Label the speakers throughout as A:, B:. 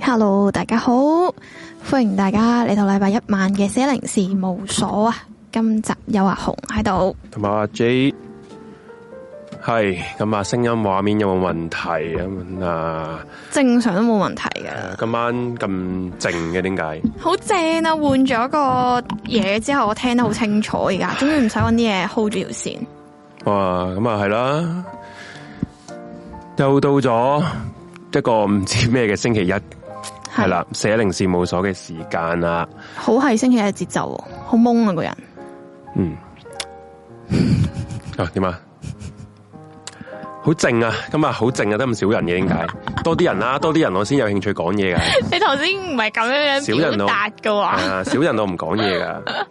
A: Hello，大家好，歡迎大家嚟到禮拜一晚嘅寫零事務所啊！今集有阿紅喺度，
B: 同埋阿 J 係咁啊，聲音畫面有冇問題咁啊？
A: 正常都冇問題噶，
B: 今晚咁靜嘅點解？
A: 好正啊！換咗個嘢之後，我聽得好清楚，而家終於唔使搵啲嘢 hold 住條線。
B: 哇，咁啊係啦，又到咗一個唔知咩嘅星期一係，啦，寫零事務所嘅時間啦。
A: 好係星期一嘅節奏喎，好懵啊個人。
B: 嗯， 啊點啊？好靜啊！今日好靜啊，得咁少人嘅，點解？多啲人啦、多啲人我先有興趣講嘢㗎。
A: 你頭先唔係咁樣
B: 少人咯
A: 達噶話
B: 啊，少人我唔講嘢 噶，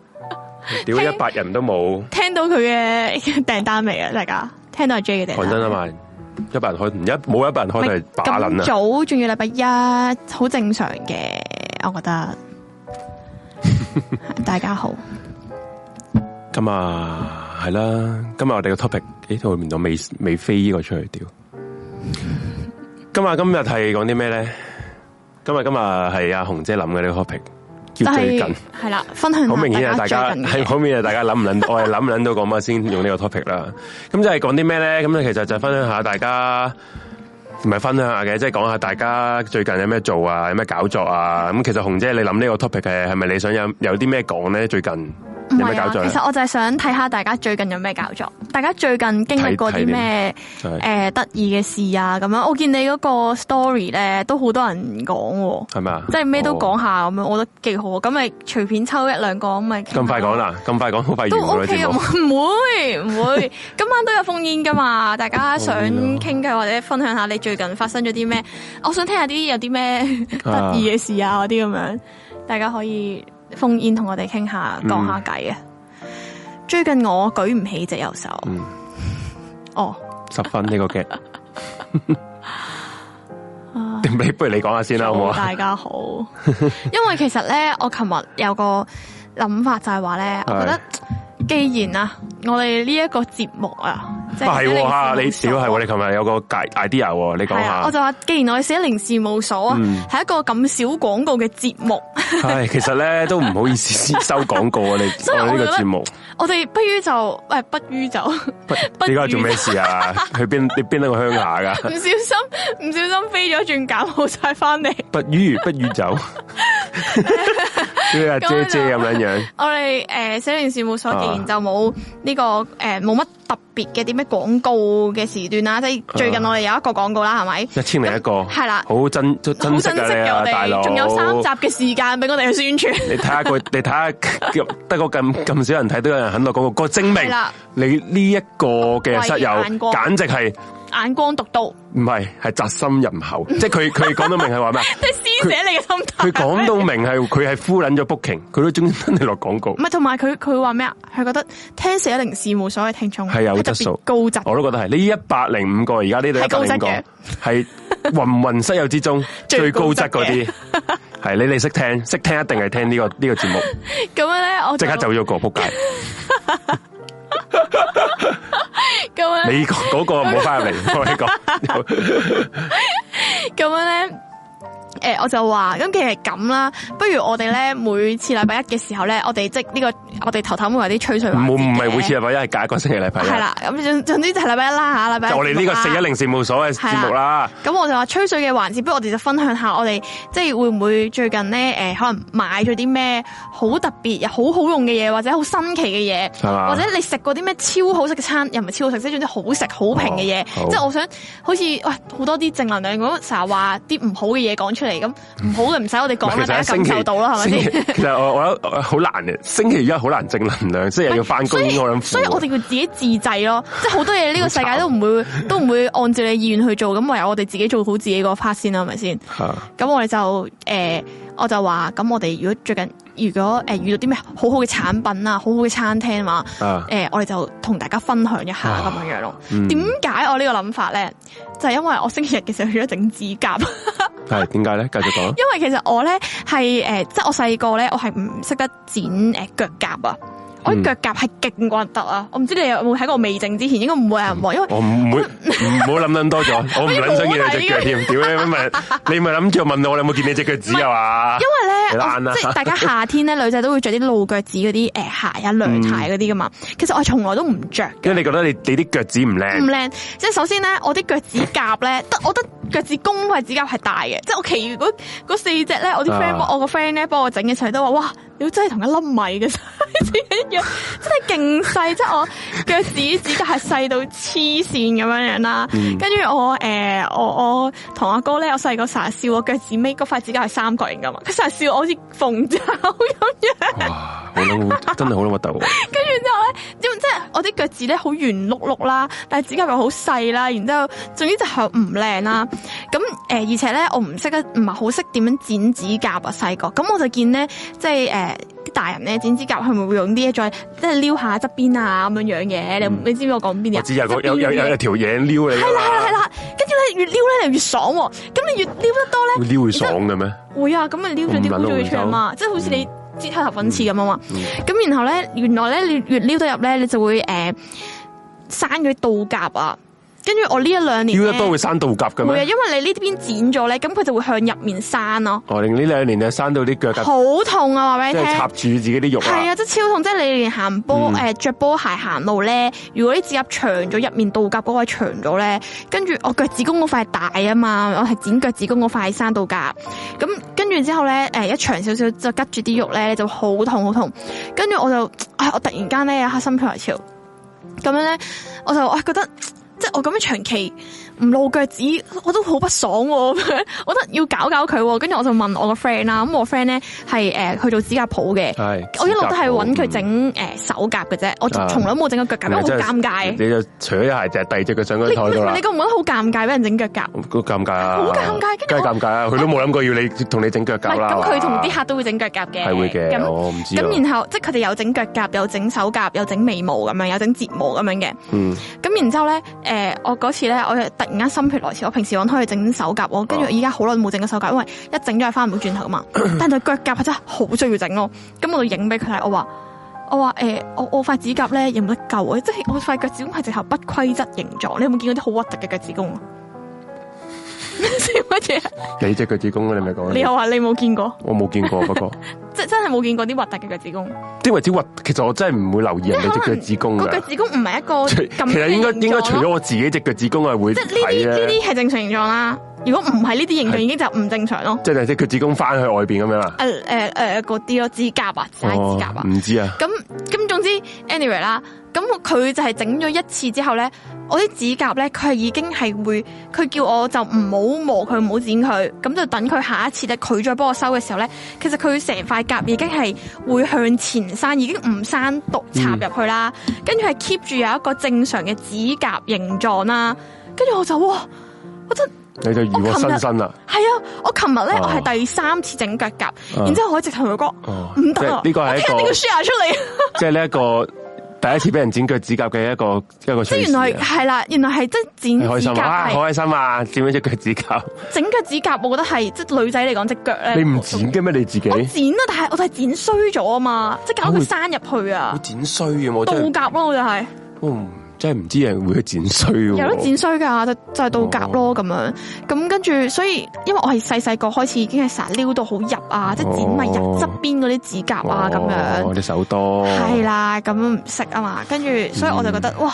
B: 屌一百人都冇，
A: 聽到佢嘅訂單未啊？大家聽到阿 J 嘅訂單
B: 講真啊嘛，一百人開唔一冇一百人開都係把撚
A: 咁
B: 啊，
A: 早仲要禮拜一，好正常嘅，我覺 得。大家好，
B: 咁啊係啦，今日我哋個 topic，咦，我唔到未未飛呢個出去屌，今日今日係講啲咩咧？今日今日係阿紅姐諗嘅呢個 topic，
A: 就
B: 叫最
A: 係
B: 近。
A: 係啦，分 享
B: 好明顯
A: 下
B: 啊！大家
A: 最近
B: 係
A: 嘅
B: 好明顯啊！大家諗唔 諗？我係諗唔諗到講乜先用呢個 topic 啦。咁就係講啲咩咧？咁咧其實就分享下大家，唔係分享下嘅，即係講下大家最近有咩做啊，有咩搞作啊。咁其實紅姐，你諗呢個 topic 係係咪你想有有啲咩講咧？最近
A: 唔
B: 有咩
A: 係
B: 搞
A: 啊，
B: 作呢
A: 其實我就係想睇下大家最近有咩搞作，大家最近經歷過啲咩
B: 係
A: 誒得意嘅事啊咁樣。我見你嗰個 story 咧都好多人講喎，
B: 係咪啊？
A: 即係咩都講
B: 哦。
A: 下咁樣，我覺得幾好啊。咁咪隨便抽一兩個咁咪傾下
B: 咁快講啦！咁快講，好快完
A: 都
B: 㗎啦
A: OK 啊，
B: 節
A: 唔
B: 目。
A: 會唔會，今晚都有封煙噶嘛？大
B: 哦
A: 家想
B: 啊
A: 傾偈或者分享下你最近發生咗啲咩？我想聽下啲有啲咩 得意嘅事啊嗰啲咁樣，大家可以封煙同我哋傾下，
B: 嗯
A: 講下偈啊！最近我舉唔起隻右手，
B: 嗯
A: 哦，
B: 十分呢個 嘅。你不如你講下先啦，好唔好啊？
A: 大家好，因為其實咧，我琴日有個諗法就係話咧，我覺得。既然啊，我哋呢一個節目啊，即
B: 啊係喎啊，
A: 係
B: 你屌係喎！你琴日有個 idea 喎，你講
A: 係啊，
B: 下嗯
A: 我。就話既然我哋寫零事務所啊，係、一個咁少廣告嘅節目，
B: 唉，其實咧都唔好意思先收廣告啊！你
A: 以
B: 我
A: 我
B: 呢個
A: 覺得
B: 節目，
A: 我哋不如就誒，不如就 不
B: 你而家
A: 如
B: 做咩 事啊？去邊你邊一個鄉下
A: 唔
B: 噶？
A: 小心唔小心飛咗轉搞好晒翻嚟，
B: 不如不如走，呢阿姐姐咁樣樣，
A: 我哋誒寫零事務所
B: 啊
A: 既然就冇呢、個誒冇乜特別嘅啲咩廣告嘅時段啦，即
B: 啊
A: 係最近我哋有一個廣告啦，係咪？
B: 一千零一個，
A: 係啦
B: 好珍珍
A: 好
B: 珍惜
A: 珍惜
B: 啊你
A: 嘅
B: 啊，
A: 我
B: 大佬，
A: 哋，仲有三集嘅時間俾我哋去宣傳。
B: 你睇下佢，你睇下得個咁咁少人睇，都有人肯落廣告，個證
A: 係
B: 明
A: 啦
B: 你呢一個嘅室友
A: 貴眼光
B: 簡直係
A: 眼光獨到，
B: 唔係係宅心仁 厚，即係佢佢講到明係話咩啊？
A: 即係施捨你嘅心態。
B: 佢講到明係佢係敷撚咗 booking，佢都中意真係落廣告
A: 唔。係，同埋佢佢話咩啊？佢覺得聽四一零事務所嘅聽眾
B: 係有質素哦
A: 特別高質，
B: 我都覺得係呢一百零五個，而家呢度
A: 係
B: 一百
A: 高
B: 零
A: 質
B: 五個
A: 嘅
B: 係雲雲室友之中最
A: 最
B: 高
A: 高
B: 質
A: 質
B: 嗰啲，係你你識聽，識聽一定係聽呢個呢個 節目，
A: 咁樣咧，我
B: 即刻走咗個仆街。
A: 咁樣
B: 你嗰個唔好翻入嚟， 我同你講，
A: 咁樣咧。誒、我就話咁，其實咁啦，不如我哋咧每次禮拜一嘅時候咧，我哋即係呢個我哋頭頭尾有啲吹水
B: 唔
A: 環節
B: 唔係每次
A: 嘅
B: 禮拜一，係隔一個星期禮拜一。
A: 係，啦，咁總總之就係禮拜一啦嚇，禮拜一啊
B: 就我哋呢個
A: 節
B: 四
A: 目
B: 一
A: 啦
B: 零事務所嘅節目啦。
A: 咁我就話吹水嘅環節，不如我哋就分享下我哋即係會唔會最近咧誒、可能買咗啲咩好特別、好好用嘅嘢，或者好新奇嘅
B: 係
A: 嘢，
B: 嘛
A: 或者你食過啲咩超好食嘅餐，又唔係超好食，即係總之好食好評嘅嘢。
B: 哦好
A: 即係我想好似喂好多啲正能量咁，成日話啲唔好嘅嘢講出嚟，咁唔好嘅唔使我哋講啦，大家感受到啦，係咪
B: 星
A: 先？
B: 期其實我我覺得好難嘅，星期一好難正能 量，星期日要翻工
A: 所
B: 已
A: 以
B: 經好撚苦啊
A: 所以我哋要自己自制咯，即係好多嘢呢個世界都唔會都唔會按照你意願去做，咁唯有我哋自己做好自己嗰 part 先啦，係咪先？
B: 嚇
A: 咁我哋就诶、呃我就話咁我哋如果最近如果诶、呃遇到啲咩好好嘅產品啊，好好嘅餐廳啊，
B: 啊
A: 诶、我哋就同大家分享一下咁
B: 啊
A: 樣樣咯。
B: 嗯
A: 點解我呢個諗法咧？就係因為我星期日嘅時候去咗整指甲，
B: 係點解咧？繼續講。
A: 呃因為其實我咧係诶，呃即係我細個咧，我係唔識得剪诶脚甲啊。我
B: 嗯
A: 啲腳甲係勁核突啊！我唔知你有冇喺我未整之前，應該唔會有人望，因為
B: 我唔會，唔好諗諗 多咗，我唔諗想見你隻腳添，屌
A: 啊
B: 你咪，你咪諗住問我你有冇見你隻腳趾 啊嘛？
A: 因為咧，哦
B: 懶啊
A: 我即係大家夏天咧，女仔都會着啲露腳趾嗰啲誒鞋 啊、涼
B: 嗯
A: 鞋嗰啲噶嘛。其實我從來都唔着
B: 因為你覺得你你啲腳趾唔
A: 唔
B: 靚，
A: 靚，即係首先咧，我啲腳趾甲咧，得我得腳趾公塊指甲係大嘅，即係我其餘嗰嗰四隻咧，我啲 friend
B: 啊
A: 幫我個 friend 咧幫我整嘅時候都話：哇，你真係同一粒米嘅 size 一樣，真係勁細，即係我腳趾指甲係細到黐線咁樣樣啦。跟住我誒、呃我我同阿哥咧，我細個成日笑我腳趾尾嗰塊指甲係三角形噶嘛，佢成日笑我好似鳳爪咁樣。
B: 哇，好撚真係好撚核突 喎。
A: 跟住之後咧，因為即係我啲腳趾咧好圓碌碌啦，但係指甲又好細啦，然之後總之就係唔靚啦。咁誒、呃而且咧我唔識得，唔係好識點樣剪指甲啊，細個。咁我就見咧，即係誒。呃啲大人咧剪指甲係咪會用啲嘢再即係撩下側邊啊咁樣樣嘅？你你知唔知我講邊啲啊？
B: 嗯我知有個
A: 側邊
B: 有有有
A: 嘅
B: 有條嘢撩你㗎嘛，
A: 係啦係啦係啦，跟住咧越撩咧你越爽喎，咁你越撩得多咧
B: 會撩會爽嘅咩？
A: 會啊，咁咪撩咗
B: 嗯
A: 啲污糟嘢出嚟嘛，即係好似你擠黑頭粉刺咁啊嘛。
B: 嗯
A: 咁然後咧，原來咧你越撩得入咧，你就會誒生嗰啲倒甲啊。跟住我呢一兩年
B: 撩
A: 呢
B: 得多會生倒甲嘅
A: 會啊，
B: 咩？
A: 因為你呢邊剪咗咧，咁佢就會向入面生咯，
B: 哦，令呢兩年啊生到啲腳甲，
A: 好痛啊！話俾
B: 即
A: 你
B: 係
A: 聽
B: 插。住自己啲肉
A: 係
B: 啊
A: 啊，，即係超痛，即係你連行波
B: 嗯
A: 誒着波鞋行路咧，如果啲指甲長咗，入面倒甲嗰塊長咗咧，跟住我腳趾公嗰塊大啊嘛，我係剪腳趾公嗰塊生倒甲，咁跟住之後咧誒一長少少就拮住啲肉咧，就好痛好痛，跟住我就啊我突然間咧有一刻心血來潮，咁樣咧我就我覺得。即係我咁樣長期唔露腳趾，我都好不爽喎、咁樣我覺得要搞搞佢喎、跟住我就問我個 friend 啦，咁我 friend 咧係誒去做指甲鋪嘅，
B: 係。
A: 我一路都係揾佢
B: 嗯
A: 整誒手甲嘅啫，我
B: 啊
A: 從來冇整過腳甲，因為好尷
B: 你
A: 尬。
B: 就除咗鞋就第二隻腳上嗰
A: 你
B: 個台度啦
A: 你。覺唔覺得好尷尬俾人整腳甲？唔
B: 好尷尬啊！
A: 好尷尬跟住我
B: 梗係尷尬啦！佢都冇諗過要你同你整腳
A: 係
B: 甲啦。
A: 咁，佢同啲
B: 係
A: 客都會整腳甲嘅，
B: 嘛係會嘅，
A: 咁
B: 我唔知啊。
A: 咁然後即係佢哋有整腳甲，有整手甲，有整眉毛咁樣，有整睫毛咁樣嘅。
B: 嗯，
A: 咁然之後咧，誒、我嗰次咧，我突然間心血來潮，我平時揾開去整手甲喎，我跟住
B: 哦
A: 依家好耐冇整過手甲，因為一整咗係翻唔到轉頭 嘛。但係腳甲係真係好需要整咯，咁我就影俾佢睇，我話我話誒、我我塊指甲咧有冇得救啊？即係我塊腳趾公係直頭不規則形狀，你有冇見過啲好核突嘅腳趾公啊？笑乜嘢啊？
B: 你隻腳趾公啊你咪
A: 你
B: 講。
A: 又話你冇見過，
B: 我冇見過，不 過
A: 即真係冇見過啲核突嘅腳趾公。
B: 因為只核，其實我真係唔會留意人哋隻腳趾公
A: 個
B: 噶
A: 腳。趾公唔係一個
B: 除
A: 咁
B: 其實應該
A: 嘅形狀
B: 應該除
A: 咯
B: 咗我自己隻腳趾公係會
A: 即係呢啲
B: 睇啊
A: 呢
B: 咧，
A: 啲係正常形狀啦。如果唔係呢啲形狀，
B: 係
A: 已經就唔正常咯。
B: 即係隻腳趾公翻去外邊咁樣啦。
A: 誒誒誒呃嗰啲咯，指甲啊，晒啊指甲啊
B: 哦。唔知啊，
A: 咁咁總之，anyway 啦，咁佢就係整咗一次之後咧，我啲指甲咧，佢係已經係會，佢叫我就唔好磨佢，唔好剪佢，咁就等佢下一次咧，佢再幫我修嘅時候咧，其實佢成塊甲已經係會向前生，已經唔生毒插入去啦，跟住係 keep 住有一個正常嘅指甲形狀啦，跟住我就哇，我真〜
B: 你就如我新身啦。
A: 系啊，我琴日咧，
B: 哦
A: 我係第三次整腳甲，
B: 嗯
A: 然之后我一直同佢講
B: 哦
A: 唔得啊，
B: 即係呢個係
A: 我
B: 一
A: 聽日
B: 個
A: 你個 share 出 嚟，
B: 即係呢一個第一次俾人剪腳指甲嘅一個一個啊
A: 即
B: 趣
A: 係
B: 事
A: 原來
B: 嚟嘅。
A: 係啦，原來係即
B: 你
A: 係
B: 開
A: 剪
B: 心
A: 嗯指
B: 啊！啊
A: 甲
B: 好
A: 係
B: 開心啊！剪咗隻腳指甲，
A: 整腳指甲，我覺得係即係女仔嚟講隻腳咧，
B: 你唔剪嘅咩？你自己
A: 我剪啊，但係我就係剪衰咗啊嘛，即係搞到佢生入去啊，
B: 剪衰嘅我
A: 倒甲咯，我就係
B: 我唔真係唔知人會去剪衰嘅喎。
A: 有得剪衰㗎，就
B: 哦
A: 就係倒甲咯咁樣，咁跟住所以因為我係細細個開始已經係成日撩到好入啊，即係剪埋入
B: 哦
A: 側邊嗰啲指甲啊咁樣
B: 我。啲手多。
A: 系啦，咁唔識啊嘛，跟住所以我就
B: 嗯
A: 覺得、哇，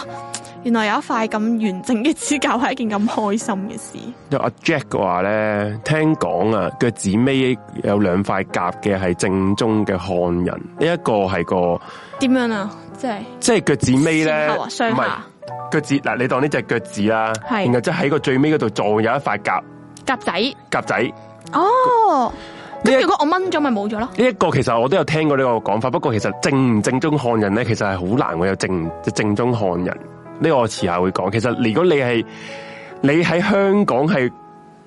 A: 原來有一塊咁完整嘅指甲係一件咁開心嘅事。
B: 因為阿 Jack 嘅話咧，聽講啊，腳趾尾有兩塊甲嘅係正宗嘅漢人，呢、一個係個
A: 點樣啊？即係
B: 即係腳趾尾咧，
A: 前後啊上
B: 唔係
A: 下
B: 腳趾嗱，你當呢隻腳趾啦，
A: 係
B: 然後即係喺個最尾嗰度仲有一塊甲
A: 夾仔
B: 甲仔。
A: 哦。
B: 呢
A: 咁
B: 一
A: 如果我掹咗咪冇咗咯？
B: 呢一個其實我都有聽過呢個講法，不過其實正唔正宗漢人咧，其實係好難會有正正宗漢人。呢、個我遲下會講。其實如果你係你喺香港係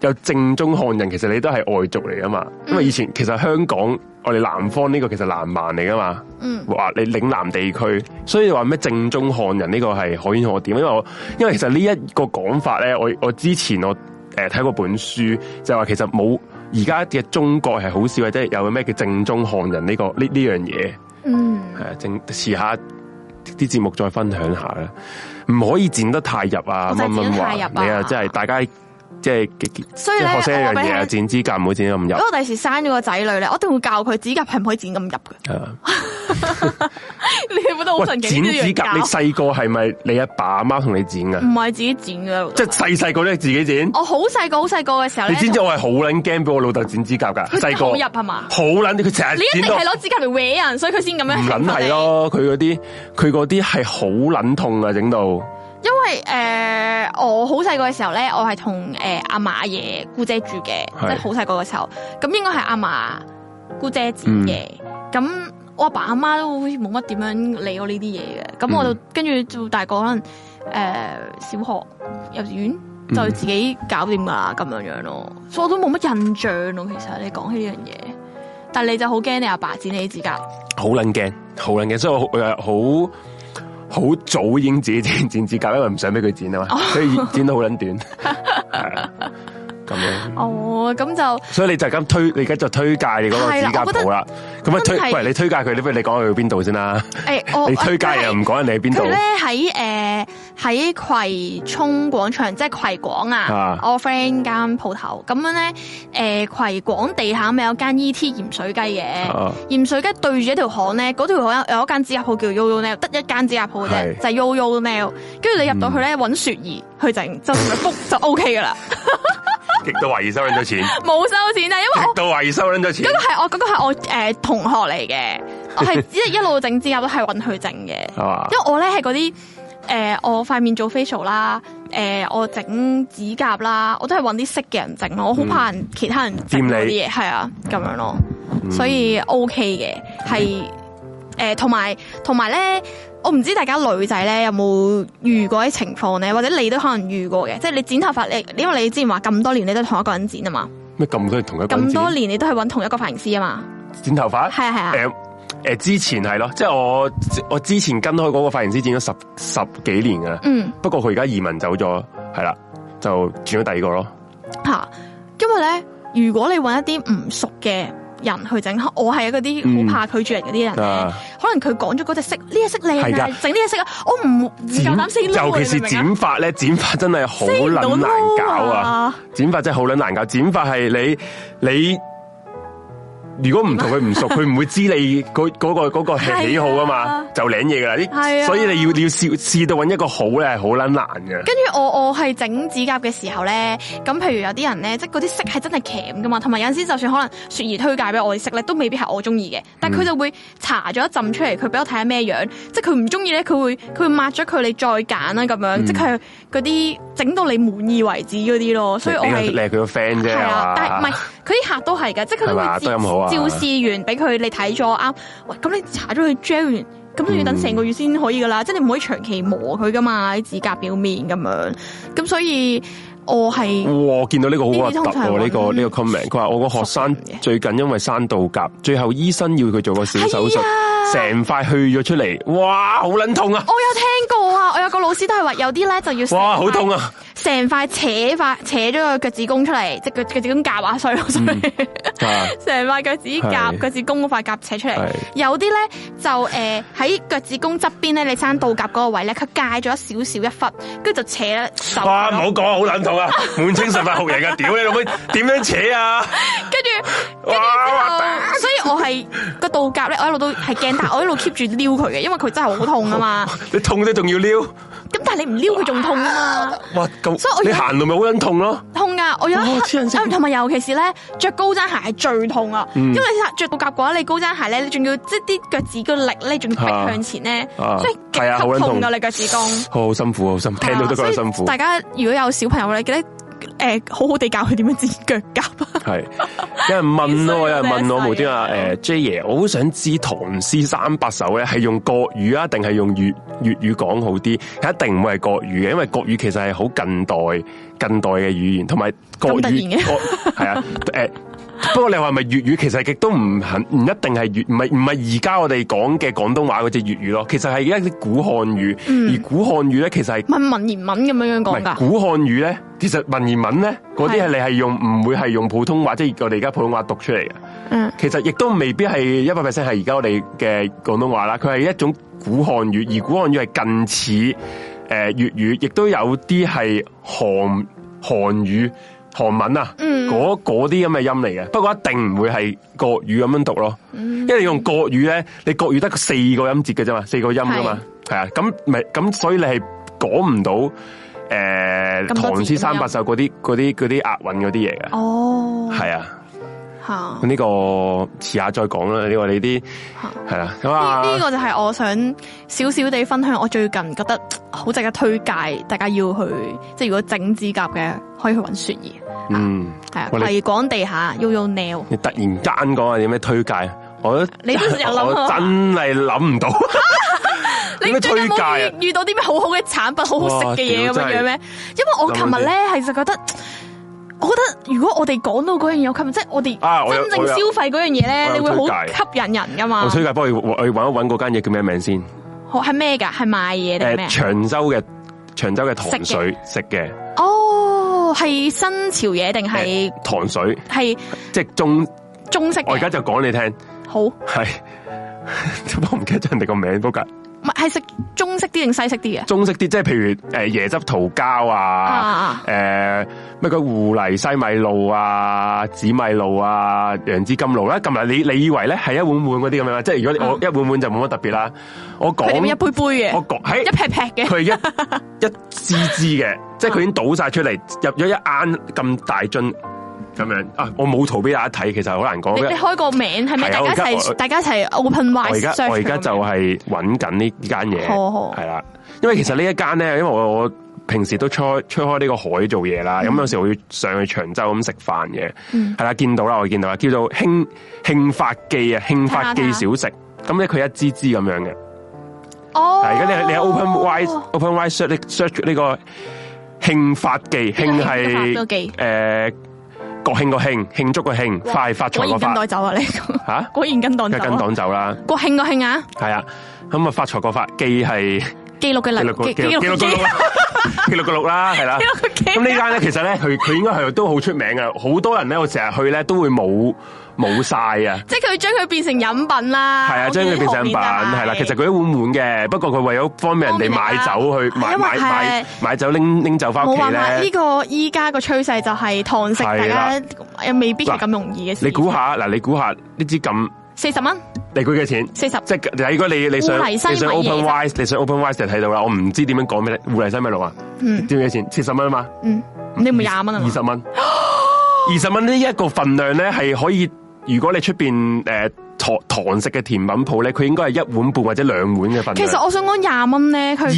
B: 有正宗漢人，其實你都係外族嚟噶嘛。因為以前其實香港我哋南方呢個其實南蠻嚟噶嘛，
A: 嗯，
B: 話你嶺南地區，所以話咩正宗漢人呢個係可圈可點。因為我因為其實呢一個講法咧，我我之前我誒睇、過本書，就話其實冇而家嘅中國係好少，或者有咩叫正宗漢人呢、個呢呢樣嘢。
A: 嗯，
B: 系啊，正遲下啲節目再分享下啦，唔可以剪得太入啊，
A: 我就
B: 乜
A: 係剪
B: 乜
A: 得太入
B: 話
A: 啊
B: 你啊，即係大家即係
A: 所以
B: 即
A: 咧
B: 係學識一樣嘢
A: 我
B: 啊，
A: 俾佢哦
B: 剪指甲唔好剪得咁
A: 如
B: 入
A: 果我第時生咗個仔女咧，我一定會教佢指甲係唔可以剪咁入嘅。
B: 係啊。
A: 你覺得好
B: 喂，
A: 神奇？
B: 剪指甲
A: 呢樣
B: 你
A: 教
B: 細個係咪你阿爸阿媽同你剪噶？
A: 唔係自己剪嘅，
B: 即係細細個都係自己剪。
A: 我好細個好細個嘅時候
B: 你
A: 咧，
B: 知唔知我係好撚驚俾我老豆剪指甲噶？
A: 啊佢
B: 細個
A: 好入係嘛？
B: 好撚啲，佢成日
A: 你一
B: 剪
A: 定
B: 到
A: 係攞指甲嚟搲人，所以佢先咁樣
B: 唔撚啊
A: 係
B: 係，咯，佢嗰啲佢嗰啲係好撚痛啊，整到
A: 因為诶、呃我好細個嘅時候咧，我係同诶阿嫲阿爺姑姐住嘅，即
B: 係
A: 係好細個嘅時候，咁應該係阿嫲姑姐剪嘅。
B: 嗯
A: 咁、我阿爸阿媽都好似冇乜點樣理我呢啲嘢嘅。咁我
B: 嗯
A: 就跟住到大個可能诶、呃小學、幼稚園
B: 嗯
A: 就自己搞掂噶啦，咁樣樣咯。所以我都冇乜印象咯。其實你講起呢樣嘢，但你就好驚你阿爸剪你啲指甲。
B: 好撚驚，好撚驚，所以我誒好好早已經自己剪 剪指甲，因為唔想俾佢剪啊
A: 哦
B: 嘛，所以剪到好撚短， 係啊咁樣。
A: 哦，咁就。
B: 所以你就咁推，你而家就推介你嗰個指甲鋪啦。咁啊
A: 真
B: 推，
A: 係
B: 喂，你推介佢，你不如你講佢去邊度先啦。
A: 诶、我
B: 你推介啊又唔講人哋去邊
A: 佢
B: 度
A: 咧，喺诶喺葵涌廣場，即係葵廣啊
B: 啊，
A: 我 friend 間鋪頭咁樣咧，诶、葵廣地下咪有間 E.T. 鹽水雞嘅，
B: 啊
A: 鹽水雞對住一條巷咧，嗰條巷有有一間指甲鋪叫 Yoyo Nail，得一間指甲鋪嘅啫，
B: 係
A: 就係 Yoyo Nail，跟住你入到去咧揾雪兒去 整，就同佢 book 就 OK 噶啦，
B: 極都懷疑收撚咗錢，極
A: 冇收錢啊，因為我。
B: 都懷疑收撚 咗錢
A: 嗰個係我嗰、個係我誒、呃同學嚟嘅，我係一一路整指甲都係揾佢整嘅。
B: 係嘛
A: 因？為我咧係嗰啲诶，呃我塊面做 facial 啦，诶、我整指甲啦，我都係揾啲識嘅人整咯，我好怕人其他人整
B: 嗯掂你嗯
A: 嗰啲嘢，係啊，咁樣咯，所以 OK 嘅，係诶，同埋同埋咧。我唔知大家女仔咧有冇遇過啲情況咧，或者你都可能遇過嘅，即係你剪頭髮，你因為你之前話咁多年你都係同一個人剪啊嘛，
B: 咩咁多人同一個人
A: 咁
B: 剪
A: 多年你都係揾同一個髮型師啊嘛，
B: 剪頭髮？
A: 係啊係啊
B: 誒誒，之前係咯，即係我我之前跟開嗰個髮型師剪咗十十幾年噶啦。
A: 嗯。
B: 不過佢而家移民走咗，係啦，就轉咗第二個咯。
A: 吓、因为咧，如果你揾一啲唔熟嘅人去整，我系嗰啲
B: 嗯
A: 好怕拒絕人嗰啲人咧，
B: 啊
A: 可能佢講咗嗰隻色，呢一色靚
B: 係
A: 啊
B: 㗎，
A: 整呢一色啊，我唔唔夠膽 say no 啊
B: 尤其是
A: 你明唔明啊
B: 剪髮咧，剪髮真係好撚
A: say 唔
B: 難
A: 到 no
B: 搞啊
A: 啊！
B: 剪髮真係好撚難搞，剪髮係你你。如果唔同佢 唔熟，佢唔會知你嗰嗰、個嗰、個
A: 係啊
B: 喜好啊嘛，就領嘢噶啦。
A: 係啊
B: 啲所以你要你要試試到揾一個好咧，係好撚難
A: 跟
B: 嘅。
A: 住我我係整指甲嘅時候咧，咁譬如有啲人咧，即係嗰啲色係真係鉗噶嘛，同埋有陣時就算可能雪兒推介俾我啲色咧，都未必係我中意嘅，但
B: 嗯
A: 係佢就會搽咗一陣出嚟，佢俾我睇下咩樣，即係佢唔中意咧，佢會佢會抹咗佢，你再揀啦咁樣，
B: 嗯
A: 即係嗰啲整到你滿意為止嗰啲咯，所以我
B: 你
A: 係
B: 你係佢個 friend 啫，
A: 係
B: 係
A: 啊，但係唔係
B: 嘛？
A: 佢啲客都係嘅，即係佢都
B: 係嘛都咁好啊
A: 會照照試完俾佢，你睇咗啱，喂，咁你搽咗佢 gel 完，咁你要等成個月先可以噶啦，即係你唔可以長期磨佢噶嘛，啲指甲表面咁樣，咁所以我係
B: 哇！我見到呢個好核突
A: 呢啲通常
B: 喎，呢個
A: 揾
B: 呢個 comment，佢話我個學生最近因為生到甲，最後醫生要佢做個小手術
A: 係啊，
B: 成塊去咗出嚟，哇！好撚痛啊！
A: 我有聽過啊，我有個老師都係話有啲咧就要成塊
B: 哇！好痛！啊！
A: 成塊扯塊扯咗個腳趾公出嚟，即係腳腳趾公夾啊，所以所以
B: 啊
A: 成塊腳趾夾
B: 係
A: 腳趾公嗰塊夾扯出嚟
B: 係，
A: 有啲咧就誒喺腳趾公側邊咧，你生倒甲嗰個位咧，佢戒咗少少一忽，跟住就扯咧手咯。
B: 哇！唔好講，好 撚痛啊！滿清十塊酷人啊！屌你老妹，點樣扯啊？
A: 跟住跟住之後
B: 哇！，
A: 所以我係個倒甲咧，我一路都係驚，但係我一路 keep 住撩佢嘅，因為佢真係好痛啊嘛。
B: 你痛都仲要撩，
A: 咁但係你唔撩佢仲痛啊嘛，
B: 哇！
A: 所以我
B: 咁你行路咪好撚痛咯？
A: 痛噶！我有一
B: 哇嗯哦黐人
A: 刻，
B: 線嗯
A: 同埋尤其是咧着高踭鞋係最痛啊，因為你着倒甲嘅話，你高踭鞋咧，你仲要即係啲腳趾個力咧，仲要逼
B: 啊
A: 向前咧，
B: 啊
A: 所以極
B: 係啊好
A: 級
B: 撚
A: 痛噶
B: 痛
A: 你腳趾公。
B: 好辛苦，好辛苦，聽到都覺得辛
A: 啊所以
B: 苦。
A: 大家如果有小朋友咧，記得诶、呃好好地教佢點樣剪腳甲 啊。
B: 系有人問
A: 所以
B: 咯，
A: 我哋
B: 有人問
A: 一世
B: 我無端啊，
A: 都
B: 诶 J 爺，我好想知《唐詩三百首》咧係用國語啊，定係用粵粵語講好啲？一定唔會係國語嘅，因為國語其實係好近代近代嘅語言，同埋國
A: 咁突然嘅
B: 語國係啊，诶、不過你話係咪粵語其實亦都唔肯，唔一定係粵，唔係唔係而家我哋講嘅廣東話嗰只粵語咯，其實係
A: 嗯
B: 一啲古漢語，而古漢語咧其實係
A: 文文言文咁樣樣
B: 唔
A: 講
B: 係
A: 㗎，
B: 古漢語咧，其實文言文咧，嗰啲係
A: 係
B: 你係用唔會係用普通話，即係我哋而家普通話讀出嚟嘅。
A: 嗯，
B: 其實亦都未必係一百 percent 係而家我哋嘅廣東話啦，佢係一種古漢語，而古漢語係近似誒粵語，亦都有啲係韓韓語韓文啊，
A: 嗯
B: 嗰嗰啲咁嘅音嚟嘅。不過一定唔會係國語咁樣讀咯，
A: 嗯
B: 因為你用國語咧，你國語得四個音節嘅啫嘛，四個音噶嘛，係啊，咁咪咁，所以你係講唔到。
A: 咁
B: 誒、
A: 多
B: 唐
A: 字咁
B: 詩三百
A: 音
B: 首嗰啲嗰啲嗰啲押韻嗰啲嘢嘅，
A: 哦，
B: 係啊，
A: 吓
B: 咁呢個遲下再講啦，呢個你啲
A: 吓，
B: 係啦，咁
A: 呢呢
B: 啊，
A: 個就係我想少少地分享，我最近覺得好值得推介，大家要去，即係如果整指甲嘅，可以去揾雪兒，
B: 嗯，
A: 係啊，
B: 我哋
A: 葵廣地下 Uyo Nail，
B: 你突然間講下啊有咩推介，我都
A: 你都有諗啊
B: 我真係諗唔到，
A: 你
B: 有咩
A: 最近
B: 推介
A: 冇
B: 啊？
A: 遇遇到啲咩好好嘅產品、好好食嘅嘢咁
B: 哇屌
A: 樣樣咩？因為我琴日咧係就覺得，我覺得如果我哋講到嗰樣嘢有吸引，即係我
B: 啊我有
A: 哋真正
B: 我有
A: 消費嗰樣嘢咧，
B: 我有
A: 你會好
B: 推介
A: 吸引人噶嘛
B: 我？推介幫我我去揾一揾嗰間嘢叫咩名先？
A: 好係咩㗎？係賣嘢定係咩啊
B: 誒，？長洲嘅長洲嘅糖
A: 食
B: 水食嘅，
A: 哦，係新潮嘢定係
B: 誒糖水，
A: 係
B: 即係中，
A: 中式嘅？
B: 我而家就講你聽，
A: 好，唔
B: 係。 我唔記得咗人哋個名，仆街。
A: 係係食中式啲定西式啲嘅？
B: 中式啲，即係譬如誒、呃椰汁桃膠啊
A: 啊，
B: 誒咩個芋泥西米露啊、紫米露啊、楊枝甘露啦、咁嗱，你你以為咧係一碗碗嗰啲咁樣啦？即係如果我
A: 啊
B: 一碗碗就冇乜特別啦。我講
A: 佢點一杯杯嘅，
B: 我講喺
A: 一劈劈嘅，
B: 佢係 一一支支嘅，即係佢已經倒晒出嚟，入咗一罌咁大樽咁樣啊！我冇圖俾大家睇，其實好難講。
A: 你你
B: 因為
A: 開個名係咩？
B: 係啊
A: 大家一
B: 我而家
A: 齊
B: 我
A: 大家一齊 open
B: 我
A: wide
B: 而家
A: search
B: 我而家
A: 咁樣
B: 就係揾緊呢間嘢，
A: 好好
B: 係啦，因為其實呢一間咧，因為我我平時都出出開呢個海做嘢
A: 嗯
B: 啦，咁、有時我要上去長洲咁食飯嘅，係、啦，見到啦，我見到啦，叫做興興發記啊，興發記
A: 睇下
B: 小食，咁咧佢一支支咁樣嘅，
A: 哦，
B: 嗱而家你你喺 Open Wise Open Wise search 呢 search 呢個興發記，
A: 邊個興邊
B: 興
A: 個發個
B: 係
A: 記
B: 誒國慶個慶，慶祝個慶，快發
A: 果
B: 財個
A: 然跟
B: 發
A: 袋走啊！你
B: 嚇
A: 果然跟
B: 梗
A: 袋
B: 係跟
A: 走啊！
B: 黨走啦。
A: 國慶個慶啊，
B: 系啊，咁啊發財個發記係
A: 記錄嘅
B: 記
A: 能
B: 錄個
A: 記
B: 記
A: 記錄
B: 錄記錄個
A: 記
B: 錄啦，記錄個錄啦，係啦
A: 記錄個。記
B: 咁呢間咧，其實咧，佢佢應該係都好出名噶，好多人咧，我成日去咧都會冇冇晒啊。
A: 即係佢將佢變成飲品啦，
B: 係啊，將佢變成品係啦，其實佢一碗碗嘅，不過佢為咗方便人哋啊買酒去買
A: 方便大
B: 買
A: 家係因為係
B: 買買酒拎拎酒翻屋
A: 冇
B: 企
A: 辦法，呢
B: 咧。
A: 個依家個趨勢就係堂食，大
B: 係啦
A: 家又未必係咁容易嘅事。
B: 你估下嗱，你估下呢支咁
A: 四十蚊，
B: 你估幾錢？
A: 四十
B: 即係如果你你上
A: 芋
B: 你
A: 泥西米
B: 上
A: 椰
B: Open Wise 你上 Open Wise 就睇到啦，我唔知點樣講俾你芋泥西米露啊，知唔知幾錢？七十蚊啊嘛。
A: 嗯，你咪廿蚊啊
B: 二
A: 嘛
B: 十？蚊，二十蚊呢一個份量咧係可以，如果你出边诶堂堂食嘅甜品鋪咧，佢應該係一碗半或者兩碗嘅份量。
A: 其實我想講廿蚊咧，佢
B: 二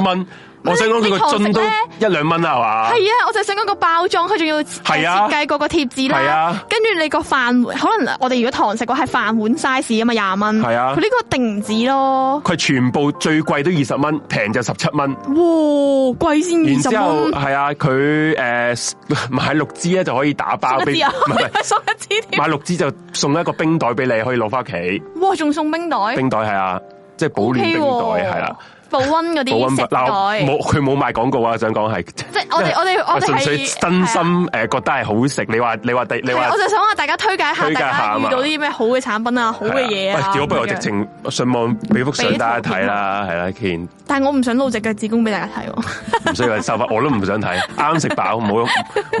B: 十蚊，我想講佢個樽都
A: 你堂食
B: 一兩蚊啦，係嘛？
A: 係啊，我就係想講個包裝，佢仲要
B: 係啊
A: 設計嗰個貼紙
B: 係
A: 啦
B: 啊，
A: 跟住你個飯碗，可能我哋如果堂食嘅話係飯碗 size 啊嘛，廿蚊，
B: 係啊
A: 佢呢個定唔止咯，
B: 佢全部最貴都二十蚊，平就十七蚊。
A: 哇，貴先
B: 然
A: 二
B: 之
A: 十
B: 後
A: 蚊，
B: 係啊，佢诶買六支咧就可以打包
A: 送
B: 俾，
A: 一支啊
B: 唔係唔，係
A: 送一支添，
B: 買六支就送一個冰袋俾你，可以攞翻屋企。
A: 哇，仲送冰袋，
B: 冰袋係啊，即係保暖
A: OK
B: 冰袋啊
A: 喎
B: 係啦。
A: 保温嗰
B: 保
A: 啲
B: 温
A: 食
B: 筆嗱，
A: 袋，
B: 冇 佢冇賣廣告啊，想講係，啊
A: 即係我哋我哋我哋
B: 純粹
A: 係
B: 真
A: 係啊
B: 心誒覺得係好食。你話你話第你
A: 係
B: 話
A: 啊我就想話大家推介一下，
B: 推介一下
A: 大家
B: 啊
A: 遇
B: 嘛
A: 到啲咩好嘅產品啊，好嘅嘢啊，
B: 喂，屌，不如我
A: 咁樣
B: 直情上網俾幅相大家睇啦，係啦，既然
A: 但係我唔想露隻腳趾公俾大家 睇喎。
B: 唔需要 收翻，我都唔想睇，啱食飽，唔好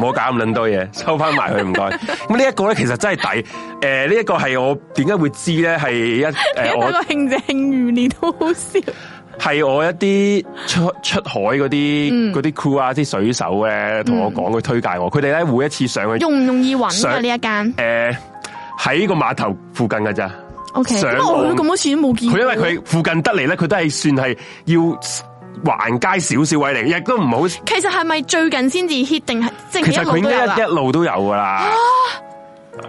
B: 唔好搞咁撚多嘢，收翻埋佢唔該。咁呢一個咧其實真係抵，誒呢一個係我點解會知咧係 一誒
A: 睇
B: 我
A: 個慶姐慶餘年都好笑，
B: 係我一啲出出海嗰
A: 嗯
B: 啲嗰啲 crew 啊，啲水手咧同我講佢推介我，佢哋咧每一次上去。
A: 容唔容易揾嘅
B: 上
A: 呢一間
B: 诶呃喺個碼頭附近㗎咋。
A: ？O K，
B: 上
A: 咁我去
B: 岸
A: 咁多次都冇見過。
B: 佢因為佢附近得嚟咧，佢都係算係要橫街少少位嚟，亦都唔好。
A: 其實係咪最近先至 hit 定係即
B: 其
A: 係
B: 實
A: 一
B: 佢
A: 路
B: 應
A: 都有
B: 該
A: 啦啊
B: 一一？路都有噶啦，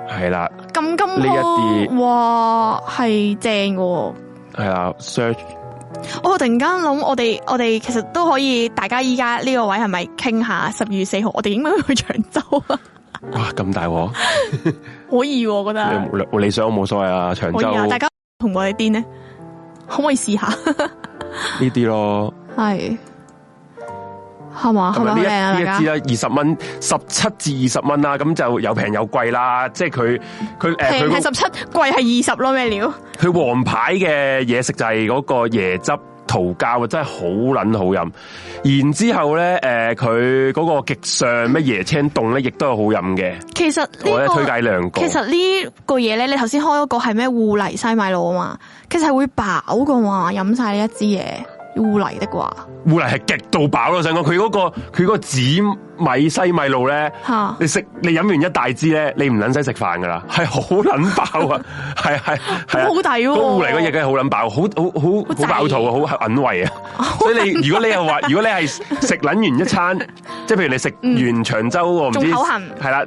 B: 係啦
A: 咁金
B: 呢一
A: 鋪哇係正嘅喎。
B: 係啦，search
A: 我突然間諗，我哋我哋其實都可以，大家依家呢個位係咪傾下十二月四號？我哋應該去長洲啊，
B: 哇咁大鑊，
A: 可以喎我覺得
B: 你你想我冇所謂啊，長
A: 可以
B: 洲
A: 啊！大
B: 呢
A: 家同我哋癲呢？ 可唔可以試下？
B: 啲咯，
A: 系係嘛？係
B: 同埋
A: 咪好
B: 呢一
A: 靚啊？
B: 呢
A: 大
B: 一支
A: 家
B: 啦，二十蚊十七至二十蚊啦，咁就有平有貴啦。即係佢佢誒
A: 平係
B: 佢
A: 十七，貴係二十咯，咩料？
B: 佢王牌嘅嘢食就係嗰個椰汁桃膠，真係好撚好飲。然之後咧誒，佢嗰個極上咩椰青凍咧，亦都係好飲嘅。
A: 其實呢、
B: 我咧
A: 個
B: 推介兩個。
A: 其實呢個嘢咧，你頭先開嗰個係咩芋泥西米露啊嘛，其實係會飽噶嘛，飲晒呢一支嘢芋泥的話，
B: 芋泥係極度飽咯，我想講佢嗰個佢嗰個紫米西米露咧
A: 嚇，
B: 你食你飲完一大支咧，你唔撚使食飯噶啦，係好撚 飽啊，係係係啊
A: 好抵喎
B: 嗰芋泥嗰嘢梗係好撚飽，
A: 好
B: 好好好好飽
A: 滯
B: 肚啊， 好隱胃啊，所以你如果你係話，如果你係食撚完一餐，即係譬如你食完長洲，我唔知
A: 嗯仲口痕嗯
B: 係啦，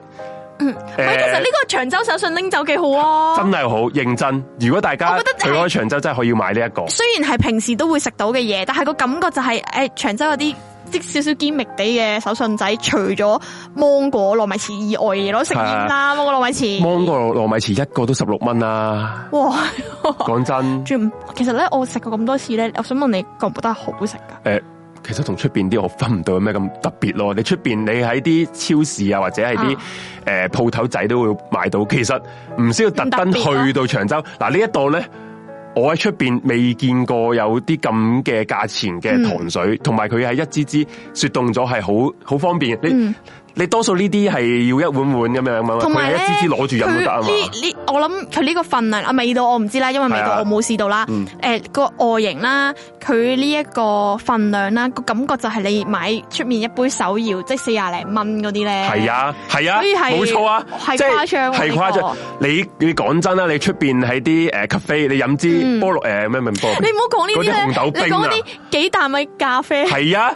A: 喂、其實呢個長洲手信拎走幾好啊！
B: 真係好認真。如果大家
A: 我覺得
B: 去
A: 係
B: 開長洲，真係可以買呢一個。
A: 雖然係平時都會食到嘅嘢，但係個感覺就係、誒、長洲有啲即少少堅密地嘅手信仔，除咗芒果糯米糍以外嘅嘢咯，食
B: 係
A: 煙
B: 啊
A: 啦，芒果糯米糍，
B: 芒果糯米糍一個都十六蚊啦，
A: 哇！
B: 講真。
A: 仲唔其實咧，我食過咁多次咧，我想問你覺唔覺得係好食啊㗎？
B: 诶、其實同出边啲我分唔到有咩咁特別咯。你出边你喺啲超市啊，或者係啲
A: 啊
B: 诶鋪頭仔都會買到，其實唔需要特登
A: 唔特別咯
B: 去到長洲。嗱呢一度咧，我喺出边未見過有啲咁嘅價錢
A: 嗯
B: 嘅糖水，同埋佢係一支支雪凍咗，係好好方便。你、你多數呢啲係要一碗碗咁樣咁
A: 嗯同埋
B: 佢係
A: 咧，
B: 一支支攞住飲都得啊嘛
A: 佢。呢呢，我諗佢呢個份量啊，味道我唔知啦，因為味
B: 係啊
A: 道我冇試到啦。誒個外形啦，佢呢一個份量啦，個感覺就係你買出面一杯手搖，即係四廿零蚊嗰啲咧。
B: 係，啊，係啊，
A: 所以係
B: 冇錯啊，
A: 係
B: 即係
A: 誇張喎
B: 係
A: 呢個
B: 誇張。你你講真啦，你出邊喺啲誒 cafe，你飲支菠蘿誒咩咩菠蘿
A: 嗯你唔好講呢啲
B: 嗰啲紅
A: 咧，
B: 豆
A: 你
B: 冰
A: 講
B: 啊
A: 嗰，啲幾啖嘅咖啡五
B: 係啊，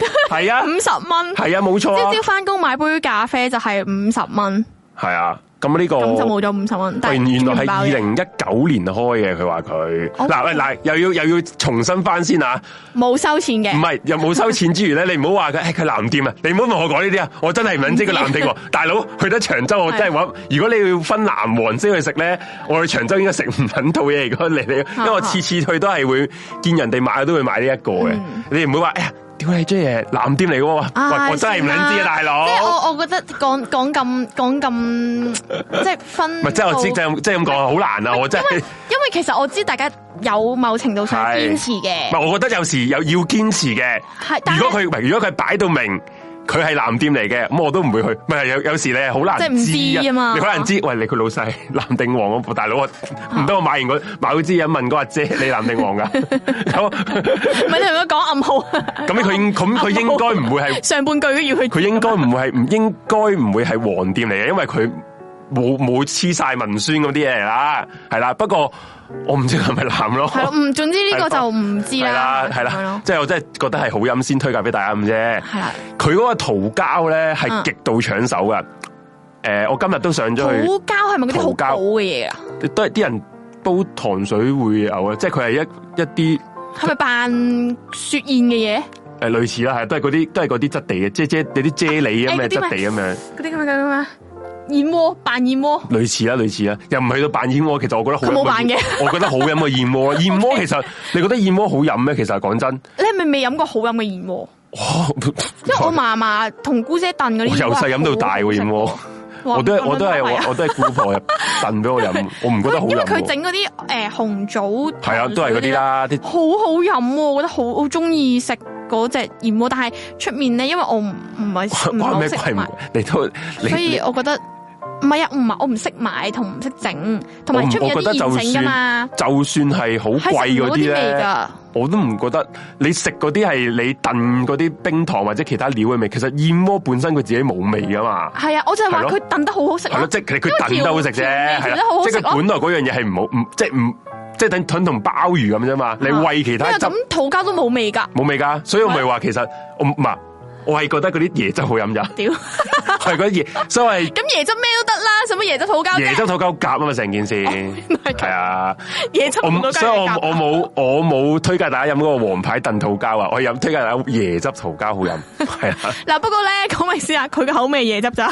B: 係啊，
A: 十蚊，
B: 係啊，冇錯啊
A: 即，朝翻工買杯咖啡就係五十蚊，
B: 係啊。咁呢個
A: 咁就冇咗五十蚊。但
B: 原
A: 係
B: 原來係二
A: 包嘅
B: 零一九年開嘅，佢話佢
A: 哦
B: 嗱喂嗱又要又要重新翻先啊！
A: 冇收錢
B: 唔
A: 嘅，
B: 係又冇收錢之餘咧，你唔好話佢，誒佢藍店啊！你唔好同我講呢啲啊！我真係唔撚知佢藍店喎，大佬去得長洲我真係揾。如果你要分藍黃先去食咧，我去長洲應該食唔撚到嘢。如果你你，因為我次次去都係會見人哋買都會買呢一個嘅，你唔會話哎呀，屌你中意藍店嚟嘅喎，
A: 唉
B: 喂我真係唔
A: 算
B: 撚知啊，
A: 啦
B: 大佬
A: 即。係我我覺得講講咁講 咁，即係分
B: 唔係即係我知，即
A: 到
B: 係即係咁講好難啊！我真係。
A: 因為其實我知大家有某程度上
B: 係
A: 堅持嘅
B: 唔，係，我覺得有時有要堅持嘅。
A: 係但係
B: 如果佢唔係如果佢擺到明，佢係藍店嚟嘅，咁我都唔會去。唔係有有時咧，好難
A: 即係唔知啊嘛啊
B: 你好難知。喂，你佢老細 藍定黃我大佬，我唔得我買完個買嗰支嘢問嗰阿姐，你藍定黃 㗎？咁
A: 唔係你同佢講暗號，
B: 咁佢應咁佢應該唔會係
A: 上半句都要去，
B: 佢應該唔會係唔應該唔會係黃店嚟嘅，因為佢冇冇黐晒文宣嗰啲嘢嚟啦，係啦。不過我唔知佢係咪藍咯。
A: 係咯，唔總之呢個就唔知啦，
B: 哦係
A: 咁
B: 啦，係
A: 樣
B: 啦
A: 咯，
B: 即係我真係覺得係好飲先推介俾大家咁啫。
A: 係啊啦，
B: 佢嗰個桃膠咧係
A: 嗯
B: 極度搶手噶。誒，我今日都上
A: 桃
B: 咗
A: 膠係咪嗰啲好
B: 桃膠
A: 補嘅嘢啊？
B: 去，都係啲人煲糖水會有啊，即係佢係一一啲
A: 係咪扮雪燕嘅嘢？
B: 誒類似啦，係都係嗰啲都係嗰啲質地嘅，即係即係有啲啫喱
A: 誒
B: 咁嘅
A: 嗰啲
B: 質
A: 咪
B: 地咁樣，
A: 嗰啲咁樣咁樣燕窩扮燕窩，
B: 類似啦類似啦，又唔去到扮燕窩，其實我覺得好
A: 佢冇
B: 飲過
A: 扮嘅
B: 燕我覺得好飲過 燕窩啦。燕窩其實你覺得燕窩好飲咩？其實講真，
A: 你係咪未飲過好飲嘅燕窩？
B: 哇！
A: 因為我嫲嫲同姑姐燉嗰啲，
B: 我由細飲到大喎燕窩。
A: 哇，
B: 我都係我都係
A: 咁樣
B: 我我都係姑婆入燉俾我飲，我唔覺得好
A: 因為
B: 飲
A: 佢
B: 喎。
A: 整嗰啲誒紅棗
B: 係啊，都係嗰啲，啦，啲
A: 好好飲喎，我覺得好好中意食嗰只燕窩，但係出面咧，因為我唔唔係唔係
B: 關
A: 好
B: 咩
A: 識
B: 鬼唔
A: 買，？
B: 你都你
A: 所
B: 你
A: 以我覺得唔係啊，唔係我唔識買同唔識整，同埋
B: 我唔
A: 出面有
B: 我覺得就
A: 啲現成噶嘛，
B: 就算係好貴
A: 係食唔
B: 嗰
A: 到啲
B: 啲
A: 味
B: 咧，
A: 㗎。
B: 我都唔覺得你食嗰啲係你燉嗰啲冰糖或者其他料嘅味。其實燕窩本身佢自己冇味噶嘛。
A: 係啊，我就係話
B: 係咯
A: 佢燉得好好食啊
B: 係咯，
A: 咯，
B: 即係佢佢燉得好食啫，
A: 因為調
B: 係
A: 調得好
B: 啦，
A: 好
B: 即
A: 食哦
B: 係佢本來嗰樣嘢係唔好，唔即係唔即係等等同鮑魚咁啫嘛，你喂
A: 啊
B: 其
A: 因為
B: 他汁
A: 咁桃膠都冇味㗎。
B: 冇味㗎，所以我咪話其實我唔唔係，我係覺得嗰啲椰汁好飲咋，
A: 屌，
B: 我係覺得椰，所以我係
A: 咁椰汁咩都得啦，使乜椰汁桃膠
B: 椰
A: 啫？
B: 汁土狗夾啊嘛，成件事
A: 哦係咁
B: 係啊，
A: 椰汁
B: 我
A: 唔到
B: 唔
A: 雞
B: 所以我
A: 夾
B: 我冇我冇推介大家飲嗰個黃牌燉桃膠啊，我飲推介大家椰汁桃膠 好飲，係啊，
A: 嗱，不過咧講明先啊，佢嘅口味椰汁咋，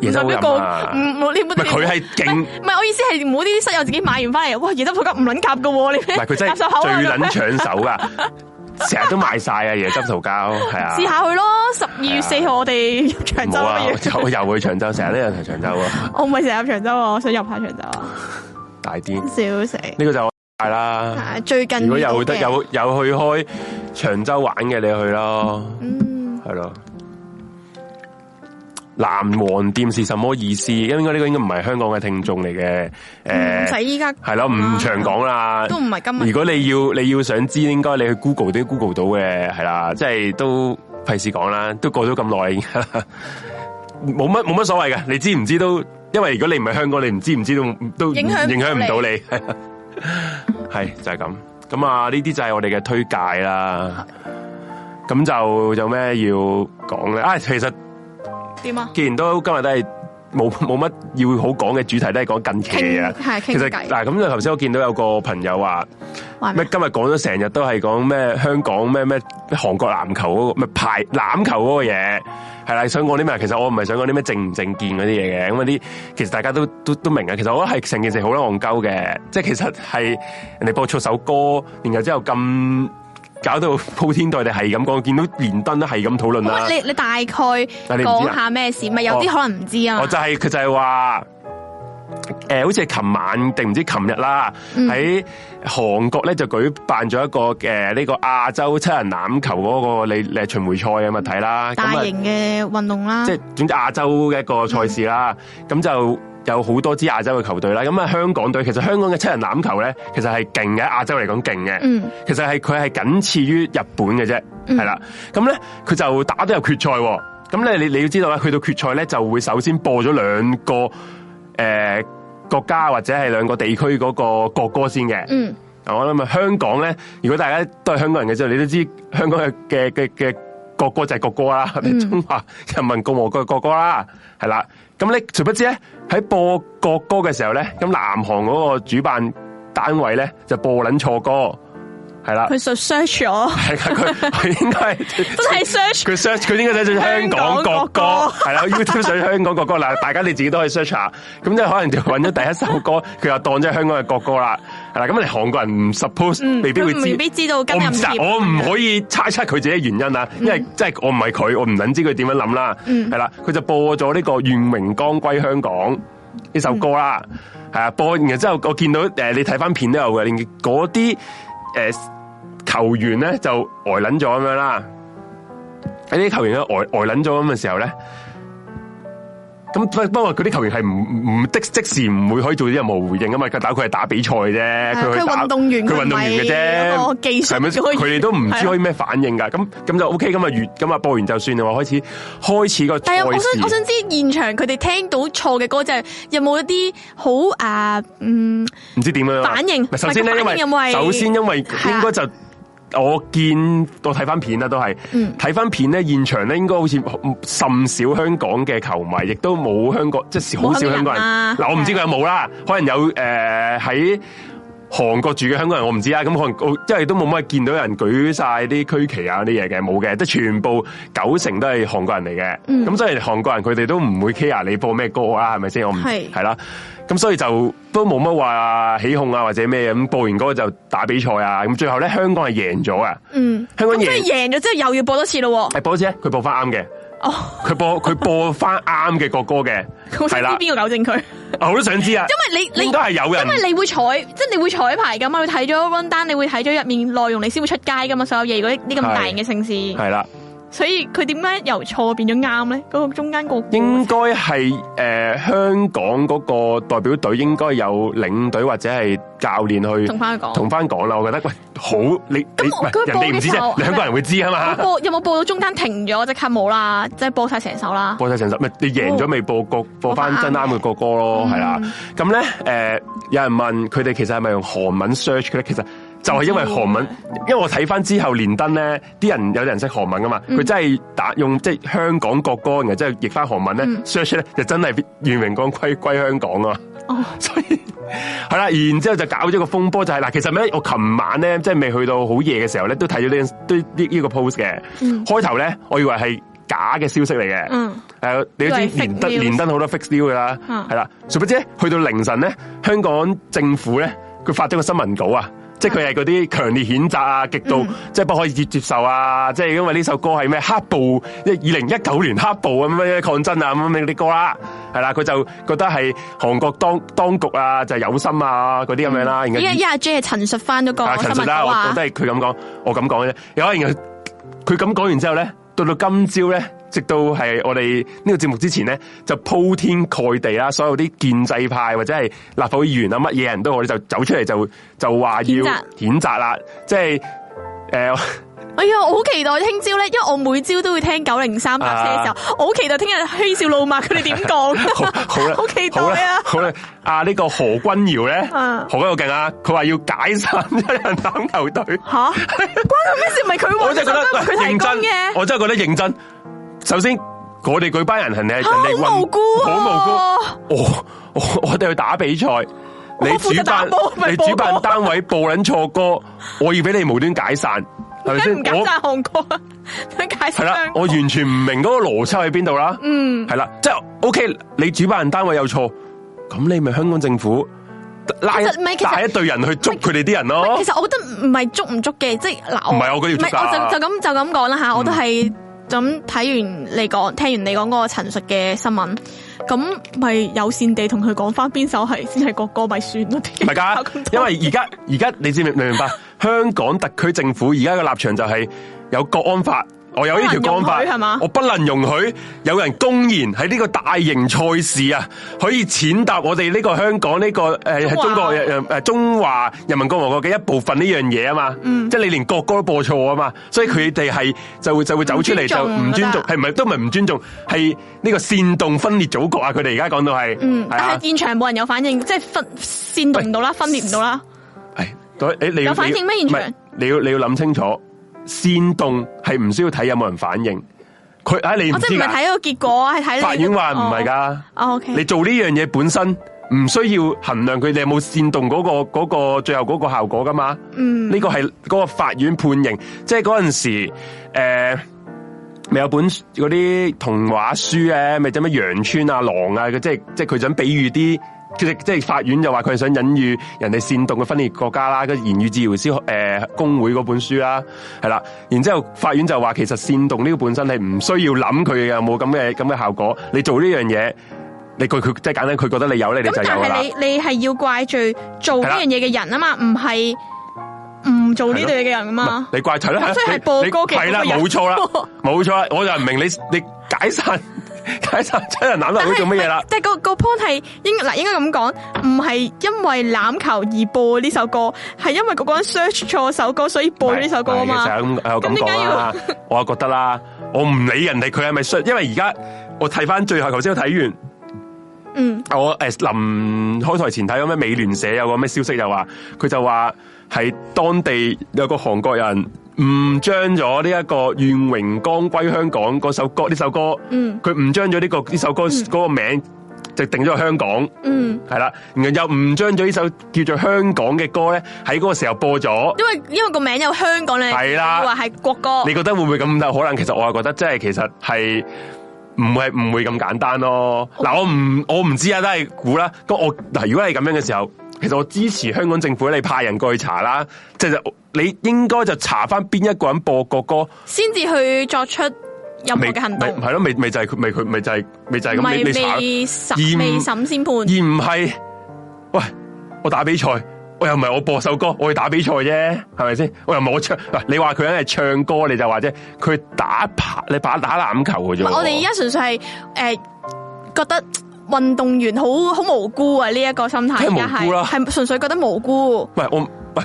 B: 椰
A: 唔
B: 汁好
A: 代
B: 飲
A: 表
B: 啊
A: 個唔冇你冇
B: 唔係佢係勁，
A: 唔係我意思係唔好呢啲室友自己買完翻嚟，哇椰汁桃膠唔撚夾嘅喎，你
B: 唔係佢真係
A: 搭手口啊
B: 最
A: 咁樣
B: 撚搶手噶。成日都賣晒啊，椰汁桃膠係啊。
A: 試下佢咯。十二月四號我哋入長
B: 冇
A: 洲
B: 啊！
A: 不
B: 我
A: 如
B: 就我又去長洲，成日都有去長洲啊，
A: 我唔係成日入長洲啊，我想入下長洲啊，
B: 大啲。呢、
A: 笑死！
B: 個就係啦。
A: 啊最近
B: 如果有得
A: 遇到嘅
B: 有有去開長洲玩嘅，你去咯，
A: 嗯
B: 係咯。南王店是什麼意思？因為應該呢個應該唔係香港嘅聽眾嚟嘅，
A: 嗯唔
B: 誒
A: 使依家啊
B: 係咯，唔長講啦。
A: 都唔係今日
B: 如果你要你要想知，應該你去 Google 都 Google 到嘅，係啦，即係都費事講啦，都過咗咁耐已經， 冇乜冇乜所謂嘅，你知唔知都？因為如果你唔係香港，你唔知唔知道都
A: 影響唔到
B: 影響唔
A: 你
B: 到你， 係就係咁。咁啊，呢啲就係我哋嘅推介啦。咁就有咩要講咧？啊，其實
A: 點啊？
B: 既然都今日都係冇冇乜要好講嘅主題，都係講近期啊
A: 傾
B: 嘅嘢啦。
A: 係
B: 其實
A: 傾偈，
B: 嗱，咁就頭先我見到有個朋友話。
A: 話
B: 咩
A: 咩？
B: 今日講咗成日都係講咩香港咩咩韓國籃球嗰、個咩排籃球嗰個嘢，係啦，想講啲咩？其實我唔係想講啲咩政唔政見嗰啲嘢嘅，咁嗰啲其實大家都都都明嘅。其實我覺得係成件事好撚戇鳩嘅，即係其實係人哋播錯首歌，然後之後咁搞到鋪天蓋地係咁講，見到連登都係咁討論啦
A: 咁。你你大概
B: 你唔知啊
A: 講下咩事？咪有啲
B: 哦
A: 可能唔知啊嘛
B: 我。就係、佢就係話，诶、好似係琴晚定唔知琴日啦，
A: 嗯
B: 喺、韓國咧就舉辦咗一個诶呢、個亞洲七人欖球嗰個你你巡迴賽嘅物體啦，咁
A: 大
B: 啊
A: 型嘅運動啦，嗯
B: 即係總之亞洲嘅一個賽事啦，咁、就。有好多支亞洲嘅球隊啦，咁啊香港隊其實香港嘅七人欖球咧，其實係勁嘅，亞洲嚟講勁嘅。
A: 嗯
B: 其實係佢係僅次於日本嘅啫，係啦、咁咧佢就打到入決賽喎，咁咧你你要知道啦，去到決賽咧就會首先播咗兩個诶、呃、國家或者係兩個地區嗰個國歌先嘅。
A: 嗯，
B: 我諗啊，香港咧，如果大家都係香港人嘅時候，你都知香港嘅嘅嘅嘅國歌就係國歌啦，中華人民共和國嘅國歌啦，係啦。咁咧，殊不知咧喺播國歌嘅時候咧，咁南韓嗰個主辦單位咧就播撚錯歌，係啦，
A: 佢就 search 咗，
B: 係啦，佢佢應該係
A: 真係 search
B: 佢 search 佢應該 search 香港
A: 香港
B: 國
A: 國
B: 歌
A: 歌
B: 係啦，YouTube search 香港國歌嗱，大家你自己都可以 search 下，咁即係可能就揾咗第一首歌，佢又當咗係香港嘅國歌啦，係啦，咁你韓國人唔 suppose
A: 嗯
B: 未必會
A: 佢未必知道今
B: 我
A: 日
B: 唔
A: 唔
B: 知
A: 貼
B: 我唔可以猜測佢自己嘅原因啊，因為即係我唔係佢，我唔撚知佢點樣諗啦，係啦，佢就播咗呢個《願榮光歸香港》呢首歌啦，係啊，播完之後我見到誒你睇翻片都有嘅，連嗰啲誒球員咧就呆撚咗咁樣啦。喺啲球員咧呆呆撚咗咁嘅時候咧，咁不不過嗰啲球員係唔唔即即時唔會可以做啲任何回應啊嘛，佢打佢係打比賽嘅
A: 係
B: 啫，佢去
A: 佢
B: 打
A: 運動員
B: 佢運動員
A: 佢
B: 嘅
A: 唔係一
B: 啫，
A: 個技術
B: 係咪
A: 嗰個員
B: 佢哋都唔知可以咩反應㗎，咁咁就 O K，咁啊完，咁啊播完就算啦，開始開始個
A: 但係我
B: 賽
A: 想我
B: 事。
A: 想知現場佢哋聽到錯嘅歌就係有冇一啲好啊嗯
B: 唔知點樣啊
A: 反應
B: 唔係首先咧，
A: 唔係
B: 因
A: 個反
B: 為
A: 應因為
B: 首先因為
A: 係啊
B: 應該就我見我睇翻片啦，都係
A: 嗯
B: 睇翻片咧，現場咧應該好似甚少香港嘅球迷，亦都冇香港即係好少香
A: 冇香
B: 港
A: 港
B: 人。
A: 人啊
B: 嗱，我唔知佢有冇啦，可能有誒喺。韓國住嘅香港人我唔知啦，啊咁可能因為都冇乜見到人舉晒啲區旗啊嗰啲嘢嘅，冇嘅，即係全部九成都係韓國人嚟嘅。咁、
A: 嗯
B: 所以韓國人佢哋都唔會 care 你播咩歌啊，係咪先？我唔
A: 係
B: 係啦，咁所以就都冇乜話起哄啊或者咩咁，播完歌就打比賽啊，咁最後咧香港係贏咗啊，
A: 嗯，
B: 香港
A: 咁即係
B: 贏
A: 贏咗之後又要播多次咯喎，
B: 係播啫，啊佢播翻啱嘅，
A: 哦，
B: 佢播佢播翻啱嘅國歌嘅，
A: 我想
B: 係
A: 知
B: 啦，
A: 邊個糾正佢，
B: 我都想知啊，
A: 因為你你
B: 應該係有人
A: 因為你會彩，即係你會彩排噶嘛，你睇咗 run down，你會睇咗入面內容，你先會出街噶嘛，所有嘢。如果呢咁大型嘅城市，
B: 係啦。
A: 所以佢點解由錯變咗啱咧？嗰、個中間個
B: 應該係誒香港嗰個代表隊應該有領隊或者係教練去
A: 同翻佢講，
B: 同翻講啦。我覺得喂，好你你
A: 我
B: 喂
A: 佢
B: 人
A: 播
B: 哋唔
A: 嘅
B: 知
A: 時候
B: 啫，你香港人會知啊
A: 有冇
B: 嘛。
A: 播有冇播到中間停咗？即刻冇啦，即係播晒成首啦。
B: 播晒成十，咪你贏咗咪播國播翻真啱嘅國歌咯，係啦。咁咧誒，有人問佢哋其實係咪用韓文 search 嘅咧？其實就係因為韓文
A: 唔知，
B: 因為我睇翻之後連登咧，啲人有人識韓文噶嘛，佢真係打用即係香港國歌，然後即係譯翻韓文咧 search 咧，就真係願榮光歸歸香港啊！
A: 哦，
B: 所以係啦，然之後就搞咗個風波，就係、嗱，其實咧，我琴晚咧，即係未去到好夜嘅時候咧，都睇咗呢都呢呢個 post 嘅。開頭咧，我以為係假嘅消息嚟嘅。
A: 嗯
B: 係啊，你都知
A: 以為 fake
B: 連登
A: news
B: 連登好多 fake news 噶啦，
A: 嗯
B: 係啦。殊不知呢去到凌晨咧，香港政府咧，佢發咗個新聞稿啊，即係佢係嗰啲強烈譴責啊，極度、即係不可以接接受啊，即係因為呢首歌係咩黑暴，即係二零一九年黑暴咁樣抗爭啊咁樣啲歌啦，係啦，佢就覺得係韓國當當局啊就係有心啊嗰啲咁樣啦，然後
A: 依家依家 J 係陳述翻嗰
B: 啊
A: 個新
B: 陳述
A: 聞
B: 啦，
A: 稿
B: 我
A: 啊
B: 我都，係佢咁講，我咁講嘅啫。有可能佢佢咁講完之後咧，到到今朝咧，直到係我哋呢個節目之前咧，就鋪天蓋地啦，所有啲建制派或者係立法會議員啊，乜嘢人都好，就走出嚟就就話要
A: 譴責
B: 譴責啦，即係诶。呃
A: 哎呀，我好期待聽朝咧，因為我每朝都會聽九零三搭車嘅時候，我好期待聽日嬉笑怒罵佢哋點講。
B: 好好 啦，
A: 好期待
B: 好啦
A: 啊！
B: 好啦，啊呢、個何君瑤咧，
A: 嗯
B: 何君瑤勁啊，佢話要解散一人欖球隊。
A: 吓，關佢咩事？唔係佢
B: 我
A: 搵
B: 真係覺得
A: 佢
B: 喂
A: 提
B: 認
A: 供
B: 真
A: 嘅，
B: 我真係覺得認真。首先，我哋嗰班人係你
A: 嚇
B: 係人哋
A: 好無辜啊
B: 好無辜。我我 我哋去打比賽，你
A: 我負
B: 主
A: 責打
B: 辦
A: 波咪
B: 你
A: 播
B: 主辦
A: 歌
B: 單位報撚錯歌，我要俾你無端解散，係咪
A: 梗
B: 先
A: 唔？嗯敢
B: 我
A: 讚韓國啊，想解
B: 系
A: 釋
B: 啦
A: 香，
B: 我
A: 港
B: 完全唔明嗰個邏輯喺邊度啦。嗯，系啦，即係 OK，你主辦單位有錯，咁你咪香港政府拉
A: 其實唔係其實
B: 拉一隊人去捉佢哋啲人咯
A: 其。實我覺得唔係捉唔捉嘅，即係嗱，我
B: 哦唔係我覺得要捉㗎
A: 唔係我就就咁就咁講啦吓，我都係就咁睇完你講，聽完你講嗰個陳述嘅新聞，咁咪友善地同佢講翻邊首係先係國歌咪算咯。
B: 唔係 噶，因為而家而家你知唔明唔明白？香港特區政府而家嘅立場就係有國安法，我有呢條國安
A: 不能容許係
B: 法
A: 嘛，
B: 我不能容許有人公然喺呢個大型賽事啊，可以踐踏我哋呢個香港呢、個誒、呃、
A: 中華
B: 中國誒、呃、中華人民共和國嘅一部分呢樣嘢啊嘛，
A: 嗯
B: 即係你連國歌都播錯啊嘛，所以佢哋係就會就會走出嚟
A: 唔尊
B: 就
A: 重我
B: 唔尊重，
A: 覺
B: 係唔係都唔係唔尊重，係呢個煽動分裂祖國啊！佢哋而家講到係，
A: 嗯，
B: 係啊
A: 但係現場冇人有反應，即係分煽動唔到啦，分裂唔到啦。
B: 系，哎诶，你要
A: 有反應咩現場
B: 唔係你要你要諗清楚，煽動係唔需要睇有冇人反應。佢啊，你唔
A: 我哦即係
B: 知
A: 唔係
B: 噶，
A: 睇個結果，係睇你
B: 法院話唔係。㗎。
A: 哦，OK，
B: 你做呢樣嘢本身唔需要衡量佢哋有冇煽動嗰、個嗰、個最後嗰個效果㗎嘛。嗯，呢個係嗰個法院判刑，即係嗰陣時诶。呃咪有本嗰啲童話書咧，咪整咩羊村啊、狼啊，佢即係即係佢想比喻啲，即係即係法院就話佢係想隱喻人哋煽動嘅分裂國家啦，跟住言語治療師誒、呃工會嗰本書啦，係啦，然之後法院就話其實煽動呢個本身係唔需要諗佢有冇咁嘅咁嘅效果，你做呢樣嘢，你佢佢即係簡單，佢覺得你有咧，你
A: 咁
B: 就
A: 但
B: 有啦。
A: 係你你係要怪罪做呢
B: 係啦
A: 樣嘢嘅人啊嘛，唔係唔做呢樣嘢嘅人啊嘛。
B: 你怪佢啦，
A: 咁所以係播歌嘅
B: 係啦，
A: 嗰個人
B: 冇錯啦， 冇錯啦，我就唔明你你解散 解散七人攬 頭會做乜嘢啦？
A: 但係個個 point 係應嗱應該咁講，唔係因為欖球而播呢首歌，係因為嗰個人 search 錯首歌，所以播呢首歌啊嘛
B: 係。其實係咁，我咁
A: 咁點
B: 講
A: 解
B: 啦
A: 要，
B: 我又覺得啦，我唔理人哋佢係咪衰，因為而家我睇翻最後，頭先我睇完。
A: 嗯，
B: 我誒臨開台前睇有咩美聯社有個咩消息就話，佢就話係當地有個韓國人唔將咗呢一個願榮光歸香港嗰首歌呢首歌，
A: 嗯
B: 佢唔將咗呢個呢首歌嗰個名就定咗去香港，
A: 嗯，
B: 係啦，然後又唔將咗呢首叫做香港嘅歌咧喺嗰個時候播咗。
A: 因為因為個名有香港咧，
B: 係啦
A: 你話係國歌
B: 你。覺得會唔會咁有可能？其實我係覺得，即係其實係唔係唔會咁簡單
A: 哦
B: 咯。嗱，我唔我唔知啊，都係估啦。咁我嗱，如果係咁樣嘅時候，其實我支持香港政府，你派人過去查啦，即係你應該就查翻邊一個人播國歌，
A: 先至去作出任啊何嘅行
B: 咪
A: 動，
B: 係咯，咪咪就係佢，咪佢咪就係咪就係
A: 唔
B: 咁，
A: 係
B: 你你查
A: 未
B: 啦，而
A: 審
B: 唔
A: 未審先判。
B: 而唔係喂我打比賽，我又唔係我播首歌，我去打比賽啫，係咪先？我又唔係我唱，嗱你話佢梗係唱歌，你就話啫，佢打排你打打籃球嘅啫
A: 唔
B: 喎。
A: 係啊我哋而家純粹係诶、覺得運動員好好無辜啊！呢、一個心態
B: 梗係無
A: 而
B: 辜
A: 家係
B: 啦
A: 係純粹覺得無辜，
B: 喂，我喂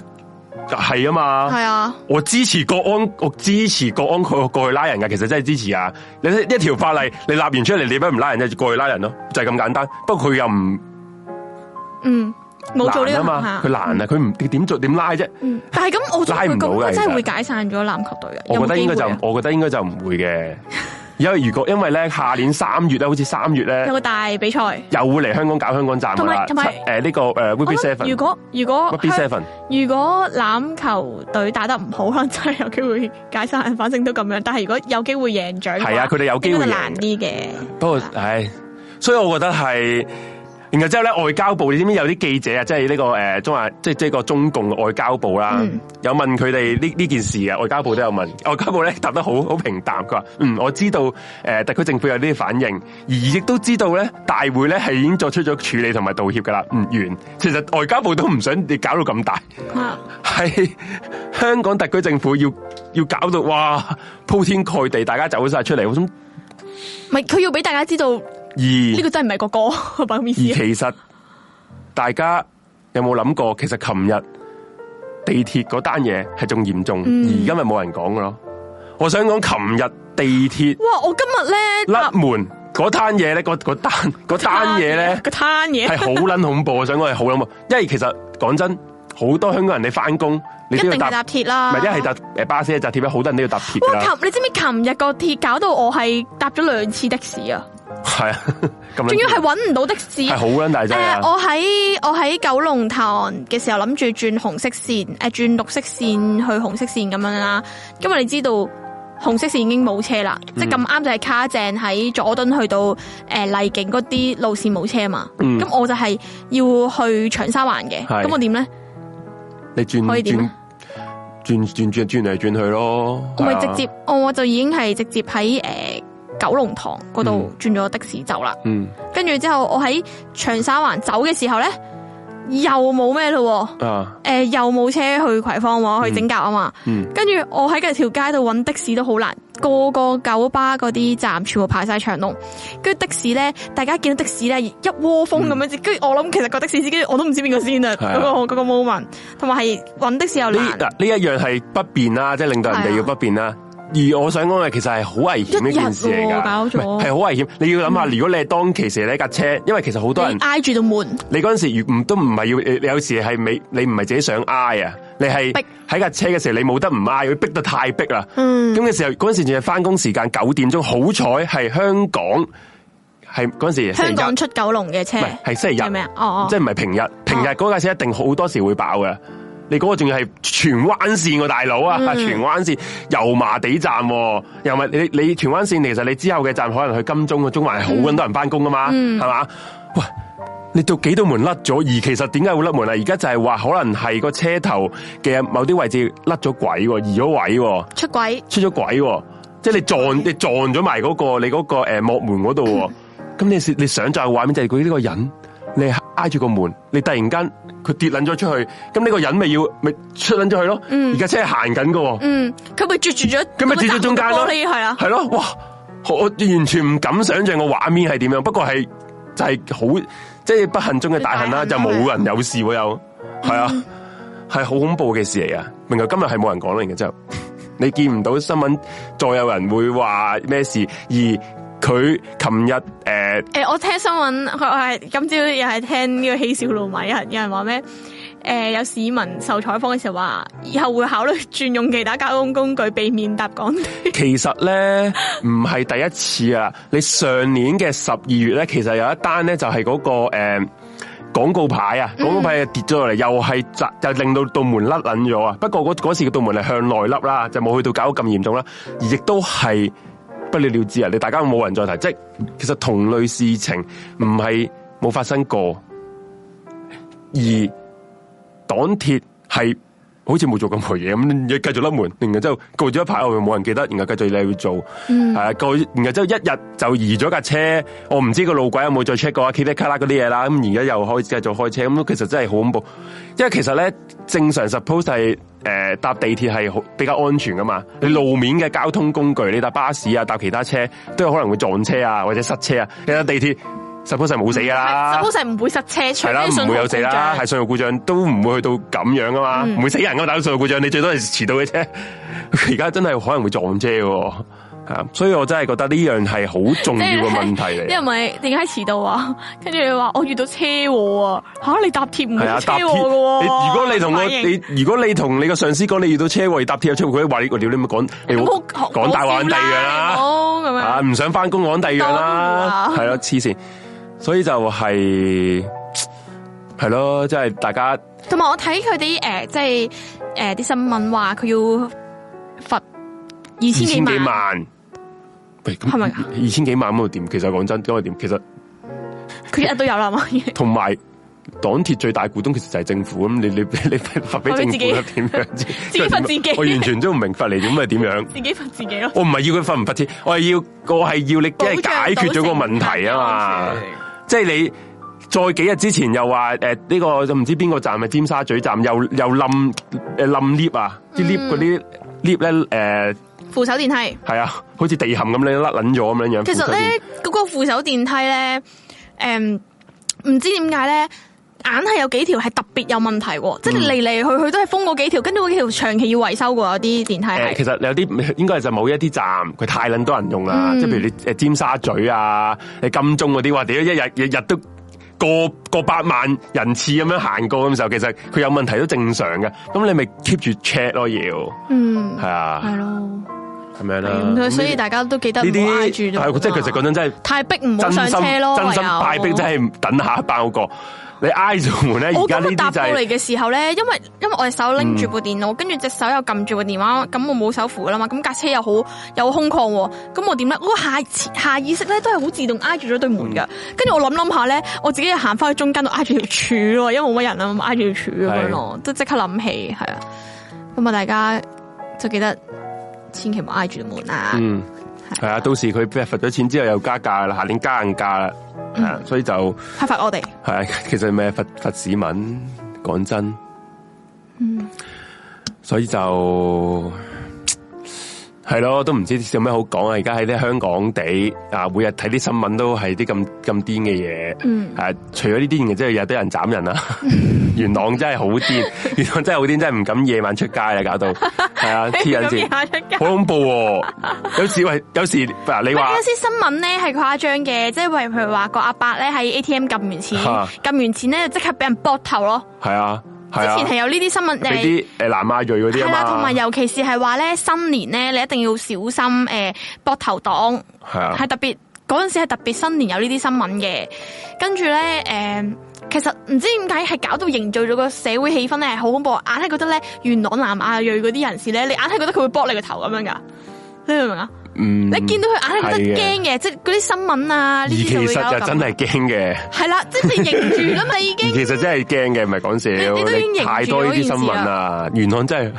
B: 系啊嘛，
A: 係啊，
B: 我支持國安，我支持國安佢過去拉人噶，其實真係支持啊！你一條法例你立完出嚟，你咪唔拉人就過去拉人咯，就係咁簡單。不過佢又唔
A: 嗯，冇做呢
B: 難啊
A: 個
B: 嘛，
A: 行
B: 佢
A: 為
B: 難啊，佢唔點做點拉啫？
A: 嗯但係咁，我
B: 拉唔
A: 會
B: 到
A: 咁
B: 㗎
A: 我真
B: 其實
A: 係會解散咗籃球隊嘅。
B: 我
A: 有
B: 覺
A: 冇
B: 得
A: 機
B: 應該
A: 會
B: 就
A: 啊
B: 我覺得應該就唔 會嘅，因為如果因為咧下年三月咧，好似三月咧
A: 有個大比賽，
B: 又會嚟香港搞香港站㗎啦，
A: 同埋同埋
B: 誒呢個誒 w
A: 我
B: b
A: 諗
B: Seven
A: 如果如果
B: w b
A: 香
B: Seven
A: 如果欖球隊打得唔好，可能真係有機會解散，反正都咁樣。但係如果有機會贏獎嘅話，
B: 係啊佢哋有機會
A: 應該就
B: 贏
A: 難啲嘅。
B: 不過，唉，所以我覺得係然後之後咧，外交部你知唔知有啲記者啊，即係呢個誒中華，即係即係個中共外交部啦，有問佢哋呢呢件事啊，外交部都有問， 外交部咧答得好好平淡，佢話：嗯，我知道誒、呃特區政府有呢啲反應，而亦都知道咧大會咧係已經作出咗處理同埋道歉噶啦，唔完。其實外交部都唔想你搞到咁大，
A: 啊
B: 係香港特區政府要要搞到哇鋪天蓋地，大家走晒出嚟，我想
A: 唔係佢要俾大家知道呢
B: 而
A: 個 真係唔係個歌，唔好意
B: 而
A: 思。
B: 其實大家有冇諗過，其實琴日地鐵嗰單嘢係仲嚴重，而今日冇人講嘅咯。我想講琴日地鐵
A: 哇！我今日咧
B: 甩門嗰單嘢咧，嗰嗰單嗰單嘢咧
A: 個攤嘢
B: 係好撚恐怖。我想講係好撚恐怖，因為其實講真，好多香港人你翻工，你
A: 一
B: 都
A: 定
B: 要
A: 係搭
B: 搭，
A: 鐵啦，
B: 唔係一係搭誒巴士，一係搭鐵，好多人都要搭鐵㗎
A: 哇！
B: 啦。
A: 琴你知唔知琴日個鐵搞到我係搭咗兩次的士啊，
B: 係啊，咁
A: 仲要係揾唔到的士。
B: 哎係好撚大
A: 誒、
B: 劑啊！
A: 我喺我喺九龍塘嘅時候諗住轉紅色線，誒、轉綠色線去紅色線咁樣啦。因為你知道紅色線已經冇車啦，
B: 嗯
A: 即係咁啱就係卡正喺佐敦去到誒、呃、麗景嗰啲路線冇車嘛。咁、
B: 嗯
A: 我就係要去長沙灣嘅，
B: 係啊
A: 咁我點咧？
B: 你轉
A: 可以點
B: 轉
A: 啊
B: 轉轉轉轉嚟轉去咯，
A: 我咪
B: 係啊
A: 直接，我就已經係直接喺誒、呃九龍塘嗰度轉咗的士走啦。
B: 嗯。
A: 跟住之後，我喺長沙灣走嘅時候咧，又冇咩咯喎。
B: 啊，
A: 诶、又冇車去葵芳喎，去整甲啊嘛。
B: 嗯
A: 跟住我喺條街度揾的士都好難，個個九巴嗰啲站全部排晒長龍。跟住的士咧，大家見到的士咧一窩蜂咁樣，跟住我諗其實個的士司機我都唔知邊個先啊，
B: 嗯係啊
A: 嗰、個嗰、個 moment，同埋係揾的士又
B: 呢
A: 難，
B: 啊嗱呢一樣係不便啦，即係令到人
A: 係啊
B: 哋要不便啦。而我想講嘅其實係好危險一件事嚟
A: 一日
B: 㗎，
A: 喎搞咗
B: 唔係係好危險。你要諗下，如果你係當其時你喺架車，因為其實好多人
A: 你啊挨住道門，
B: 你嗰陣時如唔都唔係要，你你有時係未你唔係自己想挨啊，你係
A: 逼
B: 喺架車嘅時候你冇得唔挨，佢逼得太逼啦。
A: 嗯
B: 咁嘅時候嗰陣時仲係翻工時間九點鐘，好彩係香港係嗰陣時星期
A: 香
B: 日
A: 港出九龍嘅車
B: 唔係係星期日
A: 係咩啊？哦哦，
B: 即系唔系平日，平日嗰架車一定好多時會爆嘅。你嗰個仲要係荃灣線喎，大佬啊！
A: 嗯
B: 荃灣線油麻地站、喎，又咪你你荃灣線其實你之後嘅站可能去金鐘啊，中環係好撚多人翻工噶嘛，係
A: 嗯
B: 嘛、喂，你到幾道門甩咗，而其實點解會甩門啊？而家就係話可能係個車頭嘅某啲位置甩咗軌喎，移咗位喎。
A: 出軌
B: 出咗軌喎，即係你撞你撞咗埋嗰個你嗰、個诶、呃幕門嗰度喎。咁你試你想象嘅畫面就係佢呢個人，你挨住個門，你突然間佢跌撚咗出去，咁呢個人咪要咪出撚咗去咯。而家車行緊嘅喎，
A: 嗯，佢咪啜住咗，
B: 咁咪跌咗中間咯，
A: 呢係啊，
B: 係咯，哇！我我完全唔敢想象個畫面係點樣，不過係就係好即係不幸中嘅大幸啦，
A: 大
B: 就
A: 幸啦啊嗯
B: 冇人有事喎，又係啊，係好恐怖嘅事嚟啊！明日今日係冇人講啦，然之後你見唔到新聞，再有人會話咩事，而佢琴日呃誒
A: 诶、我聽新聞，佢係今朝又係聽呢個嬉笑怒罵，有人有人話咩？诶、有市民受採訪嘅時候話，以後會考慮轉用其他交通工具，避免搭港鐵。
B: 其實咧唔係第一次啊！你上年嘅十二月咧，其實有一單咧就係嗰、個诶廣、告牌啊，廣告牌跌咗落嚟，又係砸又令到道門甩撚咗啊！不過嗰嗰時嘅道門係向內凹啦，就冇去到搞到咁嚴重啦，而亦都係不了了之啊！你大家冇人再提，即係其實同類事情唔係冇發生過，而港鐵係好似冇做咁嘅嘢咁，你繼續甩門，然後之後過咗一排，我又冇人記得，然後繼續你去做，係、
A: 嗯
B: 啊，過，然後之後一日就移咗架車，我唔知個路軌有冇再 check 過啊，K 卡啦嗰啲嘢啦，咁而家又開繼續開車，咁其實真係好恐怖，因為其實咧正常 suppose 係。誒、搭地鐵係好比較安全噶嘛，你路面嘅交通工具，你搭巴士啊，搭其他車都有可能會撞車啊，或者塞車啊。你搭地鐵 suppose 係冇死噶啦，
A: suppose 係唔會塞車，除
B: 系啦，
A: 非信
B: 唔
A: 號
B: 會有死啦，
A: 故障嗯
B: 係信號故障都唔會去到咁樣噶嘛，唔、會死人噶嘛，打到信號故障，你最多係遲到嘅啫。 而家真係可能會撞車喎，啊！所以我真係覺得呢樣係好重要嘅問題
A: 因為
B: 嚟。
A: 咪點解遲到啊？跟住你話我遇到車禍啊！吓、你搭鐵唔會
B: 係啊，
A: 有車
B: 搭
A: 禍
B: 鐵，
A: 嘅喎、
B: 你如果你同我
A: 反應
B: 你如果你同你個上司講你遇到車禍，你搭鐵有出佢話你個屌你咪講你
A: 咁
B: 冇
A: 好
B: 講大話第二樣啦。
A: 好咁
B: 啊，
A: 樣。
B: 唔想翻工講第二樣
A: 當
B: 啦
A: 然啦，
B: 係咯，黐線，所以就係係咯，即係大家
A: 同埋我睇佢啲誒，即係誒啲新聞話佢要罰二
B: 二
A: 千幾
B: 千幾
A: 萬。
B: 萬，喂，咁
A: 係咪
B: 二千幾萬咁又點？其實講真，因為點？其實
A: 佢一日都有啦嘛，已經
B: 同埋港鐵最大股東其實就係政府咁，你你你你罰俾政府咧 點樣啫？
A: 自己罰自己
B: 我完全都唔明罰嚟點係點樣。
A: 自己罰自己咯。
B: 我唔係要佢罰唔罰錢，我係要我係要你即係解決咗個問題啊嘛！即係你再幾日之前又話誒呢個就唔知邊個站係尖沙咀站又又冧誒冧 lift 啊，啲 lift 嗰
A: 嗯
B: 啲 lift 咧誒
A: 扶手電梯，
B: 係啊，好似地陷咁樣甩撚咗咁樣樣。
A: 其實咧嗰個扶手電梯咧，誒、唔知點解咧。硬係有幾條係特別有問題喎，即係嚟嚟去去都係封嗰幾條，跟住嗰幾條長期要維修喎，有啲電梯
B: 誒、
A: 係。
B: 其實有啲 應該係就某一啲站，佢太撚多人用啦，
A: 嗯
B: 即係譬如你誒尖沙咀啊、你金鐘嗰啲，哇屌一日日日都過過百萬人次咁樣行過咁時候，其實佢有問題都正常嘅，咁你咪 keep 住 check 咯要，
A: 嗯，
B: 係
A: 係
B: 啊，
A: 咯，啊
B: 咁樣啦。
A: 咁所以
B: 呢
A: 大家都記得唔
B: 啲
A: 好挨住
B: 係啊
A: 咗。
B: 即係其實講真真係
A: 太逼唔好
B: 真
A: 上
B: 心
A: 車咯，
B: 真心大逼真
A: 係。
B: 係等下爆過，你挨住 門哎咧，而
A: 我
B: 家
A: 今
B: 呢
A: 日搭
B: 啲就
A: 過
B: 係嗯
A: 嚟嘅時候咧，因為因為我隻手拎住部電腦，跟住隻手又撳住部電話，咁我冇手扶噶啦嘛，咁架車又好又好空曠喎，咁我點咧？我下下意識咧都係好自動挨住咗對門
B: 嗯
A: 噶，跟住我諗諗下咧，我自己又行翻去中間度挨住條柱咯，因為冇乜人啊，咁挨住條柱咁樣咯，都即刻諗起係啊，咁啊大家就記得千祈唔好挨住門啊，
B: 嗯，係啊，到時佢俾人罰咗錢之後又加價啦，下年加硬價啦，
A: 嗯
B: 係啊所以就。
A: 批發我哋
B: 系啊， 其實咪佛佛市民講真，嗯，所以就係咯，都唔知有咩好講啊！而家喺啲香港地啊，每日睇啲新聞都係啲咁咁癲嘅嘢，嗯，啊，除咗呢啲嘢之外，又都有人斬人 啦。元朗真係好癲，元朗真係好癲，真係唔敢夜晚出街啦，搞到 係啊，黐人
A: 咁
B: 線，
A: 樣出街
B: 好恐怖喎！有時喂，有時嗱，你 話
A: 有啲新聞咧係誇張嘅，即係譬如譬如話個阿伯咧喺 ATM 撳完錢，
B: 嚇
A: 撳完錢咧就即刻俾人搏頭咯。
B: 係啊，
A: 之
B: 係啊
A: 前，係有呢啲新聞
B: 俾
A: 誒。
B: 啲誒南亞裔嗰
A: 系
B: 啲啊
A: 啦，同
B: 嘛
A: 埋，尤其是係話咧，新年咧，你一定要小心诶，膊頭黨
B: 係啊
A: 係。特別嗰阵时系特別新年有呢啲新聞嘅，跟住咧诶，誒其實唔知點解係搞到營造咗個社會氣氛咧係好恐怖，硬係覺得咧元朗南亞裔嗰啲人士咧，你硬係覺得佢會搏你個頭咁樣㗎，你明唔明啊？
B: 嗯，
A: 你見到佢硬係覺得
B: 係嘅
A: 驚嘅，即係嗰啲新聞啊，
B: 而
A: 呢啲就
B: 其
A: 會
B: 實
A: 有
B: 就
A: 咁
B: 真係驚嘅，
A: 係啦，即係認住啦嘛，已
B: 而
A: 經
B: 其實真係驚嘅，唔係講笑。
A: 你你都已經
B: 你
A: 認住
B: 太多呢啲新
A: 嗰
B: 聞
A: 件事啊
B: 啦，元朗真係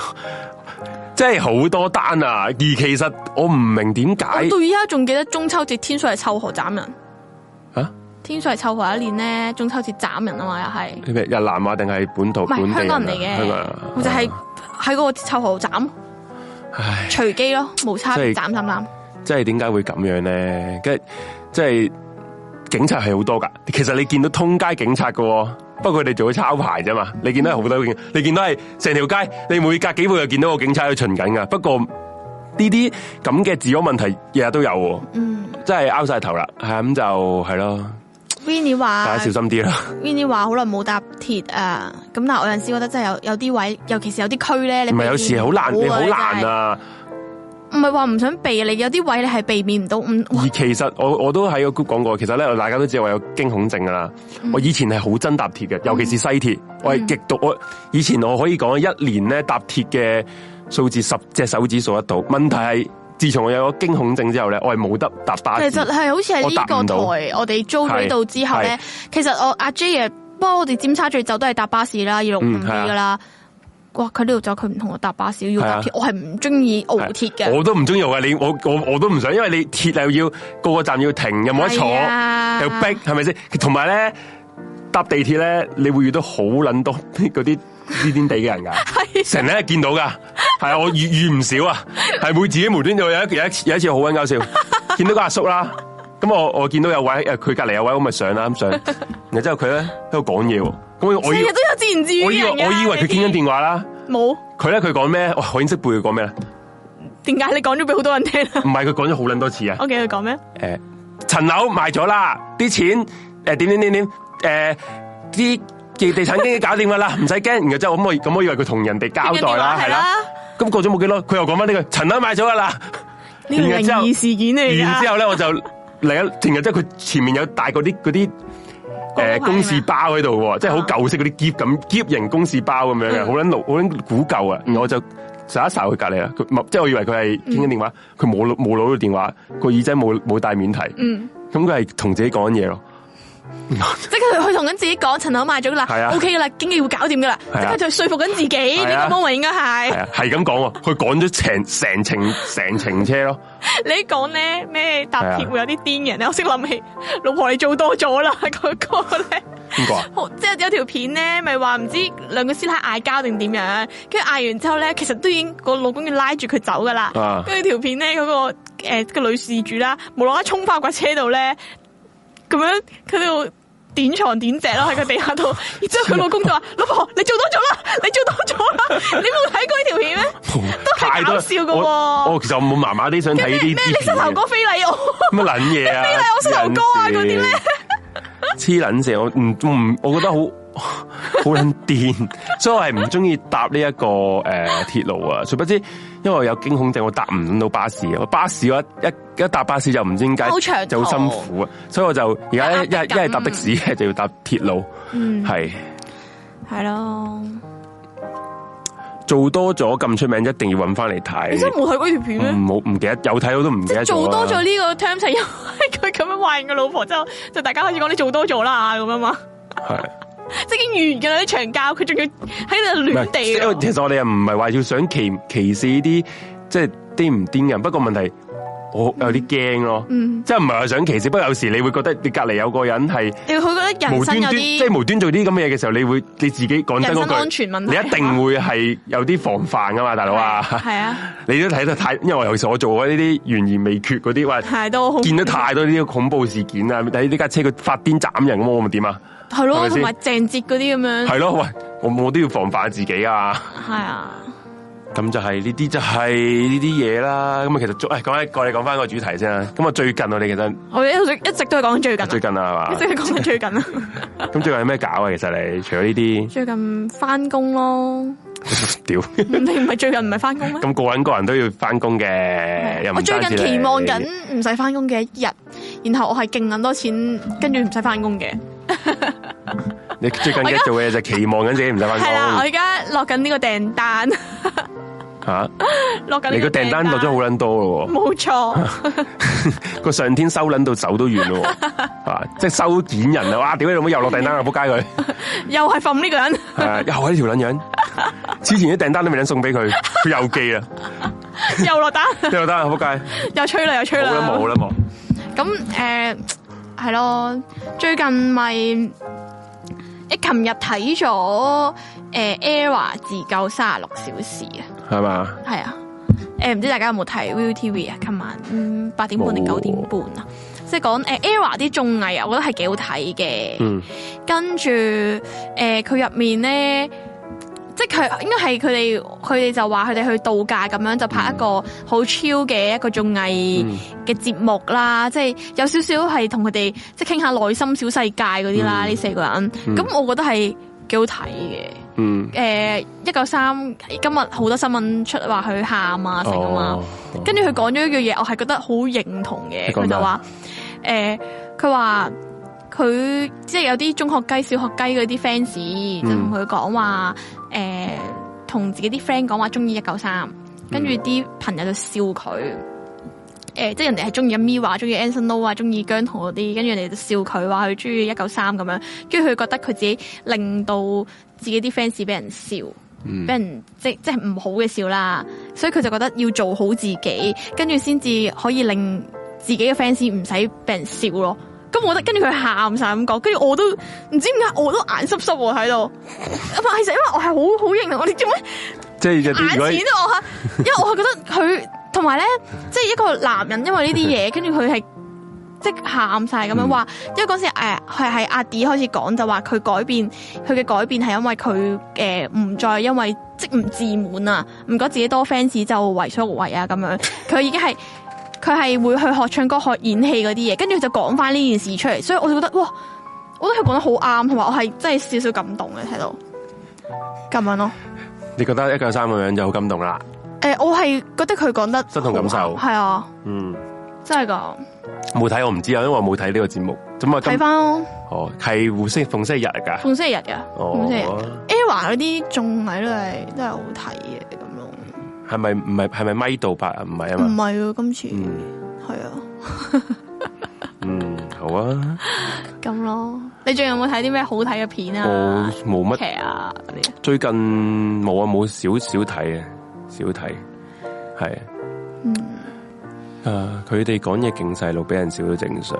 B: 真係好多單啊！而其實我唔明點
A: 我
B: 解
A: 到而家仲記得中秋節天水係湊河斬人，
B: 啊？
A: 天水係湊河一年咧，中秋節斬人啊嘛，又係
B: 你咩日南啊定係本土
A: 唔係
B: 本地
A: 香港人嚟
B: 香港人啊
A: 嘅？我就係喺嗰個湊河斬
B: 唉，
A: 隨機咯，無差別
B: 即係
A: 斬斬斬。
B: 即係點解會咁樣咧？跟即係警察係好多噶，其實你見到通街警察噶、喎，不過佢哋做咗抄牌啫嘛。你見到係好多警，你見到係成條街，你每隔幾步又見到個警察喺度巡緊噶。不過呢啲咁嘅治安問題日日都有、喎，
A: 嗯
B: 真係拗晒頭啦。係啊咁就係咯，
A: ，Vinny
B: 大家
A: 話
B: 小心啲啦。
A: Vinny 話好耐冇搭鐵啊，咁但係我有陣時覺得真係有有啲位，尤其是有啲區咧，你
B: 唔係
A: 避
B: 有時好難，
A: 免
B: 你
A: 唔到
B: 好
A: 啊
B: 難！啊。
A: 真係唔係話唔想避，你有啲位你係避免唔到，唔哇
B: 而其實我我都喺個 group 講過，其實咧大家都知我有驚恐症噶啦。
A: 嗯
B: 我以前係好憎搭鐵嘅，尤其是西鐵，我係極度我以前我可以講一年咧搭鐵嘅數字十隻手指數得到。問題係自從我有個驚恐症之後咧，我係冇得搭巴
A: 其
B: 士。
A: 實係好似喺呢
B: 我搭唔
A: 個
B: 到
A: 台，我哋租咗呢度之後咧，其實我阿 J 啊，不過我哋尖沙咀走都係搭巴士啦，要六五
B: 嗯
A: B
B: 係啊
A: 噶啦。哇！佢呢度走，佢唔同我搭巴士，要搭
B: 係
A: 鐵
B: 啊，
A: 我係唔中意熬
B: 係
A: 鐵嘅。
B: 我都唔中意嘅。你我我我都唔想，因為你鐵又要個個站要停，又冇得坐，
A: 係啊
B: 又逼，係咪先？同埋咧搭地鐵咧，你會遇到好撚多嗰啲癲癲地嘅人㗎。
A: 啊
B: 成日見到噶，係啊，我遇 遇唔少啊，係會自己無端端有一有一次有一次好撚搞笑，見到個阿叔啦，咁我我見到有位誒佢隔離有位，我咪上啦咁上，然後之後佢咧喺度講嘢喎，咁我
A: 成
B: 以
A: 日都有自言自
B: 我以為
A: 語嘅人㗎啊
B: 我以為佢傾緊電話啦，
A: 冇，
B: 佢咧佢講咩？哇我已經識背佢講咩啦，
A: 點解你講咗俾好多人聽啊
B: 唔係佢講咗好撚多次啊，
A: ？O K，佢講咩？
B: 誒層樓賣咗啦，啲錢誒點點點點誒啲。地地產經紀搞掂噶啦，唔使驚。然後之後咁我咁我以為佢同人哋交代啦，
A: 傾緊電話
B: 係啦。，咁過咗冇幾耐，佢又講翻呢句層樓買咗噶啦。
A: 呢個靈
B: 然後之後
A: 異事件嚟㗎。
B: 然之後咧，我就嚟一停日，即係佢前面有帶嗰啲嗰啲
A: 牌啊
B: 誒呃公事包喺度喎，即係好舊式嗰啲夾咁夾型公事包咁樣嘅，
A: 嗯
B: 好撚老好撚古舊啊！然後我就睄一睄佢隔離啊啦，佢冇即係我以為佢係
A: 嗯
B: 傾緊電話，佢冇冇攞到電話，個耳仔冇冇帶免提，
A: 嗯，
B: 咁佢係同自己講緊嘢咯。
A: 即係佢同緊自己講，陳口買咗啦
B: 係啊
A: ，OK 啦，經紀會搞掂噶啦，即
B: 係啊
A: 係佢說服緊自己
B: 係啊
A: 呢個 moment 應該
B: 系
A: 係
B: 啊，系咁講喎，佢趕咗成成程成程車咯，
A: 你講咧咩搭
B: 係
A: 鐵
B: 啊
A: 會有啲癲人咧，我識諗起 老婆你做多咗啦 嗰個咧。
B: 邊個啊？
A: 好即係有條片咧，咪話唔知兩個師奶嗌交定點樣，跟住嗌完之後咧，其實都已經個老公要拉住佢走噶啦
B: 啊。
A: 跟住條片咧，嗰、個诶、個女事主啦，無啦啦衝翻架車度咧，咁樣佢喺度點床點席咯喺個地下 度，然之後佢老公就話：老婆，你做多咗啦， 你做多咗啦，你冇睇過呢條片咩？ 都係搞笑噶喎、
B: 我我其實我麻麻啲想睇呢
A: 咩
B: 啲
A: 咩你膝頭哥非禮我，
B: 乜撚嘢啊？
A: 咩啊我膝頭哥啊嗰啲咧
B: 黐撚線，我唔唔，我覺得好好撚癲， 所以我係唔中意搭呢、一個诶鐵路啊。殊不知，因為我有驚恐症，我搭唔到巴士啊。我巴士我一一一搭巴士就唔知點
A: 好長
B: 解就好辛苦啊。所以我就而家一
A: 搭緊
B: 一
A: 嗯
B: 係搭的士，一係就要搭鐵路，係
A: 係咯，
B: 做多咗咁出名，一定要揾翻嚟
A: 你真係
B: 睇。
A: 冇睇過呢條片咩？
B: 唔好唔記得，有嗯睇啊我都唔記得
A: 做
B: 啦
A: 多咗呢個 term 就係因為佢咁樣壞個老婆之後，就大家開始講你做多咗啦咁樣嘛，
B: 係
A: 即係已經完㗎啦啲長交，佢仲要喺度
B: 唔
A: 亂
B: 係，因為
A: 地
B: 其實我哋又唔係話要想歧歧視呢啲即係癲唔癲人，不過問題我有啲驚咯，
A: 嗯
B: 即係唔係話想歧視，不過有時你會覺得你隔離有個人係
A: 你佢覺得人
B: 無
A: 生
B: 端
A: 有
B: 端即係
A: 啲
B: 無端做啲咁嘅嘢嘅時候，你會你自己講
A: 人
B: 真嗰句，
A: 身安全問題
B: 你一定會係有啲防範噶嘛，大佬啊，
A: 係啊，
B: 你都睇得太，因為我尤其是我做過呢啲懸而未決嗰啲，哇，
A: 係啊都好
B: 見得太多呢啲恐怖事件啊，睇呢架車佢發癲斬人咁，我咪點啊？
A: 係
B: 係
A: 咯，
B: 咪先
A: 同埋鄭捷嗰啲咁樣
B: 係咯，喂，我我都要防範自己啊！
A: 係啊，
B: 咁就係呢啲就係呢啲嘢啦。咁啊，其實誒講一我哋講翻個主題先啦。咁啊，最近我哋其實
A: 我哋一直一直都係講緊最近
B: 最
A: 啊，
B: 近啊，
A: 一直
B: 係嘛？
A: 係講 緊最近啊，
B: 咁最近有咩搞啊？其實你除咗呢啲，
A: 最近翻工 咯，
B: 屌
A: 你唔係最近唔係翻工咩？
B: 咁個人個人都要翻工嘅，又唔
A: 我最
B: 單止
A: 近
B: 你
A: 期望緊唔使翻工嘅一日，然後我係勁揾多錢，跟住唔使翻工嘅。
B: 你最近一做嘅嘢就期望緊自己唔使翻
A: 係啦，我
B: 工
A: 而家落緊呢個訂單，
B: 嚇。
A: 落緊呢
B: 你個訂單落咗好撚多 咯喎，
A: 冇錯，
B: 個上天收撚到手都軟 咯喎，啊！即係收件人啊！哇！屌你老母又落訂單啊！仆街佢，
A: 又係瞓呢個 人，
B: 係啊又係呢條撚樣，之前啲訂單都未撚送俾佢，佢又寄啦，
A: 又落單，
B: 呢個單啊仆街，
A: 又吹啦，又吹
B: 冇
A: 啦，
B: 啦冇啦冇。
A: 咁诶係咯，最近咪你琴日睇咗诶 ERA 自救三十六小時啊，
B: 系嘛？
A: 係啊，诶唔知大家有冇睇 ViuTV 啊？琴晚嗯八點半定
B: 冇
A: 九點半啊？即係講诶 ERA 啲綜藝啊，我覺得係幾好睇嘅。
B: 嗯，
A: 跟住誒佢入面咧，即係佢應該係佢哋佢哋就話佢哋去度假咁樣就拍一個好超嘅一個綜藝嘅節目啦，即係有少少係同佢哋即係傾下內心小世界嗰啲啦，呢、四個人，咁、我覺得係幾好睇嘅。
B: 嗯，
A: 誒一九三今日好多新聞出話佢喊啊成啊嘛。
B: 哦，
A: 跟住佢講咗一句嘢，我係覺得好認同嘅。
B: 你講
A: 佢
B: 咩
A: 就
B: 啊
A: 話：誒，佢話佢即係有啲中學雞、小學雞嗰啲 fans 就同
B: 嗯
A: 佢講話，誒，同自己啲 friend 講話中意一九三，跟
B: 嗯
A: 住啲朋友就笑佢。誒、即係人哋係中意阿 Miu 啊，中意 Anson Lo 啊，中意姜濤嗰啲，跟住人哋就笑佢話佢中意一九三咁樣，跟住佢覺得佢自己令到自己啲 fans 俾人笑，俾、
B: 嗯
A: 人即即係唔好嘅笑啦，所以佢就覺得要做好自己，跟住先至可以令自己嘅 fans 唔使俾人笑咯。咁我覺得跟住佢喊晒咁講，跟住我都唔知點解我都眼濕濕喎喺度，唔係其實因為我係好好認同我哋做咩？
B: 即系有啲
A: 眼
B: 如果
A: 淺啊！我係，因為我係覺得佢同埋咧，即係一個男人，因為呢啲嘢，跟住佢係即係喊晒
B: 嗯
A: 咁樣話。因為嗰時誒係係阿 D 開始講就話佢改變，佢嘅改變係因為佢誒唔再因為即唔自滿啊，唔覺得自己多 fans 就為所欲為啊咁樣。佢已經係。佢係會去學唱歌、學演戲嗰啲嘢，跟住佢就講翻呢件事出嚟，所以我就覺得哇，我覺得佢講得好啱，同埋我係真係少少感動嘅睇到咁樣咯。
B: 你覺得一九三咁樣就好感動啦。
A: 诶、我係覺得佢講得
B: 身同感受
A: 系啊，
B: 嗯，
A: 真係噶，
B: 冇睇我唔知啊，因為我冇睇呢個節目。咁啊，
A: 睇
B: 今
A: 翻咯，
B: 哦係互星逢星期日㗎。
A: 逢星期日嘅，逢星期日嘅
B: 哦，
A: ，ERA 嗰啲綜藝都係都係好睇嘅咁咯，
B: 係咪唔係係咪咪度拍啊？唔係啊
A: 唔
B: 嘛。
A: 係喎，今次
B: 嗯
A: 係啊，
B: 嗯，係好啊，
A: 咁咯。你最近有冇睇啲咩好睇嘅片啊
B: 我？冇
A: 劇
B: 乜，
A: 啊嗰啲啊，
B: 最近冇啊，冇少少睇啊，少睇，係。
A: 嗯
B: 啊！佢哋講嘢勁細路，俾人笑都正常。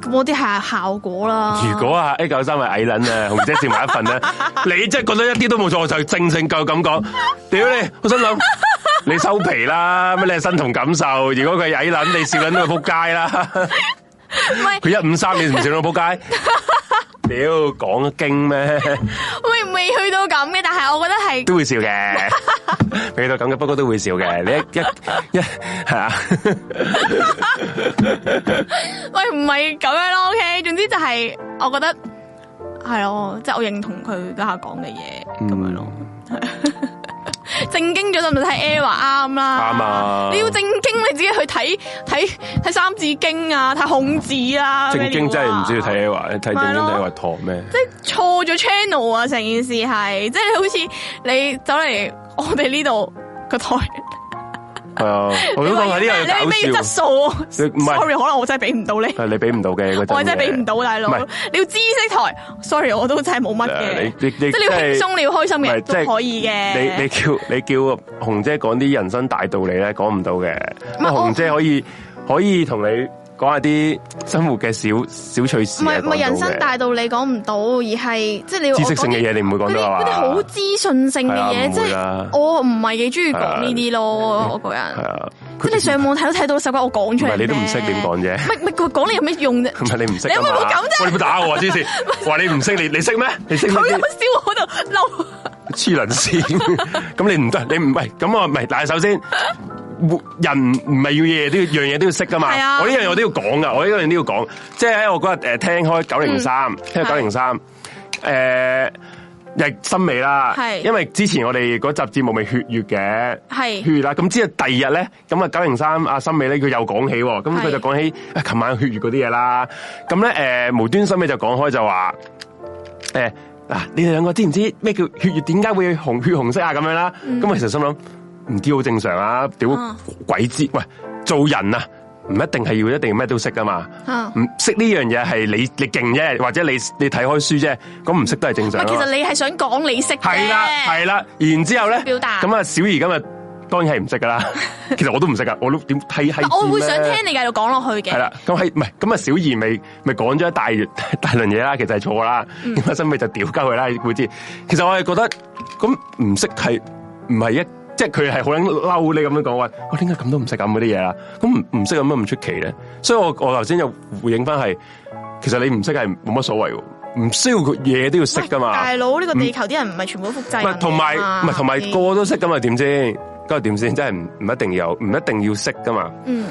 A: 咁嗰啲係效果啦。
B: 如果啊 A 九三係矮撚啊，紅姐笑埋一 份咧，你真係覺得一啲都冇錯，我就正正夠咁講。屌你，我 心諗你收皮啦，乜你係身同感受？如果佢係矮撚，你笑撚到佢撲 街啦。
A: 唔係
B: 佢一五三，你唔笑到 佢撲街？屌講經咩？
A: 未未去到咁嘅，但係我覺得係
B: 都 會笑嘅，未到咁嘅，不過都會笑嘅。你一一一係啊，
A: 喂，唔係咁樣咯，OK。總之就係我覺得係咯，即係我認同佢家下講嘅嘢咁樣咯。正經咗就咪睇 L 話啱啦，
B: 啱啊
A: 你要正經你自己去睇睇睇《三字經》啊，睇《孔子》啊，
B: 正經真係唔知要
A: 咩料啊。
B: 睇話，睇正經睇話堂咩？
A: 即係錯咗 channel 啊！成件事係，即係好似你走嚟我哋呢度個台，
B: 係啊，我都
A: 你
B: 講下
A: 話
B: 呢樣
A: 要咩
B: 嘢
A: 要
B: 搞
A: 質
B: 笑。
A: 素啊
B: 你唔係
A: ？Sorry，可能我真係俾唔 到你。
B: 係你俾唔到嘅，嗰陣
A: 我真係俾唔
B: 嘢
A: 到大佬
B: 唔係，
A: 你要知識台，sorry，我都真係冇乜
B: 誒
A: 嘅
B: 啊你，你
A: 啊即
B: 你
A: 係你要輕鬆，你要開心
B: 唔係
A: 嘅
B: 即係
A: 都可以嘅。
B: 你你叫你叫紅姐講啲人生大道理咧，講唔到嘅。啊
A: 唔係我
B: 紅姐可以可以同你講下啲生活嘅小小趣事
A: 唔
B: 啊，
A: 係唔係人
B: 講
A: 生
B: 到嘅
A: 大道理講唔到，而係即係你要
B: 知識性嘅嘢，你唔會
A: 我
B: 講
A: 嗰啲
B: 到啊
A: 嗰啲
B: 嘛？
A: 嗰啲好資訊性嘅
B: 係啊
A: 嘢，
B: 唔
A: 即
B: 會
A: 係
B: 啦
A: 我唔係幾中意講呢啲咯，我個
B: 係
A: 人。
B: 啊，
A: 即係你上網睇都睇到手骨，我講出
B: 唔
A: 嚟
B: 係
A: 啫。
B: 你都唔識點講啫
A: 唔係唔係佢講你有咩用 啫？
B: 唔係你唔識
A: 你
B: 㗎
A: 有
B: 嘛，
A: 冇咁啫
B: 喂你唔好打我啊！之前話你唔識，你你識咩？你識咩
A: 佢有笑我喺度嬲，
B: 黐撚線， 咁你唔得，你唔喂，咁我唔係，但係首先，人唔係要嘢都要樣嘢都要識噶嘛
A: 係啊。
B: 我呢樣嘢我都要講噶，我呢樣嘢都要講。即係喺我嗰日誒聽開九零三，聽九零三，誒日新美啦，
A: 係
B: 因為之前我哋嗰集節目咪血月嘅，
A: 係
B: 血月啦。咁之後第二日咧，咁啊九零三阿新美咧，佢又講起喎，咁佢
A: 係
B: 就講起啊琴晚血月嗰啲嘢啦。咁咧誒無端新美就講開就話。誒嗱，你哋兩個知唔知咩叫血液點解會紅血紅色啊？咁樣啦，咁我其實心諗唔知好正常啊，屌
A: 嗯啊
B: 鬼知，喂，做人啊！唔一定係要一定咩都識噶嘛，
A: 啊
B: 唔識呢樣嘢係你你勁啫，或者你你睇開書啫，咁唔識都係正
A: 唔
B: 常
A: 係
B: 啊
A: 其
B: 嘛。
A: 實你係想講你識啫
B: 係啦係啦，然之後咧，
A: 表達
B: 咁啊小儀今日當然係唔識 噶啦，其實我都唔識噶，我都點睇係。
A: 我會想聽你繼續講落去
B: 系
A: 嘅。
B: 啦，咁係唔係咁啊？小儀咪咪講咗一大大輪 嘢啦，其實係錯啦。
A: 嗯
B: 咁啊，新美就屌鳩佢啦，會知。其實我係覺得咁唔識係唔係一，即係佢係好撚嬲你咁樣講話，我點解咁都唔識咁嗰啲嘢啦？咁唔唔識有乜唔出奇咧？所以我我頭先又回應翻係，其實你唔識係冇乜所謂喎，唔需要個嘢都要識噶嘛。
A: 喂大佬呢個地球啲人唔係全部都複製啊
B: 唔
A: 人
B: 係同埋
A: 嚟㗎嘛
B: 唔係同埋個個都識噶嘛？點先？咁又點先？真係唔唔一定要有，唔一定要識噶嘛。
A: 嗯。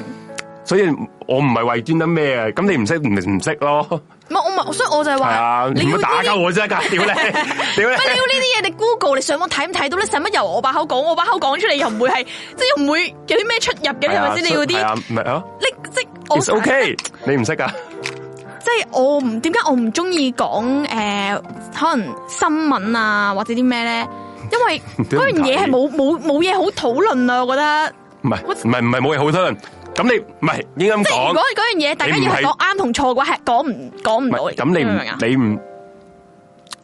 B: 所以我唔係為專登咩啊，咁你唔識唔唔識咯，
A: 唔係我咪，所以我就係
B: 係
A: 話
B: 啊，
A: 你
B: 唔
A: 要
B: 好
A: 呢
B: 打鳩
A: 啲，
B: 我 啫，屌你，屌
A: 乜你
B: 你，
A: 要呢啲嘢？你 Google 你上網睇唔睇到咧？使乜由我把口講？我把口講出嚟又唔會係，即係又唔會有啲咩出入嘅，係咪先？你要
B: 係啊
A: 啲，
B: 唔係啊
A: 你即係我
B: ，it's OK，你唔識噶，
A: 即係我唔點解我唔中意講誒可能新聞啊或者啲 咩咧？因為嗰樣嘢係冇冇冇嘢好討論啊！我覺得，
B: 唔係
A: 我
B: 唔係唔係冇嘢好討論，咁你唔係應該
A: 即係如
B: 咁講
A: 果，嗰樣嘢大家
B: 你唔
A: 要
B: 係
A: 係講啱同錯嘅話，係講唔講唔
B: 唔
A: 到嘅。
B: 係咁你
A: 明唔明啊
B: 唔你唔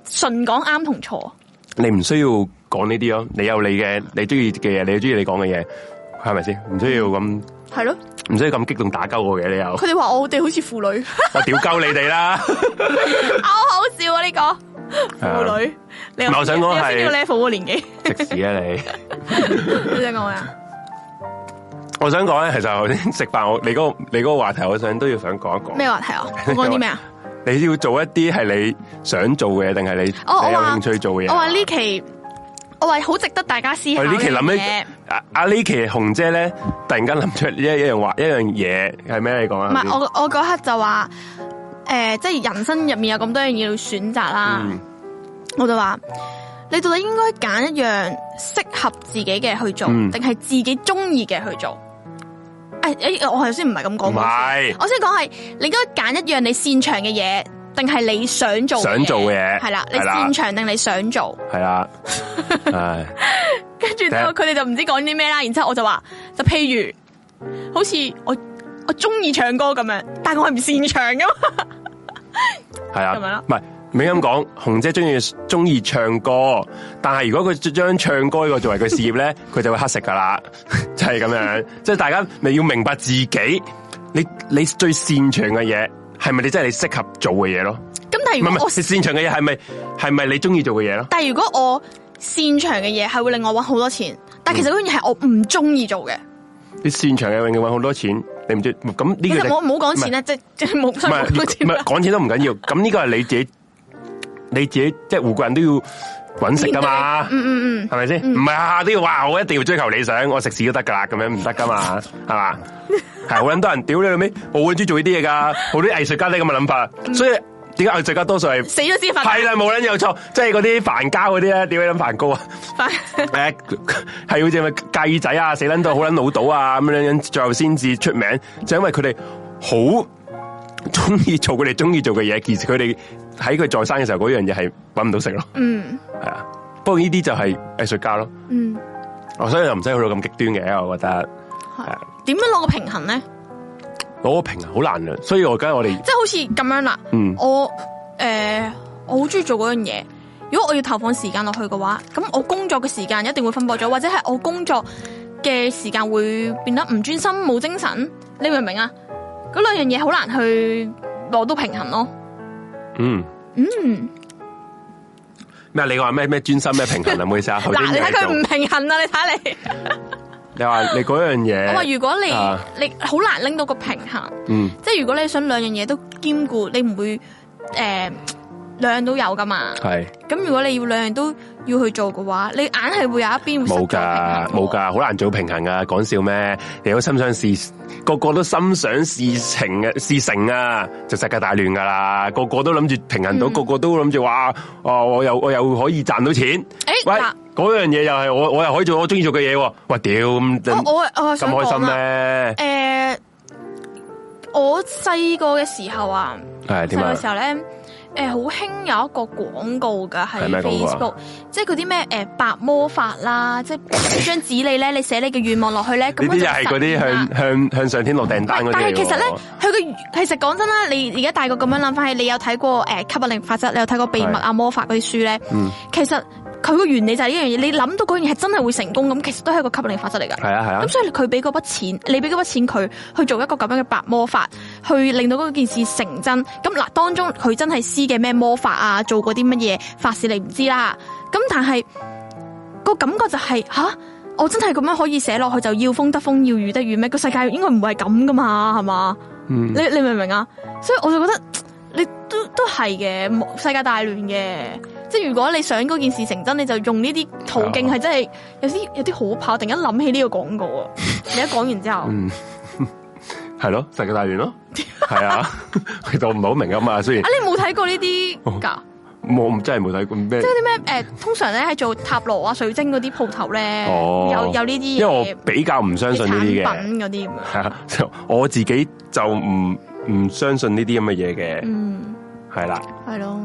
A: 純講啱同錯，
B: 你唔需要講呢啲咯，你有你嘅你中意嘅嘢，你中意你講嘅嘢，係咪先？唔需要咁
A: 係咯？
B: 唔需要咁激動打鳩我嘅，你又
A: 佢哋話我哋好似婦 女。
B: 我屌鳩你哋啦。
A: 好好笑啊！呢、個
B: 係啊
A: 婦女，你有
B: 唔係我想講係
A: 你有呢個 level 嘅 年紀，
B: 食屎啊你！
A: 你想講咩啊？
B: 我想講咧，其實頭先食飯，我你嗰、個你嗰個話題，我想都要想講一講。
A: 咩話題啊？我講啲咩啊？
B: 你要做一啲係你想做嘅，定係你、
A: 哦我話
B: 你有興趣做嘅嘢？
A: 我話呢期，我話好值得大家思考
B: 喂呢期
A: 樣
B: 諗
A: 嘢
B: 起。阿阿呢期紅姐咧，突然間諗出一一樣話一樣嘢係咩？你講啊！
A: 唔係
B: 頭先
A: 我我嗰刻就話，诶、即係人生入面有咁多樣嘢要選擇啦，
B: 嗯
A: 我就話你到底應該揀一樣適合自己嘅去做，
B: 嗯
A: 定係、自己中意嘅去做？诶、誒我頭先唔係咁講
B: 唔
A: 過
B: 係
A: 我先講係你應該揀一樣你擅長嘅嘢，定係你想做
B: 想做嘅嘢
A: 係啦，你
B: 係啦
A: 擅長定你想做？
B: 係啦，唉，
A: 跟住之後佢哋就唔知講啲咩啦，然之後我就話，就譬如好似我我中意唱歌咁樣，但係我係唔擅長噶嘛。
B: 系啊，
A: 係咪啦
B: 唔系唔應該咁講，紅姐中意中意唱歌，但係如果佢將唱歌呢個作為佢事業 咧，佢就會乞食噶啦，就係咁樣。即係大家你要明白自己，你你最擅長嘅嘢係咪你真係你適合做嘅嘢咯？
A: 咁但係
B: 唔係
A: 如
B: 唔
A: 果我
B: 係，你擅長嘅嘢係咪係咪你中意做嘅嘢咯？
A: 但係如果我擅長嘅嘢係會令我搵好多錢，但係其實嗰樣嘢係我唔中意做嘅。
B: 嗯你擅長嘅永遠搵好多錢，你唔知咁呢
A: 其
B: 個
A: 實
B: 就
A: 我唔好講錢啦，即係 即係冇
B: 唔
A: 想
B: 係
A: 講
B: 唔
A: 錢
B: 係
A: 啦。
B: 講錢都唔緊要，咁呢個係你自己你自己即係每個人都要揾食噶嘛。
A: 嗯嗯嗯，
B: 系咪先？唔係下下都要哇！我一定要追求理想，我食屎都得噶啦，咁樣唔得噶嘛，係嘛？係好撚多人屌你老味，我好撚中意做呢啲嘢噶，好多藝術家都係咁嘅諗法，
A: 嗯
B: 所以點解藝術家多數 係
A: 死咗先發達
B: 係啦，冇撚有錯，即係嗰啲凡交嗰啲咧，屌你撚梵高啊！
A: 發
B: 诶，系好似咪計仔啊，死撚到好撚老到啊，咁樣樣，最後先至出名，就因為佢哋好中意做佢哋中意做嘅嘢，其實佢哋喺佢在生嘅時候嗰樣嘢係搵唔到食咯，
A: 嗯
B: 係啊。不過呢啲就係藝術家咯，
A: 嗯，
B: 我所以就唔使去到咁極端嘅，我覺得係
A: 係
B: 啊
A: 點樣攞個平衡咧？
B: 攞個平衡好難啊。所以我而家我哋
A: 即係好似咁樣啦。
B: 嗯
A: 我诶、呃我好中意做嗰樣嘢。如果我要投放時間落去嘅話，咁我工作嘅時間一定會分薄咗，或者係我工作嘅時間會變得唔專心、冇精神。你明唔明啊？嗰兩樣嘢好難去攞到平衡咯。
B: 嗯
A: 嗯，
B: 咩啊？你話咩咩專心咩平衡啊？唔好意思啊，頭先
A: 嗱，你睇佢
B: 做
A: 唔平衡啊！你睇你，
B: 你話你嗰樣
A: 我話
B: 嘢，
A: 如果你、
B: 啊
A: 你好難拎到個平衡，
B: 嗯
A: 即係如果你想兩樣嘢都兼顧，你唔會诶、呃、兩樣都有噶嘛。
B: 係
A: 咁如果你要兩樣都要去做嘅話，你硬係會有一邊會失
B: 冇
A: 咗
B: 噶
A: 平衡啊
B: 冇。噶，好難做平衡啊！講笑咩？你好心想事，個個都心想事情嘅事成啊，就世界大亂噶啦！個個都諗住平
A: 嗯
B: 衡到，個個都諗住話哦，我又我又可以賺到錢。
A: 誒
B: 喂，
A: 嗱
B: 嗰樣嘢又係我我又可以做我中意做嘅嘢喎。喂，屌咁
A: 我我我
B: 咁
A: 想
B: 開心
A: 講啊啦，
B: 咩？
A: 诶、我細個嘅時候啊，
B: 係
A: 細
B: 點
A: 個
B: 啊
A: 嘅？時候咧，诶、好興有一個廣告噶喺
B: 係咩廣告
A: Facebook，
B: 啊
A: 即係嗰啲咩诶白魔法啦，即係俾張紙你咧，你寫你嘅願望落去咧，咁
B: 呢啲又係嗰啲向向向上天落訂單
A: 啊但係
B: 嗰啲嚟喎。
A: 其實咧，佢嘅其實講真啦，你而家大個咁樣諗翻起，你有睇過誒、呃吸引力法則，你有睇過秘密啊魔法嗰啲書咧，
B: 嗯
A: 其實佢個原理就係呢樣嘢，你諗到嗰樣嘢係真係會成功咁，其實都係一個吸引力法則嚟㗎。
B: 係啊係啊
A: 咁，所以佢俾嗰筆錢，你俾嗰筆錢佢去做一個咁樣嘅白魔法，去令到嗰件事成真。咁嗱，當中佢真係施嘅咩魔法啊，做過啲乜嘢法事你唔知啦。咁但係個感覺就係、吓，我真係咁樣可以寫落去，就要風得風，要雨得雨咩？個世界應該唔會係咁噶嘛，係嘛？
B: 嗯
A: 你你明唔明啊？所以我就覺得你都都係嘅，冇世界大亂嘅。即係如果你想嗰件事成真，你就用呢啲途徑
B: 係啊
A: 係真係有啲有啲可怕。我突然間諗起呢個廣告 啊！你一講完之後，
B: 嗯，係咯，世界大 亂咯，係啊， 其實我唔係好明啊嘛，雖然
A: 啊。你冇睇過呢啲
B: 哦
A: 㗎？
B: 冇，真係冇睇過 咩
A: 即係。嗰啲咩诶，通常咧喺做塔羅啊、水晶嗰啲鋪頭咧，
B: 哦，
A: 呃有有呢啲
B: 因為我
A: 嘢
B: 比較唔相信呢啲
A: 產
B: 嘅，
A: 品嗰啲咁樣。
B: 係啊， 就我自己就唔唔相信呢啲咁嘅嘢嘅，
A: 嗯，
B: 係啦，
A: 係咯，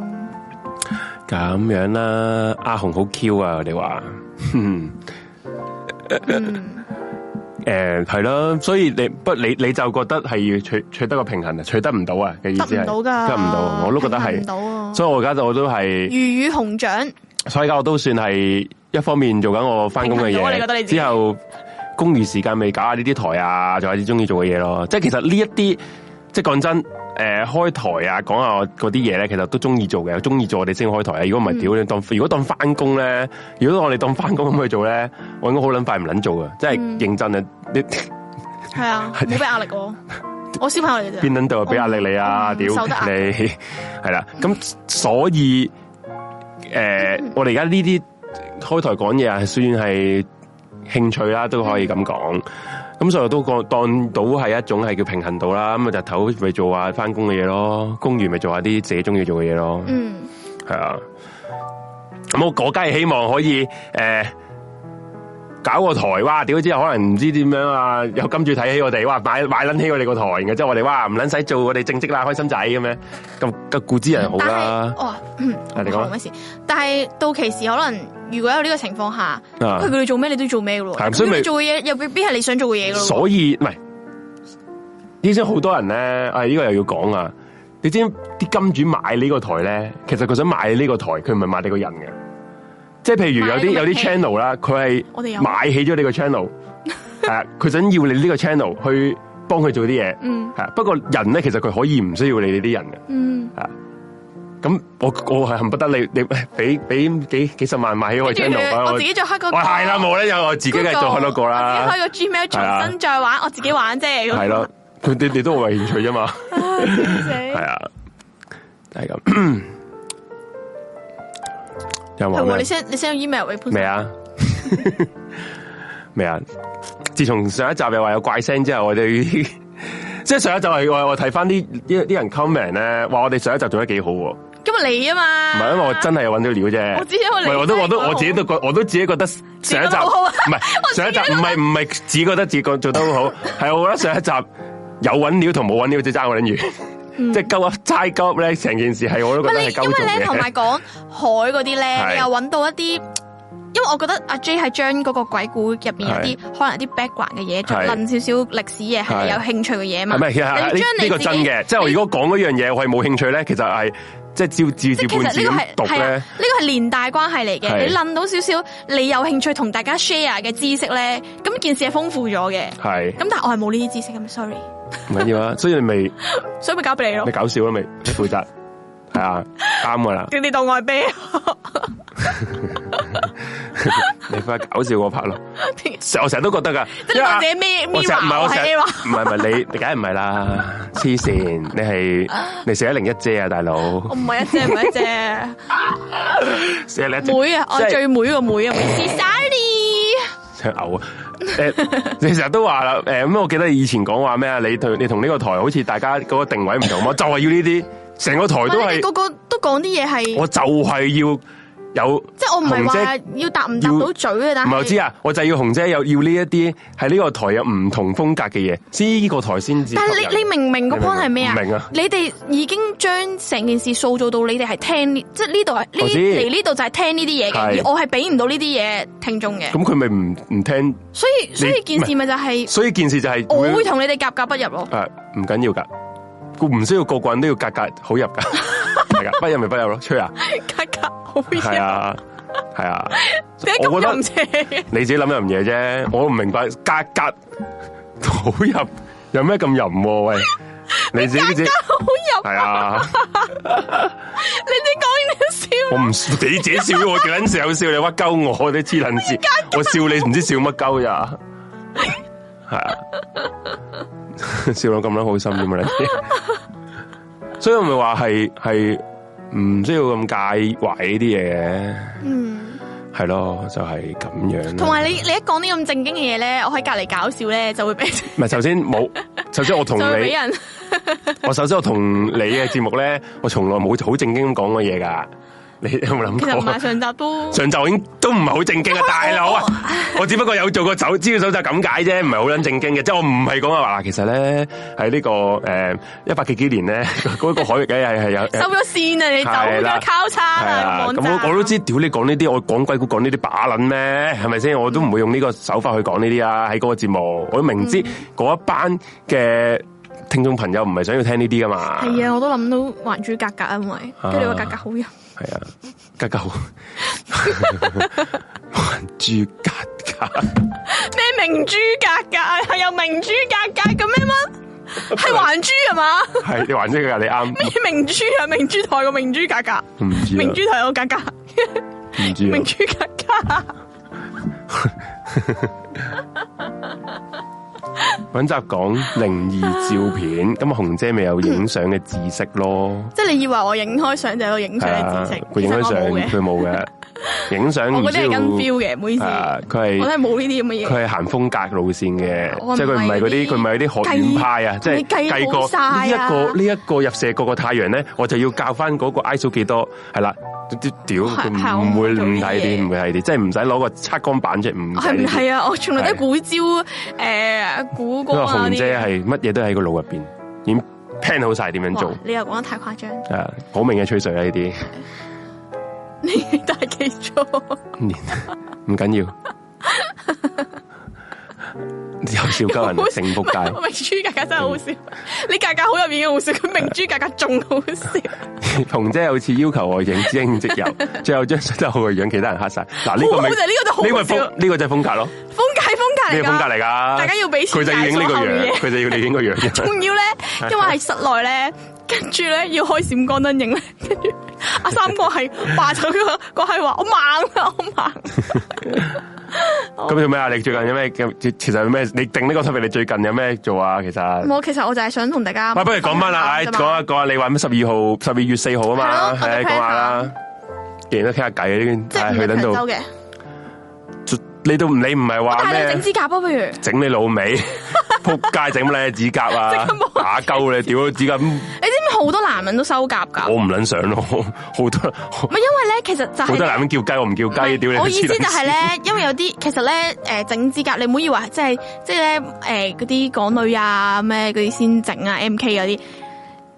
B: 咁樣啦，阿紅好 Q 啊，我哋話，嗯
A: 嗯，
B: 誒係啦，所以你不你你就覺得係要取取得個平衡啊，取得唔到啊嘅意
A: 得
B: 思係
A: 唔到㗎，
B: 得唔到，我都覺得
A: 平衡唔
B: 係，
A: 到啊！
B: 所以我而家就我都係。
A: 魚與熊掌，
B: 所以而家我都算係一方面做緊我翻工嘅
A: 平衡到啊你覺得你
B: 嘢，
A: 自己
B: 之後公餘時間咪搞下呢啲台啊，做下啲中意做嘅嘢咯。即係其實呢一啲，即係講真，诶、開台啊，講下我嗰啲嘢咧，其實都中意做嘅，中意做我哋先開台啊。如
A: 嗯
B: 果唔係，屌你當如果當翻工咧，如果我哋當翻工咁去做咧，我應該好撚快唔撚做噶，即係
A: 嗯
B: 認真啊！你
A: 係啊，冇俾壓力我，我小朋友 嚟嘅啫
B: 邊。撚度又俾壓力你啊？
A: 嗯
B: 屌
A: 受得壓
B: 你係啦，咁所以诶、
A: 嗯
B: 呃我哋而家呢啲開台講嘢係算係興趣啦，都可以咁講。
A: 嗯
B: 咁所以我都覺當到係一種係叫平衡到啦。咁啊，日頭咪做下翻工嘅嘢咯，公餘咪做下啲自己中意做嘅嘢咯。
A: 嗯，
B: 系啊。咁我我梗系希望可以诶、呃搞個台，哇！屌之後可能唔知點樣啊，有金主睇起我哋，哇！買買撚起我哋個台，然後之後我哋哇唔撚使做我哋正職啦，開心仔咁樣，咁咁固之人好
A: 但
B: 啦
A: 係，哇，嗯
B: 啊你講啊
A: 冇咩事。但係到期時可能如果有呢個情況下，
B: 啊
A: 佢叫你做咩你都要做咩噶咯喎。
B: 係所以
A: 咁
B: 咪
A: 你做嘅嘢又未必係你想做嘅嘢噶咯喎。
B: 所以唔係你知好多人咧，啊呢、個又要講啊！你知啲金主買呢個台咧，其實佢想買呢個台，佢唔係買你個人嘅。即係譬如有啲
A: 買
B: 有
A: 你個
B: 啲 channel 啦，佢
A: 我哋有
B: 係買起咗你個 channel，係啊，佢想要你呢個 channel 去幫佢做啲嘢，
A: 嗯
B: 係啊不過人咧，其實佢可以唔需要你哋啲人嘅。
A: 嗯，
B: 咁我我係恨不得你你 俾俾幾幾十萬買起我嘅
A: 跟住
B: channel，
A: 我自己再開個啊
B: 我係啦，冇啦，有我自己嘅再開多個啦。
A: 我自己開個 Gmail 重新再玩，我自己玩啫。
B: 系
A: 係
B: 啊咯，佢哋哋都為興趣啫嘛，係
A: 係
B: 啊，係咁。有冇
A: 喎，你
B: 咩
A: send 你 send 個 email 俾潘
B: 未
A: 生，
B: 啊？未啊？自從上一集又話有怪聲之後，我哋 即係上一集係我我睇翻啲啲啲人 comment 咧，話我哋上一集做得幾好喎，唔
A: 今日你啊嘛，
B: 係因為我真係揾到料啫。
A: 我知因為你
B: 唔係我都我
A: 真
B: 都
A: 係
B: 我自己都覺
A: 啊
B: 我都自己覺得上一
A: 覺
B: 集
A: 得好好啊
B: 唔係上一集唔係唔係自己覺得自己做得好好，係我覺得上一集有揾料同冇揾料就爭我撚住，即係鳩噏齋鳩噏咧，成件事係我都
A: 唔
B: 覺得
A: 係
B: 係
A: 嗯你，
B: 鳩
A: 因
B: 做
A: 為咧同埋
B: 嘅。
A: 講海嗰啲咧，
B: 係
A: 你又揾到一啲，因為我覺得阿 J 係將嗰個鬼故入邊有啲可能有啲 background 嘅嘢，再
B: 係
A: 論少少歷史嘢係
B: 係
A: 你有興趣嘅嘢嘛。
B: 係咪？其實係
A: 你
B: 呢
A: 將你
B: 呢
A: 自
B: 個
A: 己
B: 真嘅，即係我如果講嗰樣嘢我係冇興趣咧，其實係即係照
A: 即
B: 照
A: 係其
B: 照本
A: 實
B: 字
A: 呢個係
B: 咁讀
A: 係啊，
B: 咧
A: 呢，個係連帶關係嚟
B: 係
A: 嘅。你諗到少少，你有興趣同大家 share 嘅知識咧，咁件事係豐富咗嘅。咁
B: 係
A: 但係我係冇呢啲知識咁，sorry，
B: 唔緊要啊。所以你咪
A: 所以咪搞俾你咯
B: 你。搞笑啦，啊咪負 責係啊，啱噶啦。
A: 你當我係啤，
B: 你快搞笑嗰 part 咯。成我成日都覺得噶，
A: 即係你
B: 因為啊
A: 當自己咩 Mirror，
B: 我成日唔係我成日
A: 我
B: 唔係唔係你，你梗係唔係啦，黐線，你係你寫一零一姐啊，大佬
A: 我，唔係一隻，唔係一隻。
B: 寫一零一姐
A: 妹啊，我
B: 即係
A: 最妹個妹啊，妹是 Sally。
B: 想嘔啊！誒、你成日都話啦，誒、咁我記得你以前講話咩啊？你同你同呢個台好似大家嗰個定位唔同嘛，就係要呢啲，成個台都
A: 我哋
B: 係，
A: 個個都講啲嘢係，
B: 我就係要有，
A: 即係我唔係話
B: 紅姐
A: 要答唔答到嘴嘅，但
B: 唔係我知
A: 係
B: 啊，我就係要紅姐有要呢一啲喺呢個台有唔同風格嘅嘢，先呢個台先至吸引。
A: 但係你你明唔明個
B: 你明唔
A: point 係咩啊？
B: 唔明啊
A: 你哋已經將成件事塑造到你哋係聽呢，即係呢度係
B: 我
A: 呢
B: 知
A: 嚟呢度就係聽呢啲嘢嘅，
B: 係
A: 而我係俾唔到呢啲嘢聽眾嘅，
B: 咁佢咪唔唔聽，
A: 所以所以件事咪就係
B: 所以件事就係
A: 我會同你哋格格不入咯。
B: 诶，唔緊要噶，唔需要個個人都要格格好入 噶，係噶，不入咪不入咯，吹啊，
A: 格格好
B: 係
A: 啊，
B: 啊，係啊
A: 點，解咁
B: 我覺得
A: 用啫？
B: 你自己諗樣嘢啫，我唔明白格格好入有咩咁淫喎？喂，你自己 自己
A: 好入，
B: 係啊，
A: 你哋講
B: 我
A: 完
B: 唔你自己笑，我幾撚時有笑你屈鳩我，你黐撚線，我笑你唔知笑乜鳩咋，係啊，笑到咁撚好心添啊你，所以我咪話係係唔需要咁介懷呢啲嘢嘅，
A: 嗯，
B: 係咯，就係咁樣啦。
A: 同埋你你一講啲咁正經嘅嘢咧，我喺隔離搞笑咧就會俾就
B: 唔係，首先冇，首先我 同
A: 會俾
B: 你。
A: 人。
B: 我首先我同你嘅節目咧，我從來冇好正經咁講過嘢噶。你有冇
A: 其實
B: 諗
A: 唔係
B: 過？
A: 上集 都
B: 上晝已經都唔係好正經 啊，大佬啊！
A: 哦
B: 我只不過有做過手資料搜集咁解啫，唔係好撚正經嘅。即係我唔係講啊話嗱，其實咧喺呢個誒一百幾幾年咧， 嗰個海域咧係 係有
A: 收咗線啊！你
B: 係
A: 走
B: 啦
A: 咗交叉
B: 係
A: 啦，
B: 啊，
A: 網
B: 咁
A: 站
B: 我我都知，屌你講呢啲，我講鬼故講呢啲把撚咩？係咪先？我都唔會用呢個手法去講呢啲啊！喺嗰個節目，我都明知
A: 嗯
B: 嗰一班嘅聽眾朋友唔係想要聽呢啲噶嘛。
A: 係啊！我都諗到還珠格格啊，因為跟住你話格格好人，
B: 系啊，格 格好， 還珠格格，
A: 咩明珠格格啊？係有明珠格格咁咩乜？係還珠係嘛？
B: 係你還珠格格你啱，
A: 咩明珠啊？明珠台個明珠格格，
B: 唔知
A: 明珠
B: 啊，
A: 台個格格，
B: 唔知啊
A: 明，珠格格。
B: 揾集講靈異 照片，咁啊紅姐咪有影相嘅知識咯，
A: 即係你以為我影開相就有影相
B: 係
A: 嘅
B: 啊
A: 知識，，
B: 佢
A: 其
B: 影
A: 實
B: 咗
A: 我
B: 相
A: 冇
B: 佢
A: 嘅，
B: 冇 嘅，影相唔
A: 我嗰
B: 知
A: 啲係跟 feel
B: 道
A: 嘅，唔好意思，
B: 啊
A: 我
B: 佢
A: 都係
B: 係
A: 冇呢啲咁嘅嘢。
B: 佢係行風格路線嘅，
A: 我
B: 即係佢唔係嗰啲
A: 唔係嗰啲
B: 佢唔係嗰啲學院派啊，
A: 計
B: 即係計
A: 計好晒啊
B: 過呢一個呢一個入射過個太陽咧，我就要教翻嗰個 ISO 幾多，係啦。屌，
A: 係
B: 佢
A: 係
B: 唔
A: 我
B: 唔會
A: 做呢
B: 唔
A: 啲
B: 睇
A: 嘢
B: 啲，唔會睇啲，即係唔使攞個測光板出，唔
A: 係唔
B: 係？
A: 係啊？我從來都係估招誒估
B: 因為
A: 歌啊
B: 紅
A: 啲
B: 姐
A: 嘢。
B: 係乜嘢都喺個腦入邊，已經 plan 好晒點樣做
A: 哇，你又講得太誇張，
B: 啊！好明嘅吹水啦呢啲，
A: 你大記 錯。
B: 唔緊要。有笑鳩人啊，成仆 街。嗯
A: 明珠格格真係好笑，你格格好入面已經好笑，佢明珠格格仲好 笑。
B: 紅姐有次要求外形即應即 有，最後將所有嘅樣其他人黑晒。嗱呢個
A: 好
B: 咪
A: 好就係呢個就好
B: 呢個係
A: 笑
B: 風呢個就係風格咯，
A: 風格係風格嚟
B: 呢個
A: 㗎，
B: 風格嚟噶。
A: 大家要俾錢
B: 佢就要影呢個
A: 解鎖後面
B: 樣，
A: 嘅
B: 佢就要你 影個樣。
A: 仲 要咧，因為喺室內咧，跟住咧要開閃光燈影咧，跟住阿三哥係霸咗 個個閪話我猛啊，我猛。
B: 咁做咩啊？你最近有咩？其實有咩？你定呢個 topic，你最近有咩做啊？其實，
A: 我其實我就係想同大家，
B: 喂，不如講翻啦，唉，講下講啊下，你話咩？十二號、十二月四號啊嘛，
A: 係咯我哋
B: 唉，講下啦。既然都傾下偈，
A: 即係
B: 唉，
A: 唔
B: 去
A: 係
B: 等
A: 長
B: 到
A: 洲嘅，
B: 你都唔理，唔係話
A: 但係你整
B: 咩？
A: 指甲啊，不如你
B: 整你老 味，仆街整乜你指甲啊
A: 即刻？冇
B: 打鳩你，屌指甲！嗯
A: 知唔知好多男人都修甲㗎？
B: 我唔捻想咯， 好多
A: 唔係因為咧，其實就
B: 好
A: 係
B: 多男人叫雞，我唔叫雞，屌你！
A: 啊我意思就係
B: 係
A: 咧，因為有 啲其實咧，誒、整指甲，你唔好以為即係即係咧，誒嗰啲港女啊咩嗰啲先整啊 M K 嗰啲，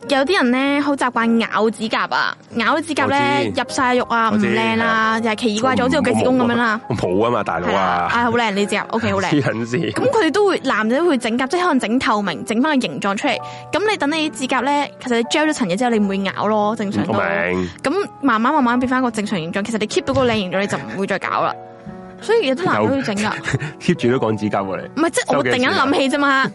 A: 有啲人咧好習慣咬指甲啊，咬指甲咧
B: 我知
A: 入晒肉啊，
B: 我
A: 唔
B: 知
A: 靚啦，又係奇異怪咗，好似個腳趾公咁樣啦，
B: 我冇啊嘛，大佬
A: 係啊，
B: 啊，
A: 啊好靚你指甲，O K 好
B: 黐
A: 靚。
B: 撚線。
A: 咁佢哋都會男仔都會整甲，即係可能整透明，整翻個形狀出嚟。咁你等你啲指甲咧，其實你 gel 咗層嘢之後，你唔會咬咯，正常
B: 我
A: 都。
B: 明。
A: 咁慢慢慢慢變翻個正常形狀，其實你 keep 到個靚形狀，你就唔會再搞啦。所以有啲男人都要整 噶，
B: keep 住都講指甲喎你，
A: 唔係即係我突然間諗起啫 嘛，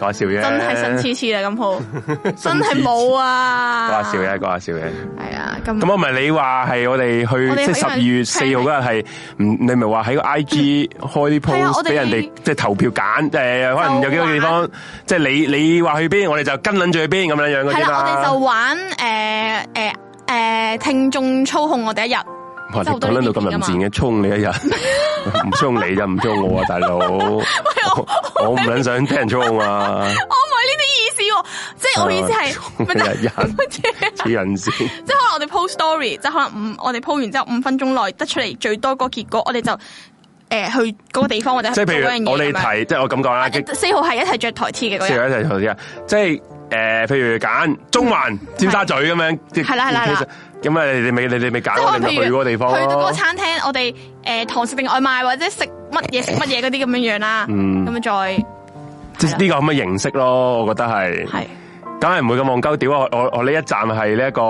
B: 講下笑啫，
A: 真係神
B: 黐，
A: 黐黐啦咁好， 真係冇啊！
B: 講下笑啫，講下笑啫。
A: 係啊，咁
B: 咁我咪你話係我哋
A: 我
B: 去
A: 哋
B: 即係十
A: 可
B: 二
A: 以
B: 月四號嗰日係，唔你咪話喺個 I G 開啲
A: 係啊我
B: post
A: 哋
B: 俾人哋即係投票揀，誒可能有幾個地方，即係你你話去邊，我哋就跟撚住去邊咁樣樣嗰
A: 係
B: 啲
A: 啦，我哋就
B: 啦。
A: 玩誒誒誒聽眾操控我哋一日， 哦
B: 哇！你
A: 就好
B: 講
A: 多
B: 撚
A: 呢
B: 到
A: 啲
B: 咁
A: 㗎
B: 淫
A: 嘛
B: 賤嘅，衝你一日， 唔衝你就唔衝我啊，大 佬！我
A: 啊
B: 我唔撚想聽人衝啊，
A: 我唔係呢啲意思喎，即係我意思係， 咪
B: 衝你
A: 即
B: 啊 一日，啊
A: 係
B: 黐 人線。
A: 即係可能我哋 post story，即係可能五我哋 post 完之後五分鐘內得出嚟最多個結果，我哋就誒去嗰個地方或者
B: 即係譬
A: 做嗰樣嘢啊
B: 如我哋
A: 咁樣
B: 提，即係我咁講啦，即
A: 四號係一齊着台 T 嘅嗰
B: 四
A: 日，
B: 個一齊投資啊！即係誒，譬如揀中環、尖沙咀咁樣，即
A: 係啦係啦係啦
B: 其實咁啊，你哋咪你哋咪
A: 即
B: 揀，
A: 係
B: 我
A: 可
B: 哋咪
A: 能譬
B: 去嗰
A: 如
B: 個地方
A: 去到嗰個
B: 咯。
A: 餐廳，我哋誒堂食定外賣或者食乜嘢食乜嘢嗰啲咁樣樣啦，
B: 嗯
A: 咁啊樣
B: 即係呢個咁嘅形式咯，我覺得係
A: 再。係
B: 梗係唔會咁戇鳩屌啊！我我我呢一站係呢一個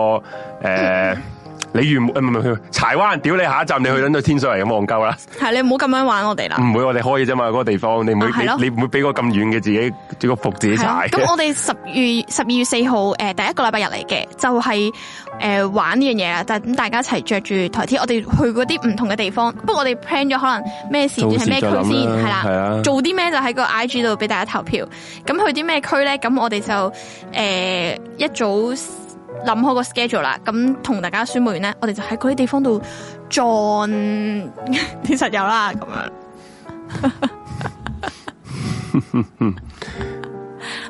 B: 呃 誒，鯉魚門唔係唔係柴灣，屌你下一站你去撚到天水圍咁戇鳩啦！
A: 係你唔好咁樣玩我哋啦。
B: 唔會我哋開嘅啫嘛，嗰個地方你唔
A: 啊係咯
B: 會你你唔會俾個咁遠嘅自己個服自己
A: 係啊
B: 踩。
A: 咁我哋十月十二月四號誒第一個禮拜日嚟嘅，就係誒玩呢樣嘢啦，就係咁大家一齊着住台 T，我哋去嗰啲唔同嘅地方。不過我哋 plan 咗可能咩時段係咩區
B: 到
A: 先
B: 時再諗啦
A: 係
B: 係
A: 啦
B: 啊，
A: 做啲咩就喺個 IG 度俾大家投票。咁去啲咩區咧？咁我哋就誒、呃一早諗好個 schedule 啦。咁同大家宣佈完咧，我哋就喺嗰啲地方度撞天實有啦咁樣。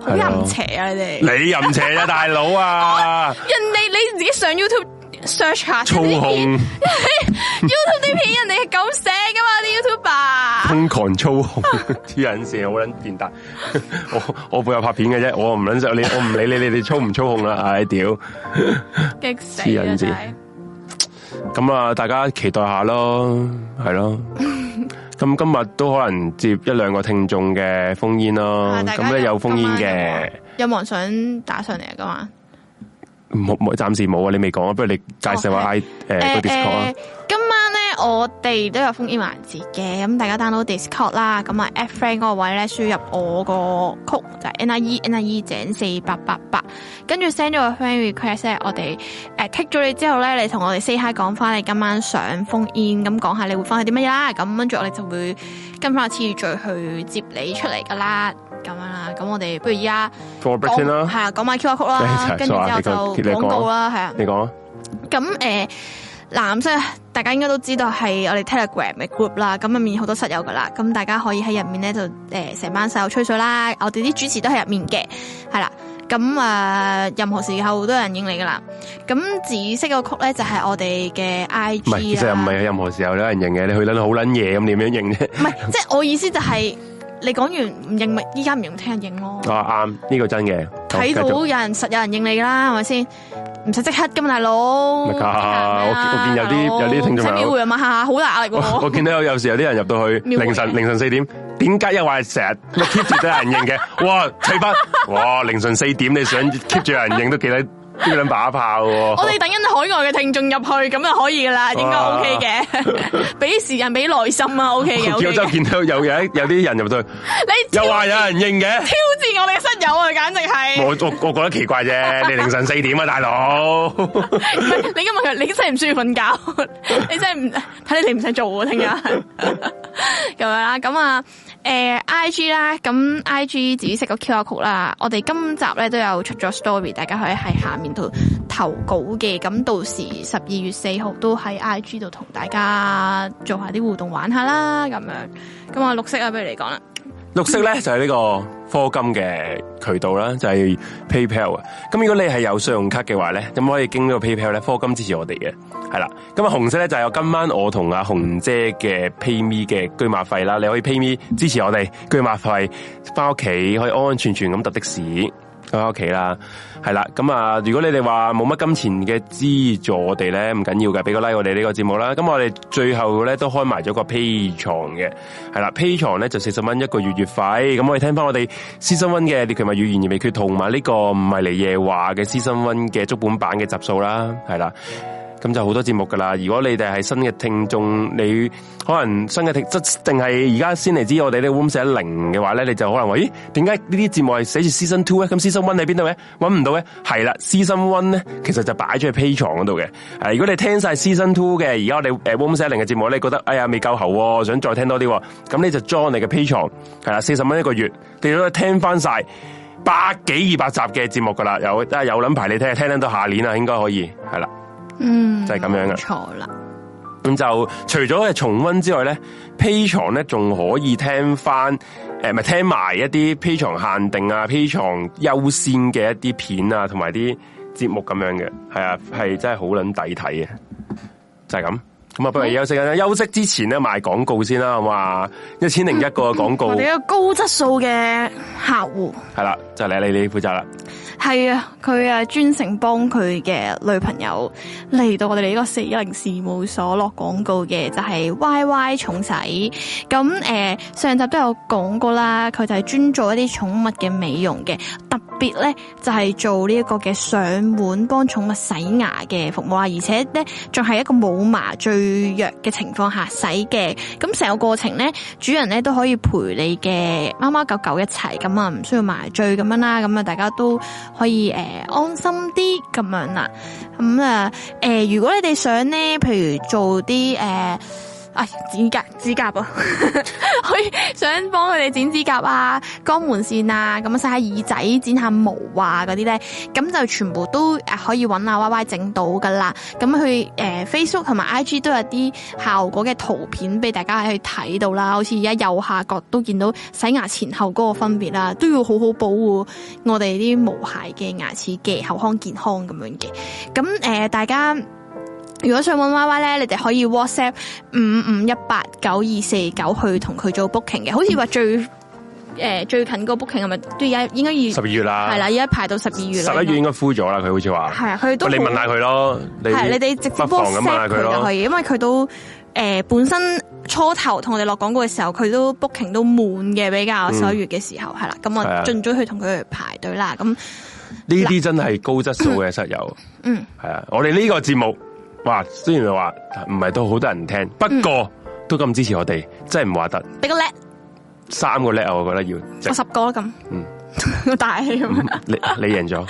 A: 好淫邪啊！你哋。
B: 你淫邪啊，大佬 啊！
A: 人哋你自己上 YouTube search 下
B: 操控
A: YouTube 啲片，人哋係咁寫噶 嘛啲 YouTuber。
B: 瘋狂操控，黐人線，好撚變態。 我我配合拍片嘅啫，我唔撚想你，我唔理你，你哋操唔操控啦，唉屌！
A: 激死
B: 黐
A: 啊！
B: 人
A: 真
B: 線
A: 係
B: 咁啊，大家期待下咯， 係咯。咁今日都可能接一兩個聽眾嘅封煙咯
A: 啊，大家
B: 嗯咁咧有封煙
A: 今
B: 嘅
A: 晚，有冇人想打上嚟啊？今晚
B: 冇冇暫時冇啊，你未講啊，不如你介紹下
A: 哦
B: I 誒個 Discord 啊
A: 誒，今晚咧我哋都有封 email 環節嘅，咁大家 download Discord 啦，咁啊 at friend 嗰個位咧輸入我個曲就係 n i e n i e 井四八八八，跟住 send 咗個 friend request 咧，我哋誒 tick 咗你之後咧，你同我哋 say hi 講翻你今晚想封 in，咁講下你會翻去啲乜嘢啦，咁跟住我哋就會跟翻個次序去接你出嚟噶啦，咁樣啦，咁我哋不如依家
B: For
A: 講
B: break 先啦
A: 係，啊，講埋 QR code 啦，
B: 你
A: 跟
B: 就
A: 住
B: 係
A: 之後
B: 你講你
A: 就
B: 講
A: 廣告啦，係啊。
B: 你講啊，
A: 咁誒、呃藍色大家應該都知道係我哋 Telegram 嘅 group 啦，咁入面好多室友噶啦，咁大家可以喺入面咧就誒成、班室友吹水啦，我哋啲主持都喺入面嘅，係啦。咁啊、呃任何時候都有人應你噶啦。咁紫色個曲咧就係、我哋嘅啊
B: 唔係，其
A: IG
B: 實又唔啊
A: 啦
B: 係，任何時候有人認嘅，你去撚好撚夜咁點樣認啫？
A: 唔係即係我意思就係、你講完唔認咪，依家唔認聽日認咯。
B: 啊啱，呢個真嘅。
A: 睇到有人實有人認你㗎啦，係咪先？唔使即刻㗎嘛，大佬。
B: 咪㗎
A: 係咪啊
B: 我我見有啲
A: 大佬
B: 有啲聽眾
A: 唔使
B: 有
A: 秒回啊嘛，下好大壓力
B: 我我
A: 喎。
B: 見到有有時有啲人入到去
A: 秒回
B: 凌晨凌晨四點，點解又話成日咩 keep 住都有人應 嘅？哇，睇翻哇凌晨四點你想 keep 住有人應都幾得幾撚把炮
A: 我
B: 喎！
A: 哋等緊海外嘅聽眾入去，咁就可以㗎啦，應該
B: 哇
A: OK 嘅。 俾時間，俾耐心啊，OK 嘅。
B: 我
A: OK
B: 見到
A: 嘅
B: 見到有有有啲人入 到去，
A: 你
B: 又話有啊人應 嘅。
A: 挑戰我哋嘅室友啊，簡直係
B: 我。我我覺得奇怪啫，你凌晨四點啊，大佬，
A: 唔係 你咁問佢，你真係唔需要瞓覺，你真係唔睇你你唔使做喎，聽日咁樣啦。咁啊，诶、i G 啦，咁 I G 自己識個 QR code 啦。我哋今集咧都有出咗 story，大家可以喺下面度投稿嘅。咁到時十二月四號都喺 I G 度同大家做下啲互動玩下啦，咁樣。咁啊，綠色啊，不如你講啦。
B: 綠色咧就係呢個科金嘅渠道啦，就係 PayPal 啊。咁如果你係有信用卡嘅話咧，咁可以經呢個 PayPal 咧科金支持我哋嘅，係啦。咁啊紅色咧就係有今晚我同阿紅姐嘅 PayMe 嘅居馬費啦，你可以 PayMe 支持我哋居馬費，翻屋企可以安安全全咁搭的士。翻屋企啦，係啦，咁啊，如果你哋話冇乜金錢嘅資助我哋咧，唔緊要嘅，俾個 like 我哋呢個節目啦。咁我哋最後咧都開埋咗個 P 床嘅，係啦，P 床咧就四十蚊一個月月費。咁我哋聽翻我哋 s 生 a 嘅《獵奇物語言而未決》，同埋呢個唔係嚟夜話嘅 s 生 a 嘅足本版嘅集數啦，係啦。咁就好多節目噶啦。如果你哋係新嘅聽眾，你可能新嘅聽，即定係而家先嚟知我哋呢個 room 寫零嘅話咧，你就可能話：咦，點解呢啲節目係寫住 season two 咧？咁 season one 喺邊度咧？揾唔到咧？係啦，season one 咧，其實就擺咗喺 P 床嗰度嘅。誒，如果你聽晒 season two 嘅，而家我哋誒 room 寫零嘅節目咧，你覺得哎呀未夠喉喎，想再聽多啲喎，咁你就 join 你嘅 P 床，係啦，四十蚊一個月，你都可以聽翻晒。百幾二百集嘅節目噶啦，有真係有諗排你聽，聽得到下年啊，應該可以係啦。
A: 嗯，
B: 就係咁樣
A: 冇
B: 嘅
A: 錯啦。
B: 咁就除咗係重温之外咧，P 床咧仲可以聽翻誒，咪、聽埋一啲 P 床限定啊、P 床優先嘅一啲片啊，同埋啲節目咁樣嘅，係啊，係真係好撚抵睇嘅，就係咁。咁啊，不如休息啦。休息之前咧，賣廣告先啦，好嘛？一千零一個廣告
A: 嗯我哋一個高質素嘅客戶。
B: 係啦，就嚟你你負責啦。
A: 系啊，佢啊專程幫佢嘅女朋友嚟到我哋呢個四一零事務所落廣告嘅，就係 Y Y 重洗。咁诶、呃上集都有講過啦，佢就係專做一啲寵物嘅美容嘅，特別咧就係做呢一個嘅上門幫寵物洗牙嘅服務啊，而且咧仲係一個冇麻醉藥嘅情況下洗嘅。咁成個過程咧，主人咧都可以陪你嘅貓貓狗狗一齊咁啊，唔需要麻醉咁樣啦，咁啊大家都可以诶、呃安心啲咁樣啦。咁啊诶，如果你哋想咧，譬如做啲诶。呃啊，指甲指甲啊， 可以想幫佢哋剪指甲啊、肛門線啊，咁洗下耳仔、剪下毛啊嗰啲咧，咁就全部都诶可以揾阿 Y Y 整到噶啦。咁佢诶 Facebook 同埋 IG 都有啲效果嘅圖片俾大家去睇到啦，好似而家右下角都見到洗牙前後嗰個分別啦，都要好好保護我哋啲毛孩嘅牙齒嘅口腔健康咁樣嘅。咁诶、呃大家。如果想揾 Y Y 咧，你哋可以 WhatsApp 五五一八九二四九去同佢做 booking 嘅，好似話最诶、最近個 booking 係咪都而家應該要
B: 十二月啦，
A: 係啦，，而家排到十二月啦。
B: 十一月應該 full 咗啦，佢好似話。
A: 係啊，佢都
B: 你
A: 好
B: 問下佢咯，你
A: 係你哋直接
B: 不妨咁問下
A: WhatsApp
B: 佢
A: 佢
B: 咯
A: 就可以，因為佢都诶、呃本身初頭同我哋落廣告嘅時候，佢都 booking 都滿嘅，比較
B: 嗯
A: 十一月嘅時候係啦，咁
B: 係啊
A: 我盡早去同佢排隊啦，咁
B: 呢啲真係高質素嘅室友。
A: 嗯
B: 系啊，我哋呢個節目，哇，雖然話唔係都好多人聽，不過
A: 嗯
B: 都咁支持我哋，真係唔話得。
A: 俾個叻，
B: 三個叻啊，我覺得要，
A: 我
B: 即
A: 十個啦咁，
B: 嗯
A: 大氣咁樣。
B: 你你贏咗，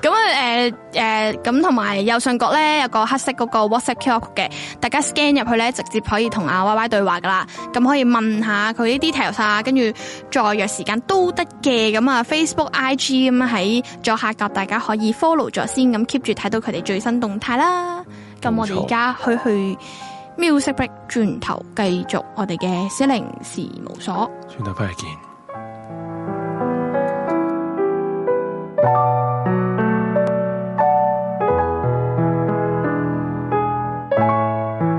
A: 咁啊誒誒，咁同埋右上角咧有個黑色嗰個 WhatsApp QR code 嘅，大家 scan 入去咧，直接可以同阿 Y Y 對話噶啦。咁可以問下佢啲 details 啊，跟住再約時間都得嘅。咁啊，Facebook、IG 咁啊喺左下角，大家可以 follow 咗先，咁 keep 住睇到佢哋最新動態啦。咁我
B: 冇錯
A: 哋而家去去 music break，轉頭繼續我哋嘅小零事務所。
B: 轉頭翻嚟見。
C: Hãy subscribe cho kênh Ghiền Mì Gõ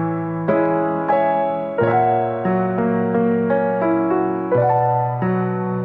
C: Để không bỏ lỡ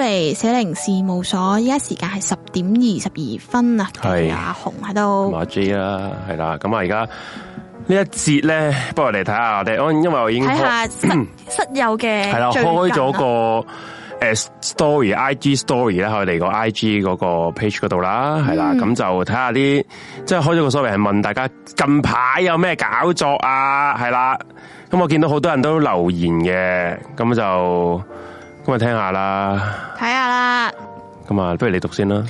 A: 係寫零事務所，依家時間係十點二十二分啊，
B: 係
A: 繼續阿紅喺度
B: 咁。啊 J 啦，係啦，咁啊而家呢一節咧，不如嚟睇下我哋，因因為我已經
A: 睇
B: 開
A: 下室 室友嘅
B: 嗯係啦，
A: 最近啊
B: 開咗個诶 story、IG story 啦，我哋個 IG 嗰個 page 嗰度啦，係
A: 嗯
B: 啦，咁就睇下啲即係開咗個 story 係問大家近排有咩搞作啊，係啦，咁我見到好多人都留言嘅，咁就咁啊聽下啦，
A: 睇下啦。
B: 咁啊不如你讀先啦，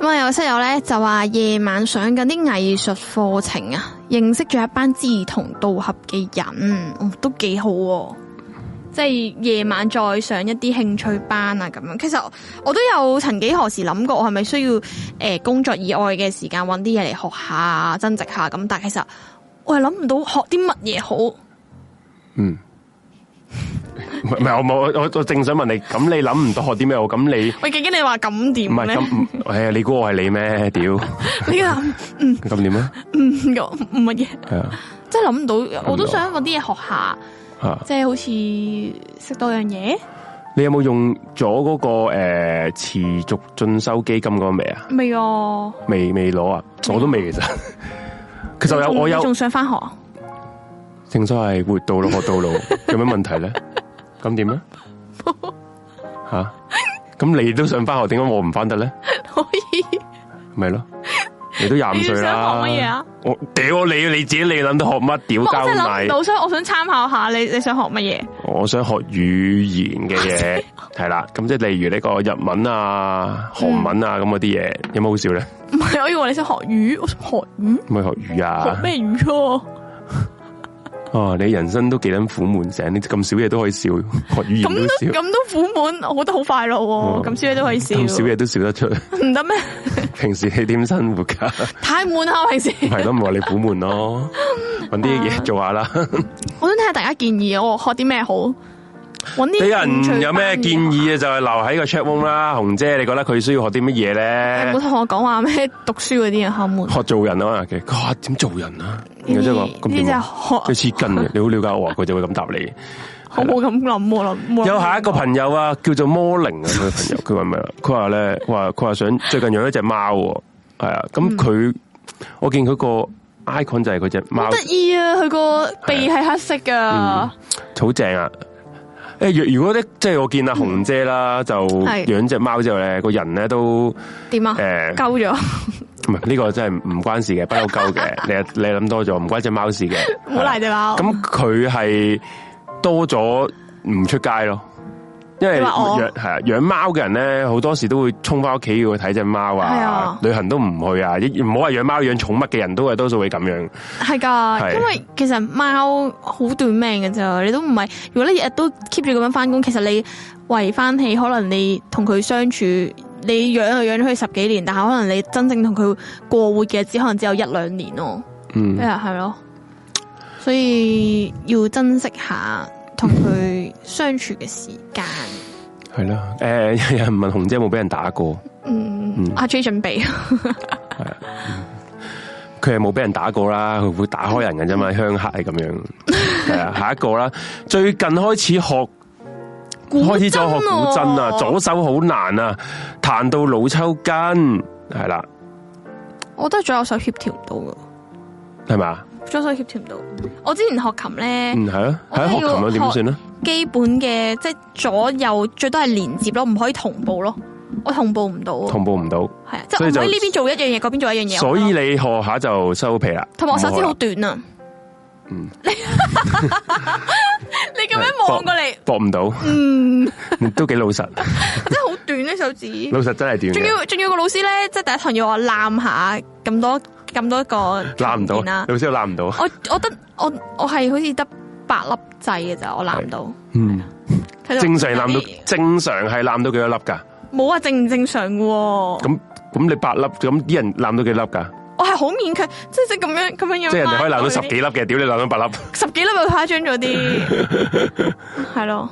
A: 咁啊，有個室友咧就話夜晚上緊啲藝術課程啊，認識咗一班志同道合嘅人，哦都幾好、喎。即係夜晚再上一啲興趣班啊，咁樣。其實我我都有曾幾何時諗過，我係咪需要诶、呃工作以外嘅時間搵啲嘢嚟學下、增值下咁？但係其實我係諗唔到學啲乜嘢好。
B: 嗯。唔係唔係，我冇我我我正想問你，咁你諗唔到學啲咩好？咁你
A: 喂，究竟你話咁
B: 唔
A: 點
B: 係
A: 咧？
B: 咁，誒你估我係你咩？屌，
A: 你話
B: 咁點啊？
A: 嗯唔乜嘢？
B: 係啊，
A: 即係諗唔到，我都
B: 諗唔到
A: 想搵啲嘢學下。
B: 嚇。
A: 即係好似識多樣嘢，
B: 你有冇用咗嗰、個呃持續進修基金嗰個未啊？
A: 未啊？
B: 未未攞啊？我都未其 實。其實我有
A: 仲
B: 我有
A: 仲想 翻學啊？
B: 正所謂活到老學 到老，有咩問題咧？咁點咧？吓、咁你都想翻學，點解我唔翻得咧？
A: 可以
B: 咪咯，你都廿五歲
A: 你
B: 啦。
A: 想學乜嘢啊？
B: 我屌你，你自己你諗到學乜屌
A: 我真係
B: 交
A: 諗唔
B: 米？
A: 到，所以我想參考下你你想學乜嘢？
B: 我想學語言嘅 嘢，係啦。咁即係例如呢個日文啊、韓文啊咁嗰啲嘢，有冇好笑咧？
A: 唔係，我以為你想學魚， 我想學魚，
B: 咪學語啊
A: 學？咩魚啊？
B: 哦，你人生都幾撚苦悶，成日你咁少嘢都可以笑，學語言
A: 咁
B: 都
A: 都
B: 笑，哦
A: 咁都苦悶，我覺得好快樂喎。咁少嘢都可以笑，
B: 咁少嘢都笑得 出。
A: 唔得咩？
B: 平時你點生活㗎？
A: 太悶啦，平時。
B: 係咯，咪話你苦悶咯，搵啲嘢做下啦。
A: 我想聽下大家建議，我學啲咩好？搵啲
B: 啲
A: 興趣
B: 人有咩
A: 班
B: 建議啊？就係留喺個 chat room 啦，紅姐，你覺得佢需要學啲乜嘢
A: 嘢？唔好？
B: 咧
A: 同我講話咩讀書嗰啲啊，好悶。
B: 學做人啊嘛，其實哇點做人啊？然後即係話咁
A: 呢啲
B: 點
A: 真係
B: 啊？
A: 學
B: 佢黐筋嘅，你好了解我啊，佢就會咁答你。
A: 我冇咁諗喎，諗冇諗
B: 有下一個朋友啊，叫做魔靈啊，佢嘅朋友，佢話咩啊？佢話咧，話佢話想最近養一隻貓喎，係啊，咁佢我見佢個 icon 就係佢隻貓
A: 好，得意啊！佢個鼻係黑色
B: 嗯
A: 噶，
B: 好正啊！誒，若如果咧，即係我見阿紅姐啦，就
A: 係
B: 養只貓之後咧，個人咧都
A: 點啊？
B: 誒
A: 鳩 咗，
B: 唔係呢個真係唔關事嘅，不嬲鳩嘅，你你諗多咗，唔關只貓事嘅，
A: 唔好賴隻貓。
B: 咁佢係多咗唔出街咯，因為
A: 你話我
B: 養係啊養貓嘅人咧，好多時都會衝翻屋企要去睇只貓
A: 係
B: 啊
A: 啊，
B: 旅行都唔去啊，一唔好話養貓養寵物嘅人都係多數會咁樣，
A: 係噶，
B: 係
A: 因為其實貓好短命嘅咋，你都唔係。如果你日日都 keep 住咁樣翻工，其實你圍翻起，可能你同佢相處，你養就養咗佢十幾年，但係可能你真正同佢過活嘅日子，可能只有一兩年咯。
B: 嗯
A: 係啊，係咯，所以要珍惜下同佢相處嘅時間。
B: 係啦，誒 有人問紅姐有冇俾人打過，
A: 嗯，阿 J 準備。
B: 佢係冇俾人打過啦，佢會打開人嘅啫
A: 嗯
B: 嘛，鄉客係咁樣，係啊， 下一個啦，最近開始學。開始咗學古箏啊，
A: 喎
B: 左手好難啊，彈到腦抽筋，係啦，
A: 我覺得左右手協調唔到噶，
B: 係咪啊？
A: 左手協調唔到。我之前學琴咧，
B: 嗯嗯，系啊，
A: 我
B: 喺
A: 都
B: 學
A: 要
B: 琴啊，點
A: 學
B: 算咧？
A: 基本嘅即係左右最多係連接咯，唔可以同步咯。我同步唔到啊，
B: 同步唔到，
A: 係啊，即係
B: 所
A: 我唔可
B: 以就
A: 以呢邊做一樣嘢，嗰邊做一樣嘢。
B: 所以
A: 我覺得
B: 你學下就收皮啦。
A: 同埋我手指好
B: 唔
A: 短啊。
B: 嗯
A: 你你咁樣望過嚟，
B: 好啦搏唔到，
A: 嗯，
B: 都幾老 實，
A: 真係好短呢手指。
B: 老實真係短
A: 仲
B: 嘅，
A: 要仲要個老師咧，即係第一堂要我攬下咁多咁多個
B: 攬唔到
A: 琴鍵啦，
B: 老。師又攬唔到，
A: 我我得我我係好似得八粒掣嘅咋，我攬唔到。
B: 嗯，
A: 睇到
B: 正常
A: 有
B: 攬到
A: 啲，
B: 正常係攬到幾多粒㗎？
A: 冇啊，正唔正常嘅喎？
B: 咁咁你八粒，咁啲人攬到幾粒㗎？
A: 我係好勉強，即係即係咁樣咁樣樣。
B: 即係人哋可以攬到十幾，粒嘅，屌你攬到八粒。
A: 十幾粒咪誇張咗啲， 係咯。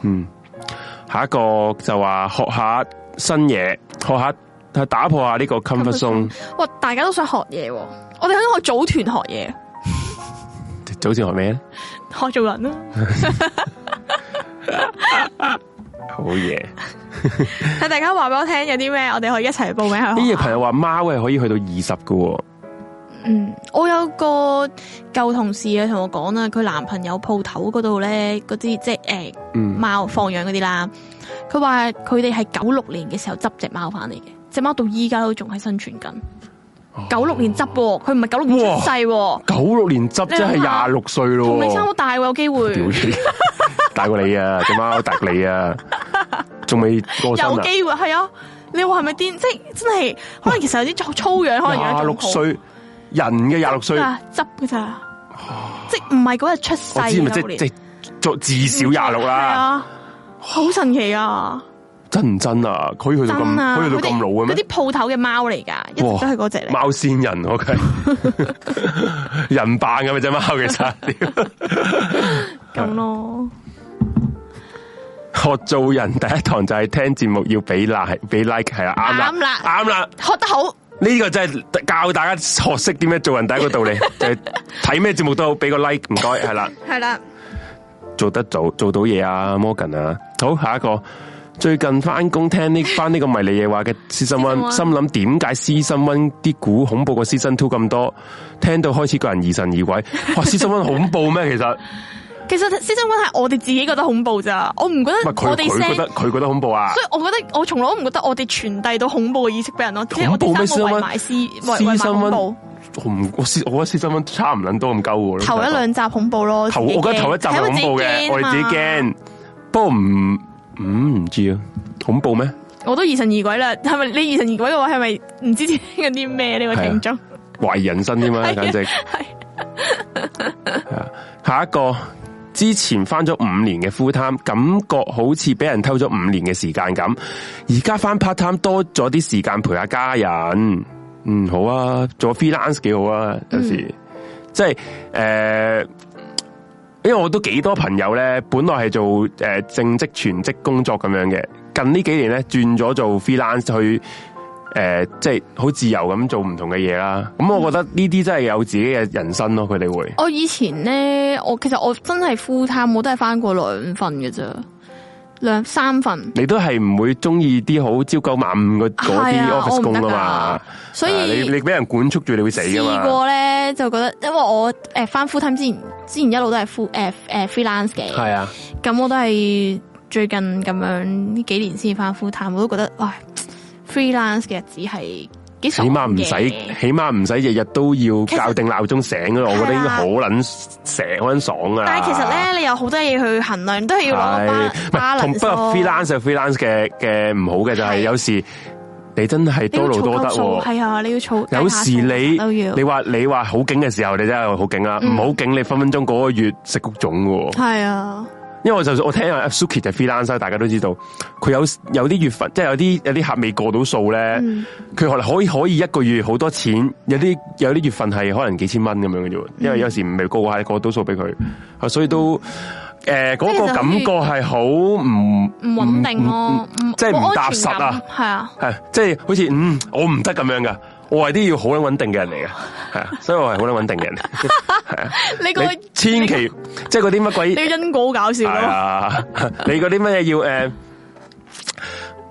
B: 下一個就話學下新嘢，學下打破下呢個 comfort zone，
A: 哇，大家都想學嘢喎，我哋喺度學組團學
B: 早前學咩咧？
A: 嘢，學做人啦。
B: 好嘢，
A: 睇大家話俾我聽有啲咩，我哋可以一齊報名
B: 呢
A: 去學校
B: 個朋友話貓係可以去到二十噶，
A: 嗯，我有個舊同事啊，同我講啦，佢男朋友鋪頭嗰度咧，嗰啲即係诶
B: 嗯，
A: 猫放養嗰啲啦，佢話佢哋係九六年嘅時候執只貓翻嚟嘅，只貓到依家都仲係生存緊。
B: 哦
A: 九六年執喎，佢唔係九六年出世喎，
B: 九六年執即係
A: 你諗下
B: 廿六歲咯，
A: 同你差好大喎，有機會，
B: 屌你， 大過你啊，隻貓大過你啊，仲未過身
A: 有
B: 啊，
A: 機會係啊！你話係咪癲？即係真係，可能其實有啲粗粗樣，可能有
B: 廿
A: 一
B: 六
A: 種好
B: 歲人嘅廿六歲，
A: 啊執嘅咋，即係唔係嗰日出世
B: 我
A: 嘅
B: 知咪即
A: 九年嗯
B: 即作至少廿六
A: 係
B: 啦，
A: 啊，好神奇啊！
B: 真唔真啊？可以去到
A: 真
B: 咁，
A: 啊，
B: 可以去到
A: 嗰
B: 咁
A: 啲
B: 老嘅
A: 嗰
B: 咩？
A: 啲鋪頭嘅貓嚟㗎，一直都係嗰只嚟。
B: 猫仙人，OK，人扮咁嘅只貓其實。 屌
A: 咁咯。
B: 學做人第一堂就係聽節目要俾 like，俾 like 係啦，啊啱啦，
A: 啱啦
B: 啱啦，
A: 學得好，
B: 呢、個真係教大家學識點樣做人第一個 道理，就係睇咩節目都好，俾個 like，唔該，係啦，
A: 係啦，
B: 做得到做到嘢啊，Morgan 啊，好，下一個。最近翻工聽呢 翻呢個迷你嘢話嘅 season one，心
A: Season
B: 諗點解 season one 啲股恐怖過 season two 咁多？聽到開始個人疑神疑鬼，哇 season one 恐怖咩？ 其實
A: 其實《私生溫係我哋自己覺得恐怖咋，我唔覺
B: 唔係
A: 得
B: 佢
A: 我哋
B: 佢
A: send，
B: 覺得佢覺得恐怖啊
A: 所以我覺得我從來都唔覺得我哋傳遞到恐怖嘅意識俾人咯，即係我
B: 恐怖咩
A: 哋三個圍
B: Season One？
A: 埋私圍埋
B: Season
A: 恐
B: One
A: 怖，
B: 我唔我 se- 我覺得 season one 差唔撚多咁鳩喎。
A: 頭一兩集恐怖咯，
B: 頭，
A: 自己
B: 我覺得
A: 驚
B: 頭一集係恐怖嘅，我哋自己，
A: 係因為
B: 驚。不過唔，嗯唔知啊，恐怖咩？
A: 我都疑神疑鬼啦，係咪你疑神疑鬼嘅話，係咪唔知自己聽緊啲咩呢位
B: 係啊
A: 聽眾？
B: 懷疑人生添啊，
A: 係啊
B: 簡直
A: 係
B: 係啊！下一個之前翻咗五年嘅 full time，感覺好似俾人偷咗五年嘅時間咁。而家翻 part time 多咗啲時間陪下家人，嗯好啊，做 freelance 幾好啊，有時、即係诶。呃因為我都幾多朋友咧，本來係做誒、呃正職全職工作咁樣嘅，近呢幾年咧轉咗做 freelance 去誒、呃即係好自由咁做唔同嘅嘢啦。咁我覺得呢啲真係有自己嘅人生咯，佢哋會。
A: 我哦以前咧，我其實我真係 full time，我都係翻過兩份嘅咋，兩三份。
B: 你都係唔會中意啲好朝九晚五嗰嗰
A: 係
B: 啲
A: 啊我
B: office
A: 唔
B: 工
A: 得
B: 啊嘛
A: 㗎，所
B: 啊你
A: 以
B: 你俾人管束住，你會死
A: 試
B: 噶嘛？
A: 過咧就覺得，因為我誒翻 full time 之前，之前一路都係 full 誒誒 freelance 嘅，
B: 係啊，
A: 咁我都係最近咁樣呢幾年先翻 full time，我都覺得，唉，freelance 嘅日子係幾
B: 起
A: 爽
B: 碼唔使
A: 嘅，
B: 起碼唔使日日都要
A: 其實啊
B: 校定鬧鐘醒咯。我覺得應該好撚醒，好撚爽啊！
A: 但係其實咧，你有好多嘢去衡量，都係要攞
B: 係唔
A: 個 balance
B: 係同不過 freelance 有 freelance 嘅嘅唔好嘅就係
A: 係
B: 有時你真係
A: 你要
B: 多勞多
A: 儲
B: 得
A: 夠數
B: 喎。
A: 係啊，你要儲計下數。
B: 有時你
A: 都要嗯
B: 你話你話好勁嘅時候，你真係好勁啦；唔好勁，你分分鐘嗰個月食谷種嘅喎。
A: 係啊，
B: 因為我就算我聽阿 Suki 就 freelancer，大家都知道佢有有啲月份，即係有啲有啲客未過到數咧，
A: 嗯
B: 佢可能可以可以一個月好多錢，有啲有啲月份係可能幾千蚊咁樣嘅
A: 嗯
B: 啫喎。因為有時唔未過下，你過到數俾佢，啊所以都誒嗰
A: 嗯
B: 個
A: 即係其實好似
B: 感覺係好唔
A: 唔穩定
B: 唔
A: 咯
B: 唔，
A: 唔
B: 即係唔踏實啊！
A: 係啊。
B: 系，即係好似嗯，我唔得咁樣噶，我係啲要好撚穩定嘅人嚟嘅，係啊，所以我係好撚穩定 嘅人，
A: 你個
B: 你千祈即係嗰啲乜鬼
A: 你個因果好搞笑
B: 係
A: 咯，
B: 啊，你嗰啲乜嘢要诶、呃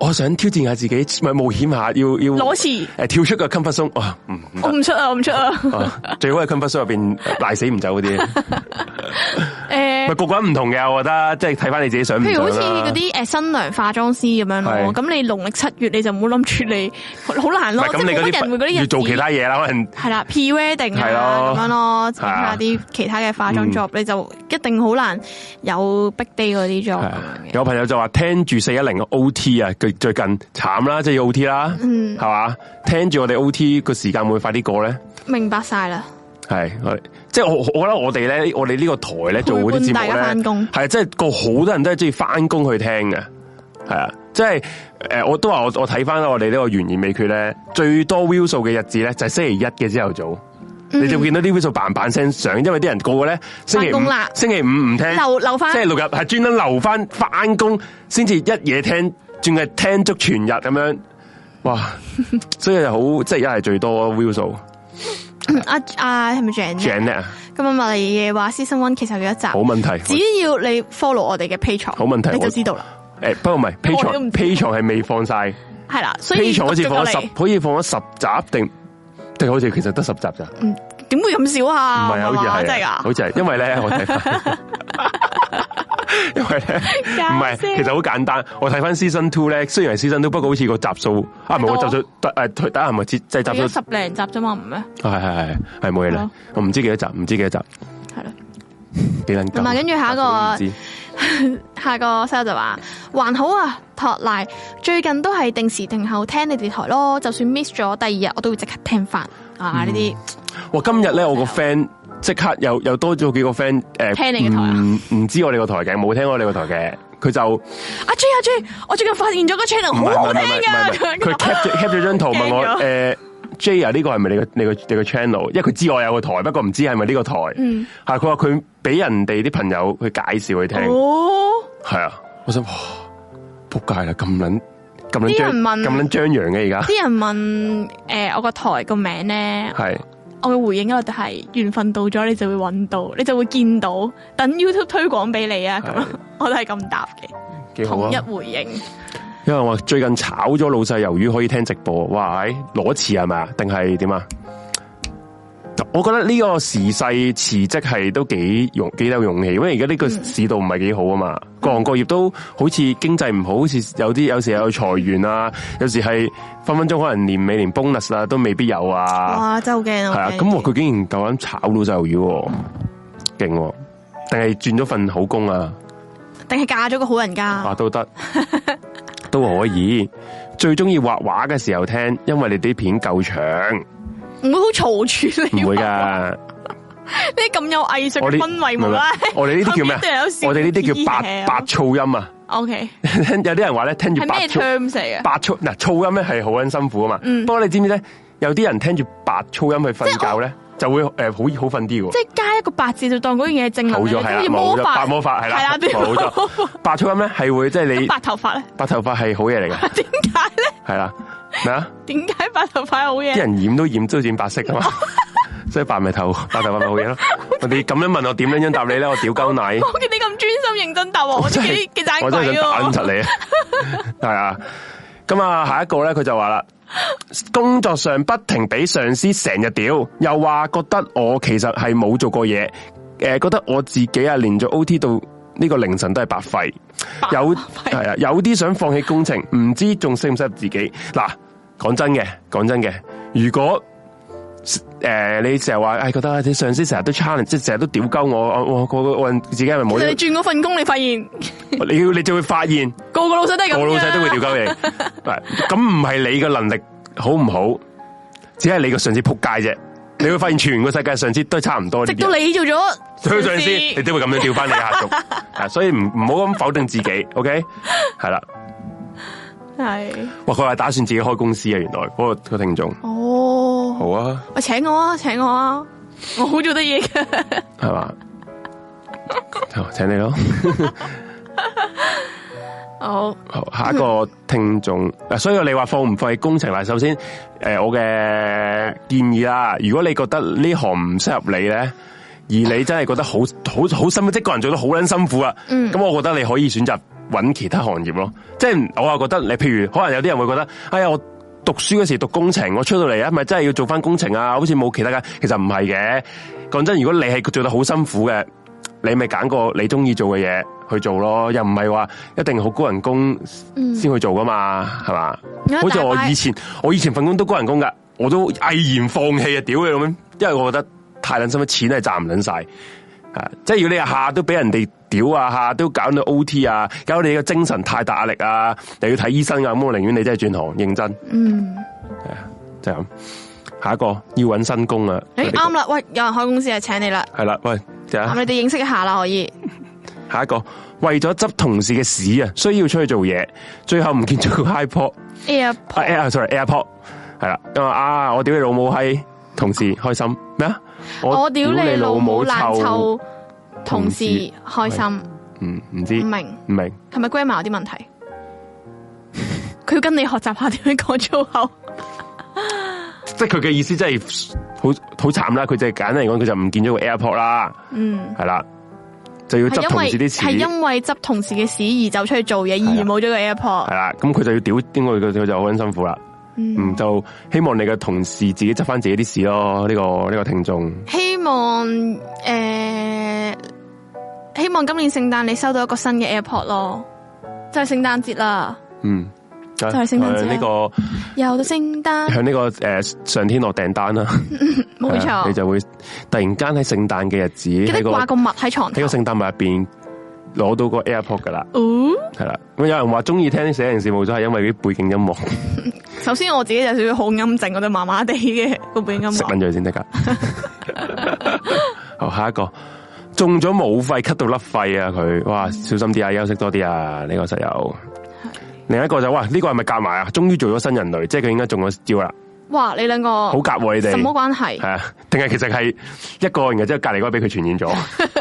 B: 我想挑戰下自己，咪冒險下，要要
A: 攞匙
B: 诶跳出個 comfort zone，哇，唔唔
A: 我
B: 得。
A: 唔出啊，我唔 出啊。
B: 啊最好係 comfort zone 入边賴死唔走 嗰啲，
A: 诶
B: 咪，個個人唔同嘅，我覺得即係睇翻你自己想唔
A: 譬
B: 想
A: 如好似
B: 啦
A: 嗰啲诶新娘化妝師咁樣
B: 係
A: 咯，咁你農曆七月你就唔好諗住你好難
B: 唔
A: 咯
B: 係，
A: 即
B: 咁
A: 係
B: 你
A: 冇乜人會嗰
B: 啲
A: 啲
B: 要
A: 日
B: 做其
A: 子
B: 他嘢啦，可能
A: 係啦，pre wedding
B: 係
A: 啊
B: 咯
A: 咁樣咯，睇
B: 係啊
A: 下啲其他嘅化妝 job，你就一定好難有 big day 嗰啲 job 咁樣嘅。
B: 有朋友就話聽住四一零 O T 啊，佢最近慘啦，即係要 O T 啦，
A: 嗯
B: 係嘛？聽住我哋 O T 個時間會快啲過咧，
A: 明白晒啦，
B: 係我即係我我覺得我哋咧，我哋呢個台咧做嗰啲節
A: 陪伴大家
B: 目
A: 返
B: 咧
A: 工，
B: 係即係個好多人都係中意翻工去聽嘅，係啊，即係诶、呃我都話我我睇翻我哋呢個懸而未決咧，最多 view 數嘅日子咧就係星期一嘅朝頭早。你就會見到啲 view 數嘭嘭聲上，因為啲人個個咧星期五
A: 嗯返工啦
B: 星期五唔聽，
A: 留留翻
B: 即系六日係專登留翻翻工，先至一夜聽，仲係聽足全日咁樣。 哇！所以就好，即係一係最多 view
A: 啊
B: 數
A: 嗯啊啊係咪 Jane？
B: ，Janet 啊
A: 咁啊，麥麗嘢話 season one 其實有一集
B: 冇問題。
A: 只要你 follow 我哋嘅 p a t r o n
B: 好問題
A: 你
B: 我
A: 就知道啦。
B: 诶，不過唔係 p a
A: 我
B: t r
A: 哋
B: o
A: 都
B: n
A: 唔
B: p a t r o n 係未放晒
A: 係啦，所
B: p a
A: 以
B: t r o n 好似放咗
A: 讀咗
B: 十，可以放咗十集定定好似其實得十集咋？唔
A: 嚟點會咁少啊？
B: 係啊，好似
A: 哇
B: 係
A: 嗯真係
B: 啊
A: 㗎，
B: 好似係，因 為咧我睇翻，因為咧唔係，
A: 介紹
B: 其實好簡單。我睇翻 season two 咧，雖然係 season two，不過好似個集數啊，唔係
A: 多
B: 個集數得诶，誒打下咪即係
A: 而
B: 集
A: 家
B: 數
A: 十零集啫嘛，唔咩？
B: 係係係係冇嘢啦
A: 好。
B: 我唔知幾多集，唔知幾多集，
A: 係啦。
B: 幾撚夠
A: 同埋跟住下一個
B: 我唔知
A: 下個 sell 就話還好啊，托賴最近都係定時定候聽你哋台咯，就算 miss 咗第二日我都會即刻聽翻
B: 嗯
A: 啊！呢啲
B: 哇！今日咧，我個 friend 即刻又又多咗幾個 friend 誒，
A: 聽你嘅台啊
B: 唔唔知我哋個台嘅，冇聽我哋個台嘅，佢就唔
A: 阿 J 阿 J，我最近發現咗個 channel
B: 係
A: 好
B: 唔
A: 好
B: 係唔
A: 聽
B: 係唔係唔係
A: 㗎，
B: 佢 cap 咗 cap 咗張圖問我
A: 驚咗
B: 誒 J 啊，呢個係咪你個你個你個 channel？因為佢知我有個台，不過唔知係咪呢個台。嗯，係佢話佢俾人哋啲朋友去介紹佢聽，
A: 哦，
B: 係啊，我想哇，仆街啦，咁撚咁撚
A: 啲
B: 張
A: 人問
B: 咁撚張揚嘅而家
A: 啲人問诶、呃我個台個名咧，
B: 係。
A: 我嘅回應嗰度係緣分到咗，你就會揾到，你就會見到，等 YouTube 推廣俾你啊！咁 樣
B: 係
A: 我都係咁答嘅，
B: 幾好
A: 統
B: 啊！
A: 一回應。
B: 因為我最近炒咗老細魷魚可以聽直播，哇！唉攞詞係咪啊？定係點啊？我覺得呢個時勢辭職係都幾勇幾有勇氣，因為而家呢個市道唔係幾好啊嘛，各行各業都好似經濟唔好，好似有啲有時有裁員啊，有時係分分鐘可能年尾連 bonus 啊都未必有啊，
A: 哇，真係好驚啊！
B: 係啊，
A: 我驚
B: 咁我佢竟然夠膽炒老細魷魚喎，勁喎！定係轉咗份好工啊？
A: 定係嫁咗個好人家。
B: 啊都得，都可以。最中意畫畫嘅時候聽，因為你啲片夠長，
A: 唔會好嘈住你
B: 唔會
A: 話
B: 噶。
A: 呢啲咁有藝術
B: 我
A: 嘅
B: 哋
A: 氛圍
B: 唔係
A: 冇啦
B: 唔係。我哋呢啲 叫咩啊
A: 旁邊都有小
B: 我哋呢啲叫白
A: 耳
B: 白噪音啊！
A: O K，
B: 有啲人話咧，聽住
A: 係
B: 白
A: 咩
B: 噪
A: terms 嚟嘅？
B: 白噪嗱噪音咧係好撚辛苦啊嘛。
A: 嗯
B: 不過你知唔知咧？有啲人聽住白噪音去
A: 即係
B: 瞓覺咧，就會誒好好瞓啲嘅喎
A: 即。係加一個白字就當嗰樣嘢係正能
B: 好
A: 量，即
B: 咗係
A: 係
B: 啦
A: 好，似
B: 冇
A: 魔
B: 咗
A: 法
B: 白魔法係
A: 係
B: 啦，
A: 啦變
B: 冇
A: 魔
B: 錯。白噪音咧係會即係你
A: 白頭髮咧？
B: 白頭髮係好嘢嚟嘅，
A: 點解咧？
B: 係啦咩啊？
A: 點解白頭髮係好
B: 啲
A: 嘢？
B: 人染都染都染白 色噶嘛，所以白咪頭白頭髮咪好嘢咯。我哋咁樣問我點樣樣答你咧，我屌鳩奶，
A: 我見你咁專心認真 答我，我都
B: 真
A: 幾幾盞
B: 我真係
A: 鬼
B: 想打撚
A: 喎！
B: 柒你 啊！係啊，咁啊，下一個咧佢就話啦，工作上不停俾上司成日屌，又話覺得我其實係冇做過嘢，诶、覺得我自己啊連續 O T 到。呢個凌晨都係白費，
A: 白
B: 有
A: 白
B: 係啊，有啲想放棄工程，唔知仲適唔適合自己。嗱，講真嘅，講真嘅，如果誒、你成日話，哎唉，覺得啲上司成日都 challenge，即係成日都屌鳩我，我我我我我自己係咪冇
A: 你
B: 呢？
A: 轉嗰份工，你發現
B: 你要你就會發現，
A: 個個老細都係咁㗎
B: 個老細都會屌 鳩你。嗱咁唔係你嘅能力好唔好，只係你個上司撲街啫。你會發現全個世界上司都係差唔多呢
A: 直
B: 啲人
A: 到。你做咗
B: 推上司，你都會咁樣調翻你嘅下屬， 啊，所以唔唔好咁否定自己，OK，係啦，
A: 係
B: 哇，佢話打算自己開公司啊，原來嗰、個、個聽眾，
A: 哦。
B: 好啊，
A: 喂，請我啊，請我啊，我好做得嘢嘅。
B: 係嘛，好，請你咯，
A: 好，
B: 好，下一個聽眾，啊，所以你話放唔放棄工程嗱，首先，诶、我嘅建議啦，如果你覺得呢行唔適合你咧。而你真係覺得好好好辛苦，即係個人做得好撚辛苦啊！咁、我覺得你可以選擇揾其他行業咯。即係我又覺得你，譬如可能有啲人會覺得，哎呀，我讀書嗰時讀工程，我出到嚟啊，咪真係要做翻工程啊，好似冇其他嘅。其實唔係嘅，講真，如果你係做得好辛苦嘅，你咪揀個你中意做嘅嘢去做咯，又唔係話一定好高人工先去做噶嘛，係嘛、
A: 有一
B: 好似
A: 大
B: 我
A: 班
B: 以前，我以前份工都高人工噶，我都毅然放棄啊！屌你老味，因為我覺得太撚辛苦，錢係賺唔撚晒。啊！即係如果你下都俾人哋屌啊，下都搞到 O T 啊，搞到你嘅精神太大壓力啊，又要睇醫生啊，咁我寧願你真係轉行，認真啊
A: 嗯。
B: 就係咁、下一個要揾新工啊，
A: 诶，啱啦，喂，有人開公司啊，請你啦，
B: 係啦，喂，就係啊
A: 咁你哋認識一下啦，可以。
B: 下一個為咗執同事嘅屎啊，需要出去做嘢，最後唔見咗個 iPod，
A: 哎呀，
B: 啊 Air sorry AirPod 係啦，因為啊我屌你老母閪，同事開心咩啊？
A: 我屌你老母爛
B: 臭，
A: 臭同事
B: 同事
A: 開心，
B: 嗯唔知
A: 唔
B: 唔
A: 明
B: 明，
A: 係咪 grammar 有啲問題？佢要跟你學習下點樣講粗口，
B: 即係佢嘅意思真係好好慘啦，佢就係簡單嚟講，佢就唔見咗個 AirPod 啦，嗯係啦，就就要執
A: 係因
B: 同
A: 為
B: 事啊啲
A: 係
B: 錢。
A: 因為執同事嘅屎而走出去做嘢，而冇咗個 AirPod
B: 系。啦，咁佢就要屌，應該佢佢就好撚辛苦啦。嗯，就希望你嘅同事自己執翻自己啲事咯。呢、個呢、個聽眾
A: 希望诶、希望今年聖誕你收到一個新嘅 AirPod 咯，就係聖誕節啦，
B: 嗯，就
A: 係聖誕節啦
B: 向呢、個
A: 又到聖 誕，
B: 向呢、個诶、呃上天落訂單啦，
A: 冇
B: 係啊
A: 錯，
B: 你就會突然間喺聖誕嘅日子
A: 記
B: 喺
A: 得
B: 個
A: 掛
B: 喺
A: 個襪喺床頭
B: 個。聖誕物入边攞到個 AirPod 噶啦，
A: 哦
B: 係啦。咁有人話中意聽寫人事務所係因為啲背景音樂，
A: 首先我自己就少少好陰靜，我都麻麻地嘅 個背景音
B: 食
A: 樂
B: 撚咗佢先 得噶。好，下一個中咗冇肺，咳到甩肺啊！佢
A: 嗯
B: 哇，小心啲啊，休息多啲啊！呢、個室友。另一個就哇，呢、個係咪夾埋啊？終於做咗新人類，即係佢應該中咗招啦，
A: 哇，你兩個
B: 好夾喎你哋。
A: 什麼關係
B: 系？啊，定係其實係一個，然後之後隔離嗰個俾佢傳染咗，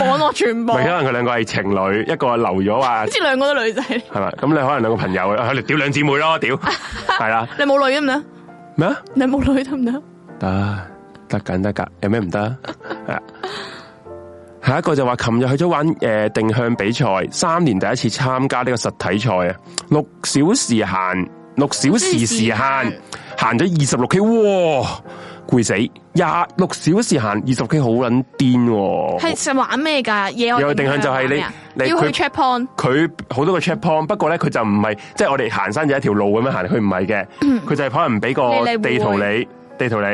A: 網絡傳播，
B: 咪
A: 好
B: 可能佢兩個係啊情侶，一個留咗 啊，
A: 似兩個都女仔，
B: 係咪？咁你可能兩個朋友啊，你屌兩姊妹咯， 屌，係啦，
A: 你冇女得唔得？
B: 咩啊？
A: 你冇女得唔得？
B: 得得緊得㗎，有咩 唔得啊？係啊下一個就話，琴日去咗玩诶、呃定向比賽，三年第一次參加呢個實體賽啊，六小時行，六小時時限，行咗二十六 K，哇，攰死！廿六小時行二十 K 好撚癲喎！
A: 係想玩咩㗎？野
B: 有
A: 外
B: 定向就係你
A: 玩咩啊
B: 你
A: 要去
B: 佢
A: check point，
B: 佢好多個 check point，不過咧佢就唔係即係我哋行山就一條路咁樣行，佢唔係嘅，佢就係可能俾個
A: 嗯你嚟
B: 地圖你，地圖你，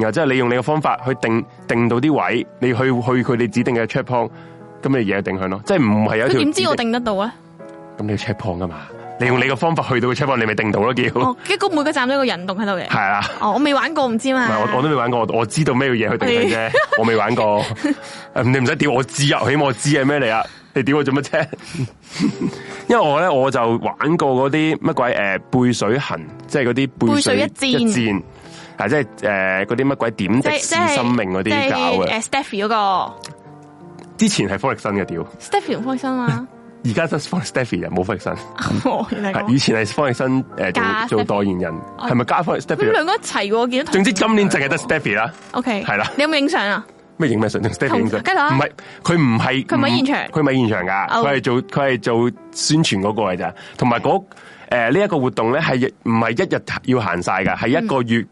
B: 然後之後你用你嘅方法去定定到啲位，你去去佢哋指定嘅 check point，咁你嘢定向咯，即係唔係有一
A: 佢
B: 條
A: 點知我
B: 指
A: 定得到啊咧？
B: 咁你要 check point 噶嘛？你用你嘅方法去到個 check point，你咪定到咯叫，
A: 哦，結果每個站都有個人洞喺度嘅。
B: 係啊。
A: 哦，我未玩過，唔知
B: 唔
A: 嘛。
B: 係我我都未玩過，我我知道咩嘢去定向啫，我未 玩過。誒你唔使屌我知啊，起碼我知係咩嚟啊！你屌我做乜 啫？因為我咧我就玩過嗰啲乜鬼誒背水行，即係嗰啲背
A: 背水一戰
B: 一戰，係即係誒嗰啲乜鬼點滴
A: 即
B: 使
A: 即係
B: 生命嗰啲搞嘅。
A: 誒 Stephy 嗰個
B: 之前係方力申嘅屌，
A: Stephy 唔開心啊！
B: 而家得方 Stephy 啊就冇方力申，
A: 哦，原來咁
B: 係以前係方力申
A: 加
B: 誒做
A: Stephy 哦
B: 做代言人，係咪加方力
A: 咁
B: Stephy？啊
A: 兩個一齊喎，見到
B: 總之今年淨係得 Stephy 啦。
A: O K
B: 係啦
A: 你有冇影相啊？
B: 咩影咩相？同 Stephy
A: 同
B: 影相，
A: 雞乸
B: 唔係佢唔係，
A: 佢唔喺現場
B: 佢唔喺現場㗎，
A: 哦
B: 佢係做佢係做宣傳嗰個嚟咋，同埋嗰誒呢一個活動咧係唔係一日要行晒㗎，係一個月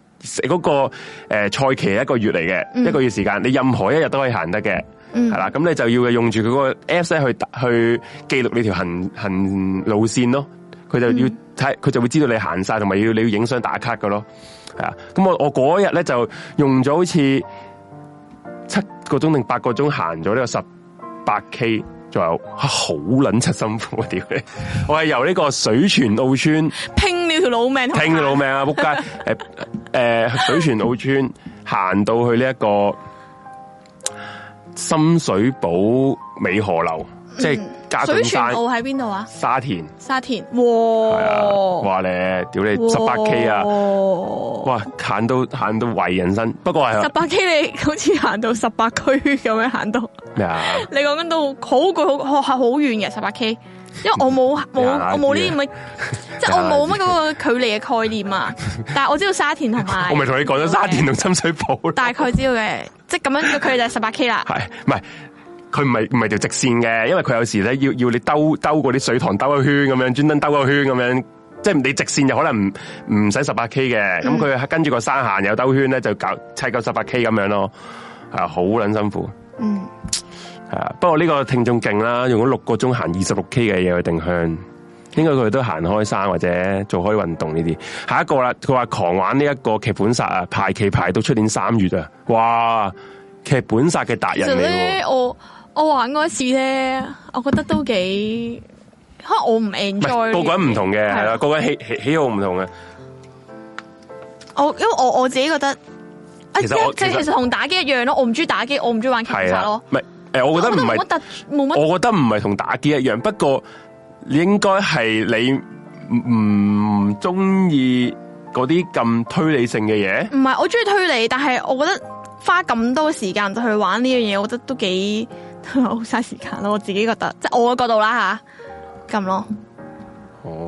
B: 嗰、個誒賽期係一個月嚟嘅，一個月時間，你任何一日都可以行得嘅。係啦，咁你就要用住佢嗰個 Apps 咧去去記錄你條行行路線咯，佢就要睇，佢就會知道你行晒，同埋要你要影相打卡㗎咯，係啊，咁我我嗰日咧就用咗好似。七個鐘定八個鐘行咗呢個十八 K 左右，啊好撚柒辛苦啊！屌你， 我係由呢個水泉澳村
A: 拼了條老命同埋，
B: 聽老命啊，仆街！ 诶诶，水泉澳村行到去呢一個深水埗美河流，即係嘉
A: 嗯水
B: 頓
A: 泉
B: 山
A: 澳喺邊度啊？
B: 沙田，
A: 沙田，
B: 係啊！
A: 哇，
B: 哇你，屌你十八 K 啊！
A: 哇，
B: 哇，行到行到為人生，不過
A: 十
B: 係
A: 八 K 你好似行到十八區咁樣行到，
B: 咩啊？
A: 你講緊到好攰，好學校好遠嘅十八 K，因為我冇冇
B: 呀
A: 我冇呢啲咁嘅，即係我冇乜嗰個距離嘅概念 啊。但係我知道沙田同埋，嗯
B: 我咪同你講咗沙田同深水埗啦。
A: 大概知道嘅，即係咁樣嘅距離就係十八 K 啦。
B: 系，唔系佢唔系唔系条直线嘅，因为佢有时咧要要你兜兜嗰啲水塘兜一圈咁样，专登兜一圈咁样，即系你直线就可能唔唔使十八 K 嘅，咁佢、跟住个山行又兜圈咧就搞砌够十八 K 咁样咯，啊好捻辛苦，
A: 嗯，
B: 系啊，不过呢个听众劲啦，用咗六个钟行二十六 K 嘅嘢去定向，应该佢都行开山或者做开运动呢啲。下一个啦，佢话狂玩呢一个剧本杀啊，排期排到出年三月啊，哇！劇本殺嘅達
A: 其實
B: 人嚟喎。
A: 咧，我我玩嗰一次咧，我覺得都幾，可能我唔
B: 唔係
A: enjoy。
B: 個個人唔同嘅，
A: 係
B: 係啦，
A: 啦
B: 個個人喜喜喜好唔同嘅。
A: 我因為我我自己覺得，啊
B: 其實我
A: 即係
B: 其實
A: 其實同打機一樣咯，我唔中意打機，我唔中意玩劇本
B: 係
A: 殺
B: 啊
A: 咯。，
B: 唔係誒，我覺得唔
A: 冇乜
B: 係，
A: 特冇乜，
B: 我覺得唔係同打機一樣，不過應該係你唔唔中意嗰啲咁推理性嘅嘢。
A: 唔係我中意推理，但係我覺得花咁多時間就去玩呢樣嘢，我覺得都幾好嘥時間咯。我自己覺得，即係我嘅角度啦吓，咁咯。
B: 哦，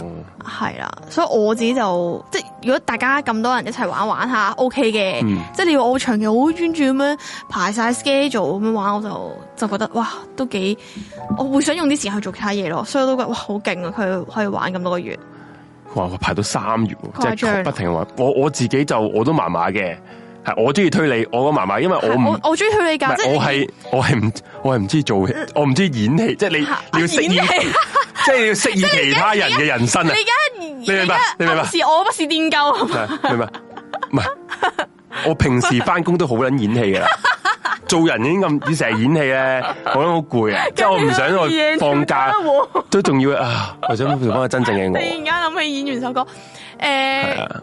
A: 系啦，所以我自己就即系如果大家咁多人一齊玩玩下，OK 嘅。
B: 嗯
A: 即係你要我長期好專注咁樣排晒 schedule 咁樣玩，我就就覺得哇，都幾我會想用啲時間去做其他嘢咯。所以我都覺得哇，好勁啊！佢可以玩咁多個月，
B: 哇！我排到三月喎，
A: 誇張
B: 即係不停話。我我自己就我都麻麻嘅，係我中意推理，我個麻麻，因為我
A: 係
B: 唔
A: 我我中意佢哋
B: 唔
A: 㗎，即
B: 係我
A: 係
B: 係我係唔我係唔知做戲，我唔知演戲，即 係你
A: 嚇
B: 你要飾演，
A: 演戲
B: 即係你要飾演其他人嘅人生啊！
A: 你
B: 你
A: 而家
B: 明白
A: 而
B: 你
A: 家
B: 明白
A: 暗示我不是電鳩，
B: 係明白？唔係，我平時翻工都好撚演戲 噶啦。做人已經咁，成日演戲咧，我覺得好攰啊！即係我唔想我放假都仲要啊！我想做翻個真正嘅
A: 突
B: 我。
A: 然間諗起演員首歌，
B: 係
A: 誒
B: 啊，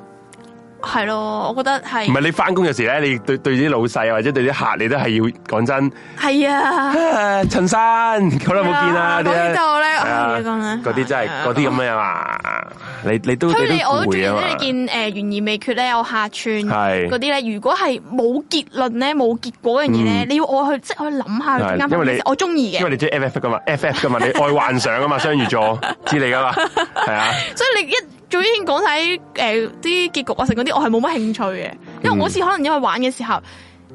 A: 係咯，我覺得係
B: 唔係你翻工有時咧，你對對啲老細啊或者對啲客，你都係要講真。
A: 係啊。
B: 啊陳生，好耐冇見
A: 係啊
B: 啦！
A: 嗰啲就咧
B: 係啊
A: 哎呀咁樣
B: 嗰啲真係
A: 係啊
B: 嗰啲咁樣啊嘛！你你都
A: 推
B: 你
A: 理
B: 都
A: 我都中意，
B: 攰
A: 因
B: 啊
A: 為
B: 嘛！
A: 見誒懸而未決咧，有客串
B: 係
A: 嗰啲咧。如果係冇結論咧，冇結果嗰樣嘢咧，你要我去即係去諗下佢啱
B: 係因為你
A: 啱我中意嘅
B: 因為，你中意 F F 噶嘛，F F 噶嘛，你愛幻想啊噶嘛，雙魚座知你 噶嘛，係啊，
A: 所以你一早已經講晒誒啲結局啊，成嗰啲我係冇乜興趣嘅，因為我好似可能因為玩嘅時候，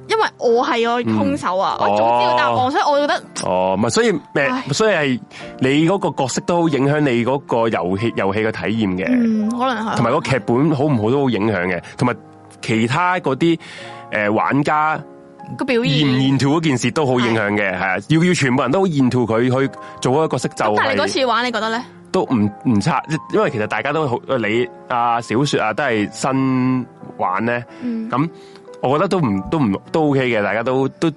A: 因為我係個兇手啊，
B: 嗯
A: 我總知道答案，所以我覺得
B: 哦，唔係，所以
A: 唉
B: 誒，所以係你嗰個角色都好影響你嗰個遊戲遊戲嘅體驗嘅。
A: 嗯，可能係
B: 同埋個劇本好唔好都好影響嘅，同埋其他嗰啲诶玩家
A: 個表
B: 現唔
A: 現。
B: 現跳嗰件事都好影響嘅，係啊，要要全部人都好現跳佢去做嗰個角色就
A: 咁但係你嗰
B: 係、
A: 次玩，你覺得咧？
B: 都唔唔差，因為其實大家都好你啊小雪啊都係新玩咧，
A: 嗯
B: 咁、我覺得都唔都唔都 OK 嘅，大家都都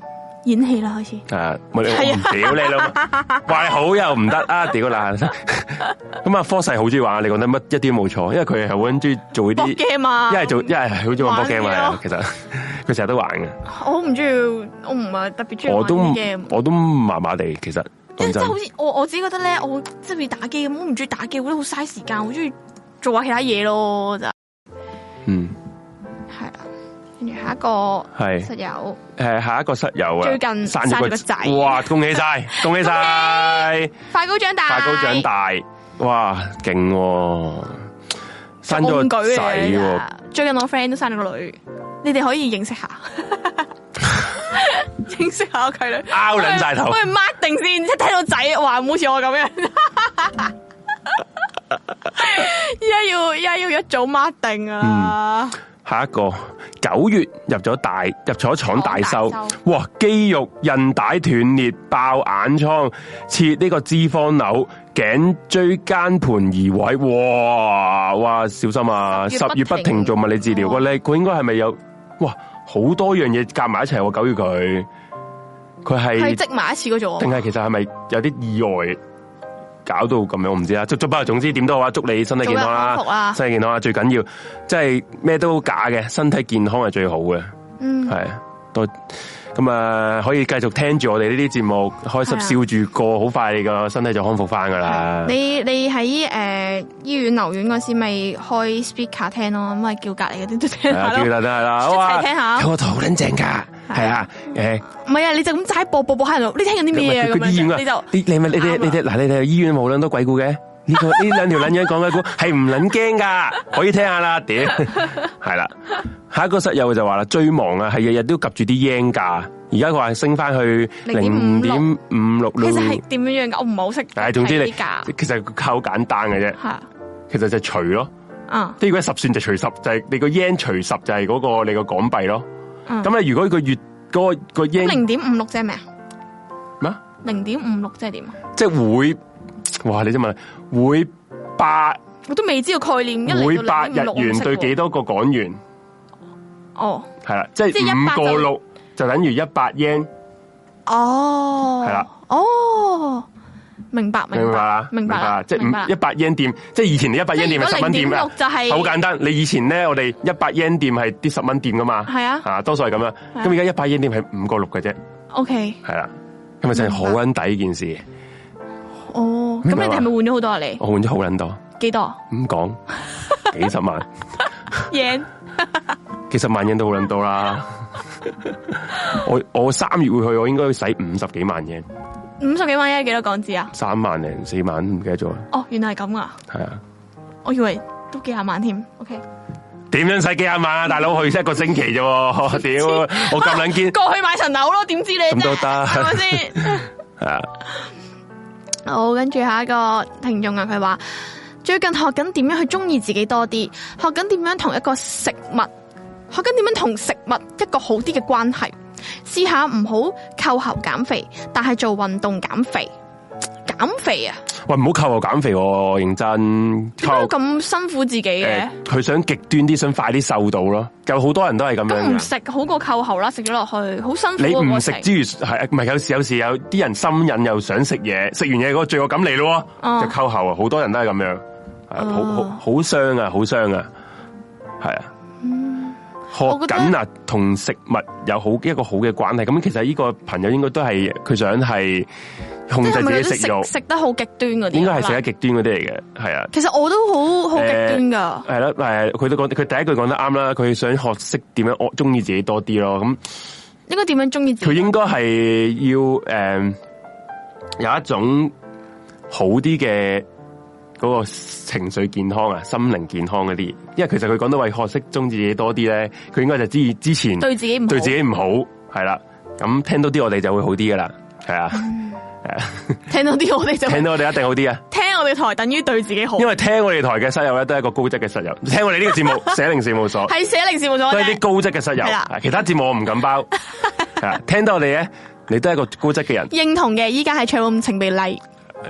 A: 演戲啦，開始。
B: 啊，我我
A: 係
B: 唔屌你老母，話你好又唔得啊，屌 啦！咁啊，科世好中意玩，你講得乜一啲都冇錯，因為佢係好中意做呢
A: 搏
B: 啲。
A: game 啊！
B: 一係做一係好中意玩波 game
A: 玩嘢咯
B: 啊， 其實佢成日都玩嘅，
A: 我好唔中意，我唔係特別中意
B: 我
A: 玩
B: 都
A: game。
B: 我都麻麻地，其實
A: 即
B: 講
A: 即
B: 真
A: 係，好似我我自己覺得咧，我即係似打機咁，我唔中意打機，我覺得好嘥時間，我中意做下其他嘢咯，就係
B: 嗯
A: 啊。跟住下一個
B: 係
A: 室友，
B: 誒下一個室友啊，
A: 最近
B: 生
A: 生咗
B: 咗
A: 個
B: 個
A: 仔
B: 哇！恭喜晒，恭喜晒，
A: 快高長大，
B: 快高長，大，哇，勁喎，生咗
A: 戇
B: 個
A: 居
B: 仔
A: 嚟
B: 喎，
A: 㗎最近我 friend 都生咗個女，你哋可以認識 下，認識下我契女，
B: 拗撚晒頭
A: 喂，喂 mark 定先，一睇到仔，哇，唔好似我咁 樣。依家要依家要一早 mark 定㗎啦，
B: 下一個九月入咗大入咗廠大修
A: 廠大修，
B: 哇！肌肉韌帶斷裂、爆眼瘡、切呢個脂肪瘤、頸椎間盤移位，哇哇！小心啊！
A: 十
B: 十
A: 月
B: 月
A: 不停
B: 不停做物理治療，
A: 哦
B: 喂你佢應該係咪有哇好多樣嘢夾埋一齊喎？九月佢佢
A: 係
B: 係
A: 積埋一次嗰種
B: 嗯定係其實係咪有啲意外搞到咁樣？我唔
A: 嗯
B: 知啦。即係不過總之點都好啊，祝你身體健康
A: 早日康復啦
B: 啦，身體健康啦，啊最緊要即係咩都假嘅，身體健康係最好嘅，
A: 嗯
B: 係啊多咁啊，可以繼續聽住我哋呢啲節目，開心
A: 係啊
B: 笑住過，好快你個身體就康復翻噶啦。
A: 你你喺誒、呃、醫院留院嗰時，咪開 speaker 聽咯，咁咪叫隔離嗰啲都聽
B: 係
A: 下
B: 啊，叫
A: 咯。
B: 大家係啦，
A: 一齊
B: 哇，
A: 聽下
B: 有個台好撚正㗎，係啊，誒。
A: 唔係啊，你就咁齋播播播喺度，你聽緊啲咩啊？咁
B: 佢醫院
A: 樣
B: 啊
A: 你就，
B: 你你咪你哋你哋嗱，你哋醫院冇撚多鬼故嘅，呢 個呢兩條撚樣講鬼故係唔撚驚噶，可以聽下啦， 屌，係啦。下一個室友就話啦，最忙啊，係日日都及住啲 yen 價，而家佢話升翻去零點五六
A: 其
B: 六。
A: 實係點樣樣㗎？我唔係好識。
B: 唉，總之你
A: 價
B: 其實靠簡單嘅啫，
A: 係啊
B: 其實就除咯，
A: 嗯
B: 即係如果十算就除十，就係、你個 yen 除十就係嗰、個你個港幣咯。
A: 嗯。
B: 咁、你如果個月嗰、個個
A: 咁
B: yen
A: 零點五六即係咩啊？
B: 咩啊？
A: 零點五六即係點啊？
B: 即係會，哇！你真問，會八
A: 我都未知道概念，一
B: 每
A: 嚟到
B: 百
A: 零
B: 日
A: 點五六
B: 元對幾
A: 多？
B: 多個港元？
A: 哦
B: 係啦，即係
A: 即係100
B: 五個六就等於一百 yen，
A: 哦，
B: 係啦，
A: 哦，明白
B: 明
A: 明
B: 唔明白
A: 白
B: 啊？
A: 明白啦，
B: 即
A: 明白
B: 係
A: 啦
B: 五一百 yen 店，即係以前你一百
A: 即係
B: yen 店
A: 如
B: 係
A: 果
B: 十蚊店
A: 0.6
B: 啦，
A: 就係
B: 好簡單。你以前咧，我哋一百 yen 店係啲十蚊店噶嘛，
A: 係啊
B: 啊多數係咁啦。
A: 係啊
B: 咁而家一百 yen 店係五個六嘅啫，
A: OK，
B: 係啦，咁咪真係好撚抵件事。
A: 哦，咁
B: 明
A: 你
B: 白
A: 哋係咪換咗好多啊？你
B: 我換咗好撚多，
A: 幾多
B: 唔 講幾十萬。
A: yen？
B: 其實萬英都好撚 多啦。我我三月會去，我應該使五十幾萬英，
A: 五十幾萬一係幾多港紙啊？
B: 三萬零四萬唔記得咗啦。
A: à. 哦，原來係咁啊！
B: 係啊，
A: 我以為都幾廿萬添。OK，
B: 點樣使幾廿萬啊？大佬去一個星期 啫喎，屌！我咁撚堅，
A: 過去買層樓咯，點知你啫
B: 咁都得
A: 係咪先？
B: 係啊，
A: 好，跟住下一個聽眾啊，佢話最近學緊點樣去中意自己多啲，學緊點樣同一個食物，學緊點樣同食物一個好啲嘅關係，試下唔好扣喉減肥，但係做運動減肥，減肥啊，
B: 喂，唔好靠我減肥喎，認真
A: 點
B: 靠
A: 解
B: 我
A: 咁辛苦自己嘅
B: 誒？，佢想極端啲，想快啲瘦到咯。有好多人都係咁
A: 咁
B: 樣
A: 唔
B: 嘅。
A: 食好過扣喉啦，食咗落去好辛苦啊
B: 你
A: 個過
B: 唔食
A: 程。
B: 之餘，係唔係有時有時有啲人心癮又想食嘢，食完嘢嗰個罪惡感嚟咯，
A: 哦
B: 就扣喉啊！好多人都係咁樣，係好好好傷啊，好傷啊，係啊。學
A: 嗯我覺得
B: 緊啊，同食物有好一個好嘅關係。咁其實呢個朋友應該都係佢想係控
A: 即
B: 制
A: 係咪
B: 自
A: 嗰
B: 己
A: 啲
B: 食慾，
A: 食啊食得好極端嗰啲？
B: 應該係食得。極端嗰啲嚟嘅，係啊。
A: 其實我都好好極端㗎。
B: 系啦，诶，佢都講，佢第一句講得啱啦，佢想學識點樣我中意自己多啲咯。咁
A: 應該點樣中意自
B: 佢
A: 己？
B: 應該係要诶、有一種好啲嘅嗰個情緒健康啊、心靈健康嗰啲。因為其實佢講到為學識中意自己多啲咧，佢應該就之之前
A: 對自己唔好
B: 對自己唔好，係啦。咁聽到啲我哋就會好啲噶啦，係啊，
A: 嗯聽到啲我哋就
B: 聽到我哋一定好啲啊。
A: 聽我哋台等於對自己好
B: 因，為聽我哋台嘅室友咧，都係一個高質嘅室友。聽我哋呢個節 目，寫靈事務所。
A: 係寫零事務所
B: 都係啲
A: 啫。
B: 高質嘅室友啊
A: 係啦，
B: 其他節目我唔敢 包。係啊聽到我哋咧，你都係一個高質嘅人，
A: 認同嘅，依家喺 c h a t 情被禮，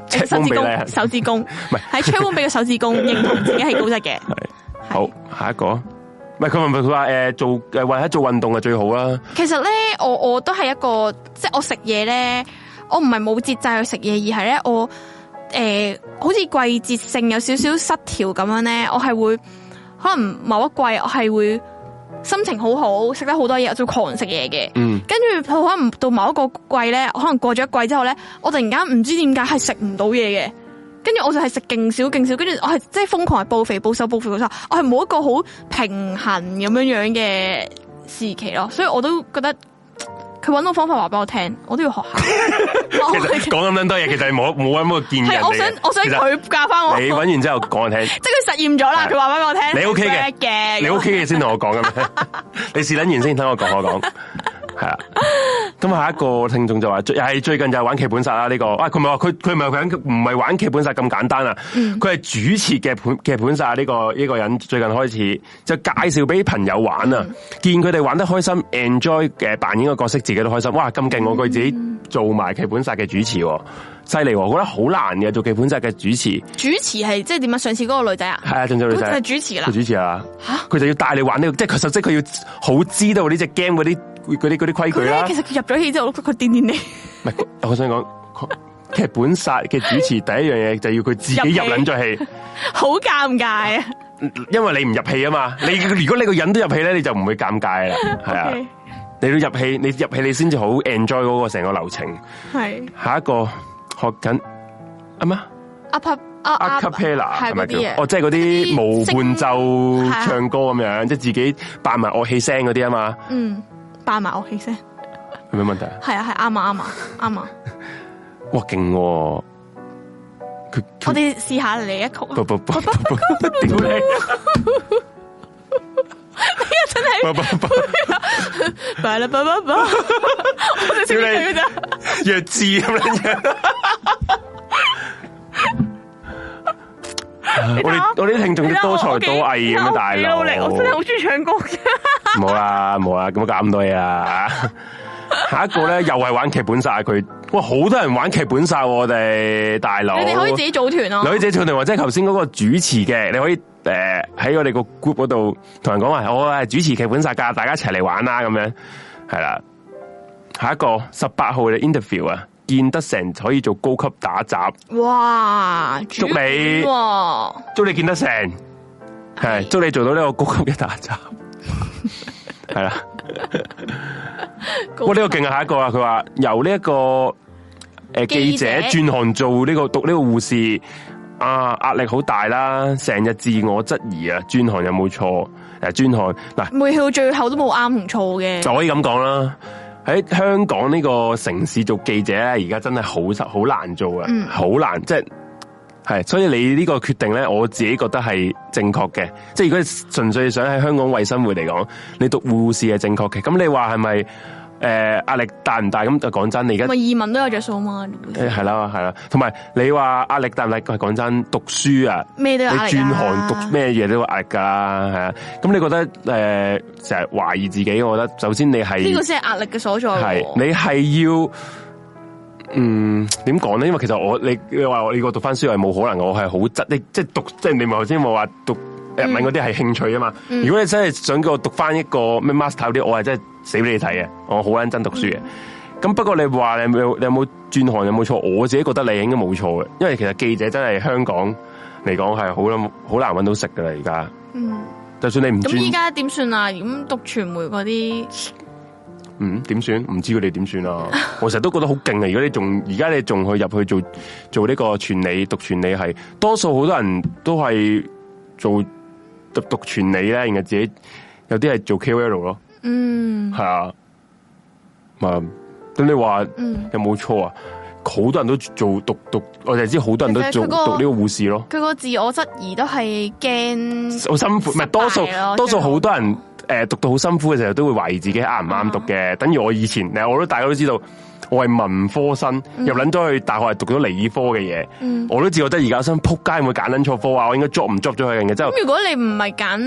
B: 赤
A: 手
B: 峰
A: 指
B: 俾
A: 公，
B: 你。
A: 手指公，喺 c h a t 俾個手指 公，認同自己係高質嘅。
B: 好，下一個。唔係佢問佢話誒做誒或者做運動係最好啦。
A: 其實咧，我我都係一個，即係我食嘢咧，我唔係冇節制去食嘢，而係咧我诶、好似季節性有少少失調咁樣咧，我係會可能某一季我係會心情好好，食得好多嘢，我就會狂食嘢嘅。
B: 嗯，
A: 跟住可能到某一個季咧，可能過咗一季之後咧，我突然間唔知點解係食唔到嘢嘅。跟住我就係食勁少勁少，跟住我係即係瘋狂係暴肥暴瘦暴肥暴瘦，我係冇一個好平衡咁樣樣嘅時期咯，所以我都覺得佢揾到方法話俾我聽，我都要學下。
B: 其實
A: 我
B: 講咁撚多嘢，其實冇冇咁嘅建議人
A: 係
B: 哋
A: 我想
B: 嘅
A: 我想
B: 其實
A: 佢教翻我，
B: 你
A: 即
B: 揾完之後講我聽，
A: 係佢實驗咗啦，
B: 係
A: 佢話俾我聽，
B: 你 OK 嘅
A: work 嘅，
B: 你 OK 嘅先同我講嘅咩？你試撚完先等我講我講。係啊，咁下一個聽眾就話最係最近就係玩劇本殺啦呢個，啊佢唔係話佢佢唔係玩唔係玩劇本殺咁簡單啊，佢係主設嘅本劇本殺啊呢個呢個人最近開始就介紹俾朋友玩啊，見佢哋玩得開心，enjoy 嘅扮演個角色自己都開心，哇咁勁我佢自己做埋劇本殺嘅主持喎，犀利喎，我覺得好難嘅做劇本殺嘅主持，
A: 主持係即係點啊？上次嗰個女仔啊，
B: 係啊，俊俊女
A: 佢就
B: 仔
A: 係。主持啦
B: 佢。主持啊，佢就要帶你玩呢、個，即係佢實質佢要好知道呢只 game 嗰啲嗰啲嗰啲規矩
A: 佢
B: 啦
A: 咧其。實佢入咗戲之後，我覺得佢癲癲地。
B: 唔係，我想講劇本殺嘅主持第一樣嘢就要佢自己入
A: 入戲
B: 撚咗戲，
A: 好尷尬啊！
B: 因為你唔入戲啊嘛。你如果你個人都入戲咧，你就唔會尷 尬啦。係啊
A: OK，
B: 你要入戲，你入戲你先至好 enjoy 嗰個成個流程。
A: 係
B: 下一個學緊啊嘛
A: 阿拍阿
B: 阿
A: 阿
B: 卡 p e l a
A: 係
B: 係咪
A: 嗰啲
B: 叫？
A: 嘢，
B: 哦，即係嗰啲無伴
A: 聲
B: 奏
A: 係啊
B: 唱歌咁樣，即係自己扮埋樂器聲嗰啲啊嘛，
A: 嗯，扮埋樂器聲，
B: 有咩問題啊？
A: 係啊係啱啊啱啊啱啊！
B: 哇，勁喎！佢佢
A: 我哋試下嚟一曲啊
B: 不，不不不不，屌你！
A: 真係
B: 不不不，
A: 巴啦巴巴巴，我哋識佢咋？
B: 弱智啊咁樣樣。我哋我啲聽眾啲多才多藝咁樣，大佬。啊
A: 我幾努力我真係好中意唱歌嘅。
B: 冇啦冇啦，咁搞咁多嘢啊！下一個咧又係玩劇本殺，啊佢哇好多人玩劇本殺喎，我哋大佬。
A: 你哋可以自己組團啊
B: 你可
A: 咯
B: 以，自己唱定或者頭先嗰個主持嘅，你可以诶喺、我哋個 group 嗰度同人講話，我係主持劇本殺㗎，大家一齊嚟玩啦咁樣，係啦。下一個十八號嘅 interview 啊，見得成可以做高級打雜，
A: 哇！祝
B: 祝你祝你見得成，係祝你做到呢個高級嘅打雜，係啦。哇！呢、個勁啊，下一個啊，佢話由呢、一個诶、呃、
A: 記
B: 記
A: 者
B: 者轉行做呢、個讀呢個護士，啊壓力好大啦，成日自我質疑啊，轉行有冇錯？诶、轉行嗱、
A: 每票最後都冇啱同錯嘅，
B: 就可以咁講啦。喺香港
A: 嗯
B: 呢個城市做記者咧，而家真係好實好難做啊，好、難即係係，所以你呢個決定咧，我自己覺得係正確嘅。即係如果你純粹想喺香港為生活嚟講，你讀護士係正確嘅。咁你話係咪誒壓力大唔大？咁就講真，你而家
A: 咪啊移民都有着數嘛？
B: 誒係啦係啦，同埋你話壓力大唔大？講真，讀書啊，
A: 咩都有
B: 你
A: 壓力
B: 轉
A: 㗎
B: 行讀咩嘢都有壓力㗎啦，係啊。咁你覺得誒成日懷疑自己，我覺得首先你係
A: 呢個先係壓力嘅所在喎。
B: 系你系要，嗯，点讲咧？因为其实我你你话我呢个读翻书系冇可能，我系好执，你即系读，即系你咪头先冇话
A: 嗯
B: 读日文嗰啲系兴趣啊嘛。如果你真系想叫我读翻一个咩 master 嗰啲，我系真系死俾你睇嘅，我好认真读書嘅。
A: 嗯
B: 咁、不過你話你有冇你有冇轉行有冇錯？我自己覺得你應該冇錯嘅，因為其實記者真係香港嚟講係好難好難揾到食噶啦而家。
A: 嗯，
B: 就算你唔
A: 咁依
B: 轉，
A: 家點算啊？咁讀傳媒嗰啲，
B: 嗯，點算？唔知佢哋點算啊！我成日都覺得好勁啊！如果你仲而家你仲去入去做做呢個傳理讀傳理係，多數好多人都係做讀讀傳理咧，然後自己有啲係做 KOL 咯，
A: 嗯
B: 係啊，啊，咁你話
A: 嗯，
B: 有冇錯啊？好多人都做讀讀，我就知好多人都
A: 其實
B: 做
A: 佢個
B: 讀呢個護士咯。
A: 佢個自我質疑都係驚，
B: 好辛苦，唔係多數
A: 失敗咯
B: 多數
A: 最後
B: 好多人诶、呃、读到好辛苦嘅時候，都會懷疑自己啊啱唔啱讀
A: 嗯
B: 嘅。等於我以前，嗱我都大家都知道，我係文科生，又撚咗去大學係讀咗理科嘅嘢，
A: 嗯
B: 我都自覺得而家生扑街會唔會揀撚錯科啊！我應該捉唔捉咗佢嘅，之後
A: 咁如果你唔係揀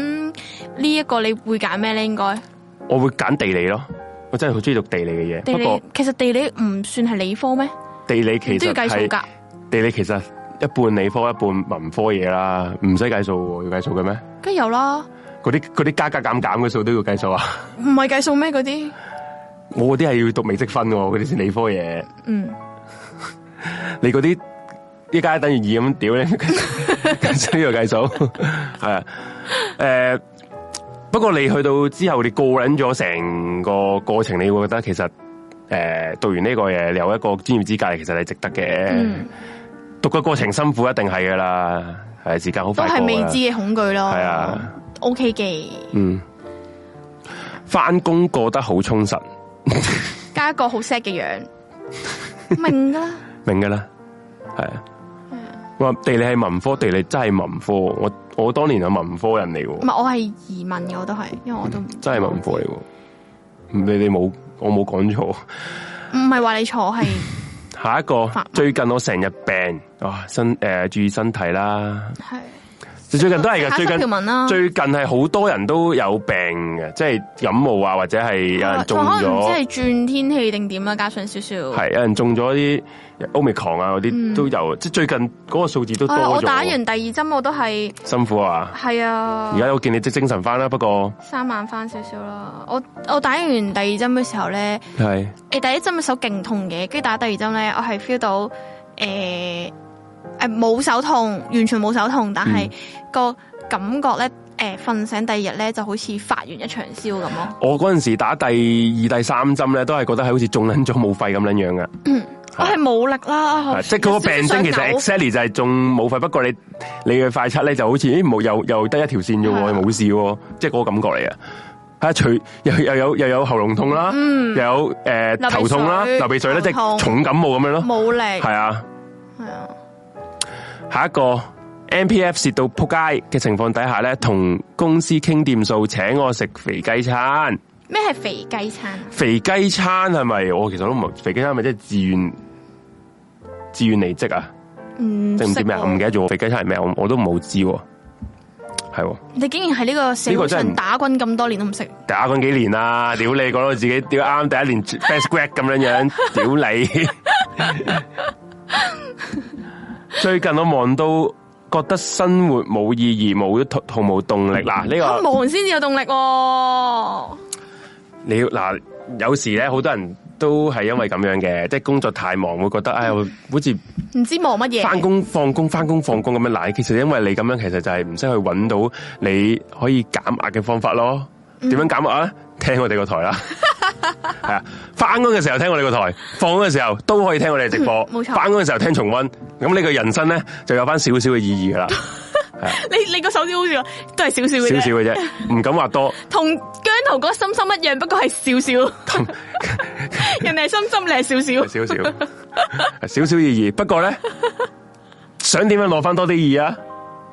A: 呢一個，你會揀咩咧？應該
B: 我會揀地理咯。我真係好中意讀地理嘅嘢，
A: 地
B: 不
A: 理
B: 過
A: 其實地理唔算係理科咩？
B: 地理其
A: 都
B: 實
A: 要計數
B: 係
A: 㗎。
B: 地理其實一半理科一半文科嘢啦，唔使計數喎，要計數嘅咩？
A: 梗係有啦，
B: 嗰啲嗰啲加加減減嘅數都要計數啊！
A: 唔係計數咩嗰啲？
B: 我嗰啲係要讀微積分嘅喎，嗰啲先理科嘢。
A: 嗯，
B: 你嗰啲一加一等於二咁， 屌你，呢個計數係啊。诶、不過你去到之後，你過撚咗成個過程，你會覺得其實诶、誒讀完呢個嘢，你有一個專業資格，其實係值得嘅。
A: 嗯
B: 讀嘅過程辛苦，一定係噶啦，係時間好
A: 都
B: 快過
A: 係
B: 啦
A: 未知嘅恐懼咯。
B: 啊係啊
A: ，OK 嘅，
B: 嗯，翻工過得好充實，
A: 加一個好 sad 嘅 樣，明㗎啦。
B: 明噶啦，係啊。
A: 嗯
B: 哇！地理係文科，地理真係文科。我我當年係文科人嚟喎
A: 唔。係我係移民嘅，我都係，因為我都唔
B: 嗯真係文科嚟喎，你哋冇，我冇講錯。
A: 唔係話你錯 係
B: 下一個
A: 發夢
B: 最近我成日病，啊身诶、注意身體啦。
A: 係
B: 最近都係 嘅，
A: 下
B: 最
A: 濕條
B: 近
A: 紋啦，
B: 最近係好多人都有病嘅，即係感冒啊，或者係有人中
A: 可能唔知
B: 咗，
A: 係轉天氣定點啦，加上少少。
B: 係有人中咗啲 omicron 啊嗰啲
A: 嗯
B: 都有，即係最近嗰個數字都多
A: 哎呀我打
B: 咗，
A: 完第二針我都係
B: 辛苦啊！
A: 係啊
B: 而，家我見你即精神翻啦，不過
A: 三萬翻少少啦。我我打完第二針嘅時候咧，
B: 係
A: 誒第一針嘅手勁痛嘅，跟住打第二針咧，我係 feel 到誒誒冇手痛，完全冇手痛，但係
B: 嗯
A: 個感覺咧。誒瞓醒第二日咧，就好似發完一場燒咁咯。
B: 我嗰陣時打第二、第三針咧，都係覺得係好似中撚咗冇肺咁撚樣嘅。
A: 我係冇力啦，
B: 係即係嗰個病徵其實 exactly 就係中冇肺，不過你你嘅快測咧就好似咦冇又又得一條線啫
A: 係
B: 喎，
A: 啊
B: 冇事喎，即係嗰個感覺嚟啊！啊，除又又有又有喉嚨痛啦，又有誒
A: 嗯流鼻水
B: 頭痛啦，流鼻水啦，即
A: 頭痛
B: 係重感冒咁樣咯。
A: 冇力，
B: 係啊，
A: 係啊，
B: 下一個 M P F 蝕到撲街嘅情況底下咧，同公司傾掂數請我食肥雞餐。
A: 咩係肥雞餐？啊
B: 肥雞餐係咪？我其實都唔肥雞餐係咪即係自願自願離職啊？
A: 唔
B: 即係唔知咩啊，
A: 喎
B: 唔記得咗喎肥雞餐係咩，我我都冇知喎。係喎，
A: 你竟然喺呢個社
B: 呢個
A: 會
B: 真係
A: 上
B: 唔
A: 打滾咁多年都唔識，
B: 打緊幾年啦，屌你講到自己屌啱第一年 best grad 咁樣 樣，屌你！最近我望到覺得生活冇意義，冇毫毫無動力。嗱，呢、個
A: 忙先至有動力喎。
B: 你要嗱，有時咧好多人都係因為咁樣嘅，即係工作太忙會覺得，哎呀，好似〜
A: 唔知忙乜嘢？
B: 翻工放工翻工放工咁樣嗱，其實因為你咁樣，其實就係唔識去揾到你可以減壓嘅方法咯。
A: 嗯
B: 點樣減壓咧？啊聽我哋個台 啦，係啊！翻工嘅時候聽我哋個台，放工嘅時候都可以聽我哋嘅直播，
A: 嗯冇錯
B: 翻工嘅時候聽重温，咁呢個人生咧就有翻少少嘅意義 噶啦，
A: 你你個手指好似都係少少嘅
B: 少
A: 啫，
B: 少 嘅啫，唔敢話多。
A: 同姜濤嗰心心一樣，不過係少少。 人哋係心心，你係少少。
B: 少少，少少意義。不過咧，想點樣攞翻多啲意啊？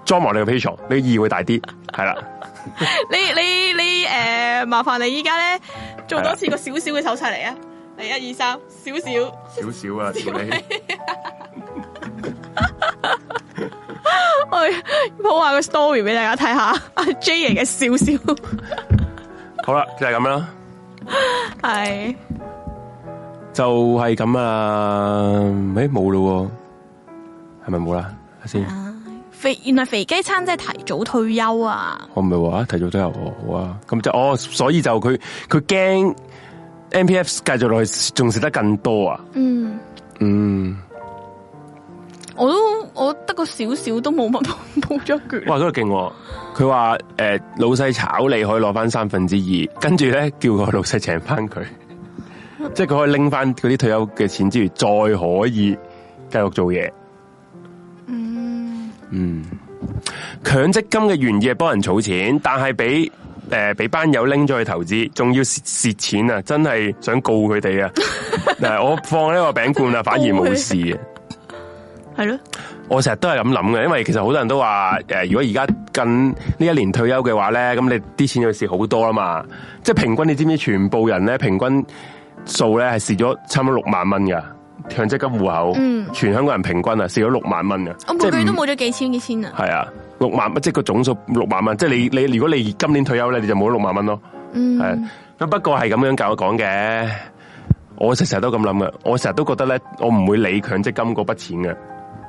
B: 裝埋你個 Patreon，你意會大啲，係啦。
A: 你你你誒，麻煩你依家咧做多次個少少嘅手勢嚟啊！嚟一二三，少少。
B: 少少啊，條你
A: 我鋪下個 story 俾大家睇下，阿 J 嚟嘅少少
B: 好啦，就係咁啦，
A: 係
B: 就係咁啊。誒冇咯喎，係咪冇啦？睇先，
A: 肥，原來肥雞餐真係提早退休啊！
B: 我唔係話提早都有我啊。咁就哦，所以就佢佢驚 M P F 繼續落去，仲食得更多啊。
A: 嗯，
B: 嗯，
A: 我都我得個少少都冇乜 冇咗卷，
B: 哇，嗰個勁喎！佢話誒老細炒你可以攞翻三分之二，跟住咧叫個老細請翻佢，即係佢可以拎翻嗰啲退休嘅錢之餘，再可以繼續做嘢。
A: 嗯，
B: 嗯，強積金嘅原意係幫人儲錢，但係俾誒俾班友拎咗去投資，仲要蝕蝕錢啊！真係想告佢哋啊！嗱，我放呢個餅罐啊，反而冇事嘅。
A: 係咯，
B: 我成日都係咁諗嘅，因為其實好多人都話，誒、如果而家近呢一年退休嘅話咧，咁你啲錢要蝕好多啦啊嘛，即係平均你知唔知全部人咧平均數咧係蝕咗差唔多六萬蚊噶強積金戶口，
A: 嗯
B: 全香港人平均啊蝕咗六萬蚊噶，
A: 我每
B: 即
A: 個
B: 係
A: 月
B: 唔
A: 都冇咗幾千幾千啊，
B: 係啊，六萬蚊即係個總數六萬蚊，即係你你如果你今年退休咧，你就冇六萬蚊咯，
A: 嗯，
B: 係啊咁、不過係咁樣教我講嘅，我成日都咁諗嘅，我成日都覺得咧，我唔會理強積金嗰筆錢嘅，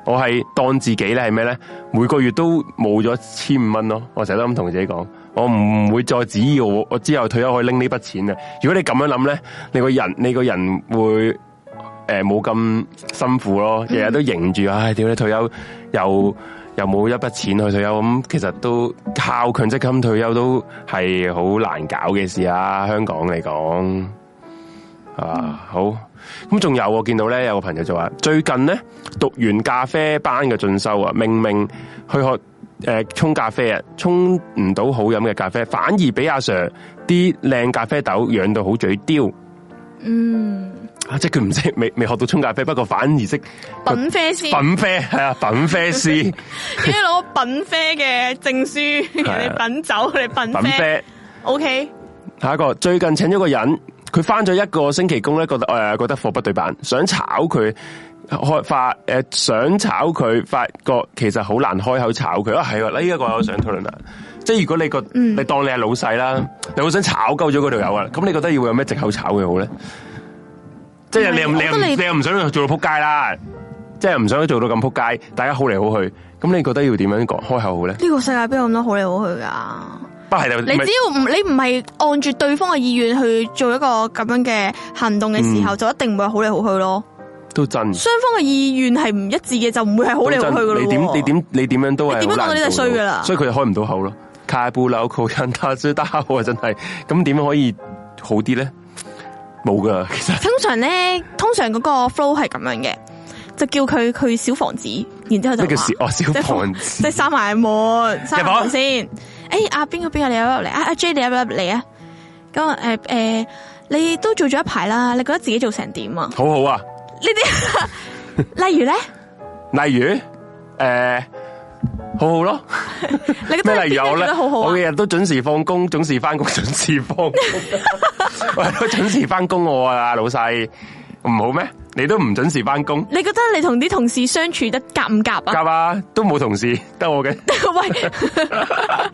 B: 我係當自己咧係咩咧，每個月都冇咗千五蚊咯，我成日都咁同自己講，我唔會再指意我我之後退休可以拎呢筆錢嘅。如果你咁樣諗咧，你個人你個人會。誒呃冇咁辛苦咯，日日都迎住，唉，屌你退休又又冇一筆錢去退休，咁其實都靠強積金退休都係好難搞嘅事啊！香港嚟講，啊好，咁仲有我見到咧有個朋友就話，最近咧讀完咖啡班嘅進修啊，明明去學。誒沖咖啡啊，沖唔到好飲嘅咖啡，反而俾阿 Sir 啲靚咖啡豆養到好嘴刁，
A: 嗯，
B: 啊，即係佢唔識未未學到沖咖啡，不過反而識
A: 品啡先，
B: 品啡，係啊， 品啡師，
A: 已經攞品啡嘅證書，
B: 啊
A: 人哋品酒，你品
B: 品
A: 啡
B: 啡。
A: ，OK，
B: 下一個最近請咗個人，佢翻咗一個星期工咧，覺得誒、呃、覺得貨不對版，想炒佢開發誒、呃想炒佢，發覺其實好難開口炒佢啊，係喎，呢、一個我想討論啊，即係如果你個、
A: 嗯
B: 你當你係老細啦，你好想炒鳩咗嗰條友啊，咁你覺得要會有咩藉口炒佢好咧？即係你又
A: 唔係
B: 你
A: 我覺得
B: 又
A: 你
B: 你又唔想做到撲街啦，即係唔想做到咁撲街，大家好嚟好去，咁你覺得要點樣講開口好咧？
A: 呢個世界邊有咁多好嚟好去噶？
B: 不係
A: 你只要唔你唔係按住對方嘅意願去做一個咁樣嘅行動嘅
B: 嗯
A: 時候，就一定唔會係好嚟好去咯。
B: 都真。
A: 雙方嘅意願係唔一致嘅，就唔會係好嚟好去噶咯。
B: 你點你點你點樣都係
A: 你點樣
B: 好
A: 講
B: 難
A: 到呢啲係衰㗎啦
B: 做所以佢就開唔到口咯。卡布紐靠人打最打口啊，真係咁點樣可以好啲咧？冇噶，其實
A: 通常咧，通常嗰個 flow 係咁樣嘅，就叫佢去小房子，然之後就
B: 咩叫
A: 話
B: 小哦小
A: 即係
B: 房
A: 即
B: 子
A: 係閂埋門，閂 埋
B: 入房
A: 門先。誒，阿邊個邊個你入入嚟啊？阿 J 你入入嚟啊？咁啊誒誒，你都做咗一排啦，你覺得自己做成點啊？
B: 好好啊？
A: 呢啲 例如咧，
B: 例如誒，好好 咯，
A: 你覺
B: 咩
A: 得
B: 例如
A: 邊
B: 我
A: 個做
B: 咧
A: 得好好啊
B: 我？日日都準時放工，準時翻工， 準時放 工，我都準時翻工我啊，老細唔好咩？你都唔準時翻工，
A: 你覺得你同啲同事相處得夾唔夾啊？
B: 夾啊，都冇同事，得我嘅。
A: 喂，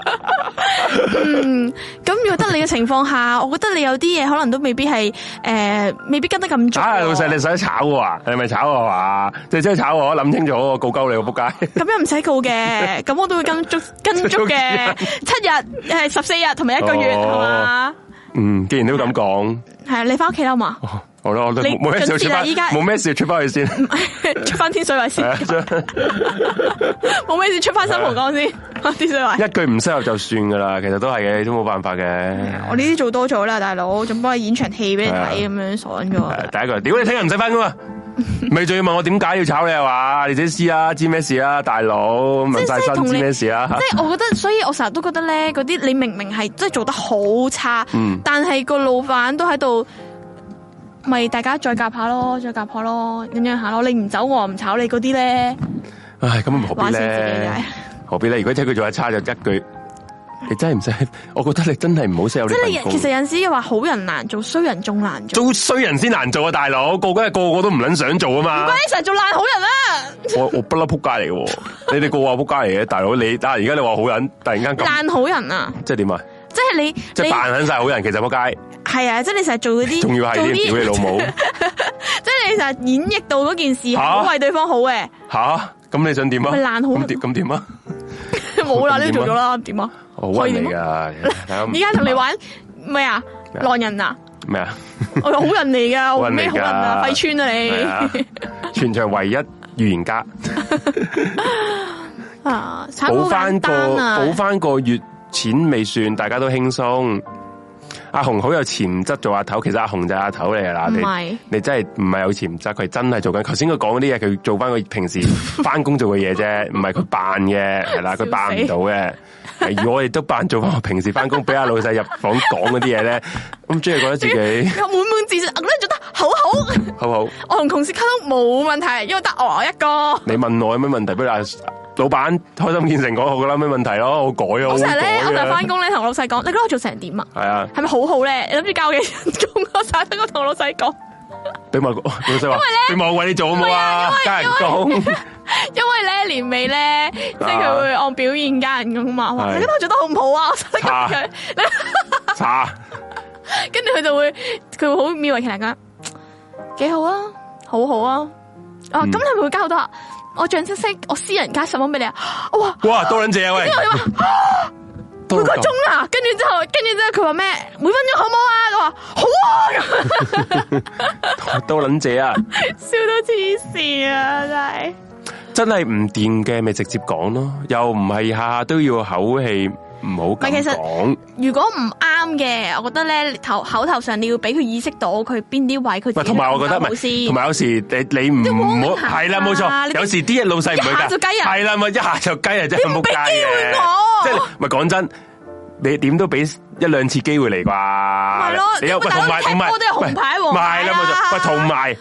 A: 嗯，咁如果得你嘅情況下，我覺得你有啲嘢可能都未必係诶、呃未必跟得咁足喎。
B: 啊，老細，你想炒我啊？你係咪炒我啊？你真係炒我，諗清楚，我告鳩你個仆街。
A: 咁又唔使告嘅，咁我都會跟足跟足嘅七日，诶十四日同埋一個月係
B: 哦
A: 嘛？
B: 嗯，既然都咁講，
A: 係啊，你翻屋企啦好嘛，
B: 好啦，我都
A: 你
B: 冇冇咩事
A: 準時
B: 出
A: 啦
B: 翻，
A: 依家嗯
B: 冇咩事出翻去先。
A: 出翻天水圍先
B: 係，啊
A: 冇咩事出翻新蒲江先，天水圍。
B: 一句唔適合就算噶啦，其實都係嘅，都冇辦法嘅。
A: 我呢啲做多咗啦，大佬，仲幫佢演場戲俾你
B: 係啊
A: 睇，咁樣爽咗。
B: 係第一句，屌你聽日唔使翻 工啊！咪仲要問我點解要炒你啊？話你自己知啊，知咩事啊，大佬問晒
A: 即係
B: 身
A: 同你
B: 知咩事啊？
A: 即係我覺得，所以我成日都覺得咧，嗰啲你明明係即係做得好差，
B: 嗯
A: 但係個老闆都喺度，咪大家再夾下咯，再夾下咯，咁樣下咯。你唔走我唔炒你嗰啲咧，
B: 唉，咁啊何必
A: 玩死自己
B: 咧
A: 嘅？
B: 何必咧？如果真係佢做一差就一句，你真係唔使，我覺得你真係唔好 sell 呢
A: 即系
B: 份
A: 你
B: 工。
A: 其實有阵时又話好人難做，衰人仲難做。
B: 做衰人先難做啊，大佬，個個個個都唔撚想做啊嘛
A: 關。你成日做爛好人啊啦，
B: 我我不嬲扑街嚟嘅喎，你哋個個話扑街嚟嘅，大佬你，但係而家你話好人，突然間咁，
A: 爛好人啊！
B: 即係點啊？
A: 即係你
B: 即係
A: 你
B: 扮撚晒好人，其實扑街，
A: 係啊！即係你成日做嗰啲，
B: 仲要
A: 做
B: 係
A: 啲，
B: 屌你老母
A: 即係你成日演繹到嗰件事係好
B: 嚇
A: 為對方好嘅，
B: 吓？咁你想點啊？
A: 咪爛好人
B: 咁點咁點啊？
A: 冇啦，你都
B: 咁點
A: 做
B: 啊
A: 咗啦，點啊？
B: 好屈你
A: 可以點啊
B: 噶，
A: 而
B: 而
A: 家同你玩咩啊？
B: 咩啊
A: 狼人啊！
B: 咩啊？
A: 我好人嚟噶，我
B: 好人嚟㗎
A: 咩好人啊？廢村啊
B: 係啊
A: 你！
B: 全場唯一預言家，
A: 啊！慘
B: 補
A: 好簡
B: 翻個
A: 單啊！
B: 補翻個月錢未算，大家都輕鬆。阿紅好有潛質做阿頭，其實阿紅就係阿頭嚟㗎啦。
A: 唔
B: 你
A: 係
B: 你真係唔係有潛質，佢係真係做緊。頭先佢講嗰啲嘢，佢做翻佢平時翻工做嘅嘢啫，唔係佢扮嘅，係啦，
A: 笑
B: 佢
A: 死
B: 扮唔到嘅。係而我哋都扮做翻我平時翻工俾阿老細入房講嗰啲嘢咧，咁即係覺得自己
A: 有滿滿自信， 我覺得做得好好。
B: 好好。
A: 我同同事溝通冇問題，因為得我一個。
B: 你問我有咩問題，不如阿老闆開心見誠講我覺得咩問題咯，我改啊，
A: 我
B: 我
A: 成日咧，我
B: 會
A: 就
B: 改嘅
A: 翻工咧，同老細講：你覺得我做成點啊？
B: 係啊，
A: 係咪好好咧？你諗住交幾人工？我成日啊都同老細 講，
B: 俾我 老細話，俾我為你做好冇啊，加人工，啊
A: 因為咧年尾咧，即係佢會按表現加人工嘛。我話
B: 係
A: 你覺得我做得好唔好啊？我 成日都咁樣，
B: 查
A: 跟住佢就會佢會好勉為其難咁樣，幾好啊，好好啊。啊，咁
B: 嗯
A: 你係咪會交好多啊？我象徵式，我私人加十蚊俾你啊！我話
B: 哇多撚謝啊喂，
A: 啊每
B: 多
A: 個
B: 撚
A: 鐘啊，跟住之後，跟住之後佢話咩？每分鐘好唔好啊？我話好啊，咁
B: 謝多撚謝啊，
A: 笑到黐線啊！真係
B: 真係唔掂嘅咪直接講咯，又唔係下下都要口氣唔好
A: 係
B: 咁
A: 其實
B: 講，
A: 如果唔啱嘅，我覺得咧頭口頭上你要俾佢意識到佢邊啲位佢
B: 喂，同埋我覺得唔
A: 冇
B: 係，
A: 先，
B: 同埋有時你你唔
A: 都冇
B: 唔
A: 問
B: 好
A: 題
B: 係啦，冇
A: 啊
B: 錯，
A: 你
B: 有時啲嘢老細唔會
A: 一下
B: 㗎，
A: 就雞人
B: 係啦，咪一下就雞啊，真係冇
A: 俾
B: 雞
A: 機會
B: 嘅，
A: 我
B: 即係你咪講真。你點都俾一兩次機會嚟啩？咪
A: 咯
B: 你有
A: 你
B: 喂
A: 咪
B: 同埋
A: 大佬
B: 同埋
A: 踢波都有紅牌啊
B: 喂
A: 黃牌
B: 咪啦冇錯，
A: 啦
B: 喂同埋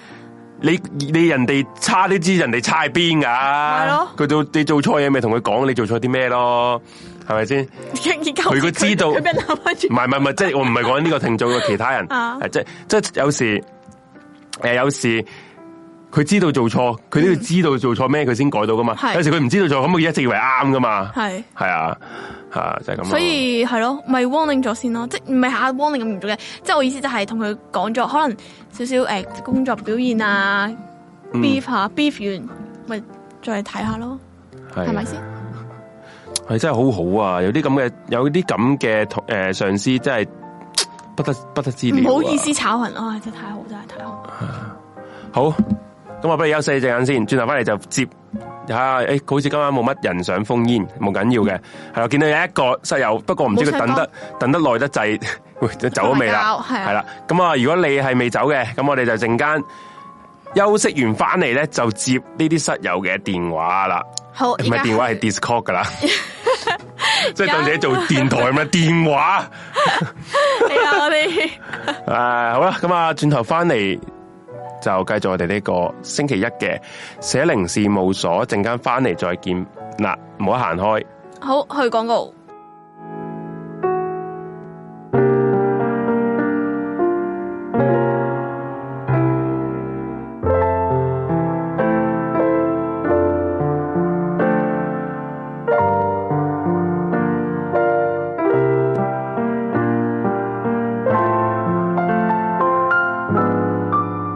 B: 你你人哋差都知人哋差喺邊㗎，係
A: 咯
B: 佢做你做錯嘢咪同佢講你做錯啲咩咯，係咪先？
A: 佢
B: 佢知道
A: 佢俾人鬧翻
B: 唔
A: 轉
B: 係唔係唔係，即係我唔係講呢個聽眾嘅其他人，
A: 啊
B: 係即係即係有時诶、呃有時佢知道做錯，佢都要知道做錯咩，佢先改到噶嘛。
A: 係
B: 有時佢唔知道做錯，咁佢一直以為啱噶嘛。
A: 係。
B: 係啊，係啊就係咁咯。
A: 所以係咯，咪 warning 咗先咯，即係唔係下下 warning 咁嚴重嘅，即係我意思就係同佢講咗，可能少少誒工作表現啊
B: 嗯
A: ，beef 下 beef 完，咪再睇下咯，係
B: 係啊
A: 咪先？
B: 係真係好好啊！有啲咁嘅有啲咁嘅同誒上司真係不得不得之了、啊。
A: 唔好意思炒人，啊，真係太好，真係太好。
B: 好，咁我不如休息一陣間先，轉頭翻嚟就接下。诶、好似今晚冇乜人想封煙，冇緊要嘅。係啦，見到有一個室友，不過唔知
A: 冇
B: 佢
A: 唱
B: 等得等得耐得滯， 會走咗未
A: 瞓
B: 啦？
A: 覺係啊
B: 係啦，咁啊，如果你係未走嘅，咁我哋就陣間休息完翻嚟咧，就接呢啲室友嘅電話啦。
A: 好，
B: 唔
A: 依
B: 係
A: 家
B: 電話係 Discord 噶啦，即係當自己做電台咁樣電話。
A: 係啊，我哋
B: 诶、好啦，咁啊，转头翻嚟就继续我哋呢个星期一嘅写零事务所，阵间翻嚟再见嗱，唔好行开。
A: 好去廣告。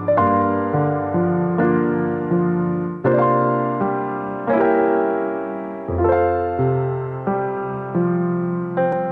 C: Hãy subscribe cho kênh Ghiền Mì Gõ Để không bỏ lỡ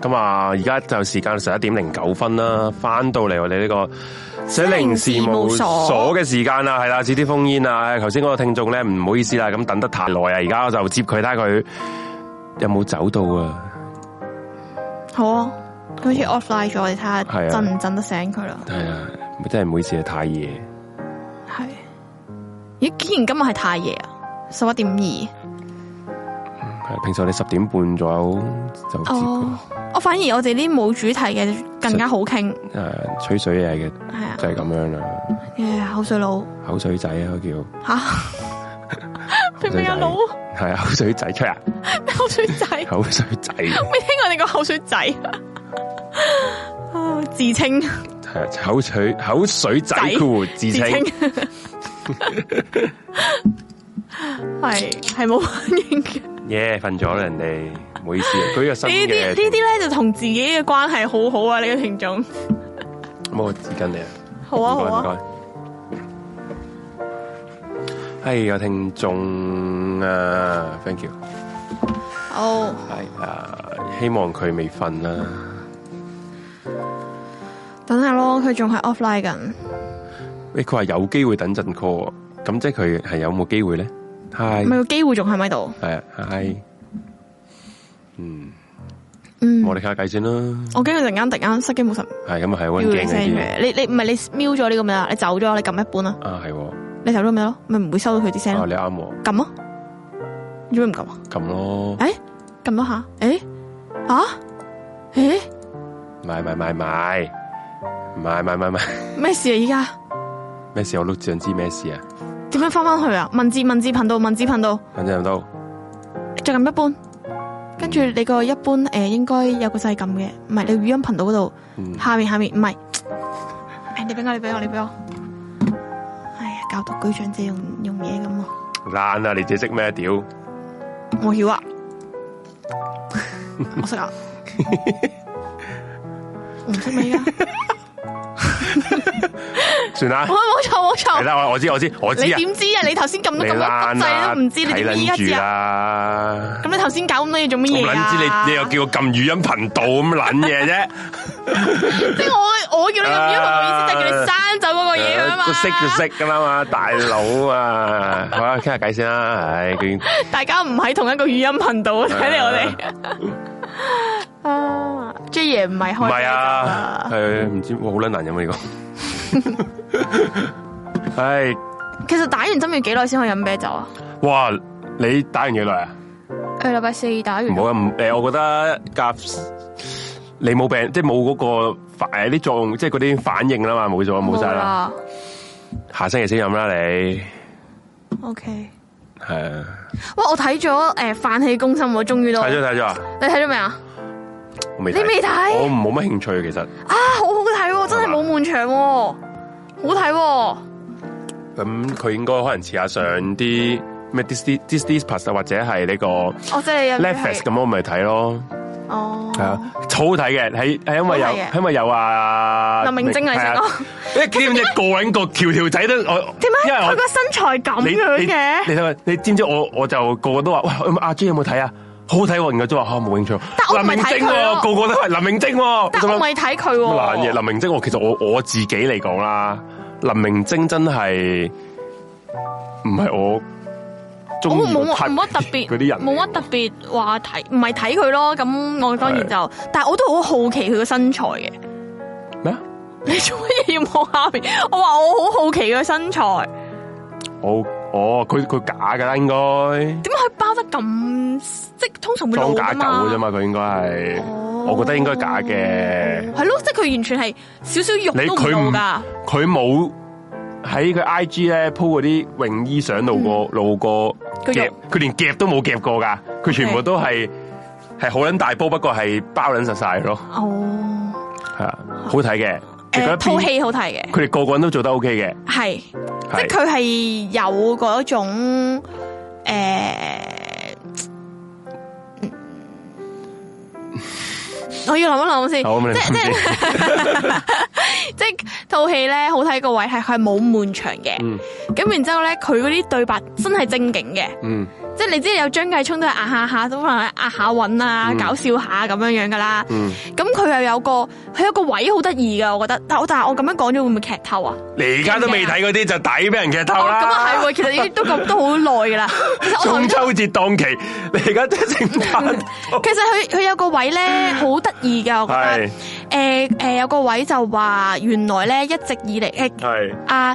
B: 咁啊，而家就時間十一點零九分啦，翻到嚟我哋呢個寫零事務所嘅時間啦，係啦，似啲烽煙啊，頭先嗰個聽眾咧，唔好意思啦，咁等得太耐啊，而家我就接佢睇下佢有冇走到啊，
A: 好啊，佢好似 offline 咗，你睇下
B: 係啊
A: 震唔震得醒佢啦。
B: 係啊，真係唔好意思啊，太夜，
A: 系，咦？竟然今日係太夜啊，十一點二。
B: 係啊平時我哋十點半左右就接佢
A: 哦，我反而我哋呢冇主題嘅更加好傾，
B: 誒呃吹水嘢嘅，
A: 係啊，
B: 就係咁樣啦，
A: 誒口水佬
B: 口水仔啊叫，
A: 吓， 明明阿佬
B: 係啊，口水仔出啊，
A: 口水仔，未聽
B: 口水仔。
A: 過你個口水仔啊，自稱
B: 系啊口水口水仔
A: 仔
B: 括弧自
A: 自
B: 稱
A: 稱， 係係冇反應嘅。
B: 耶瞓咗啦人哋，唔好意思，啊佢個新
A: 呢啲
B: 嘅
A: 呢啲咧就同自己嘅關係好好啊！呢個聽眾，
B: 冇個紙巾嚟啊，
A: 好啊好
B: 唔該
A: 啊，
B: 唔該。係有聽眾啊，thank you，
A: 好。
B: 係啊，希望佢未瞓啦，
A: 等下咯，佢仲係 offline 緊。
B: 喂佢話有機會等陣 call，咁即係佢係有冇機會咧？Hi，
A: 咪個機會仲喺咪度？
B: 係啊，Hi，嗯，
A: 嗯，
B: 我哋傾下偈先啦，
A: 我驚佢陣間突然間失機冇神，
B: 係咁啊，係温
A: 飆
B: 鏡
A: 你
B: 嗰
A: 聲
B: 啲
A: 嘅。你你唔係你瞄咗呢個咪啊啦？你走咗，你撳一半啦，
B: 啊，係喎，
A: 你走咗咪咯，咪唔會收到佢啲聲
B: 啊
A: 咯。
B: 你啱喎，
A: 撳啊，做咩唔撳啊？
B: 咁咯。
A: 撳咗下，誒啊，誒
B: 買買買買買買買買
A: 咩事啊？依家
B: 咩事？我都想知咩事啊！
A: 點樣翻翻去啊？文字文字頻道文字頻道
B: 反正都
A: 再撳一半，跟住你個一般誒應該有個掣撳嘅，唔係你語音頻道嗰度
B: 嗯
A: 下面下面唔係，誒你俾我你俾我你俾我，哎呀搞到居長者用用嘢咁啊！
B: 爛啊！你自己識咩屌？
A: 我曉啊，我識啊，我唔識咩噶？
B: 算啦
A: 我，冇錯冇
B: 係
A: 錯，
B: 啦，我我知我知我知
A: 哦你
B: 啊！
A: 點知啊？你頭先撳
B: 你
A: 咗咁多
B: 爛
A: 急掣
B: 啦，
A: 你都唔知，你
B: 睇
A: 點知依家
B: 撚
A: 知
B: 住
A: 啊？
B: 啦！
A: 咁你頭先搞咁多嘢做乜
B: 我
A: 嘢
B: 撚
A: 啊？
B: 知你，你又叫我撳語音頻道咁撚嘢啫？
A: 即係我我叫你咁樣，我意思就係叫你刪走嗰個嘢啊嘛。
B: 個識就識噶啦嘛，大佬啊！好啦，傾下偈先啦，唉，佢
A: 大家唔喺同一個語音頻道，睇嚟我哋。 啊，J 爺唔係開
B: 唔
A: 啤
B: 係
A: 酒
B: 啊，
A: 啊！
B: 係唔知哇好撚難飲啊 呢個，唉，
A: 其實打完針要幾耐先可以飲啤酒啊？
B: 哇！你打完幾耐啊？
A: 誒，禮拜四打完
B: 唔。好啊！唔誒，我覺得甲你冇病，即係冇嗰個反誒啲作用，即係嗰啲反應啦嘛，冇咗冇晒啦。。下星期先飲啦，你
A: O K。
B: 係啊
A: 哇！我睇咗誒《泛氣攻心》，我終於都
B: 睇咗
A: 你
B: 睇咗啊！
A: 睇咗未啊？
B: 我未
A: 你未睇
B: 我冇乜興趣其實。
A: 啊，好好睇喎，真係冇悶場喎，好
B: 咁佢應該可能遲下上啲咩 Disney Disney Plus 啊或者係呢
A: 睇
B: 個
A: 喎。哦我即係
B: Netflix 咁，我咪睇咯。
A: 哦，
B: 係啊，好好睇嘅，係係因為有
A: 好睇嘅
B: 係因為有啊
A: 林明晶嚟
B: 係
A: 先
B: 啊
A: 咯。
B: 你知唔知個撚個條條仔都我
A: 點解
B: 因為
A: 佢
B: 我
A: 個身材咁
B: 你
A: 樣嘅？
B: 你你睇下你知唔知我我就個個都話喂阿 J 有冇睇啊？好睇喎，然後都話嚇啊冇興趣。
A: 但我唔係
B: 林明晶
A: 睇佢
B: 喎，
A: 咯
B: 個個都係林明晶喎。
A: 但我未睇佢
B: 咁樣乜爛
A: 喎。
B: 嘢，林明晶我其實我我自己嚟講啦，林明晶真係唔係我
A: 我
B: 中意
A: 冇
B: 嗰
A: 冇乜
B: type
A: 特別
B: 嗰啲人嚟喎，
A: 冇乜特別話睇，唔係睇佢咯。咁我當然就，
B: 嗯
A: 但係我都好好奇佢個身材嘅。
B: 咩啊？
A: 你做乜嘢要望下面？我話我好好奇佢個身材，
B: 我哦，佢佢假㗎啦，應該
A: 點解佢包得咁即係通常會
B: 裝
A: 露
B: 假
A: 㗎嘛
B: 狗啫？嘛，佢應該係，
A: 哦
B: 我覺得應該假嘅。
A: 系咯，即系佢完全系少少肉
B: 你
A: 都
B: 佢
A: 唔
B: 唔
A: 到噶，
B: 佢冇喺佢 I G 咧 po 嗰啲泳衣相路過路過
A: 嗯佢
B: 夾
A: 肉，
B: 佢連夾都冇夾過噶，佢全部
A: OK
B: 都係係好撚大波，不過係包撚實晒咯，
A: 哦，
B: 係啊，好睇嘅。其
A: 诶，
B: 實
A: 套
B: 邊
A: 戲好睇嘅，
B: 佢哋個個人都做得 O K 嘅，
A: 係即係
B: 係
A: 佢係有嗰種呃诶，嗯我要諗一諗先，
B: 好咁你
A: 即
B: 諗
A: 即
B: 先
A: 即係套戲咧好睇個位係佢係冇悶場嘅，
B: 嗯
A: 咁然之后咧佢嗰啲對白真係正經嘅，
B: 嗯，
A: 即係你知有張繼聰都係壓下下都可能壓下韻啊，搞笑下咁樣樣噶啦。
B: 嗯，
A: 咁佢又有個佢有個位好得意噶，我覺得。但我但係我咁樣講咗會唔會劇透啊？
B: 你而家都未睇嗰啲就抵俾人劇
A: 哦
B: 透
A: 咁啊係
B: 啦。
A: 喎，其實已經都咁都好耐噶啦。其實我頭
B: 中
A: 先
B: 秋節檔期，你而家真係聖 誕檔
A: 其實佢佢有個位咧好得意噶，我覺得
B: 係。
A: 誒誒有個位就話原來咧一直以嚟誒
B: 係
A: 阿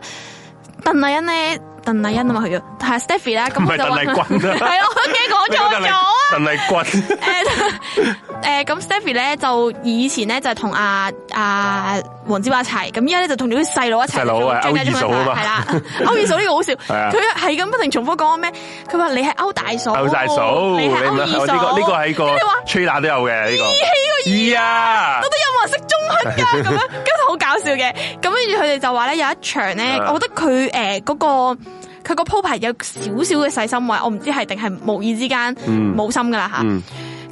A: 鄧麗欣咧，鄧麗欣啊嘛佢叫，但係 Stephy 啦，咁
B: 唔
A: 我
B: 係
A: 就
B: 鄧麗
A: 話
B: 君啊
A: 係啊，我
B: 你
A: 驚講
B: 講
A: 錯咗啊！
B: 鄧麗君
A: 誒誒，咁 Stephy 咧就以前咧就同阿阿黃子華一齊，咁依家咧就同咗啲細佬一齊。
B: 細佬啊
A: 最緊要
B: 歐二嫂啊嘛
A: 係啦，歐二嫂呢個好笑，
B: 係啊
A: 佢係咁不停重複講咩？佢話你係歐大嫂，
B: 歐大嫂，
A: 哦你係歐
B: 唔
A: 二
B: 呢
A: 嫂，
B: 個呢個喺個
A: 跟住你話
B: trailer 都有嘅呢個。咦啊！
A: 到底有冇人識中文㗎？咁樣，跟住好搞笑嘅。咁跟住佢哋就話咧，有一場咧，
B: 啊
A: 我覺得佢誒嗰個。佢個鋪排有少少嘅細心位，我唔知係定係無意之間
B: 嗯
A: 冇心噶啦吓。
B: 嗯，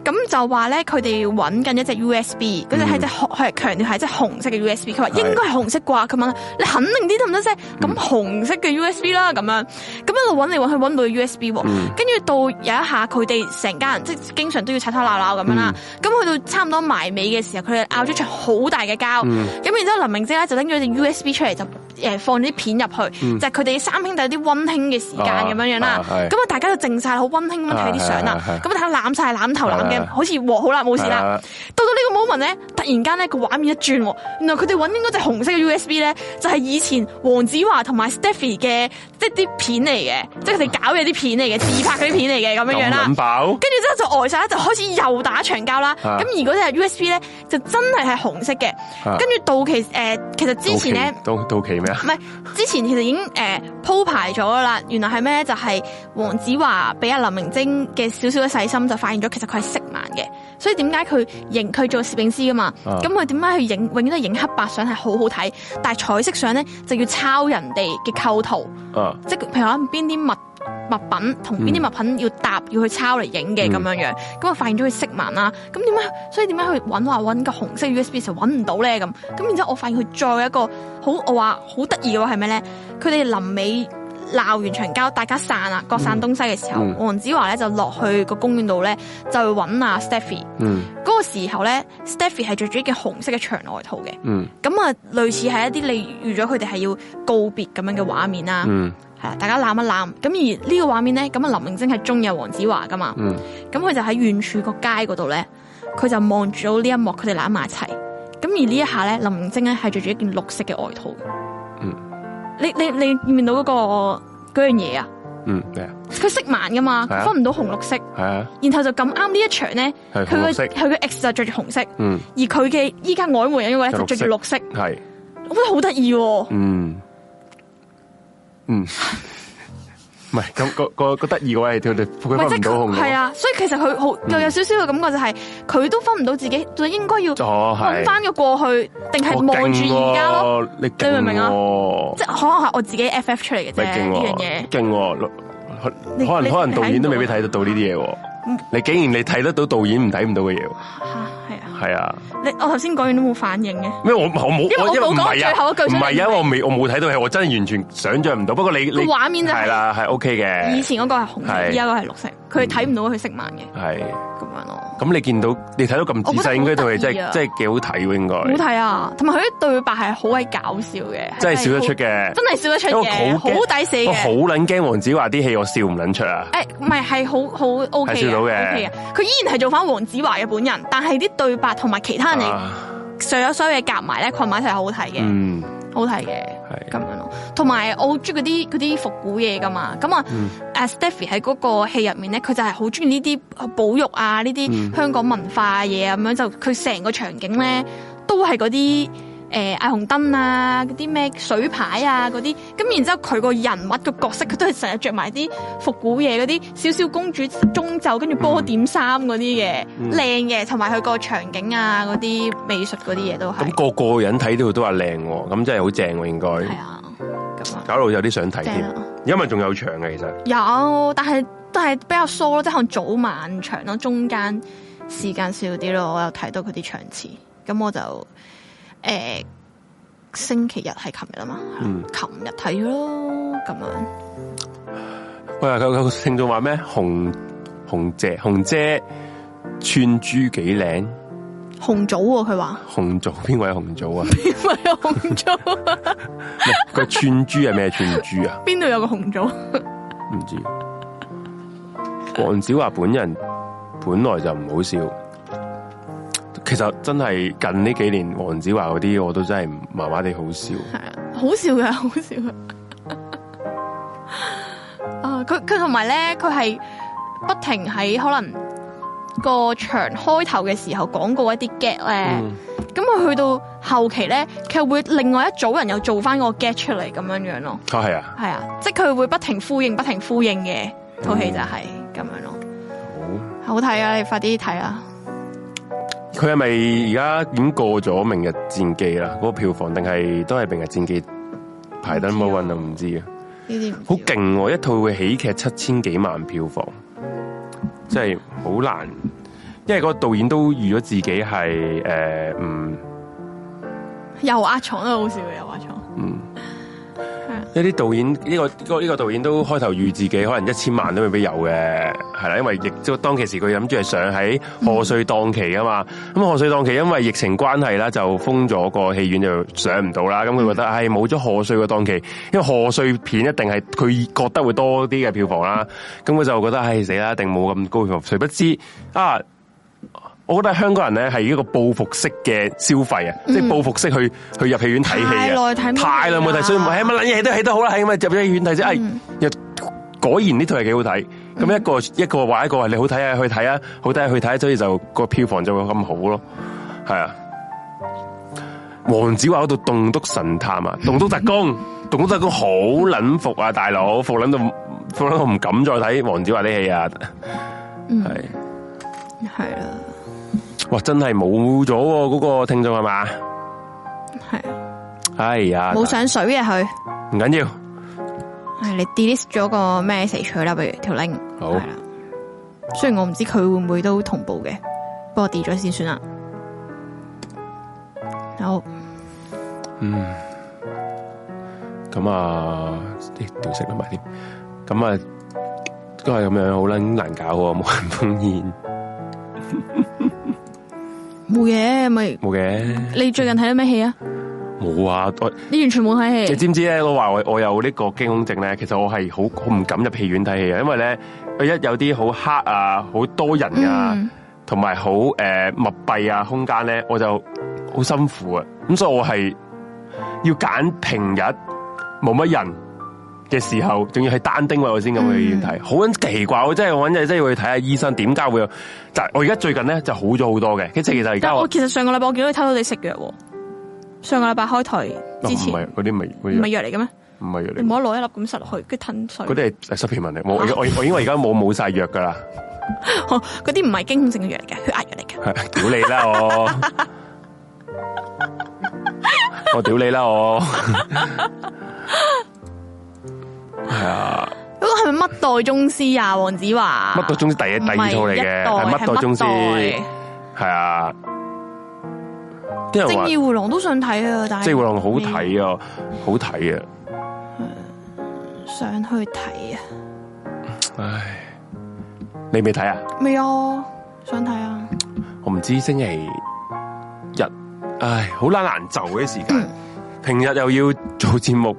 A: 咁、就話咧，佢哋揾緊一隻 USB，嗰只
B: 嗯
A: 係隻紅，佢係強調係隻紅色嘅 USB。佢話
B: 係
A: 應該係紅色啩，佢問你肯定啲得唔得
B: 嗯
A: 啫？咁紅色嘅 USB 啦，咁樣咁一路揾嚟揾去揾唔到 USB 喎。
B: 嗯
A: 跟住到有一下佢哋成家人即係經常都要吵吵鬧鬧咁樣啦。
B: 嗯
A: 咁去到差唔多埋尾嘅時候，佢哋拗咗場好大嘅交。咁、
B: 嗯
A: 然之後林明晶咧就拎咗隻 USB 出嚟就。誒放咗啲片入去，就係佢哋三兄弟啲温馨嘅時間
B: 嗯啊
A: 咁樣樣啦
B: 啊。係
A: 咁啊，大家就靜晒，好温馨咁樣睇啲相啦
B: 啊。係係係
A: 咁啊，大家攬晒攬頭攬
B: 係
A: 頸，
B: 係
A: 好似和好啦，冇事
B: 係
A: 啦
B: 啦。
A: 到到呢個 moment 咧，突然間咧個畫面一轉喎，原來佢哋揾緊嗰隻紅色嘅 USB 咧，就係以前黃子華同埋 Stephy 嘅即係啲片嚟嘅，即係佢哋搞嘢啲片嚟嘅，自拍嗰啲片嚟嘅咁樣樣
B: 咁
A: 啦
B: 撚。爆。
A: 跟住之後就呆晒啦，就開始又打長交啦。咁、
B: 啊
A: 而嗰隻 USB 咧就真係係紅色嘅。
B: 啊
A: 跟住到期誒、呃其實之前咧。
B: 到期到到期咩啊
A: 唔？係，之前其實已經誒鋪、排咗啦。原來係咩？就係、黃子華俾阿林明晶嘅少少嘅細心，就發現咗其實佢係色盲嘅。所以點解佢影佢做攝影師噶嘛？
B: 啊
A: 咁佢點解佢影永遠都係影黑白相係好好睇，但係彩色相咧就要抄人哋嘅構圖，
B: 啊，
A: 即係譬如話邊啲物物品同
B: 嗯
A: 邊啲物品要搭要去抄嚟影嘅咁樣樣。咁我發現咗佢色盲啦。咁點解？所以點解佢揾話揾個紅色 USB 嘅時候揾唔到咧？咁咁然之後我發現佢再有一個好，我話好得意嘅話係咩咧？佢哋臨尾鬧完場交，大家散啦，各散東西嘅時候，
B: 嗯
A: 黃子華咧就落去個公園度咧就去揾阿 Stephy。
B: 嗯
A: 嗰個時候咧，Stephy 係着住一件紅色嘅長外套嘅，
B: 嗯
A: 咁啊類似係一啲你預咗佢哋係要告別咁樣嘅畫面啦。
B: 嗯
A: 係啊啦，大家攬一攬。咁而呢個畫面咧，咁啊林明晶係中意阿黃子華噶嘛，
B: 嗯，
A: 咁佢就喺遠處個街嗰度咧，佢就望住到呢一幕，佢哋攬埋一齊。咁而呢一下咧，林明晶咧係着住一件綠色嘅外套嘅。
B: 嗯
A: 你，你你見唔見到嗰、個嗰樣嘢啊？
B: 嗯，咩啊？
A: 佢色盲噶嘛，
B: 係啊
A: 佢分唔到紅綠色，
B: 係啊，
A: 然後就咁啱呢一場咧，
B: 係
A: 佢個
B: 紅綠色
A: 佢個 ex 就着住紅色，
B: 嗯，
A: 而佢嘅依家曖昧緊嗰個咧就
B: 就
A: 着住綠色，
B: 係，
A: 我覺得好得意喎。
B: 嗯嗯，唔係咁個個個得意嗰位，佢哋佢
A: 喂
B: 分唔到嗯好唔好
A: 係，啊，所以其實佢好又有少少嘅感覺，就係佢都分唔到自己，就應該要
B: 哦
A: 揾
B: 係，
A: 翻個過去，定係
B: 我
A: 望住而家咯。
B: 勁喎，你勁
A: 你明唔明啊
B: 喎
A: 即係可能係我自己 FF 出嚟嘅
B: 咪
A: 啫，
B: 勁
A: 呢樣
B: 喎，
A: 嘢
B: 勁喎，可
A: 你
B: 可
A: 你
B: 能可能導演都未必
A: 睇
B: 睇得到呢啲嘢喎，你竟然你睇得到導演唔睇唔到嘅嘢喎，
A: 嚇係啊！
B: 係啊。
A: 你我頭先講完都冇反應嘅，
B: 咩？我我冇，
A: 因為我
B: 因為唔
A: 冇講
B: 係
A: 最後
B: 啊
A: 一句，
B: 唔
A: 所以你
B: 係
A: 唔明
B: 啊，我未，我冇睇到戲，我真係完全想象唔到。不過你你
A: 個畫面就係
B: 係啦，係 OK 嘅，
A: 以前嗰個係紅色，
B: 係嗯
A: 依家嗰個係綠色，佢睇唔到佢色盲嘅
B: 係。
A: 咁樣咯。
B: 咁你見到你睇到
A: 我覺
B: 咁
A: 得
B: 仔細，應該套戲
A: 好得
B: 真
A: 意啊
B: 係真係幾好睇喎，應該
A: 好睇啊，同埋佢啲對白係好鬼搞笑嘅，
B: 真係笑得出
A: 係
B: 嘅
A: 好，。真係笑得出
B: 因為我
A: 嘅，
B: 好
A: 好
B: 驚哦
A: 抵死
B: 我好
A: 嘅。
B: 撚驚黃子華啲戲，我笑唔撚出啊！
A: 誒，唔係係好好 O K
B: 係笑
A: 嘅
B: 到
A: ，O
B: 嘅
A: K 嘅。佢依然係做翻黃子華嘅本人，但係啲對白同埋其他人嚟
B: 啊
A: 所有所有嘢夾埋咧，群埋一齊係好睇嘅。
B: 嗯，
A: 好睇嘅，
B: 係
A: 咁樣咯。同埋我好中意嗰啲嗰啲復古嘢噶嘛，咁啊，
B: 嗯
A: 誒 Stephy 喺嗰個戲入面咧，佢就係好中意呢啲保育啊，呢
B: 嗯
A: 啲香港文化嘢啊咁樣，就佢成個場景咧都係嗰啲誒霓虹燈啊，嗰啲咩水牌啊嗰啲，咁然之後佢個人物個角色，佢都係成日着埋啲復古嘢嗰啲少少公主中袖，跟住波點衫嗰啲嘅，
B: 嗯
A: 靚嘅，同埋佢個場景啊嗰啲美術嗰啲嘢都係
B: 咁，個個人睇到都話靚喎，咁真係好正喎，應該
A: 係啊，咁啊。
B: 搞到有啲想
A: 正
B: 睇添。
A: 啊！
B: 因為仲有場嘅其實，
A: 有，但係都係比較疏咯，即係可能早晚場咯，中間時間少啲咯。我有睇到佢啲場次，咁我就誒、呃嗯星期日係琴日啊嘛，係啦琴日睇咗咯，咁樣
B: 喂，佢佢聽眾話咩？紅紅姐，紅姐串珠幾靚？
A: 紅棗喎，佢話
B: 紅組邊位紅組啊？
A: 邊位有紅棗 啊？
B: 唔係個串珠係咩串珠啊？
A: 邊度有個紅棗？
B: 唔知。黃子華本人本來就唔好笑，其實真係近呢幾年黃子華嗰啲我都真係麻麻地好笑。
A: 係啊，好笑嘅，好笑嘅。 啊，佢佢同埋咧，佢係不停喺可能個場開頭嘅時候講過一啲 get 咧，
B: 嗯
A: 咁佢、去到後期咧，佢會另外一組人又做翻個 get 出嚟咁樣樣咯。
B: 啊係啊，
A: 係啊，即係佢會不停呼應，不停呼應嘅套戲就係咁樣咯。好睇啊！你快啲睇啊！
B: 佢係咪而家已經過咗《明日戰記》啦？嗰個票房定係都係《明日戰記》排得 number one 啊？唔知啊，
A: 呢啲唔
B: 好
A: 知喎，
B: 勁喎！一套會喜劇七千幾萬票房，真係好難，因為個導演都預咗自己係呃嗯誒唔。
A: 又壓床都好笑嘅，又壓床。
B: 呢啲導演呢、個呢、個呢、個導演都開頭預自己可能一千萬都未必有嘅，係啦，因為亦都當其時佢諗住係上喺賀歲檔期啊嘛，咁賀歲檔期因為疫情關係啦，就封咗個戲院就上唔到啦，咁佢覺得唉冇咗賀歲個檔期，因為賀歲片一定係佢覺得會多啲嘅票房啦，咁佢就覺得唉死啦，一定冇咁高票房，誰不知啊？我覺得香港人咧係一個報復式嘅消費啊，即係報復式去去入戲院睇戲
A: 嗯太
B: 啊。
A: 耐睇冇
B: 太耐冇睇，所以唔係乜撚嘢都睇得好啦，係咁啊入咗戲院睇啫。哎，
A: 嗯
B: 又果然呢套係幾好睇。咁一個一個話一個話你好睇啊，去睇啊，好睇啊，去睇啊，所以就個票房就會咁好咯。係啊，黃子華嗰度《棟篤神探》啊，《
A: 嗯
B: 棟篤特工》《棟篤特工》好撚服啊，大佬服撚到服撚到唔敢再睇黃子華啲戲啊。
A: 嗯
B: 係，
A: 係啦，
B: 哇，真係冇咗喎嗰個聽眾係嘛？
A: 係啊
B: 哎呀，
A: 冇上水嘅佢。
B: 唔緊要。
A: 系你 delete 咗個 message 佢啦，不如條 link
B: 好
A: 係啦。雖然我唔知佢會唔會都同步嘅，不過 delete 咗先算啦。好，
B: 咁啊，啲調色埋添，咁啊，都係咁樣，好撚難搞喎，冇人封煙，
A: 冇嘢咪。
B: 冇嘅，
A: 你最近睇咗咩戲啊？
B: 冇啊！我
A: 你完全冇睇
B: 你
A: 戲，
B: 知唔知咧？我話我我有呢個驚恐症咧，其實我係好好唔敢入戲院睇戲啊，因為咧，佢一有啲好黑啊，好多人啊，
A: 嗯
B: 同埋好誒密閉啊空間咧，我就好辛苦啊。咁所以我係要揀平日冇乜人嘅時候，仲要係單丁位我先咁去醫院
A: 嗯
B: 睇，好撚奇怪。我真係我揾嘢真係要去睇下醫生，點解會有？就係我而家最近咧就好咗好多嘅，即係其實而
A: 但
B: 家
A: 我
B: 我
A: 其實上個禮拜我見到你偷偷哋食藥喎。上個禮拜開台之
B: 哦唔
A: 前
B: 係嗰啲唔係
A: 唔
B: 嗰
A: 係
B: 啲
A: 藥嚟嘅咩？
B: 唔係藥
A: 你
B: 嚟
A: 唔。好攞一粒咁塞落去，跟住吞水。
B: 嗰啲係 supplement 嚟，我我我我因為而家冇冇晒藥噶啦，
A: 哦嗰啲唔係經痛性嘅藥嚟嘅，血壓藥嚟嘅。
B: 係屌你啦 我，我屌你啦我，係啊，
A: 嗰個係咪乜代宗師啊？黃子華
B: 乜代宗師第一第二套嚟嘅
A: 唔
B: 係
A: 係一
B: 乜代宗師
A: 係乜代
B: 係啊，啲人
A: 正
B: 話
A: 義
B: 《
A: 回廊都想睇啊，但係
B: 即係會浪》好睇啊，好睇啊，
A: 想去睇啊，
B: 唉，你未睇啊？
A: 未啊，想睇啊，
B: 我唔知星期日，唉，好難難就嘅啲時
A: 嗯
B: 間。平日又要做節目，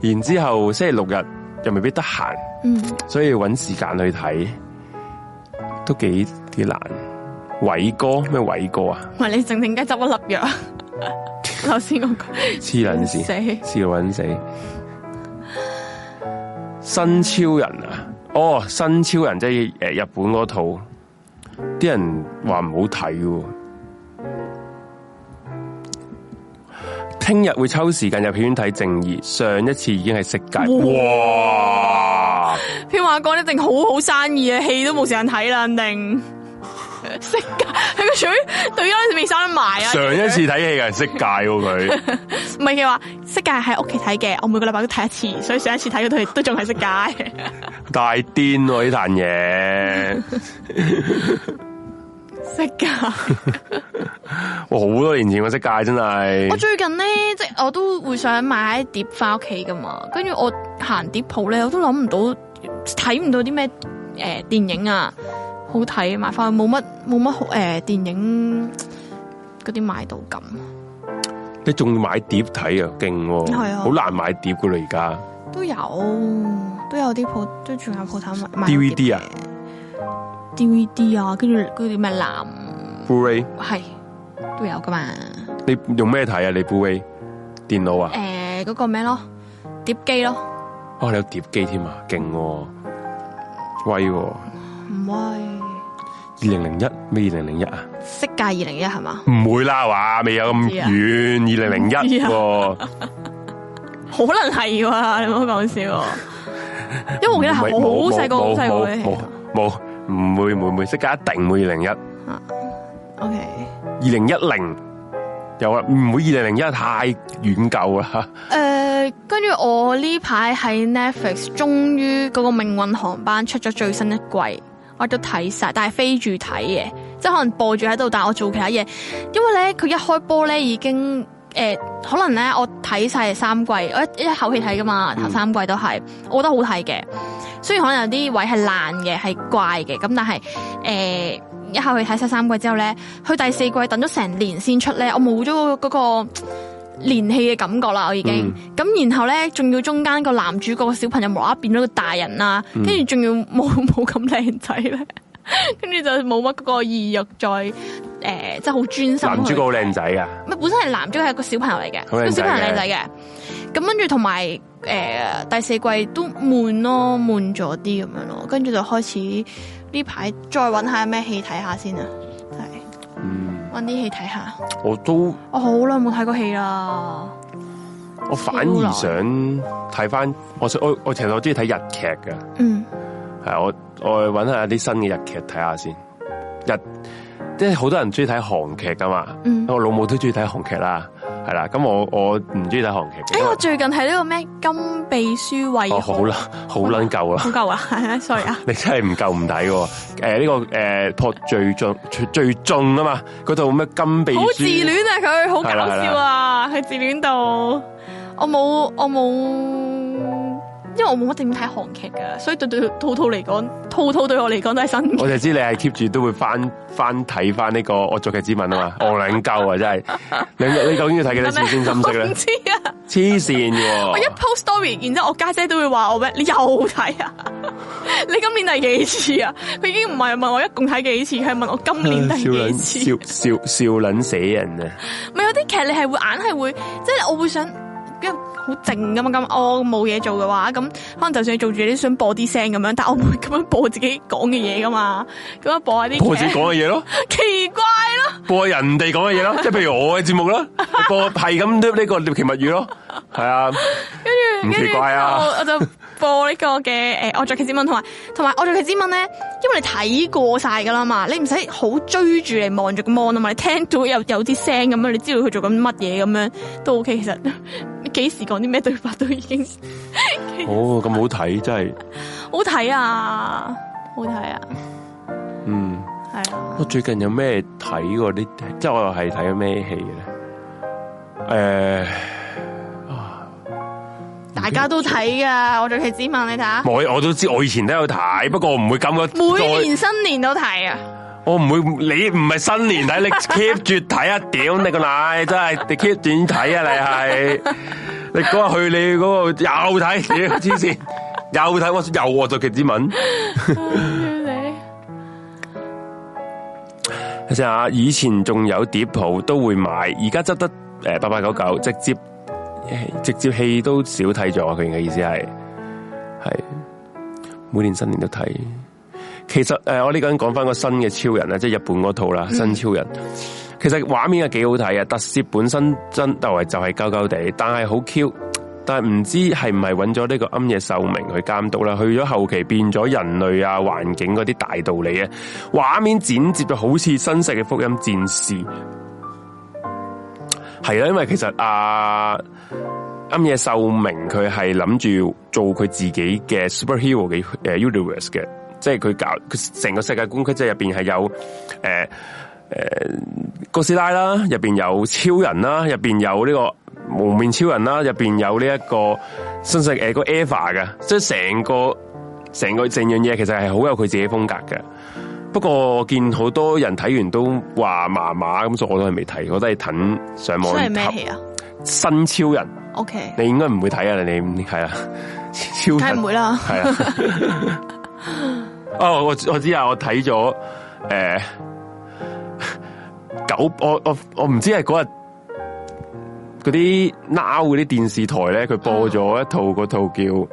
B: 然之後星期六日又未必得閒，
A: 嗯，
B: 所以要揾時間去睇，都幾幾難。偉哥咩偉哥啊？
A: 喂，你靜靜雞執一 粒藥，頭先我講
B: 黐撚線，
A: 死
B: 黐到撚死。新超人啊，哦，新超人即係誒日本嗰套，啲人話唔好睇喎。聽日會抽時間入戲院睇《正義》，上一次已經係色戒。哇！
A: 飄馬哥一定好好生意啊，戲都冇時間睇啦，肯定。識噶，佢個嘴對咗未生得埋啊！
B: 上一次睇戲嘅人色戒喎佢，
A: 唔係嘅話，識界喺屋企睇嘅，我每個禮拜都睇一次，所以上一次睇嗰套 戲都仲係識界。
B: 大癲喎呢壇嘢。
A: 識噶。
B: 哇，好多年前我色戒真
A: 我
B: 係。
A: 最近咧，即係我都會想買碟翻屋企噶嘛，跟住我行碟鋪咧，我都諗唔到睇唔到啲咩诶電影啊，好睇啊嘛，反而冇乜冇乜好诶電影嗰啲買到咁。
B: 你仲要買碟睇啊，勁喎！
A: 係啊
B: 好難買碟噶啦而家。
A: 都有都有啲鋪都仲有鋪頭賣賣
B: DVD 啊
A: ，DVD 啊，跟住嗰啲咩藍
B: Blu-ray
A: 係都有噶嘛。
B: 你用咩睇啊？你 Blu-ray 電腦啊？
A: 诶、嗰、個咩咯，碟機咯，
B: 哇！你有碟機添啊，勁喎，威喎！二
A: 唔威。
B: 零零一咩？二零零一啊？
A: 色戒二零一係嘛？
B: 唔會啦，話未有咁
A: 知啊
B: 遠，二零零一
A: 知啊
B: 喎。
A: 可能係喎，你唔好 講笑喎。因為 我記得係
B: 唔係
A: 好
B: 冇
A: 細個，好
B: 冇
A: 細個嘅
B: 冇
A: 戲
B: 冇。冇冇，唔會唔會唔會，即刻一定會二零一，二
A: O K，
B: 零一零有啊，唔會二零零一太遠舊啦。
A: 誒，跟住我呢排喺 Netflix，終於嗰個命運航班出咗最新一季，我都睇晒，但係飛住睇嘅，即係可能播住喺度，但係我做其他嘢，因為咧佢一開波咧已經。誒、可能咧，我睇晒三季，我一一口氣睇噶嘛，頭三季都係，我覺得好睇嘅。雖然可能有啲位係爛嘅，係怪嘅，咁但係誒、呃一口氣睇晒三季之後咧，去第四季等咗成年先出咧，我冇咗嗰嗰個年氣嘅感覺啦，我已經。咁、然後咧，仲要中間個男主角個小朋友無啦啦變咗個大人啦，跟住仲要冇冇咁靚仔咧，跟住就冇乜嗰個意欲再誒、即係好專心去。
B: 男主角好靚仔啊，
A: 咪本身係男主角係個小朋友嚟嘅，
B: 好
A: 個
B: 靚
A: 小
B: 仔嘅
A: 朋友靚仔嘅。咁跟住同埋誒第四季都悶咯，悶咗啲咁樣咯。跟住就開始呢排再揾下咩戲睇下先啊，真係
B: 嗯，
A: 揾啲戲睇下。
B: 我都
A: 我好耐冇睇過戲啦，
B: 我反而想睇翻，我想我我其實我中意睇日劇嘅，
A: 嗯，
B: 哦係我我揾下啲新嘅日劇睇下先。日即係好多人中意睇韓劇噶嘛，
A: 嗯
B: 我老母都中意睇韓劇啦，係啦。咁我我唔中意睇韓劇
A: 誒、
B: 嘅，因為
A: 哎我最近睇呢個咩金秘書衛
B: 哦好啦，好撚夠啦
A: 好。 夠啊，sorry 啊，
B: 你真係唔夠唔抵喎！诶、呢、個个诶破最盡最盡啊嘛，嗰套咩金秘書
A: 好自戀啊佢，好搞
B: 係啦係
A: 笑啊，佢自戀到我冇我冇，因為我冇乜點睇韓劇噶，所以對對套套嚟講，套套對我嚟講都係新嘅。
B: 我就知你係 keep 住都會翻翻睇翻呢個惡作劇之吻啊嘛，我撚夠啊真係！你你究竟要睇幾多次先心息
A: 我
B: 咧哦
A: 唔？知啊！
B: 黐線嘅
A: 我一
B: 喎，
A: post story，然之後我家姐都會話我咩？你又睇啊？ 你今年第幾次啊？佢已經唔係問我一共睇幾次，係問我今年第
B: 笑
A: 幾
B: 撚
A: 次。
B: 笑笑笑撚死人啊！
A: 咪有啲劇你係會硬係會，即係我會想，因為好靜噶嘛，咁我冇嘢做嘅話，咁可能就算你做住你都想播啲聲咁樣，但我唔會咁樣播自己講嘅嘢噶嘛，咁樣播下啲
B: 播自己
A: 劇
B: 講嘅嘢咯，
A: 奇怪咯，
B: 播人哋講嘅嘢 咯，即係譬如我嘅節目啦，播係咁呢個獵奇物語咯，係 啊，
A: 跟
B: 唔
A: 住跟
B: 奇
A: 住
B: 怪啊
A: 我我就播呢個嘅诶《惡作劇之吻》同埋同埋《惡作劇之吻》咧，因為你睇過晒噶啦嘛，你唔使好追住嚟望住個 mon 啊嘛，你聽到有有啲聲咁樣，你知道佢做緊乜嘢咁樣都 OK。其實 你幾時講啲咩對白都已經
B: 哦咁好睇真係，
A: 好睇啊，好睇啊！
B: 嗯。
A: 系啊，
B: 我最近有咩睇喎？啲即系我又係睇咗咩戲咧？诶、
A: 大家都睇噶，我做劇之吻，你睇下，
B: 我我都知，我以前都有睇，不過我唔會咁嘅。
A: 每年新年都睇啊，
B: 我唔會，你唔係新年睇，你 keep 住睇啊！ 屌你個奶，真係你 keep 住睇啊！你係你嗰日去你嗰、個又睇，屌黐線，又睇我又我就極之文。
A: 你
B: 睇下啊，以前仲有碟鋪都會買，而家執得诶八八九九，直接呃直接戲都少睇咗。佢嘅意思係係每年新年都睇。其實诶、呃我呢個人講翻個新嘅超人啦，啊即係日本嗰套啦，新超人。其實畫面係幾好睇啊，特攝本身真就係就係鳩鳩地，但係好 Q。但係唔知係唔係揾咗呢個庵野秀明去監督啦，去咗後期變咗人類啊環境嗰啲大道理啊，畫面剪接就好似新世嘅福音戰士，係啦，因為其實啊庵野秀明佢係諗住做佢自己嘅 superhero 嘅诶 universe 嘅，即係佢搞佢成個世界觀，佢即係入边係有诶。呃哥斯拉啦，入边有超人啦，入边有呢个蒙呃面超人啦，入边有呢一个新世诶个 Eva 嘅，即系成个成個成樣嘢其實係好有佢自己風格嘅。不過我見好多人睇完都話麻麻咁，所以我都係未睇，我都係等上網
A: 所以係咩
B: 睇
A: 戲啊
B: 新超人，
A: ？OK，
B: 你應該唔會睇啊，你你係啊，超
A: 梗係
B: 人
A: 唔會啦。
B: 係啊。哦，我我知啊，我睇咗诶九，我我我唔知係嗰日嗰啲 now 嗰啲電視台咧，佢播咗一套嗰套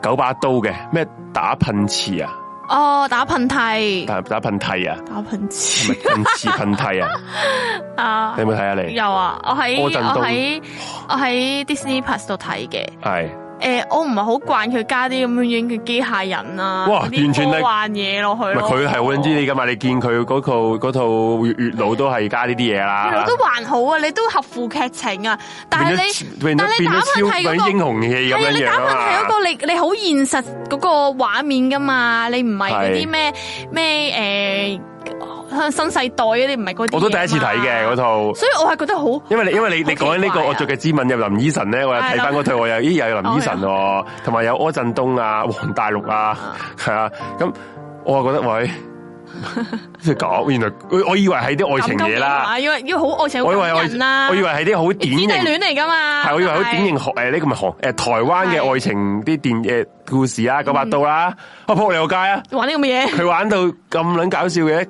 B: 叫九把刀嘅咩打噴嚏啊，
A: 哦，打噴嚏，
B: 打打噴嚏啊，
A: 打噴嚏
B: 咪噴嚏噴嚏啊，
A: 啊
B: 你！有冇睇啊你？
A: 有啊，我喺
B: 柯震東
A: 我喺我喺 Disney Plus 度睇嘅。
B: 係
A: 诶、我唔係好慣佢加啲咁樣樣嘅機械人啊，
B: 哇
A: 啲
B: 完全係
A: 科幻嘢落
B: 咪
A: 去咯。
B: 佢係好撚知你噶嘛？你見佢嗰套嗰套月月老都係加呢啲嘢啦
A: 你。都還好啊，你都合乎劇情啊，但
B: 變
A: 係
B: 咗
A: 你
B: 變
A: 但
B: 咗
A: 係你
B: 變
A: 打
B: 咗
A: 噴
B: 超
A: 嚏
B: 鬼
A: 嗰、個
B: 英雄戲
A: 係
B: 咁
A: 啊，
B: 樣
A: 你
B: 樣
A: 打噴
B: 啊
A: 嚏嗰
B: 嘛，
A: 個你你好現實嗰個畫面噶嘛，你唔係嗰啲咩咩诶新世代啊，你唔係嗰啲。
B: 我都第一次睇嘅嗰，套。
A: 所以我係覺得好
B: 因為你因為你你
A: 好
B: 講
A: 奇
B: 緊呢
A: 怪
B: 個
A: 啊
B: 惡作嘅之吻有林依晨咧，我又睇翻嗰套，我又咦又有林依
A: 哦
B: 晨喎，同埋有柯震東 啊、黃大陸啊，係啊，咁我又覺得 喂，即係講原來我我以為係啲愛情
A: 感
B: 嘢
A: 動嘅啊
B: 啦，
A: 嘛，因為要好愛情好
B: 我以為
A: 感人啊啦，
B: 我以為係啲好
A: 姐
B: 典型
A: 弟。戀嚟噶 嘛，
B: 係我以為好典型韓誒呢個咪韓誒台灣嘅
A: 係
B: 愛情啲電誒故事啊，九把刀啦，我仆你個街啊！
A: 玩啲咁嘅嘢。
B: 佢玩到咁撚搞 笑嘅，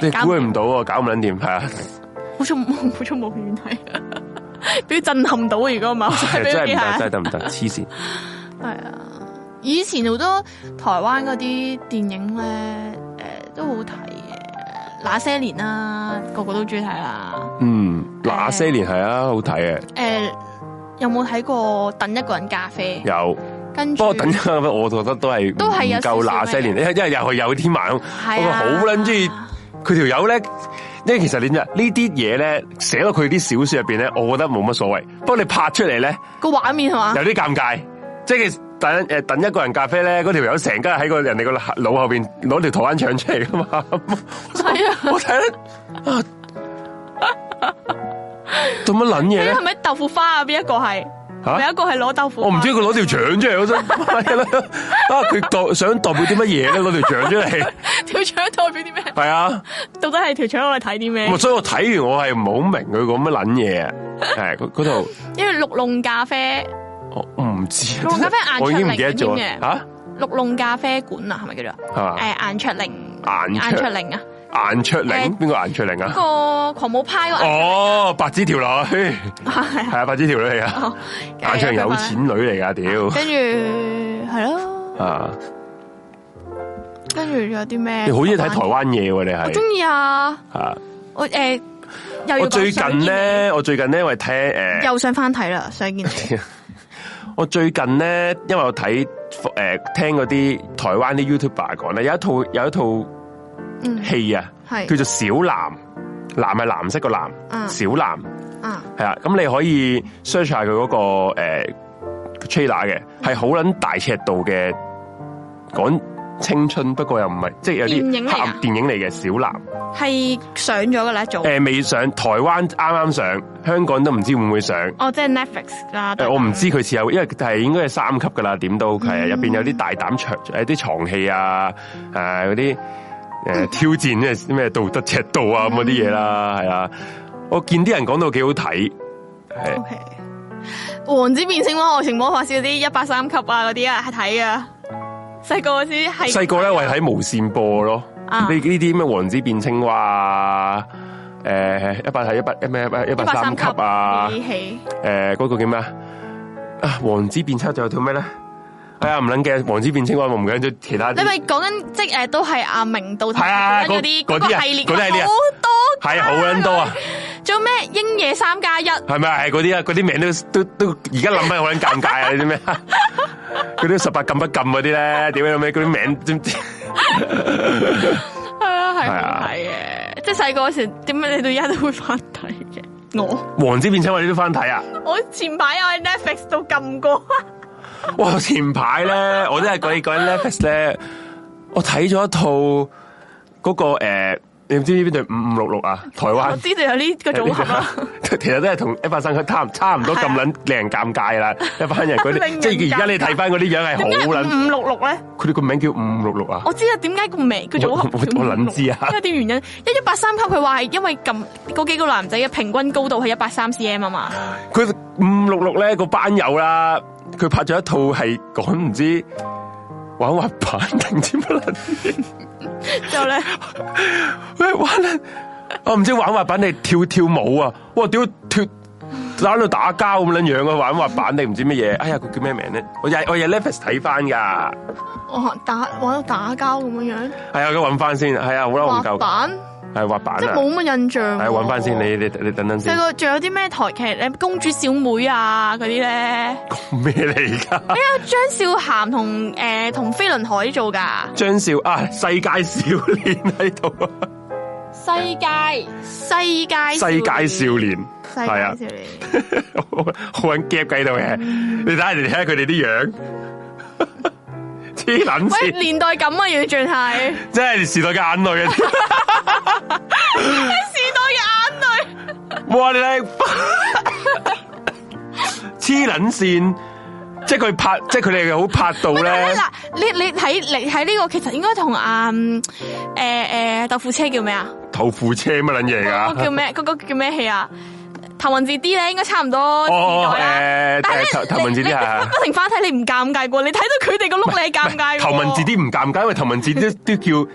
B: 你估佢唔到喎，搞唔撚掂，係啊，
A: 好彩冇好彩冇遠睇，啊 俾佢震撼到。啊如果唔係，
B: 真
A: 俾
B: 係
A: 佢
B: 唔
A: 機
B: 得，
A: 械
B: 真係得唔得，黐線，
A: 係啊！以前好多台灣嗰啲電影咧，誒、都好睇嘅，那些年啦，個個都中意睇啦。
B: 嗯，那些年係啊，好睇嘅，
A: 誒、有冇睇過《等一個人咖啡》？
B: 有，
A: 跟
B: 不
A: 住
B: 過等一下，我覺得都係
A: 啊都係有
B: 唔夠
A: 少少
B: 那些年，因為因為又係有天馬，
A: 係
B: 我
A: 啊，
B: 好撚中意佢條友咧。因為其實你知啊呢啲嘢咧寫到佢啲小說入邊咧，我覺得冇乜所謂。不過你拍出嚟咧，
A: 個畫面係嘛
B: 有？啲尷尬，即係等誒等一個人咖啡咧，嗰條友成家喺個人哋個腦後邊攞條台灣腸出嚟噶嘛，
A: 係啊，
B: 我睇得啊，做乜撚嘢
A: 你係
B: 咧？
A: 咪豆腐花啊？邊一個係？啊
B: 吓
A: 有，一個係攞豆腐花。
B: 哦我唔知 佢攞條腸出嚟，我真係 啊！佢代想代表啲乜嘢咧？攞條腸出嚟，
A: 條腸代表啲咩？
B: 係啊，
A: 到底係條腸攞嚟睇啲咩
B: 咁？所以我睇完我係唔好明佢講乜撚嘢啊！係嗰嗰度，
A: 因為綠弄咖啡。
B: 我我唔知
A: 我覺得，
B: 我已經唔記得咗
A: 眼出
B: 嚇
A: 六弄咖啡館啊，係咪叫做？
B: 係嘛
A: 誒、顏卓玲，
B: 顏卓
A: 顏卓玲啊，
B: 顏卓玲
A: 誒
B: 邊個顏卓玲啊？
A: 個狂舞派 嗰個
B: 哦，白紙條女
A: 係
B: 係啊，白紙條女嚟啊，
A: 啊，
B: 眼場有錢女嚟噶，屌
A: 跟住係咯，
B: 啊！
A: 跟住仲有啲咩？
B: 你好中意睇台，灣嘢喎，你
A: 我
B: 係
A: 中意啊！
B: 啊！
A: 我誒、又要
B: 我
A: 講
B: 最近
A: 想見
B: 咧，我最近咧，我係聽
A: 你
B: 誒，
A: 又想翻睇啦， 想見你
B: 我最近咧，因為我睇誒聽嗰啲台灣啲 YouTuber 講咧，有一套有一套
A: 嗯
B: 戲啊，
A: 係
B: 叫做《小藍》，藍係藍色個藍，
A: 嗯
B: 小藍
A: 啊，
B: 係啊。咁你可以 search 下佢嗰個誒 trailer 嘅，係好撚大尺度嘅講青春，不過又唔係，即係有
A: 電影嚟
B: 啲
A: 㗎
B: 黑暗電影嚟嘅小藍。
A: 係上咗嘅啦，一早
B: 誒、未上，台灣啱啱上，香港都唔知會唔會上。誒、呃
A: 哦，即係 Netflix 啦。大家
B: 我唔知佢似有，因為係應該係三級噶啦，點都係
A: 嗯
B: 啊入邊有啲大膽長誒啲床戲啊，誒嗰啲
A: 嗯
B: 誒挑戰咩咩道德尺度啊咁嗰啲嘢啦，係啊。我見啲人講到幾好睇，係
A: OK，王子變性魔、愛情魔法師嗰啲一百三級啊，嗰啲啊係睇噶。細個嗰時係
B: 細個咧，我 係啊睇無線播咯。
A: 啊
B: 呢呢啲咩王子變青蛙啊，誒一百係一百咩一百一
A: 一
B: 百三級啊。
A: 啲戲，
B: 诶，嗰、個叫咩啊？啊，王子變青蛙仲有套咩咧？哎呀，唔撚嘅，王子變青蛙，我唔記得咗其他
A: 你
B: 啲。
A: 咪講緊即係都係阿明導同
B: 係啊
A: 嗰啲
B: 嗰
A: 嗰
B: 嗰啲
A: 個
B: 啊
A: 系列，
B: 嗰啲系列啊
A: 好多
B: 係啊好撚多啊！
A: 仲有咩英野三加一
B: 係咪啊？係嗰啲啊，嗰啲名都都都，而家諗翻好撚尷尬 啊！你知咩？嗰啲十八禁不禁嗰啲咧，屌你老味，嗰啲名知唔知？
A: 係啊係
B: 係啊
A: 好睇嘅，即係細個嗰時點解你到而家都會翻睇嘅？我
B: 王子變青蛙你都翻睇啊？
A: 我前排我喺 Netflix 度撳過，
B: 啊 哇！前排咧，我真係講講 Netflix 咧，我睇咗一套嗰、呃個个诶、誒你唔知唔知邊對五五六六啊？台
A: 我
B: 灣。
A: 知道有呢個組合啦， 啊
B: 其實都係同一班生差唔差唔多咁撚令人尷尬啦，一班人 嗰
A: 令人嗯
B: 啲，即係而家你睇翻嗰啲樣係好
A: 點解
B: 撚，
A: 五五六六咧？
B: 佢哋個名叫五六六啊，
A: 我知啊，點解個名佢組合
B: 我我我撚知啊
A: 因為啲原因，一一八三級佢話係因為咁嗰幾個男仔嘅平均高度係一百三 cm 啊嘛，
B: 佢五六六咧個班友啦，佢拍咗一套係講唔知玩滑板定知乜撚
A: 之後咧
B: 喂，玩啦！我唔知玩滑板定跳跳舞啊！哇，屌跳打到打交咁樣樣啊！玩滑板定唔知乜嘢？哎呀，佢叫咩名咧？我日我日 Netflix 睇翻噶，
A: 我打玩到打交咁樣樣，
B: 係啊，佢揾翻先，係啊，好啦，我唔
A: 滑
B: 夠，
A: 板
B: 係滑板
A: 即係
B: 啊，
A: 冇乜印象喎。
B: 係揾翻先，你你你等等
A: 細
B: 先，
A: 個仲有啲咩台劇咧？公主小妹啊嗰 啲咧，
B: 咩嚟噶？
A: 哎呀張韶涵同誒同飛輪海做㗎。
B: 張少啊，世界少年喺度啊，
A: 世界世界
B: 世界少年
A: 世
B: 係啊
A: 界，少年，
B: 好好揾 gap 喺度嘅，
A: 嗯
B: 你睇下你睇下佢哋 啲樣，黐撚
A: 喂
B: 線。
A: 年代感啊完全係。
B: 即係時代嘅眼淚啊！
A: 時代嘅
B: 呃
A: 眼淚，
B: 哇，你睇 黐撚線，即係佢拍，即係佢哋好拍到 咧。
A: 嗱，你你睇你睇呢個其實應該同啊誒誒豆腐車叫咩啊？
B: 豆腐車乜撚 嘢
A: 嗰個叫
B: 㗎？
A: 咩？嗰個叫咩戲啊？頭文字 D 咧，應該差唔多時
B: 哦
A: 代啦
B: 誒。
A: 但係
B: 頭
A: 咧
B: 頭文字 D
A: 你你
B: 係
A: 不停翻睇，你唔尷尬過？你睇到佢哋個碌，你係尷尬喎。
B: 頭文字 D 唔尷尬，因為頭文字 D 都都叫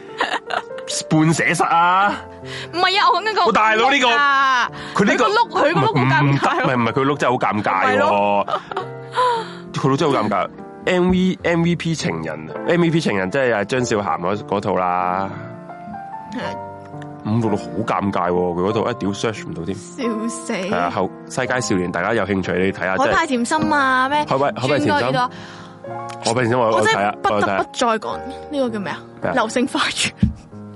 B: 半寫實啊。
A: 唔係啊，我講緊個
B: 我大佬呢個
A: 個
B: 佢呢個
A: 碌，佢個碌
B: Ừ,
A: 好尷尬
B: 唔係
A: 喎。
B: 唔係佢碌真係好尷
A: 咪
B: 尬喎，佢碌真係好尷尬。M V M V P 情人，M 啊 V P 情人即係張韶涵嗰嗰套啦。五六六好尷尬喎，佢嗰套哎一屌 search 唔到添。
A: 笑死！
B: 係啊，後世界少年，大家有興趣你睇下，即
A: 海
B: 係
A: 派甜心啊，咩？
B: 海派海派甜心
A: 轉角遇到
B: 我俾先我
A: 我
B: 我
A: 真
B: 睇
A: 係
B: 下，
A: 不
B: 我睇
A: 得
B: 下
A: 不。再講呢個叫咩啊
B: 咩啊？
A: 流星花 園，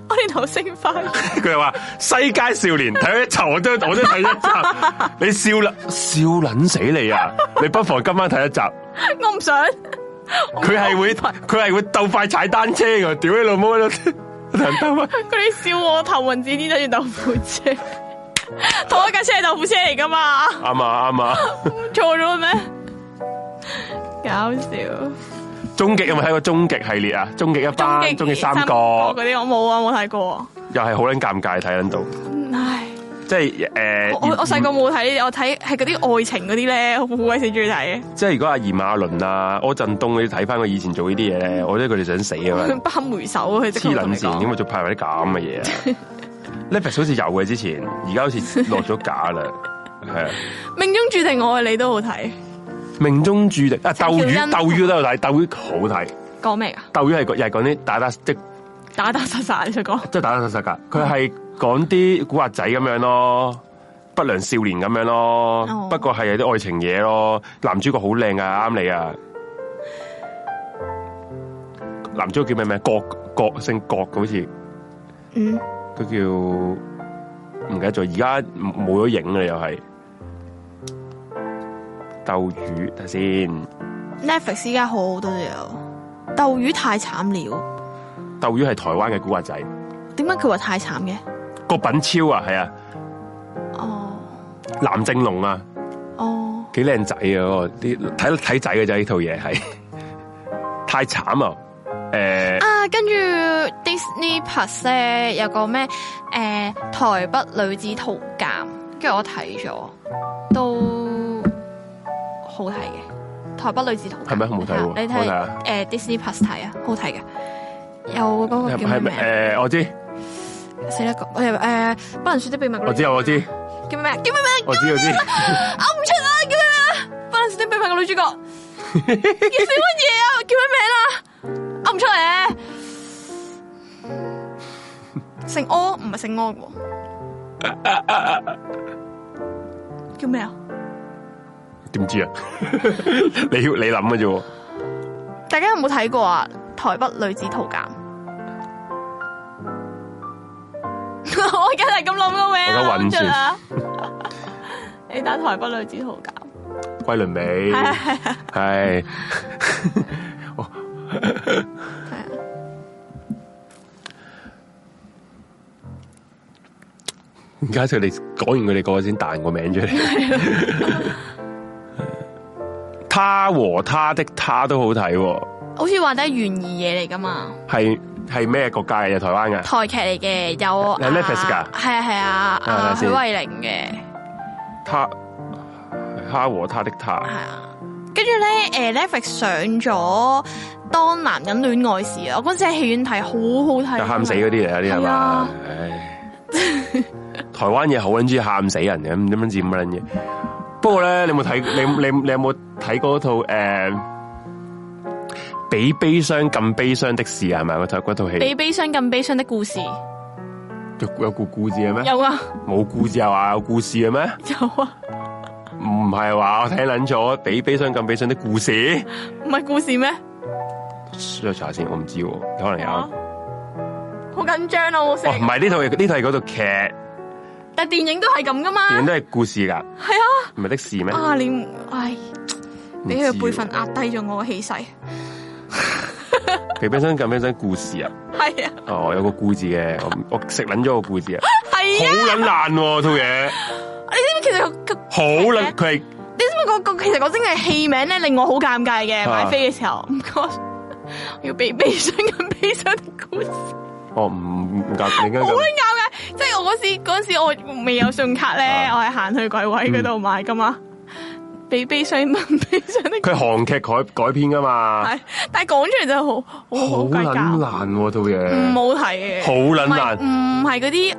A: 我連流星花園。
B: 佢又話世界少年睇一集，我都我都睇 一集。你笑啦，笑撚死你啊！你不妨今晚睇一集。
A: 我唔想。
B: 佢係會佢係會鬥快踩單車㗎，屌你 老母 喺度人兜啊！
A: 佢哋笑我頭暈子啲等住豆腐車， 同一架車係豆腐車嚟噶嘛？
B: 啱啊啱啊！
A: 錯咗咩？搞笑！
B: 終極有冇睇過終極系列啊？終極一班、
A: 終極
B: 終極三
A: 國
B: 角
A: 嗰啲我冇啊，冇睇過。
B: 又係好撚尷尬睇撚到，
A: 唉，
B: 即係誒，
A: 我我我細個冇睇，我睇係嗰啲愛情嗰啲咧，我好鬼死中意睇
B: 即係如果阿炎亞綸啊、柯震東嗰啲睇翻佢以前做呢啲嘢咧，我覺得佢哋想 死啊嘛！
A: 嘅，不堪回首啊！佢即刻
B: 黐撚線，點
A: 線
B: 解仲派埋啲咁嘅 嘢啊？Netflix 好似有嘅之前，而家好似落咗架 啦，係啊！
A: 命中注定我愛你都好睇，
B: 命中注定啊！
A: 陳
B: 鬥
A: 喬
B: 魚
A: 恩
B: 鬥魚都有睇，鬥魚好睇，
A: 講咩啊？
B: 鬥魚係講又係講啲打打即
A: 打打殺殺，你想講？
B: 即係打打殺殺㗎，佢係講啲古惑仔咁樣咯，不良少年咁樣咯，
A: 哦
B: 不過係有啲愛情嘢咯。男主角好靚啊，啱你啊！男主角叫咩名？郭郭姓郭嘅好似，
A: 嗯，
B: 佢叫唔記得咗，而家冇咗影啦，又係鬥魚睇下先，
A: Netflix 依家好好多都有，鬥魚太慘了。
B: 鬥魚係台灣嘅古惑仔，
A: 點解佢話太慘嘅？
B: 郭品超啊，係啊，
A: 哦
B: 藍正龍啊。
A: 哦，
B: 幾靚仔啊！嗰個啲睇睇仔嘅啫，呢套嘢係太慘啊！誒、
A: 啊，跟住 Disney Plus 咧有個咩誒、台北女子圖鑑，跟住我睇咗都好睇嘅。台北女子圖鑑
B: 係咩我冇睇喎
A: 你
B: 我
A: 睇
B: 睇啊
A: 誒
B: 下、
A: Disney Plus 睇啊，好睇嘅。有嗰個叫
B: 係
A: 咩
B: 係
A: 名？
B: 咪誒？呃我知，
A: 死啦！誒、誒，不能説的秘密嗰啲
B: 我知，我知，
A: 叫咩名？叫咩名？
B: 我知，我知，
A: 我唔出啦，叫咩名啊？不能是的秘密嘅女主角，叫小乜嘢啊？叫咩名啊？我唔出嚟，姓柯唔係姓柯嘅喎，叫咩啊？
B: 點知啊？你要你諗嘅啫喎，
A: 大家有冇睇過啊？台北女子圖 鑑。我而家係咁諗個名啊，
B: 我
A: 我
B: 而家
A: 唔
B: 搵
A: 出
B: 先
A: 啦。你打台北女子圖鑑。
B: 龜輪尾係
A: 係啊，
B: 而家佢哋講完佢哋個先彈個名出嚟。他和他的他都好睇喎，
A: 好似話都係懸疑嘢嚟噶嘛，
B: 係係咩國家嘅？台灣嘅。
A: 台劇嚟嘅，有
B: 係 Netflix 㗎
A: 啊係啊係啊，
B: 啊等
A: 啊
B: 陣
A: 許
B: 先
A: 慧玲嘅，
B: 他他和他的他
A: 係啊。跟住咧，誒 Netflix 上咗《當男人戀愛時》啊，我嗰陣時喺戲院睇，好好睇，
B: 就喊死嗰啲嚟啊！呢啲係
A: 係
B: 嘛
A: 啊？
B: 唉，台灣嘢好撚中意喊死人嘅，咁點樣至咁撚嘢？不過咧，你有冇睇？你你你有冇睇嗰套誒《比悲傷更悲傷的事》啊？係咪嗰套嗰啊套戲
A: 比悲傷更悲傷的故事，
B: 有有故故事嘅咩？
A: 有啊
B: 冇故事又話有故事嘅咩？
A: 有啊，
B: 唔係話我睇撚咗《比悲傷更悲傷的故事》
A: 唔係故事咩？
B: ，search 下先，我唔知喎，可能有。
A: 啊
B: 哦，
A: 好緊張啊！我成
B: 唔
A: 日，
B: 係呢套係呢套係嗰套劇，
A: 但電影都係咁噶嘛，
B: 原來都係故事㗎，
A: 係啊，
B: 唔係的事咩？
A: 啊你唔唉，俾佢
B: 唔知喎啊
A: 輩份壓低咗我嘅氣勢，
B: 皮冰箱咁冰箱故事啊，
A: 係啊
B: 哦，有個故事嘅，我我食捻咗個故 事啊，
A: 係
B: 好
A: 啊，
B: 捻爛喎套嘢，
A: 你知唔知其實個個
B: 好捻佢係
A: 你知唔知嗰個其實嗰真係戲名咧令我好尷尬嘅，
B: 啊
A: 買飛嘅時候， 唔該，我要俾悲傷咁悲傷的故事，好
B: 哦唔唔夾，你應該
A: 撚
B: 咁
A: 尷尬。即係我嗰時嗰時我未有信用卡咧，
B: 啊嗯
A: 我係行去櫃位嗰度買噶嘛， 俾悲傷咁悲傷的故
B: 佢韓劇改改編噶嘛，
A: 事，但係講出嚟就好好好
B: 好捻
A: 尷
B: 爛
A: 尬，
B: 喎套
A: 唔
B: 嘢，
A: 好睇嘅，
B: 好撚爛
A: 唔係唔係嗰啲，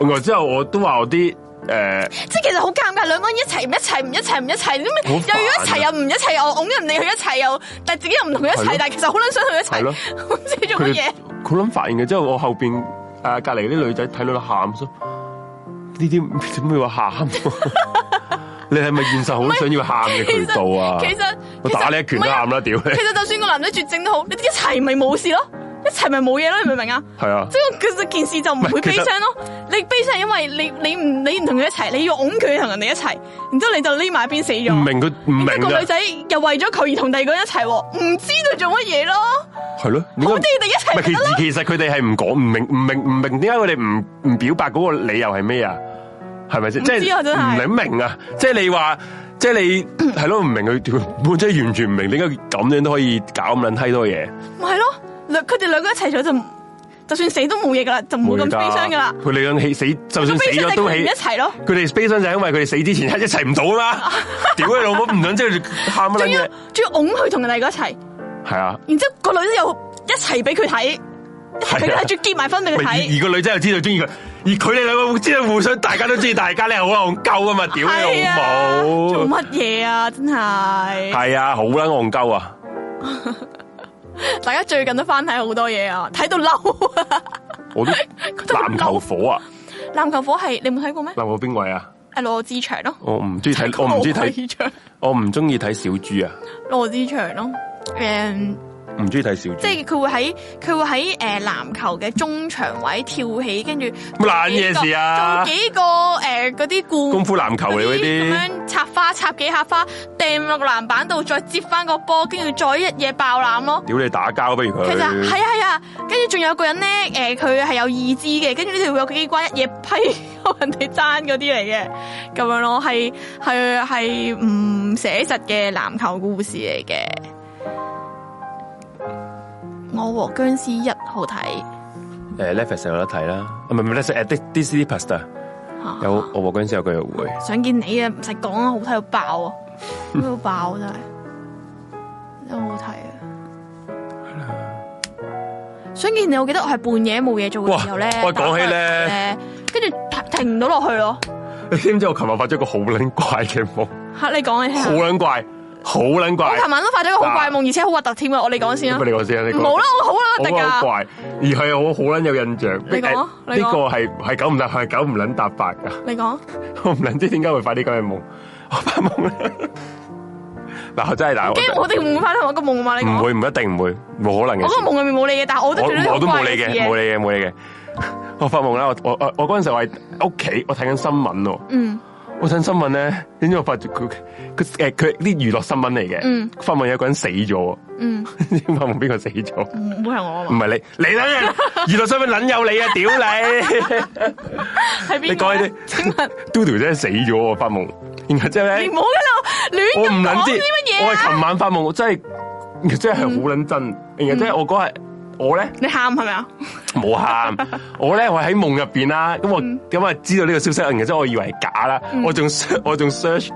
B: 原來之後我都話我啲誒
A: 即係其實好尷尬，兩個人一齊唔一齊唔一齊唔一齊，咁
B: 好
A: 又
B: 煩
A: 要
B: 啊
A: 一齊又唔一齊，又㧬人哋去一齊又，但係自己又唔同佢一
B: 係咯
A: 齊，但係其實好撚想同佢
B: 係
A: 一
B: 咯
A: 齊，我唔知做
B: 佢
A: 乜
B: 哋
A: 嘢。
B: 好捻發現嘅，之後我後邊誒隔離啲女仔睇到喊咗，呢啲點會話喊？ 你係咪現實好想要喊嘅渠道啊？
A: 其實啊
B: 我打你一拳都喊啦，屌你！
A: 其實就算個男仔絕症都好，你哋一齊咪冇事咯，一齊咪冇嘢咯，你明唔明啊？
B: 係啊
A: 即。係其實件事就唔會悲傷咯。你悲傷係因為你你唔你唔同佢一齊，你要擁佢同人哋一齊，然之後你就匿埋一邊死咗。
B: 唔明佢唔明啊
A: 然之後個女
B: 嘅，
A: 仔又為咗佢而同第二個人一齊喎，唔知道做乜嘢咯。
B: 係咯，點解
A: 好似你哋一齊
B: 唔
A: 咪
B: 係其
A: 得咯。
B: 其實佢哋係唔講唔明唔明唔明點解佢哋唔唔表白嗰個理由係咩啊？係咪先？
A: 唔
B: 即
A: 知啊
B: 係
A: 真係
B: 唔明啊！即係你話，即係你係咯，唔明佢屌，我真係完全唔明點解咁樣都可以搞咁撚閪多嘢，
A: 咪係咯，兩佢哋兩個一齊咗就唔就算死都冇嘢噶啦，就唔會咁悲傷噶啦。
B: 佢哋兩起死，就算死
A: 悲傷就係
B: 咗
A: 佢
B: 都
A: 哋唔
B: 起
A: 一。齊咯。
B: 佢哋悲傷就係因為佢哋死之前一一齊唔到啊 嘛！屌你老母唔想即係喊乜
A: 仲
B: 撚
A: 要
B: 嘢？
A: 仲要擁佢同人哋個一齊，
B: 係啊，
A: 然之後個女仔又一齊俾佢睇，一齊俾
B: 係
A: 佢
B: 啊
A: 睇，仲結埋婚俾
B: 咪
A: 佢
B: 而
A: 睇。
B: 而個女仔又知道中意佢，而佢哋兩個會知道互相，大家都中意大家咧，好戇鳩啊嘛！屌你
A: 係啊，
B: 老
A: 做
B: 母，
A: 乜嘢啊？真係，
B: 係啊，好撚戇鳩啊！
A: 大家最近都翻睇好多嘢啊，睇到嬲 啊！
B: 我都
A: 都好
B: 籃球火啊，
A: 籃球火係你冇睇過咩？
B: 籃球邊位啊？
A: 係羅志祥咯，
B: 我唔中意 睇，我唔中意
A: 羅
B: 睇，
A: 志祥，
B: 我唔中意睇小豬啊，
A: 羅志祥咯。誒、
B: 唔中意睇小
A: 即係
B: 豬。
A: 佢會喺佢會喺誒籃球嘅中場位跳起，跟住
B: 乜懶嘢事啊
A: 做幾個誒嗰啲固
B: 功夫籃球嚟嗰
A: 咁
B: 啲，
A: 樣插花插幾下花，掟落個籃板度，再接翻個波，跟住再一夜爆籃咯。
B: 屌你打交不如佢。
A: 其實係啊係啊，跟住仲有個人咧，誒、佢係有意志嘅，跟住呢條有機關一夜批 人哋爭嗰啲嚟嘅，咁樣咯，係係係唔寫實嘅籃球故事嚟嘅。我和僵屍一好睇，
B: 誒 Netflix 有得睇啦，啊唔係唔係 Netflix 誒 Dis- Disney Plus 啊
A: 啊
B: 有我和僵屍有個約會，
A: 想見你啊，唔使講啊，好睇到爆啊，好睇到爆真係，真係好睇啊！想見你，我記得我係半夜冇嘢做嘅時候咧，
B: 哇喂
A: 打開
B: 講起呢
A: 咧，跟住停停唔到落去咯。
B: 你知唔知我琴日發咗個好撚怪 嘅夢，
A: 吓，你講你聽
B: 好
A: 下。
B: 撚怪，好撚怪
A: 我。琴晚都發咗一個好怪夢，而且好核突添啊！我你講先
B: 不
A: 啊
B: 如，你講先啊，你講
A: 唔好啦，我好
B: 好
A: 核突
B: 撚
A: 噶，
B: 怪，而係我好撚有印象。
A: 你講啊
B: 呢
A: 你講
B: 個係係九唔搭係九唔撚搭八噶，
A: 你講
B: 我唔撚知點解會發啲咁嘅夢。我發夢咧， 嗱我真係嗱，
A: 驚我哋唔會發生同一個夢嘛？你
B: 唔
A: 講，
B: 會唔一定唔會，冇可能嘅
A: 我個
B: 事。
A: 夢入面冇你嘅，但係我都
B: 我我
A: 我
B: 都冇你嘅，冇你嘅， 冇你嘅。我發夢啦，我我我我嗰陣時我喺屋企，我睇緊新聞喎。
A: 嗯，
B: 我睇新聞咧，點知我發覺佢佢誒佢啲娛樂新聞嚟嘅，
A: 嗯
B: 發夢有個人死咗，
A: 嗯，
B: 你發夢邊個死咗？唔
A: 唔會係我啊嘛，
B: 係你，你啦，娛樂新聞撚有你啊！屌 你，
A: 係邊
B: 你講
A: 個
B: 呢啲
A: 呢？請 問
B: 嘟嘟真係死咗喎，發夢。然後之後
A: 你
B: 咧
A: 唔，好喺度
B: 哎
A: 亂
B: 我唔
A: 咁
B: 撚
A: 講
B: 知
A: 啲乜，嘢
B: 我係
A: 啊！
B: 琴晚發夢，我真係真係好撚真。
A: 嗯
B: 然後即係我嗰日我咧。
A: 你喊係咪啊？
B: 冇喊，我咧我喺夢入邊啦，咁我
A: 嗯
B: 咁啊知道呢個消息，然之後我以為係假啦，我仲 search- 我仲 search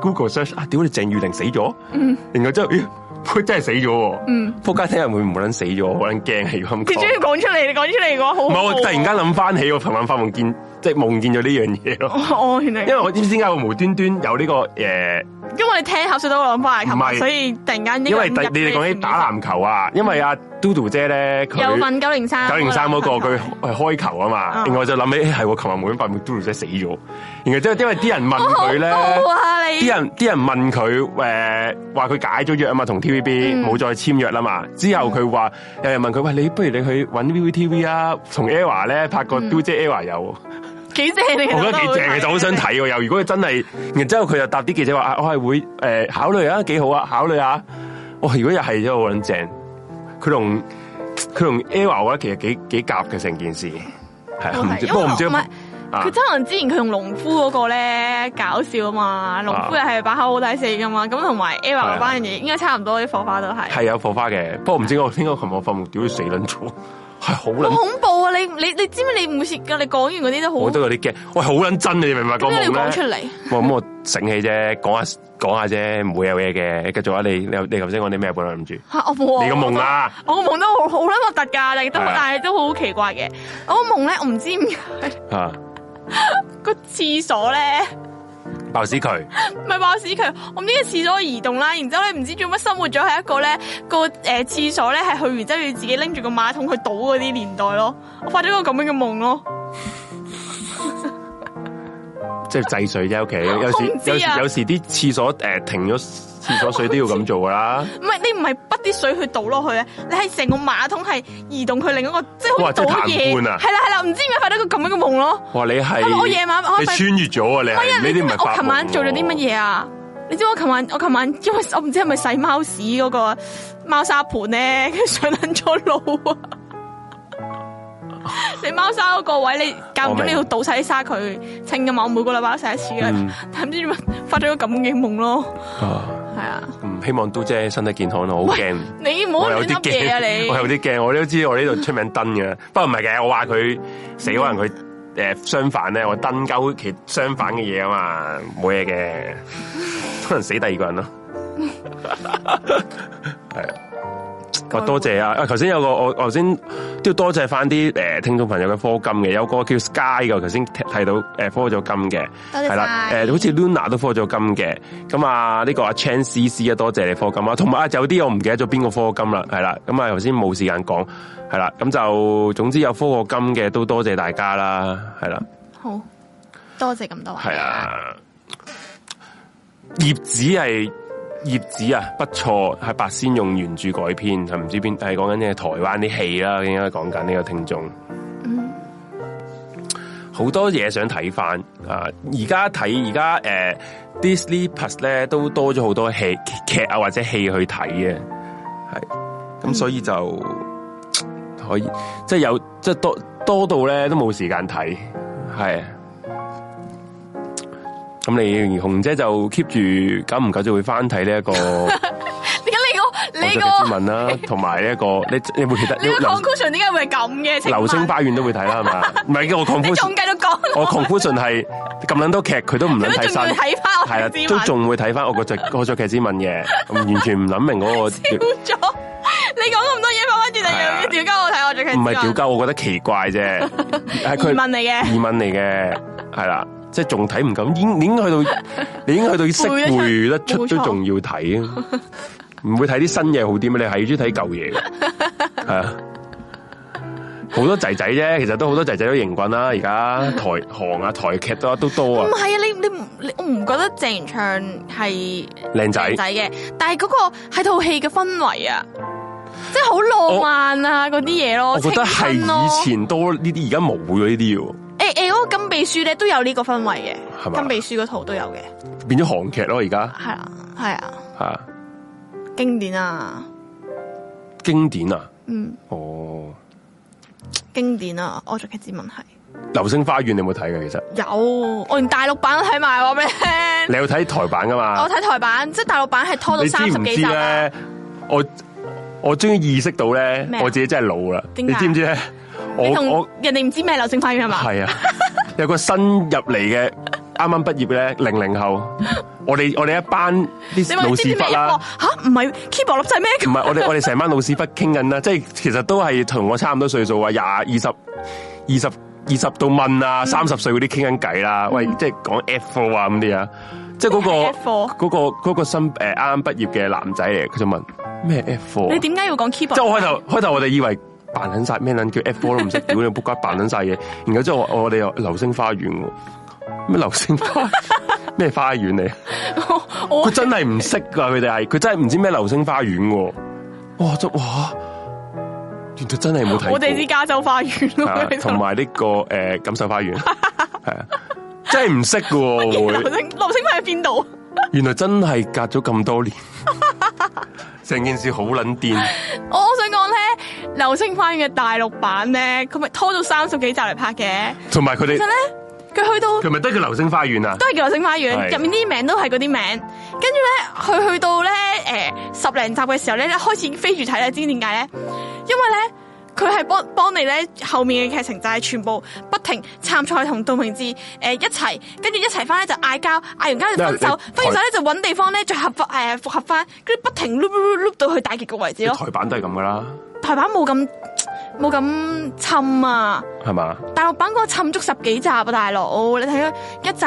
B: Google search 啊，屌你鄭裕玲死咗，
A: 嗯
B: 然後之後咦佢真係死咗喎，仆街聽日會唔會撚死咗，好撚驚係咁
A: 你終於
B: 講，
A: 講出嚟，你講出嚟嘅話好
B: 唔
A: 恐怖
B: 係
A: 啊。
B: 我突然間諗翻起我琴晚發夢見，即係夢見咗呢樣嘢咯，
A: 哦，原來
B: 因為我知唔知點解我無端端有呢個誒，
A: 因為你聽口水都諗翻嚟，琴
B: 唔係
A: 日所以突然間呢
B: 因
A: 個
B: 為第
A: 入
B: 你哋講起打籃球啊，因為阿嘟嘟姐咧佢
A: 有問九零三啊
B: 九零三嗰個
A: 個
B: 佢係開球啊嘛，然後我就諗起係喎，琴日無端發夢 d o 仔死咗，然後之後因為啲人問佢 咧，
A: 啊你
B: 啲人啲人問佢誒話佢解咗約啊嘛，同 TVB 冇再簽約啦嘛，之後佢話有人問佢喂，你不如你去揾 ViuTV 啊，同 Ella 咧拍個 Do 姐 Ella 有， 我
A: 幾正啊你，
B: 覺得幾正嘅，就好想睇喎。又如果佢真係，然之後佢就答啲記者話啊，我係會誒考慮啊，幾好啊，考慮下。哇，如果又係真係好撚正，佢同佢同 Ella 我覺得其實幾幾夾嘅成件事。係啊，
A: 我
B: 唔
A: 睇。
B: 知
A: 因
B: 不
A: 為
B: 過唔知
A: 唔係
B: 啊
A: 佢真係之前佢用農夫嗰個咧搞笑啊嘛，農夫又係把口好抵死噶嘛，咁同埋 Eva 嗰班嘢應該差唔多啲火花都係。
B: 係有火花嘅，不過唔知我聽講琴日我發夢屌佢死撚咗，係好
A: 好
B: 撚，
A: 恐怖啊！你你你知唔知你每次你講完嗰啲都好，
B: 我都
A: 咁
B: 有啲驚。喂，好撚真嘅，你明唔明個
A: 解你要講
B: 夢
A: 出
B: 咧？
A: 嚟？
B: 我咁我醒起啫，講下講下啫，唔會有嘢嘅。繼續啊，你你你頭先講啲咩啊本來諗住？
A: 吓我冇啊！
B: 你個夢啦
A: 我個夢都好好撚核突㗎，但係都
B: 係啊
A: 但係都好奇怪嘅。我個夢咧，我唔知點解
B: 啊，
A: 個廁所咧，
B: 爆屎渠
A: 唔係爆屎渠，我唔知個廁所移動啦，然之後咧唔知做乜生活咗喺一個咧個誒廁所咧係去完之後要自己拎住個馬桶去倒嗰啲年代咯。我發咗個咁樣嘅夢咯，
B: 即係制水啫，屋企有
A: 我唔
B: 時
A: 知啊
B: 有時有時啲廁所誒停咗廁所水都要咁做噶啦。
A: 唔係你唔係滗啲水去倒落去啊，你係成個馬桶係移動去另一個，即係好
B: 哇
A: 似
B: 即
A: 倒嘢，
B: 係談
A: 係
B: 判啊
A: 啦係啦，唔知點解發咗個咁樣嘅夢咯。
B: 哇！你
A: 係咪
B: 係
A: 我夜晚我
B: 你
A: 咪
B: 穿越咗啊！你
A: 唔係啊，
B: 係
A: 你
B: 呢
A: 知
B: 啲
A: 唔
B: 唔
A: 知
B: 係發
A: 我琴晚
B: 夢
A: 做咗啲乜
B: 喎
A: 嘢啊？你知唔知我琴晚我琴晚因為我唔知係咪洗貓屎嗰個貓砂盤 咧，跟住上撚咗 腦啊！你貓砂嗰個位，你間唔中你要倒晒啲沙佢清噶嘛？我每個禮拜都洗一次噶，
B: 嗯
A: 但唔知點解發咗個咁嘅夢咯，
B: 啊
A: 係啊！
B: 嗯，希望都姐身體健康咯，我好驚。
A: 你唔好
B: 我有
A: 亂噏
B: 啲
A: 嘢啊
B: 驚，我有
A: 你！
B: 啲驚，我都知我呢度出名登嘅，不過唔係嘅，我話佢死可能佢诶相反咧，我登鳩其相反嘅嘢啊嘛，冇嘢嘅，可能死第二個人咯。係啊，
A: 哦
B: 我多謝啊！啊，頭先有個我頭先都要多謝翻啲誒聽眾朋友嘅科金嘅，有個叫 Sky 嘅，我頭先睇到誒科咗金嘅，
A: 多謝
B: 係啦，
A: 晒
B: 誒好似 Luna 都科咗金嘅，咁啊呢個阿 Chan C C 啊，多謝你科金啊，同埋啊有啲我唔記得咗邊個科金啦，係啦，咁啊頭先冇時間講，係啦，咁就總之有科過金嘅都多謝大家啦，係啦，
A: 好多謝咁多位，
B: 係啊，葉子係葉子啊，不錯，係白先勇原著改編，係唔知邊係講緊嘅台灣啲戲啦，應該講緊呢個聽眾。好多嘢想睇翻啊！而家睇而家誒 Disney Plus 咧都多咗好多戲劇啊或者戲去睇嘅，係咁所以就可以即係有即係多多到咧都冇時間睇，係。咁你紅姐就 keep 住久唔久就會翻睇呢一個《
A: 點解 你個
B: 我
A: 你
B: 就之
A: 個
B: 吻》啦，同埋呢一個你你會記得
A: 你個
B: 流
A: conclusion 點解會係咁嘅？請問
B: 流星花園都會睇啦，係嘛？唔係我
A: 你
B: confuse
A: 仲繼續講
B: 我 conclusion 係咁撚多劇，佢都唔撚睇
A: 佢都仲
B: 晒，
A: 要睇返我
B: 係啦
A: 劇之，吻
B: 啊都仲會睇翻我個劇我作劇之吻嘅，完全唔諗 明嗰
A: 屌
B: 個
A: 咗。你講咁多嘢，翻翻轉頭
B: 係啊
A: 又要屌鳩我睇我最近
B: 唔係屌鳩，我覺得奇怪啫，係
A: 疑啊問嚟嘅
B: 疑問嚟嘅，係啦，即係仲睇唔咁，已經已經 去到你已經去到識
A: 背得出
B: 背得出
A: 冇錯
B: 都仲要睇，唔會睇啲新嘢好啲咩？你係中意睇舊嘢 嘅，係啊。好多仔仔啫，其實都好多仔仔都型棍啦，而家台韓啊、台劇都都多啊
A: 唔，係啊！你你唔你我唔覺得鄭元暢係
B: 靚仔
A: 靚。仔嘅，但係嗰個係套戲嘅氛圍啊，即係好浪漫啊嗰啲嘢咯，
B: 我覺得係
A: 青春咯
B: 以前多呢啲，而家冇咗呢啲喎。
A: 诶诶，嗰個金秘書咧都有呢個氛圍
B: 係
A: 嘅，
B: 嘛
A: 金秘書嗰套都有嘅，
B: 變咗韓劇咯，而家
A: 係啦，係啊，
B: 嚇
A: 經典啊，
B: 經典啊，
A: 嗯，
B: 哦，
A: 經典啊，我做嘅指文係
B: 《流星花園》你有冇睇嘅？其實
A: 有，我連大陸版都睇埋，我俾你聽
B: 你有睇台版噶嘛？
A: 我睇台版，即系大陸版係拖到
B: 啊你知
A: 三十
B: 唔
A: 幾
B: 知
A: 集啊，
B: 咧？我我終於意識到咧
A: 咩，啊
B: 我自己真係老啦。
A: 點
B: 你
A: 解啊
B: 知唔知咧？我
A: 你同
B: 我
A: 人哋唔知咩流星花園係嘛？
B: 係啊，有個新入嚟嘅，啱啱畢業咧，零零後。我哋我哋一班
A: 你
B: 啲
A: 咪
B: 老
A: 唔知
B: 屎
A: 啲咩
B: 忽
A: 音
B: 啦
A: 樂，吓？唔係 keyboard 粒掣咩？
B: 唔係我哋我哋成班老屎忽傾緊啦，即係其實都係同我差唔多歲數啊，廿二十二十二十到問
A: 嗯
B: 啊，三十歲嗰啲傾緊偈啦。喂，即係講 F 4啊咁啲啊，即係嗰
A: 咩係 F 4
B: 個嗰個嗰個新誒啱啱畢業嘅男仔嚟，佢就問咩 F 4
A: 你點解要講 keyboard？
B: 即係我開頭開頭我哋以為扮撚晒咩撚叫 F 4都 唔識，屌你仆街扮撚晒嘢。然後之後我我哋又流星花園喎，咩流星花 咩花園嚟？
A: 我 我
B: 佢真係唔識噶，佢哋係佢真係唔知咩流星花園喎。哇！真哇，原來真係冇睇 過。
A: 我哋知加州花園
B: 係啊
A: 咯，
B: 同埋呢個誒錦 繡花園係啊，真係唔識噶喎
A: 流
B: 會。
A: 星流星花喺邊度？
B: 原來真係隔咗咁 多年，成件事好撚癲。
A: 我我想講咧，流星花園嘅大陸版咧，佢咪拖咗三十幾集嚟拍嘅。
B: 同埋佢
A: 其
B: 哋
A: 實咧，佢去到
B: 佢咪得個流星花園啊？
A: 都係叫流星花園，
B: 係
A: 入面啲名都係嗰啲名。跟住咧，佢去到咧诶、呃十零集嘅時候咧，開始飛住睇咧，知點解咧？因為咧。佢係幫幫你咧，後面嘅劇情就係全部不停杉菜同杜明志诶一齊，跟住一齊翻咧就嗌交，嗌完交就分手
B: 啊因
A: 分完
B: 為，你
A: 手咧就揾地方咧再合诶復合翻，跟住不停碌碌碌到去大結局為止咯。
B: 台版都係咁噶啦，
A: 台版冇咁冇咁沉啊，
B: 係嘛？
A: 大陸版嗰個沉足十幾集啊，大佬，你睇佢一集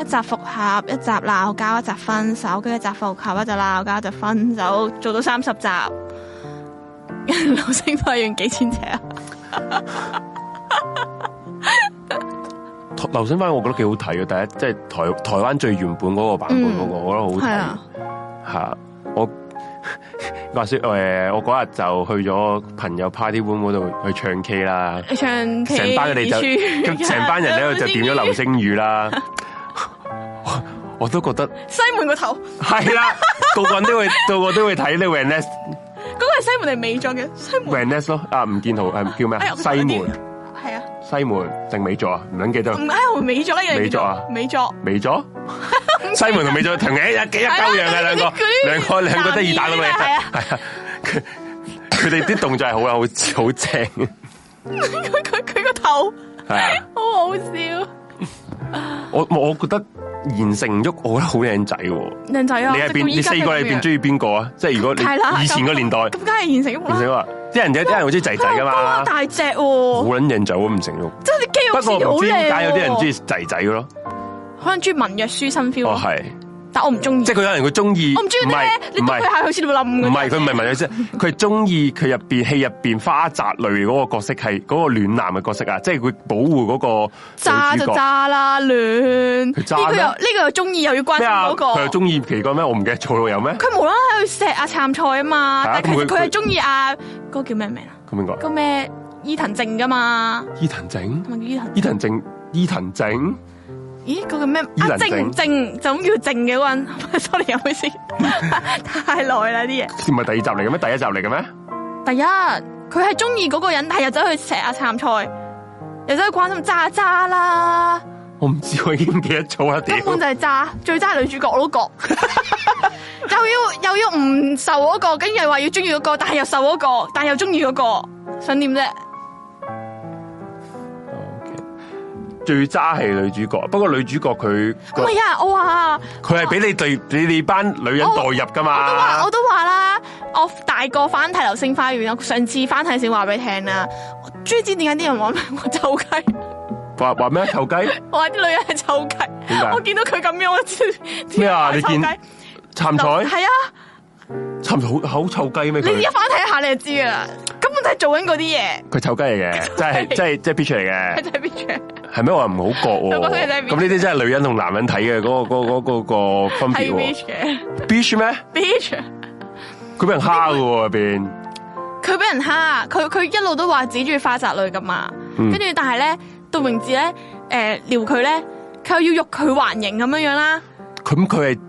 A: 一集復合，一集鬧交，一集分手，跟住一集復合，一集鬧交，一集分手，做到三十集。流星花園幾千尺啊！
B: 流星花園我覺得幾好睇嘅，第一即係台台灣最原本嗰個版本嗰、個，我
A: 係
B: 覺得好睇
A: 啊，
B: 嚇。我 話説誒、我嗰日就去咗朋友 party room 嗰度去唱 K 啦，
A: 你唱
B: 成班佢哋就咁成班人喺度就點咗流星雨啦。 我我都覺得
A: 西門個頭，嗰
B: 係啦，個個人都會，個個都會睇呢 w e n e s
A: 個係西門定美作嘅西
B: w
A: 門
B: e，n e s 咯，啊吳建豪係叫咩
A: 哎呀
B: 啊？西門
A: 係啊，
B: 西門定美作啊？唔撚記得啦
A: 唔。係哎我美作呢樣嘢
B: 美作
A: 叫
B: 啊
A: 做美作。
B: 美咗，西門同美咗同嘅一一幾一鳩樣嘅兩
A: 係
B: 個
A: 啊啦，
B: 兩個兩個都二打到嘅，
A: 男二啊
B: 係啊，佢佢哋啲動作係好啊，好好正，
A: 佢佢佢个头
B: 係啊，
A: 好好笑，
B: 我我覺得言承旭我覺得好靚仔喎，
A: 靚仔啊！
B: 你係邊？你四個你邊中意邊個啊？即係如果你
A: 係啦，
B: 以前個年代，
A: 咁啊
B: 言
A: 梗係現成
B: 承旭
A: 啦。
B: 話啲人有啲人好中意仔仔噶嘛，
A: 大隻
B: 好
A: 喎，
B: 撚靚仔喎，吳承旭。
A: 即係啲肌肉
B: 不
A: 線
B: 過
A: 好
B: 唔知點解有啲人中
A: 靚
B: 意
A: 喎。
B: 仔仔嘅咯，
A: 可能中意文弱書生 feel，
B: 哦
A: 咯
B: 係，
A: 但我唔中意
B: 即。係佢有人佢中意，
A: 我唔中意
B: 係
A: 啲咧，你
B: 唔
A: 督
B: 係
A: 佢下佢先會冧
B: 唔
A: 嘅。
B: 係佢唔係文女啫，佢係中意佢入邊戲入邊花澤類嗰個角色係嗰、個暖男嘅角色啊，即係佢保護嗰個
A: 渣
B: 女
A: 就
B: 主角
A: 渣啦，亂。呢
B: 佢渣
A: 個
B: 咩
A: 又呢個又中意，又要關
B: 咩
A: 心
B: 啊？
A: 嗰個。
B: 佢又中意奇怪咩？我唔記得做老友咩？
A: 佢無啦啦喺度錫阿杉菜啊嘛，
B: 係啊
A: 但係其實
B: 咁佢
A: 佢係
B: 佢
A: 中意阿嗰個叫咩名啊？
B: 咁邊
A: 嗰
B: 個？
A: 個咩伊藤靜噶嘛？
B: 伊藤靜
A: 係，咪叫伊藤？
B: 伊藤靜，伊藤靜，
A: 咦，嗰個咩？
B: 伊
A: 阿
B: 能
A: 靜
B: 靜
A: 靜就咁叫靜嘅嗰個人 ，sorry 有冇先？太耐啦啲嘢。
B: 唔係第二集嚟嘅咩？第一集嚟嘅咩？
A: 第一，佢係中意嗰個人，但係又走去錫阿杉菜，又走去關心渣渣啦，
B: 我唔知，我已經唔記得咗啦。屌
A: 根，本就係渣，最渣係女主角我都覺。 又要又要唔受嗰、個，跟住又話要中意嗰個，但係又受嗰、個，但係又中意嗰個，想點啫？
B: 哦最渣係女主角，不過女主角佢
A: 唔係啊，我話。
B: 佢係俾你對你哋班女人代入
A: 哦我都
B: 噶
A: 話
B: 嘛
A: 我？都話啦，我大個翻睇《流星花園》啦，上次翻睇先話俾你聽啦。我終於知點解啲人話咩 我臭雞，
B: 話話咩？臭雞
A: 我話啲女人係臭雞
B: 點解。
A: 我見到佢咁樣，我知
B: 咩啊
A: 點解
B: 你
A: 話
B: 見杉菜，
A: 係啊，
B: 杉菜好好臭雞咩？
A: 你
B: 佢
A: 一翻睇下你就知噶啦，根本就係做緊嗰啲嘢。
B: 佢臭雞嚟嘅，真係真係真係 p i 嚟
A: 佢
B: 嘅，
A: 就係邊樣？
B: 係咩？我又唔好覺
A: 我覺得佢真係
B: 喎。
A: bitch
B: 咁呢啲真係女人同男人睇嘅嗰個嗰個嗰個分
A: 係
B: 別
A: bitch
B: 喎。
A: 嘅
B: bitch 咩？
A: bitch。
B: 佢俾人蝦嘅喎入邊，
A: 嗯佢俾人蝦，佢佢一路都話指住花澤類噶嘛，跟住但係咧杜明治咧，诶、撩佢咧，佢又要欲拒還迎咁樣樣啦。
B: 咁佢系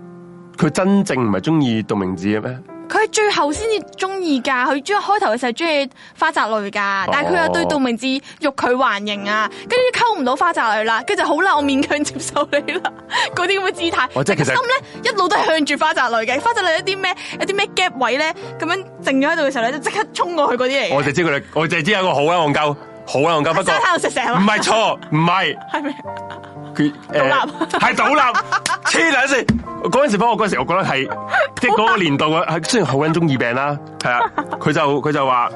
B: 佢真正唔系中意杜明子嘅咩？
A: 佢最後先至中意㗎，佢中開頭嘅時候中意花澤類
B: 哦
A: 㗎，但係佢又對杜明治欲拒還迎啊，跟住溝唔到花澤類啦，跟住就好啦，我勉強接受你啦，嗰啲咁嘅姿態。
B: 哦即係其實
A: 但個心咧一路都係向住花澤類嘅，花澤類一啲咩一啲咩 gap 位咧，咁樣靜咗喺度嘅時候咧，就即刻衝過去嗰啲嚟嘅。
B: 我就知佢哋，我就知有一个好啦，戇鳩，好啦，戇鳩，不
A: 真係喺啊
B: 過
A: 度食成
B: 唔係錯，唔係
A: 係咪？
B: 佢
A: 獨
B: 誒
A: 立
B: 係倒立，黐撚線。嗰陣時，不過嗰陣時，我覺得 係即係嗰個年度啊，係雖然好撚中二病啦，係 啊，佢就佢就話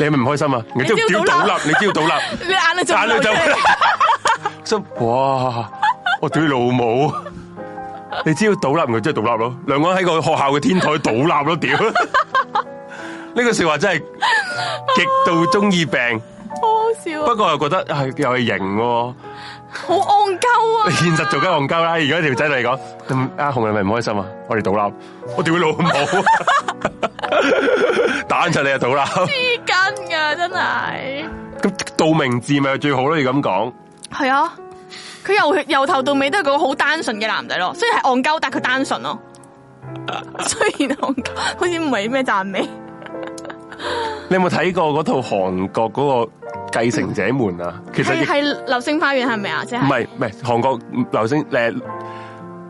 B: 你係咪唔開心啊？你知唔知
A: 你
B: 道
A: 知道倒
B: 倒
A: 立
B: 立？你知道倒 立？
A: 你眼淚就
B: 眼淚就
A: 流出嚟
B: 即係哇！我屌你老母！你只要倒立咪即係倒立咯，兩個人喺個學校嘅天台倒立咯，屌！ 呢個笑話真係極度中二病，
A: 好好笑啊
B: 不過又覺得係又係型喎。
A: 好戇鳩 啊！
B: 現實做緊戇鳩啦，而家條仔嚟講，咁阿紅係咪唔開心啊？我哋倒立，我屌你老母！ 打柒你啊倒立，
A: 黐筋噶真係。
B: 咁道明字咪最好咯？要咁講。
A: 係啊，佢由由頭到尾都係個好單純嘅男仔咯，雖然係戇鳩，但佢單純 咯。雖然戇鳩，好似唔係咩讚美。
B: 你有冇睇過嗰套韓國嗰個繼承者們啊？其實亦
A: 係係流星花園係咪啊？即
B: 唔
A: 係
B: 係唔係韓國流星诶。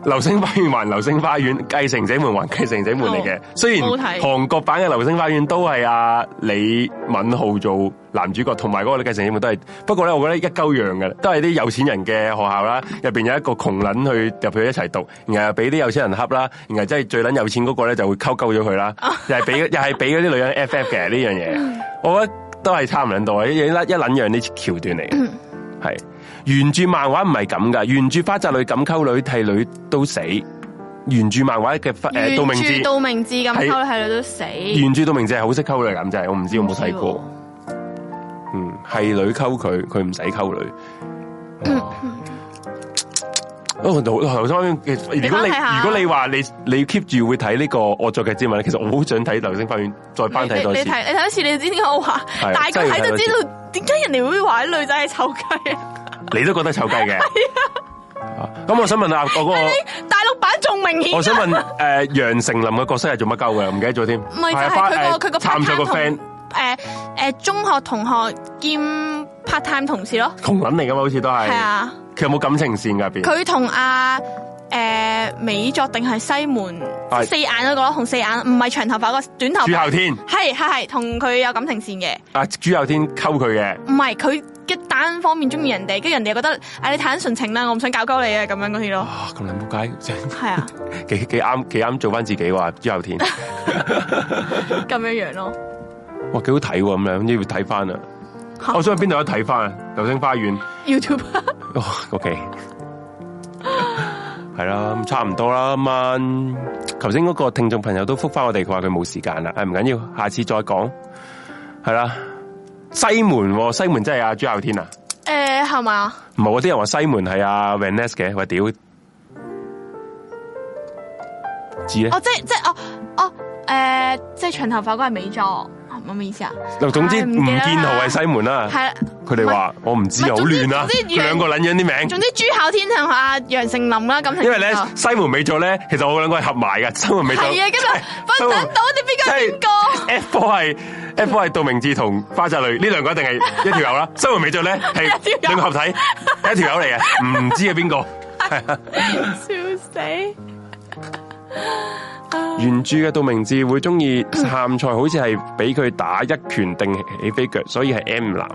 B: 流星花園還流星花園， 繼承者們還繼承者們嚟嘅
A: 哦。
B: 雖然
A: 冇睇
B: 韓國版嘅流星花園都係阿李敏鎬做男主角，同埋嗰個繼承者們都係。不過咧，我覺得一鳩樣嘅，都係啲有錢人嘅學校啦。入邊有一個窮撚去入去一齊讀，然後俾啲有錢人恰啦，然後即係最撚有錢嗰個咧就會溝鳩咗佢啦。
A: 哦
B: 又 係俾又係俾嗰啲女人 FF 嘅呢樣嘢，我覺得都係差唔撚多，一一撚一撚樣啲橋段 嚟嘅，係。原著漫畫唔係咁噶，原著花澤類咁溝女替女都死。原著漫畫嘅花誒杜
A: 原
B: 明志
A: 著，道明寺咁
B: 係
A: 溝女係女都死。哦
B: 原著杜明志係好識溝女咁就係，我唔知我冇睇過。嗯，係女溝佢，佢唔使溝女。哦，頭頭先如果
A: 你翻
B: 你
A: 睇下
B: 如果你話你你 keep 住會睇呢個惡作劇之吻咧，其實我好想睇《流星花園》再翻睇
A: 你
B: 多
A: 你
B: 次。
A: 睇你睇一次，你就知點解我話
B: 係
A: 大個
B: 真係
A: 睇
B: 要睇
A: 就
B: 多次
A: 知道點解人哋會話啲女仔係臭雞 啊！
B: 你都覺得臭 雞嘅。啊咁我想問下我嗰個，
A: 大陸版仲明 顯啊。
B: 我想問誒楊丞琳嘅角色係做乜鳩嘅？唔記得咗添。
A: 唔係就係
B: 係花
A: 佢
B: 誒
A: 個佢個
B: 參
A: part
B: 咗
A: time
B: 個
A: 同
B: friend
A: 誒誒中學同學兼 part time 同事咯，
B: 窮撚嚟㗎嘛，好似都係。
A: 係啊，
B: 佢有冇感情線㗎入邊？
A: 佢同阿誒美作定係西門
B: 係
A: 四眼嗰個咯，同四眼唔係長頭髮嗰個短頭髮，
B: 朱孝天
A: 係係係同佢有感情線嘅，
B: 啊，朱孝天溝佢嘅。
A: 唔係佢一單方面中意人哋，跟住人哋又覺得誒你太純情啦，我唔想搞鳩你啊咁樣嗰啲咯，
B: 啊，咁撚 仆街，
A: 係啊
B: 幾幾啱幾啱做翻自己喎，朱孝 天。
A: 咁樣樣 咯，
B: 哇，幾好睇喎咁樣，要睇翻啊！我想去邊度有得睇翻啊？流星花園。
A: YouTube
B: 哦，OK，係啦，咁差唔多啦。今晚頭先嗰個聽眾朋友都覆翻我哋，佢話佢冇時間啦，啊誒唔緊要，下次再講。係啦，西門喎，西門真係阿朱孝天啊！
A: 誒係咪啊？
B: 唔係，我啲人話西門係阿 Van Ness 嘅，喂屌，知咧
A: 哦，。即係即係哦哦誒，即係長頭髮嗰個係美作，係咪咩意思啊？
B: 嗱，總之
A: 唉
B: 吳
A: 記得啦
B: 建豪係西門啦。
A: 係啦。
B: 佢哋話我唔知啊，
A: 唔係
B: 好亂啊，
A: 總之總之
B: 佢兩個撚樣啲名
A: 總。之朱孝天同阿楊丞琳啦，咁
B: 因為咧西門美做咧，其實我兩個係合埋嘅， 西門美做
A: 係啊，跟住分等到你邊個係邊個？
B: F four 係 F four 係杜明志同花澤類呢兩個一定係一條 友啦。西門美做咧係
A: 一條
B: 兩
A: 友
B: 個合體，一條友嚟嘅，唔知係邊個。
A: 笑死！
B: 原著嘅杜明志會中意杉菜，好似係俾佢打一拳定起飛腳，所以係 M 男。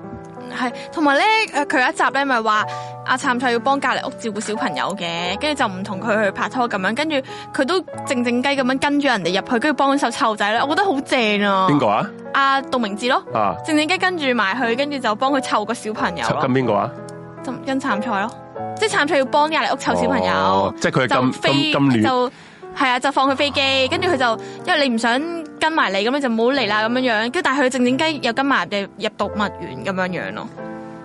A: 係，同埋咧，誒佢有一集咧，咪話阿杉菜要幫隔離屋照顧小朋友嘅，跟住就唔同佢去拍拖咁樣，跟住佢都靜靜雞咁樣跟住人哋入去，跟住幫手湊仔咧，我覺得好正啊！
B: 邊個？啊？
A: 阿杜明志咯，
B: 啊，
A: 靜靜雞跟住埋去，跟住就幫佢湊個小朋友
B: 咁
A: 咯，
B: 邊個啊？
A: 就跟杉菜咯，即係杉菜要幫隔離屋湊小朋友。
B: 哦即係佢係
A: 就
B: 咁
A: 飛
B: 咁咁亂。
A: 就係啊，就放佢飛機，跟住佢就因為你唔想跟埋你，咁你就唔好嚟啦咁樣樣。跟住但係佢靜靜雞又跟埋入入動物園咁樣樣咯，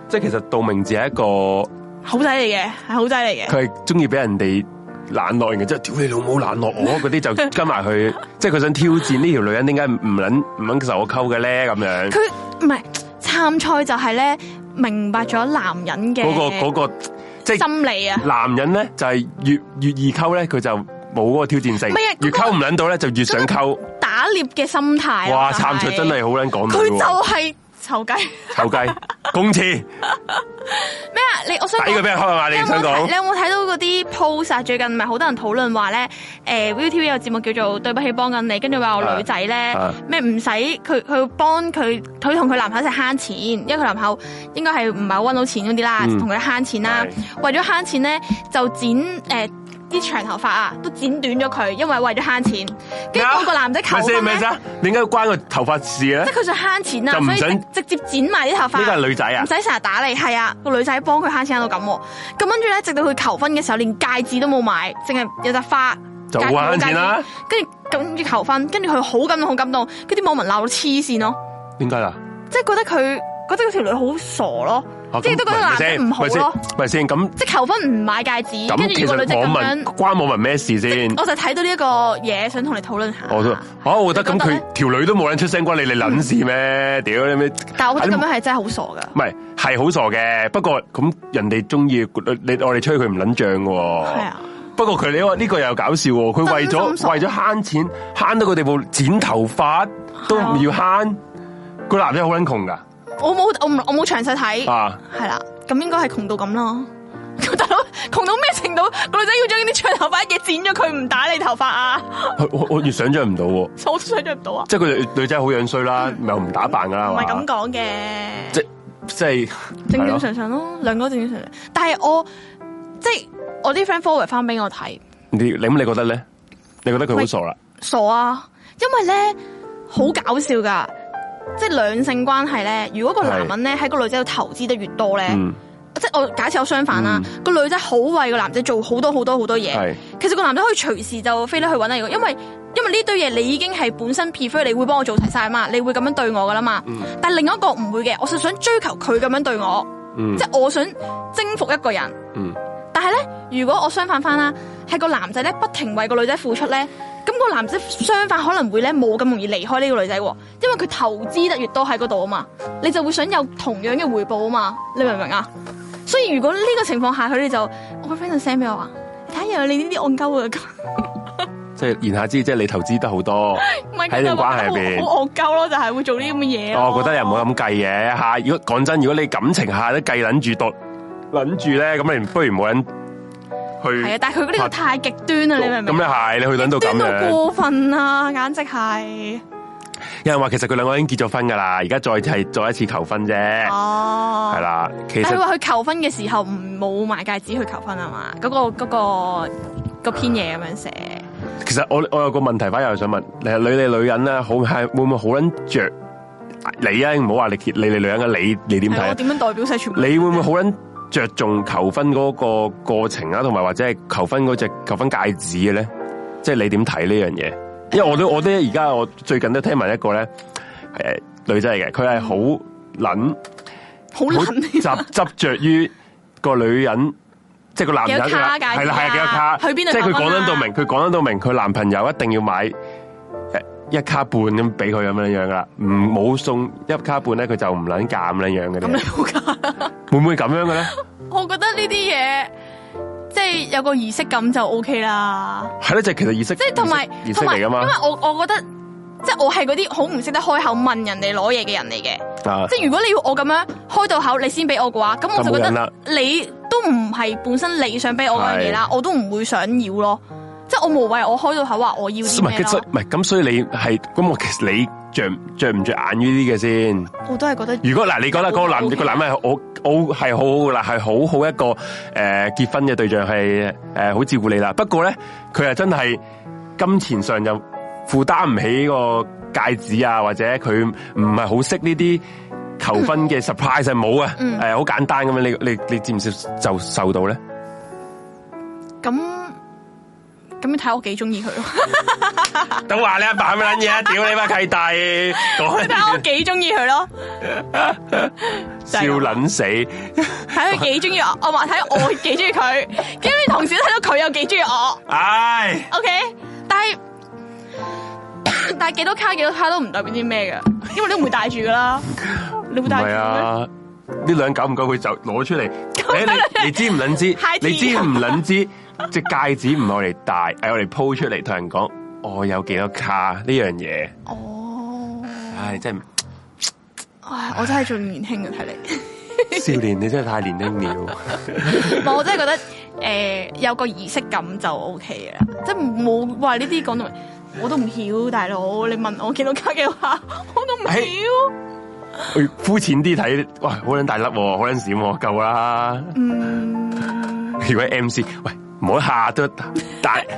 B: 即係其實杜明志係一個。
A: 好仔嚟嘅，係好仔嚟嘅。
B: 佢係中意俾人哋冷落，然後即係屌你老母冷落我嗰啲就跟 埋佢，即係佢想挑戰呢條女人點解唔撚唔撚受我溝嘅咧咁樣。
A: 佢唔係參賽就係咧，明白咗男人嘅
B: 嗰、 個嗰、個即係
A: 心理啊。
B: 男人咧就係越越易溝咧，佢就冇嗰個挑戰性
A: 唔係啊嗰，個
B: 越溝唔撚到咧就越想溝。
A: 打獵嘅心態啊。
B: 哇！
A: 就係
B: 杉卓真係好撚講到
A: 佢
B: 喎，
A: 就係囚雞咩
B: 臭雞公廁
A: 啊？你我想
B: 抵佢俾
A: 講。
B: 人溝啊嘛！
A: 你
B: 你
A: 有冇
B: 想
A: 睇？你
B: 講
A: 有冇睇到嗰啲 post 啊？最近咪好多人討論話咧，誒 ViuTV 有節目叫做《對不起幫緊你》，跟住話有女仔咧
B: 啊
A: 咩唔使佢佢幫佢，佢同佢男朋友一齊慳錢，因為佢男朋友應該係唔係好揾到錢嗰啲啦，
B: 嗯
A: 同佢慳錢啦。為咗慳錢咧，就剪誒啲長頭髮啊，都剪短咗佢，因為為咗慳錢。跟住嗰個男仔求
B: 啊咪
A: 婚
B: 先咪
A: 咧，
B: 先，點解關個頭髮事咧
A: 即？係佢想慳錢
B: 就
A: 啊，
B: 唔
A: 所以
B: 想
A: 直直接剪埋啲頭髮。
B: 呢個係女仔啊
A: 唔！使成日打你，係啊，個女仔幫佢慳錢慳到咁喎，咁跟住咧，直到佢求婚嘅時候，連戒指都冇買，淨係有隻花，
B: 就好慳錢啦
A: 戒指。跟住跟住求婚，跟住佢好感動，好感動，跟住啲網民鬧到黐線咯，
B: 點解啊？
A: 即係覺得佢覺得嗰條女好傻咯
B: 啊，
A: 即係都覺得男仔唔好
B: 咪先
A: 咯，
B: 咪先咁
A: 即係求婚唔買戒指，跟
B: 咁，
A: 住
B: 其
A: 要個女仔
B: 實
A: 咁
B: 網
A: 樣
B: 民，關網民咩事先？
A: 我就睇到呢一個嘢，想同你討論下。
B: 我都，啊，我覺得咁
A: 你覺得呢
B: 佢條女都冇撚出聲，關你你撚事咩？屌你咩？
A: 但係我覺得咁
B: 啊
A: 樣係真係好傻噶。
B: 唔係係好傻嘅，不過咁人哋中意呃你，我哋吹佢唔撚漲嘅喎。
A: 係啊，
B: 不過佢你話呢個又搞笑喎，佢為
A: 真心傻
B: 咗為咗慳錢，慳到佢哋部剪頭髮都
A: 啊
B: 唔要慳，個男仔好撚窮㗎。
A: 我冇我唔我冇詳細睇。
B: 啊！
A: 係啦，咁應該係窮到咁咯。 大佬窮到咩程度？個女仔要將啲長頭髮嘢剪咗佢，唔打你頭髮啊！
B: 我我我越想象唔到喎，
A: 我都想象唔到啊！
B: 即係佢哋女仔好樣衰啦，又唔打扮㗎啦，
A: 唔係
B: 係嘛
A: 咁講嘅，
B: 即即係
A: 正
B: 係
A: 正
B: 咯
A: 常常咯，兩個正正常常。但係我即係我啲 friend forward 翻俾我睇，
B: 你你咁你覺得咧？你覺得佢好傻啦？
A: 傻啊！因為咧好搞笑噶，即係兩性關係咧，如果個男人咧喺個女仔度投資得越多咧，
B: 嗯，
A: 即係我假設我相反啦，個女仔好為個男仔做好多好多好多嘢。
B: 係
A: 其實個男仔可以隨時就飛得去揾你個，因為因為呢堆嘢你已經係本身 prefer，你會幫我做齊晒嘛，你會咁樣對我噶啦嘛。但另一個唔會嘅，我就想追求佢咁樣對我，
B: 嗯
A: 即係我想征服一個人。
B: 嗯
A: 但係咧，如果我相反翻啦，係個男仔咧不停為個女仔付出咧，咁、個男仔相反可能會咧冇咁容易離開呢個女仔喎，因為佢投資得越多喺嗰度啊嘛，你就會想有同樣嘅回報啊嘛，你明唔明啊？所以如果呢個情況下，佢哋就我個 friend 就 send 俾我話，睇下你呢啲戇鳩啊嘅，
B: 即係言下之意，即係你投資得 好多。
A: 唔係
B: 喺段關係入
A: 佢
B: 邊
A: 就好戇鳩咯，就係會做呢啲咁嘅嘢咯。
B: 哦我覺得又唔好咁計嘅吓。如果講真，如果你感情下都計撚住度，撚住咧，咁你不如冇人
A: 係啊
B: 去。，
A: 但係佢呢個太極端啦，你明唔
B: 咁
A: 明
B: 你
A: 啊？
B: 係你去撚到咁
A: 端到
B: 樣，
A: 過分啊，簡直係
B: 有人話其實佢兩個已經結咗婚㗎啦，而家再係再一次求婚啫，係
A: 哦，
B: 啦。其
A: 但係佢
B: 實
A: 話佢求婚嘅時候唔冇買戒指去求婚啊嘛？嗰、個嗰、個嗰篇嘢咁樣寫，
B: 其實我我有個問題，反而又想問，你係女你女人咧，好係會唔會好撚着你啊？唔好話你你你女人啊，你你點睇
A: 係
B: 啊
A: 我？點樣代表晒全部？
B: 你會唔會好撚着重求婚嗰個過程啊，同埋或者係求婚嗰隻求婚戒指嘅咧？即係你點睇呢樣嘢？因為我都我都而家我最近都聽聞一個咧，诶、女仔嚟嘅，佢係好撚
A: 好
B: 好
A: 難
B: 執執着於個女人，即係個男人
A: 幾多卡戒指啊
B: 係啦係啊幾多卡，
A: 去邊度
B: 即係佢
A: 求婚
B: 講
A: 啊
B: 得到明，佢講得到明，佢男朋友一定要買誒一卡半咁俾佢咁樣樣噶啦，唔冇送一卡半咧，佢就唔撚嫁咁樣樣嘅
A: 咁你
B: 咧，
A: 好假啦！
B: 會唔會咁樣嘅咧？
A: 我覺得呢啲嘢即係有個儀式感就 O K 啦，
B: 系咧，就係其實意識，
A: 即係同埋
B: 意識
A: 同埋，啊
B: 嚟
A: 因
B: 噶
A: 為
B: 嘛，
A: 我我覺得即係我係嗰啲好唔識得開口問人哋攞嘢嘅人嚟嘅。
B: 啊，
A: 即係如果你要我咁樣開到口，你先俾我嘅話，咁我就覺
B: 就冇人啦
A: 得你都唔係本身你想俾我嗰樣嘢啦，我都唔會想要咯。即係我無謂我開到口話我要
B: 唔
A: 啲咩
B: 係，其實
A: 咯，
B: 唔係咁，所以你係咁，我其實你着唔着唔着眼於呢啲嘅先。
A: 我都係覺得
B: 如果嗱，你覺得嗰個男
A: OK
B: 個男人係好好係好好啦，係好好一個诶、呃、结婚嘅對象，係诶好照顧你啦。不過咧，佢係真係金錢上就負擔唔起個戒指啊，或者佢唔係好識呢啲求婚嘅 surprise 係冇啊。
A: 嗯
B: 诶，好、簡單咁樣，你你你接唔接就受到咧？
A: 咁咁你睇我幾中意佢咯，
B: 都話你阿爸乜撚嘢啊？屌你媽契弟，講
A: 睇我幾中意佢咯，
B: 笑撚死，
A: 睇佢幾中意我，我話睇我幾中意 佢，跟住同時睇到佢有幾中意我
B: 唉，
A: ，OK，但係但係幾多卡幾多卡都唔代表啲咩嘅，因為你都唔會戴住噶啦，你
B: 唔
A: 會戴住
B: 係
A: 嘅咩？
B: 啊，呢兩九唔夠佢就攞出嚟。誒你你知唔撚知
A: High？tea
B: 你知唔撚知？隻戒指唔係我哋戴，係我哋鋪出嚟同人講我有幾多卡呢樣嘢。
A: 哦，
B: 唉，真係。
A: 唉，我真係仲年輕嘅睇嚟。
B: 少年，你真係太年輕 了。
A: 唔係，我真係覺得诶、有個儀式感就 O K 啦，即系冇話呢啲講到明，我都唔曉，大佬你問我見到卡嘅話， 我都唔
B: 哎
A: 曉。
B: 我膚淺哎啲睇，哇，好撚大粒喎，好撚閃喎，夠啦。嗯如果 M C，喂，唔好下都大。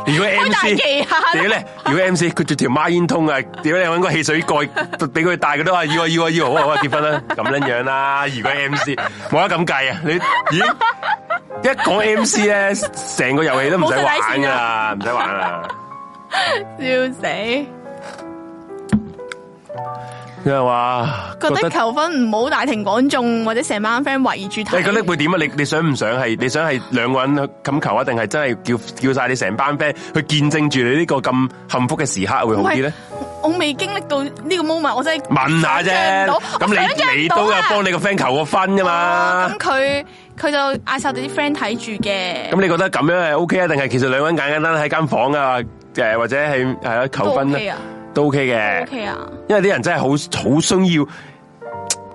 B: 如果 M
A: 大啊
B: C，
A: 忌下
B: 屌 咧，如果 M C 佢着條孖煙通啊，屌你揾個汽水蓋俾佢戴，佢都話要啊要啊要啊，好啊好啊結婚啦，咁樣樣啦。如果 M C 冇得咁計啊，你咦？一講 M C 咧，成個遊戲都唔使
A: 冇晒底
B: 玩
A: 線
B: 噶
A: 啊
B: 啦，唔使玩啦。
A: 笑死！
B: 因為話
A: 覺得求婚唔好大庭廣眾，或者成班 friend 圍住睇。
B: 你覺得會點啊？你你想唔想係你想係兩個人咁求啊，定係真係叫叫晒你成班 friend 去見證住你呢個咁幸福嘅時刻會好啲咧？
A: 我未經歷到呢個 moment，我真係
B: 問下
A: 想
B: 啫
A: 像唔到，我想像
B: 咁
A: 唔
B: 你你
A: 到
B: 都有
A: 啊
B: 幫你個 friend 求過婚噶嘛
A: 哦咁？佢佢就嗌晒我哋啲 friend 睇住嘅。
B: 咁你覺得咁樣係 OK 啊？定係其實兩個人簡簡單單喺間房啊，誒或者係係啊求婚
A: 都
B: 呢
A: OK 啊
B: 都 OK 嘅。
A: ，OK 啊，
B: 因為啲人真係好好需要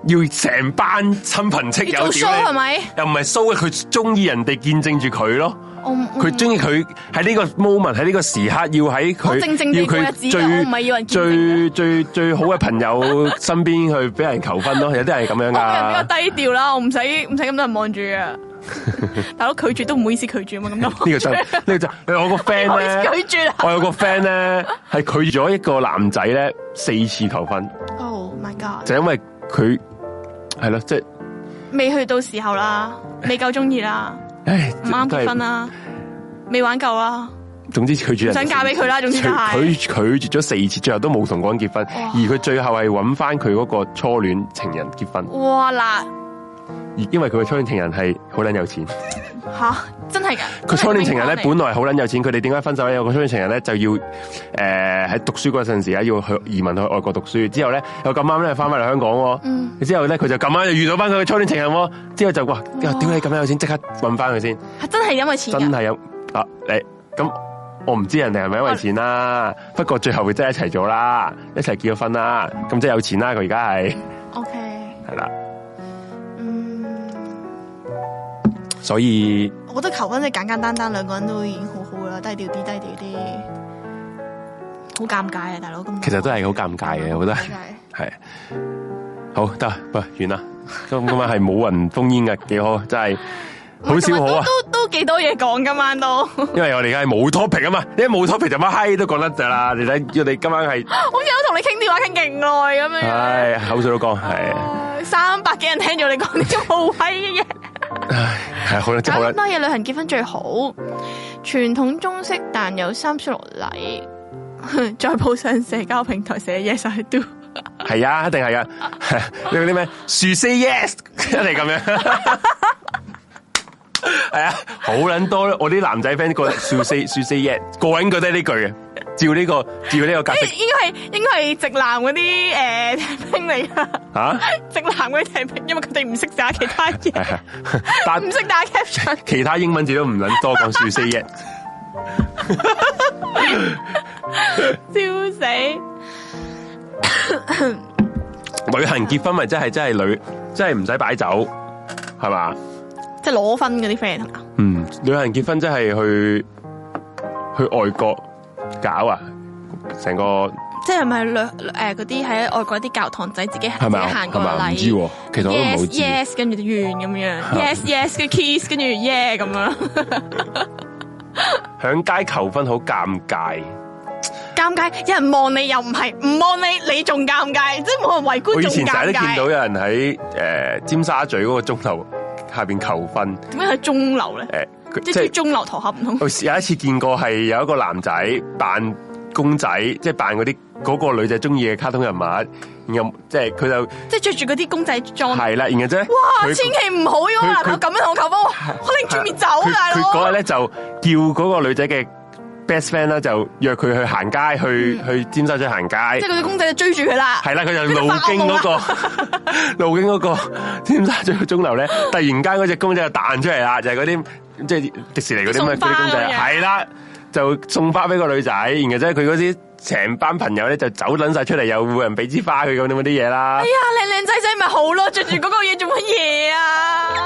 B: 要成班親朋戚
A: 要
B: 友
A: 做 show 係
B: 屌
A: 咪？
B: 你，又唔係 show 嘅，佢中意人哋見證住佢咯。
A: 我唔我唔
B: 佢中意佢喺呢個 moment 喺呢個時刻要
A: 嗯
B: 喺
A: 我
B: 佢
A: 正正地
B: 要
A: 過日
B: 佢
A: 子我唔係要人
B: 最
A: 見
B: 最最最好嘅朋友身邊去俾人求婚咯，有啲人係咁樣
A: 我個人比較
B: 噶。
A: 低調啦，我唔使唔使咁多人望住啊。 大佬拒絕都唔好意思拒絕啊嘛，咁多
B: 呢個就呢 個就我有個 friend
A: 唔好意
B: 咧
A: 思，拒絕啊
B: 我有個 friend 咧係拒絕咗一個男仔咧四次求婚，
A: Oh my god！
B: 就因為佢係咯，即係
A: 未去到時候啦，未夠中意啦，
B: 唉
A: 唔啱結婚。啊啦，未玩夠啦，
B: 總之拒絕人
A: 想嫁俾佢啦總之就係
B: 佢拒拒絕咗四次，最後都冇同嗰個人結婚，
A: 哇
B: 而佢最後係揾翻佢嗰個初戀情人結婚。
A: 哇嗱
B: 而因為佢嘅初戀情人係好撚有錢，
A: 吓，真係㗎！
B: 佢初戀情人咧
A: 真係
B: 本來係好撚有錢，佢哋點解分手咧？有個初戀情人咧就要誒喺、呃讀書嗰陣時咧要去移民去外國讀書，之後咧又咁啱咧翻返嚟香港喎，之後咧佢就咁啱就遇到翻佢嘅初戀情人喎，之後就哇，屌你咁樣有錢，即刻揾翻佢先，
A: 係真係因為錢
B: 真
A: 㗎
B: 係有啊你咁。我唔知人哋係咪因為錢啦，不過最後佢真係一齊咗啦，一齊結咗婚啦，咁即係有錢啦，佢而家係
A: OK，
B: 係啦，
A: 嗯，
B: 所以
A: 我覺得求婚即係簡簡單單兩個人都已經好好啦，低調啲，低調啲，好尷尬啊，大佬咁。
B: 其實都係好尷尬嘅，我覺得。
A: 尷尬
B: 系好得啦，喂，完啦。今今晚係冇人封煙嘅，幾好，真係 好少好啊。
A: 都都都幾多嘢講今晚都， 好
B: 因為我哋而家係冇 topic 啊嘛，因為冇 topic 就乜閪都講得噶啦。你睇，我哋今晚係
A: 似我同你傾電話傾勁耐咁樣樣。
B: 唉口水都講，係
A: 三百幾人聽咗你講啲冇謂嘅 嘢，
B: 係好啦，真係
A: 搞
B: 好
A: 啊咁
B: 啦。
A: 多嘢旅行結婚最好，傳統中式但有三書六禮， 再鋪上社交平台寫 yes I do，
B: 係啊，一定係啊。 你嗰啲咩樹 say yes，一定 咁樣。係啊，好撚多我啲男仔 friend 覺得樹 say 樹 say yes，個人覺得呢句嘅，照呢個照呢個價 值
A: 應該係應該係直男嗰啲誒聽嚟啊，
B: 吓。
A: 直男嗰啲聽，因為佢哋唔識打其他嘢，
B: 係啊但
A: 唔識打 caption。
B: 其他英文字都唔捻多講樹 say yes。
A: 笑死！
B: 旅行結婚咪真係真係旅，真係唔使擺酒，係嘛？
A: 即係攞分嗰啲 friend 係嘛？
B: 嗯，旅行結婚真係去去外國搞啊，成個
A: 即係咪略誒嗰啲喺外國啲教堂仔自己
B: 係
A: 自己
B: 咪啊
A: 行過
B: 係咪啊
A: 禮？
B: 唔知喎其實我都唔係
A: yes
B: 好知
A: yes 跟住就完 咁樣 yes yes 跟住 kiss 跟住 yeah 咁樣，
B: 響街求婚好尷尬，
A: 尷尬！有人望你又唔係，唔望你你仲尷尬，即係冇人圍
B: 我
A: 觀
B: 以
A: 仲
B: 前成日
A: 尷
B: 都見到有
A: 尬。
B: 人喺誒、呃尖沙咀嗰個鐘樓下邊求婚，
A: 點解係鐘樓咧？
B: 誒、佢
A: 即
B: 即
A: 係
B: 係
A: 鐘樓陀盒唔通？
B: 我哦有一次見過係有一個男仔扮公仔，即係扮嗰啲嗰個女仔中意嘅卡通人物，然後即係佢就
A: 即係着住嗰啲公仔裝。
B: 係啦，然後啫，
A: 哦哇！
B: 佢
A: 千祈唔好啊喎，
B: 佢
A: 男友咁樣同我求婚，我拎住面走啊
B: 佢
A: 大
B: 佢
A: 佬
B: 嗰日。咧就叫嗰個女仔嘅 best friend 啦，就約佢去行街，去
A: 嗯
B: 去尖沙咀行街。
A: 即係嗰只公仔就追住佢啦。
B: 係啦，佢就路經嗰、個 路經嗰個啊尖沙咀嘅鐘樓咧，突然間嗰只公仔就彈出嚟啦，就係嗰啲即係迪士尼嗰啲咩
A: 送花
B: 嗰啲公
A: 咁
B: 仔，啊
A: 樣
B: 係啦，就送花俾個女仔，然後即係佢嗰啲成班朋友咧就走撚晒出嚟，又每人俾支花佢咁樣嗰啲嘢啦
A: 哎。呀，靚靚仔仔咪好咯，着住嗰個嘢做乜嘢 啊？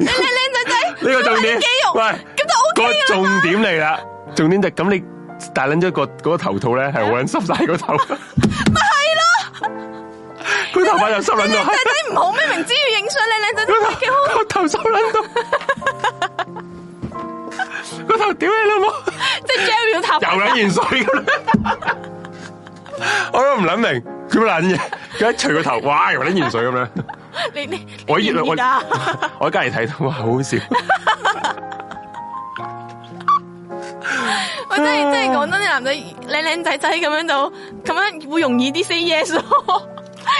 A: 你靚靚仔仔，
B: 呢個重點
A: 你肌肉，
B: 喂
A: 咁就 O K
B: 個
A: 啦。
B: 重點嚟啦，重點就咁你大捻咗個嗰個頭套咧，係好捻濕晒個頭，咪係 咯，個頭髮又濕捻到
A: 靚靚，仔仔唔好咩？明知要影相，靚靚仔仔 幾好，
B: 個頭濕捻到，個頭屌你老母，
A: 即係 Jerry 個頭髮
B: 又捻完水咁樣，我都唔捻明佢乜捻嘢，佢一除個頭，哇，又捻完水咁樣，
A: 你你
B: 我熱
A: 你
B: 我
A: 熱 啊！
B: 我喺隔籬睇到，哇，好好笑，
A: 我真係真係講真，啲男仔靚靚仔仔咁樣就咁樣會容易啲 say yes 咯。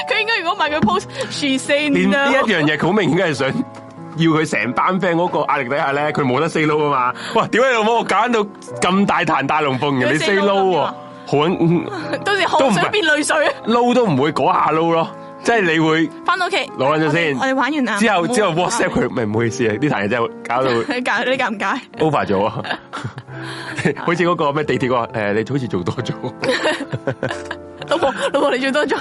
A: 佢應該如果唔係佢 post she say
B: 連
A: no
B: 呢一樣嘢，佢好明顯係想要佢成班 friend 嗰個壓力底下咧，佢冇得 say no 啊嘛！哇，屌你老母，我揀到咁大壇大龍鳳，人哋
A: 你
B: say à.
A: say
B: no
A: no
B: 喎，
A: 啊
B: 好撚
A: 到時
B: 都唔
A: 汗
B: 係
A: 水變淚水，
B: 撈都唔會嗰下撈咯，即係你會
A: 翻到屋企
B: 攞緊咗先
A: 我哋玩完啦，啊
B: 之後
A: 冇
B: 之後 WhatsApp 佢，咪唔好意思啊，呢壇嘢真係搞到
A: 你尷你尷尬，
B: over 咗啊！好似嗰個咩地鐵嗰個誒，你好似做多咗，
A: 老婆老婆你最多 咗，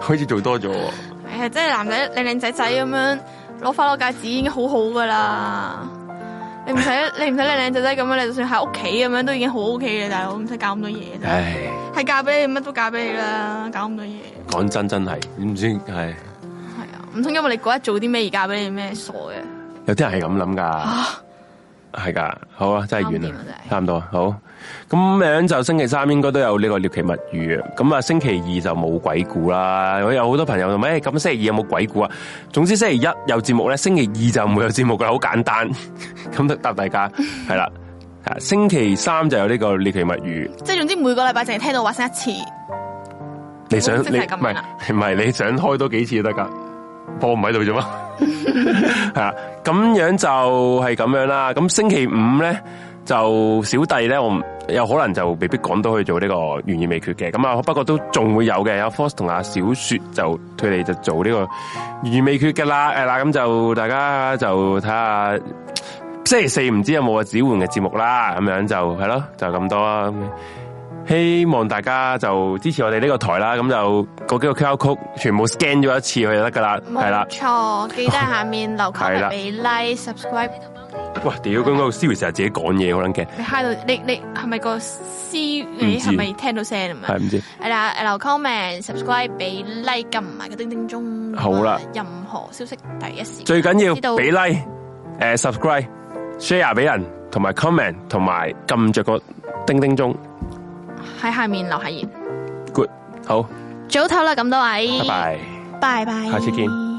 B: 好似做多咗喎，
A: 誒即係男仔靚靚仔仔咁樣攞花攞戒指已經好好噶啦。你唔使你唔使靚靚仔仔咁樣，你就算喺屋企咁樣都已經好 O K 嘅，大佬唔使搞咁多嘢啫。
B: 唉，
A: 係嫁俾你乜都嫁俾你啦，搞咁多嘢。
B: 講真真係唔知係
A: 係啊，唔通因為你嗰日做啲咩而嫁俾你咩傻嘅？
B: 有啲人係咁諗噶，
A: 啊
B: 係噶，好啊，真係遠
A: 差唔多真，
B: 啊
A: 係
B: 差唔多，好。咁樣就星期三應該都有呢個獵奇物語啊，咁啊星期二就冇鬼故啦。我有好多朋友就問，誒咁星期二有冇鬼故啊？總之星期一有節目咧，星期二就唔會有節目噶啦，好簡單。咁就答大家係啦，啊星期三就有呢個獵奇物語。
A: 即係總之每個禮拜淨係聽到話聲一次，
B: 你想
A: 咁即哦
B: 你唔
A: 係咁樣啊
B: 係
A: 啦
B: 唔係你想開多幾次都得噶，播唔喺度 啫嘛。係啊，咁樣就係咁樣啦。咁星期五咧就小弟咧，我唔有可能就未必趕到去做呢個懸疑未決嘅。咁啊，不過都仲會有嘅。有 Force 同阿小雪就佢哋就做呢個懸疑未決嘅啦。誒嗱，咁就大家就睇下。星期四唔知有冇啊子桓嘅節目啦，咁樣就係咯，就咁多啦。希望大家就支持我哋呢個台啦，咁就嗰幾個 QR code 全部 scan 咗一次佢就得噶啦，係啦
A: 冇。錯。記得下面留
B: 係啦
A: comment 俾 like、subscribe。
B: 哇！屌，咁嗰個 Siri 成日自己講嘢，好撚驚，
A: 你嗨到你你係咪個 C
B: 唔
A: 你
B: 知
A: 係咪聽到聲咁
B: 係
A: 啊？
B: 唔知
A: 係啦，留 comment、subscribe、俾 like、撳埋個叮叮鐘。
B: 好啦，
A: 任何消息第一時間
B: 最緊
A: 知
B: 要
A: 道
B: 俾 like、誒 subscribe、share 俾人，同埋 comment，同埋撳着個叮叮鐘。
A: 喺下面留下言。
B: Good，好，
A: 早唞啦，咁多位，
B: 拜拜。
A: 拜拜，
B: 下次見。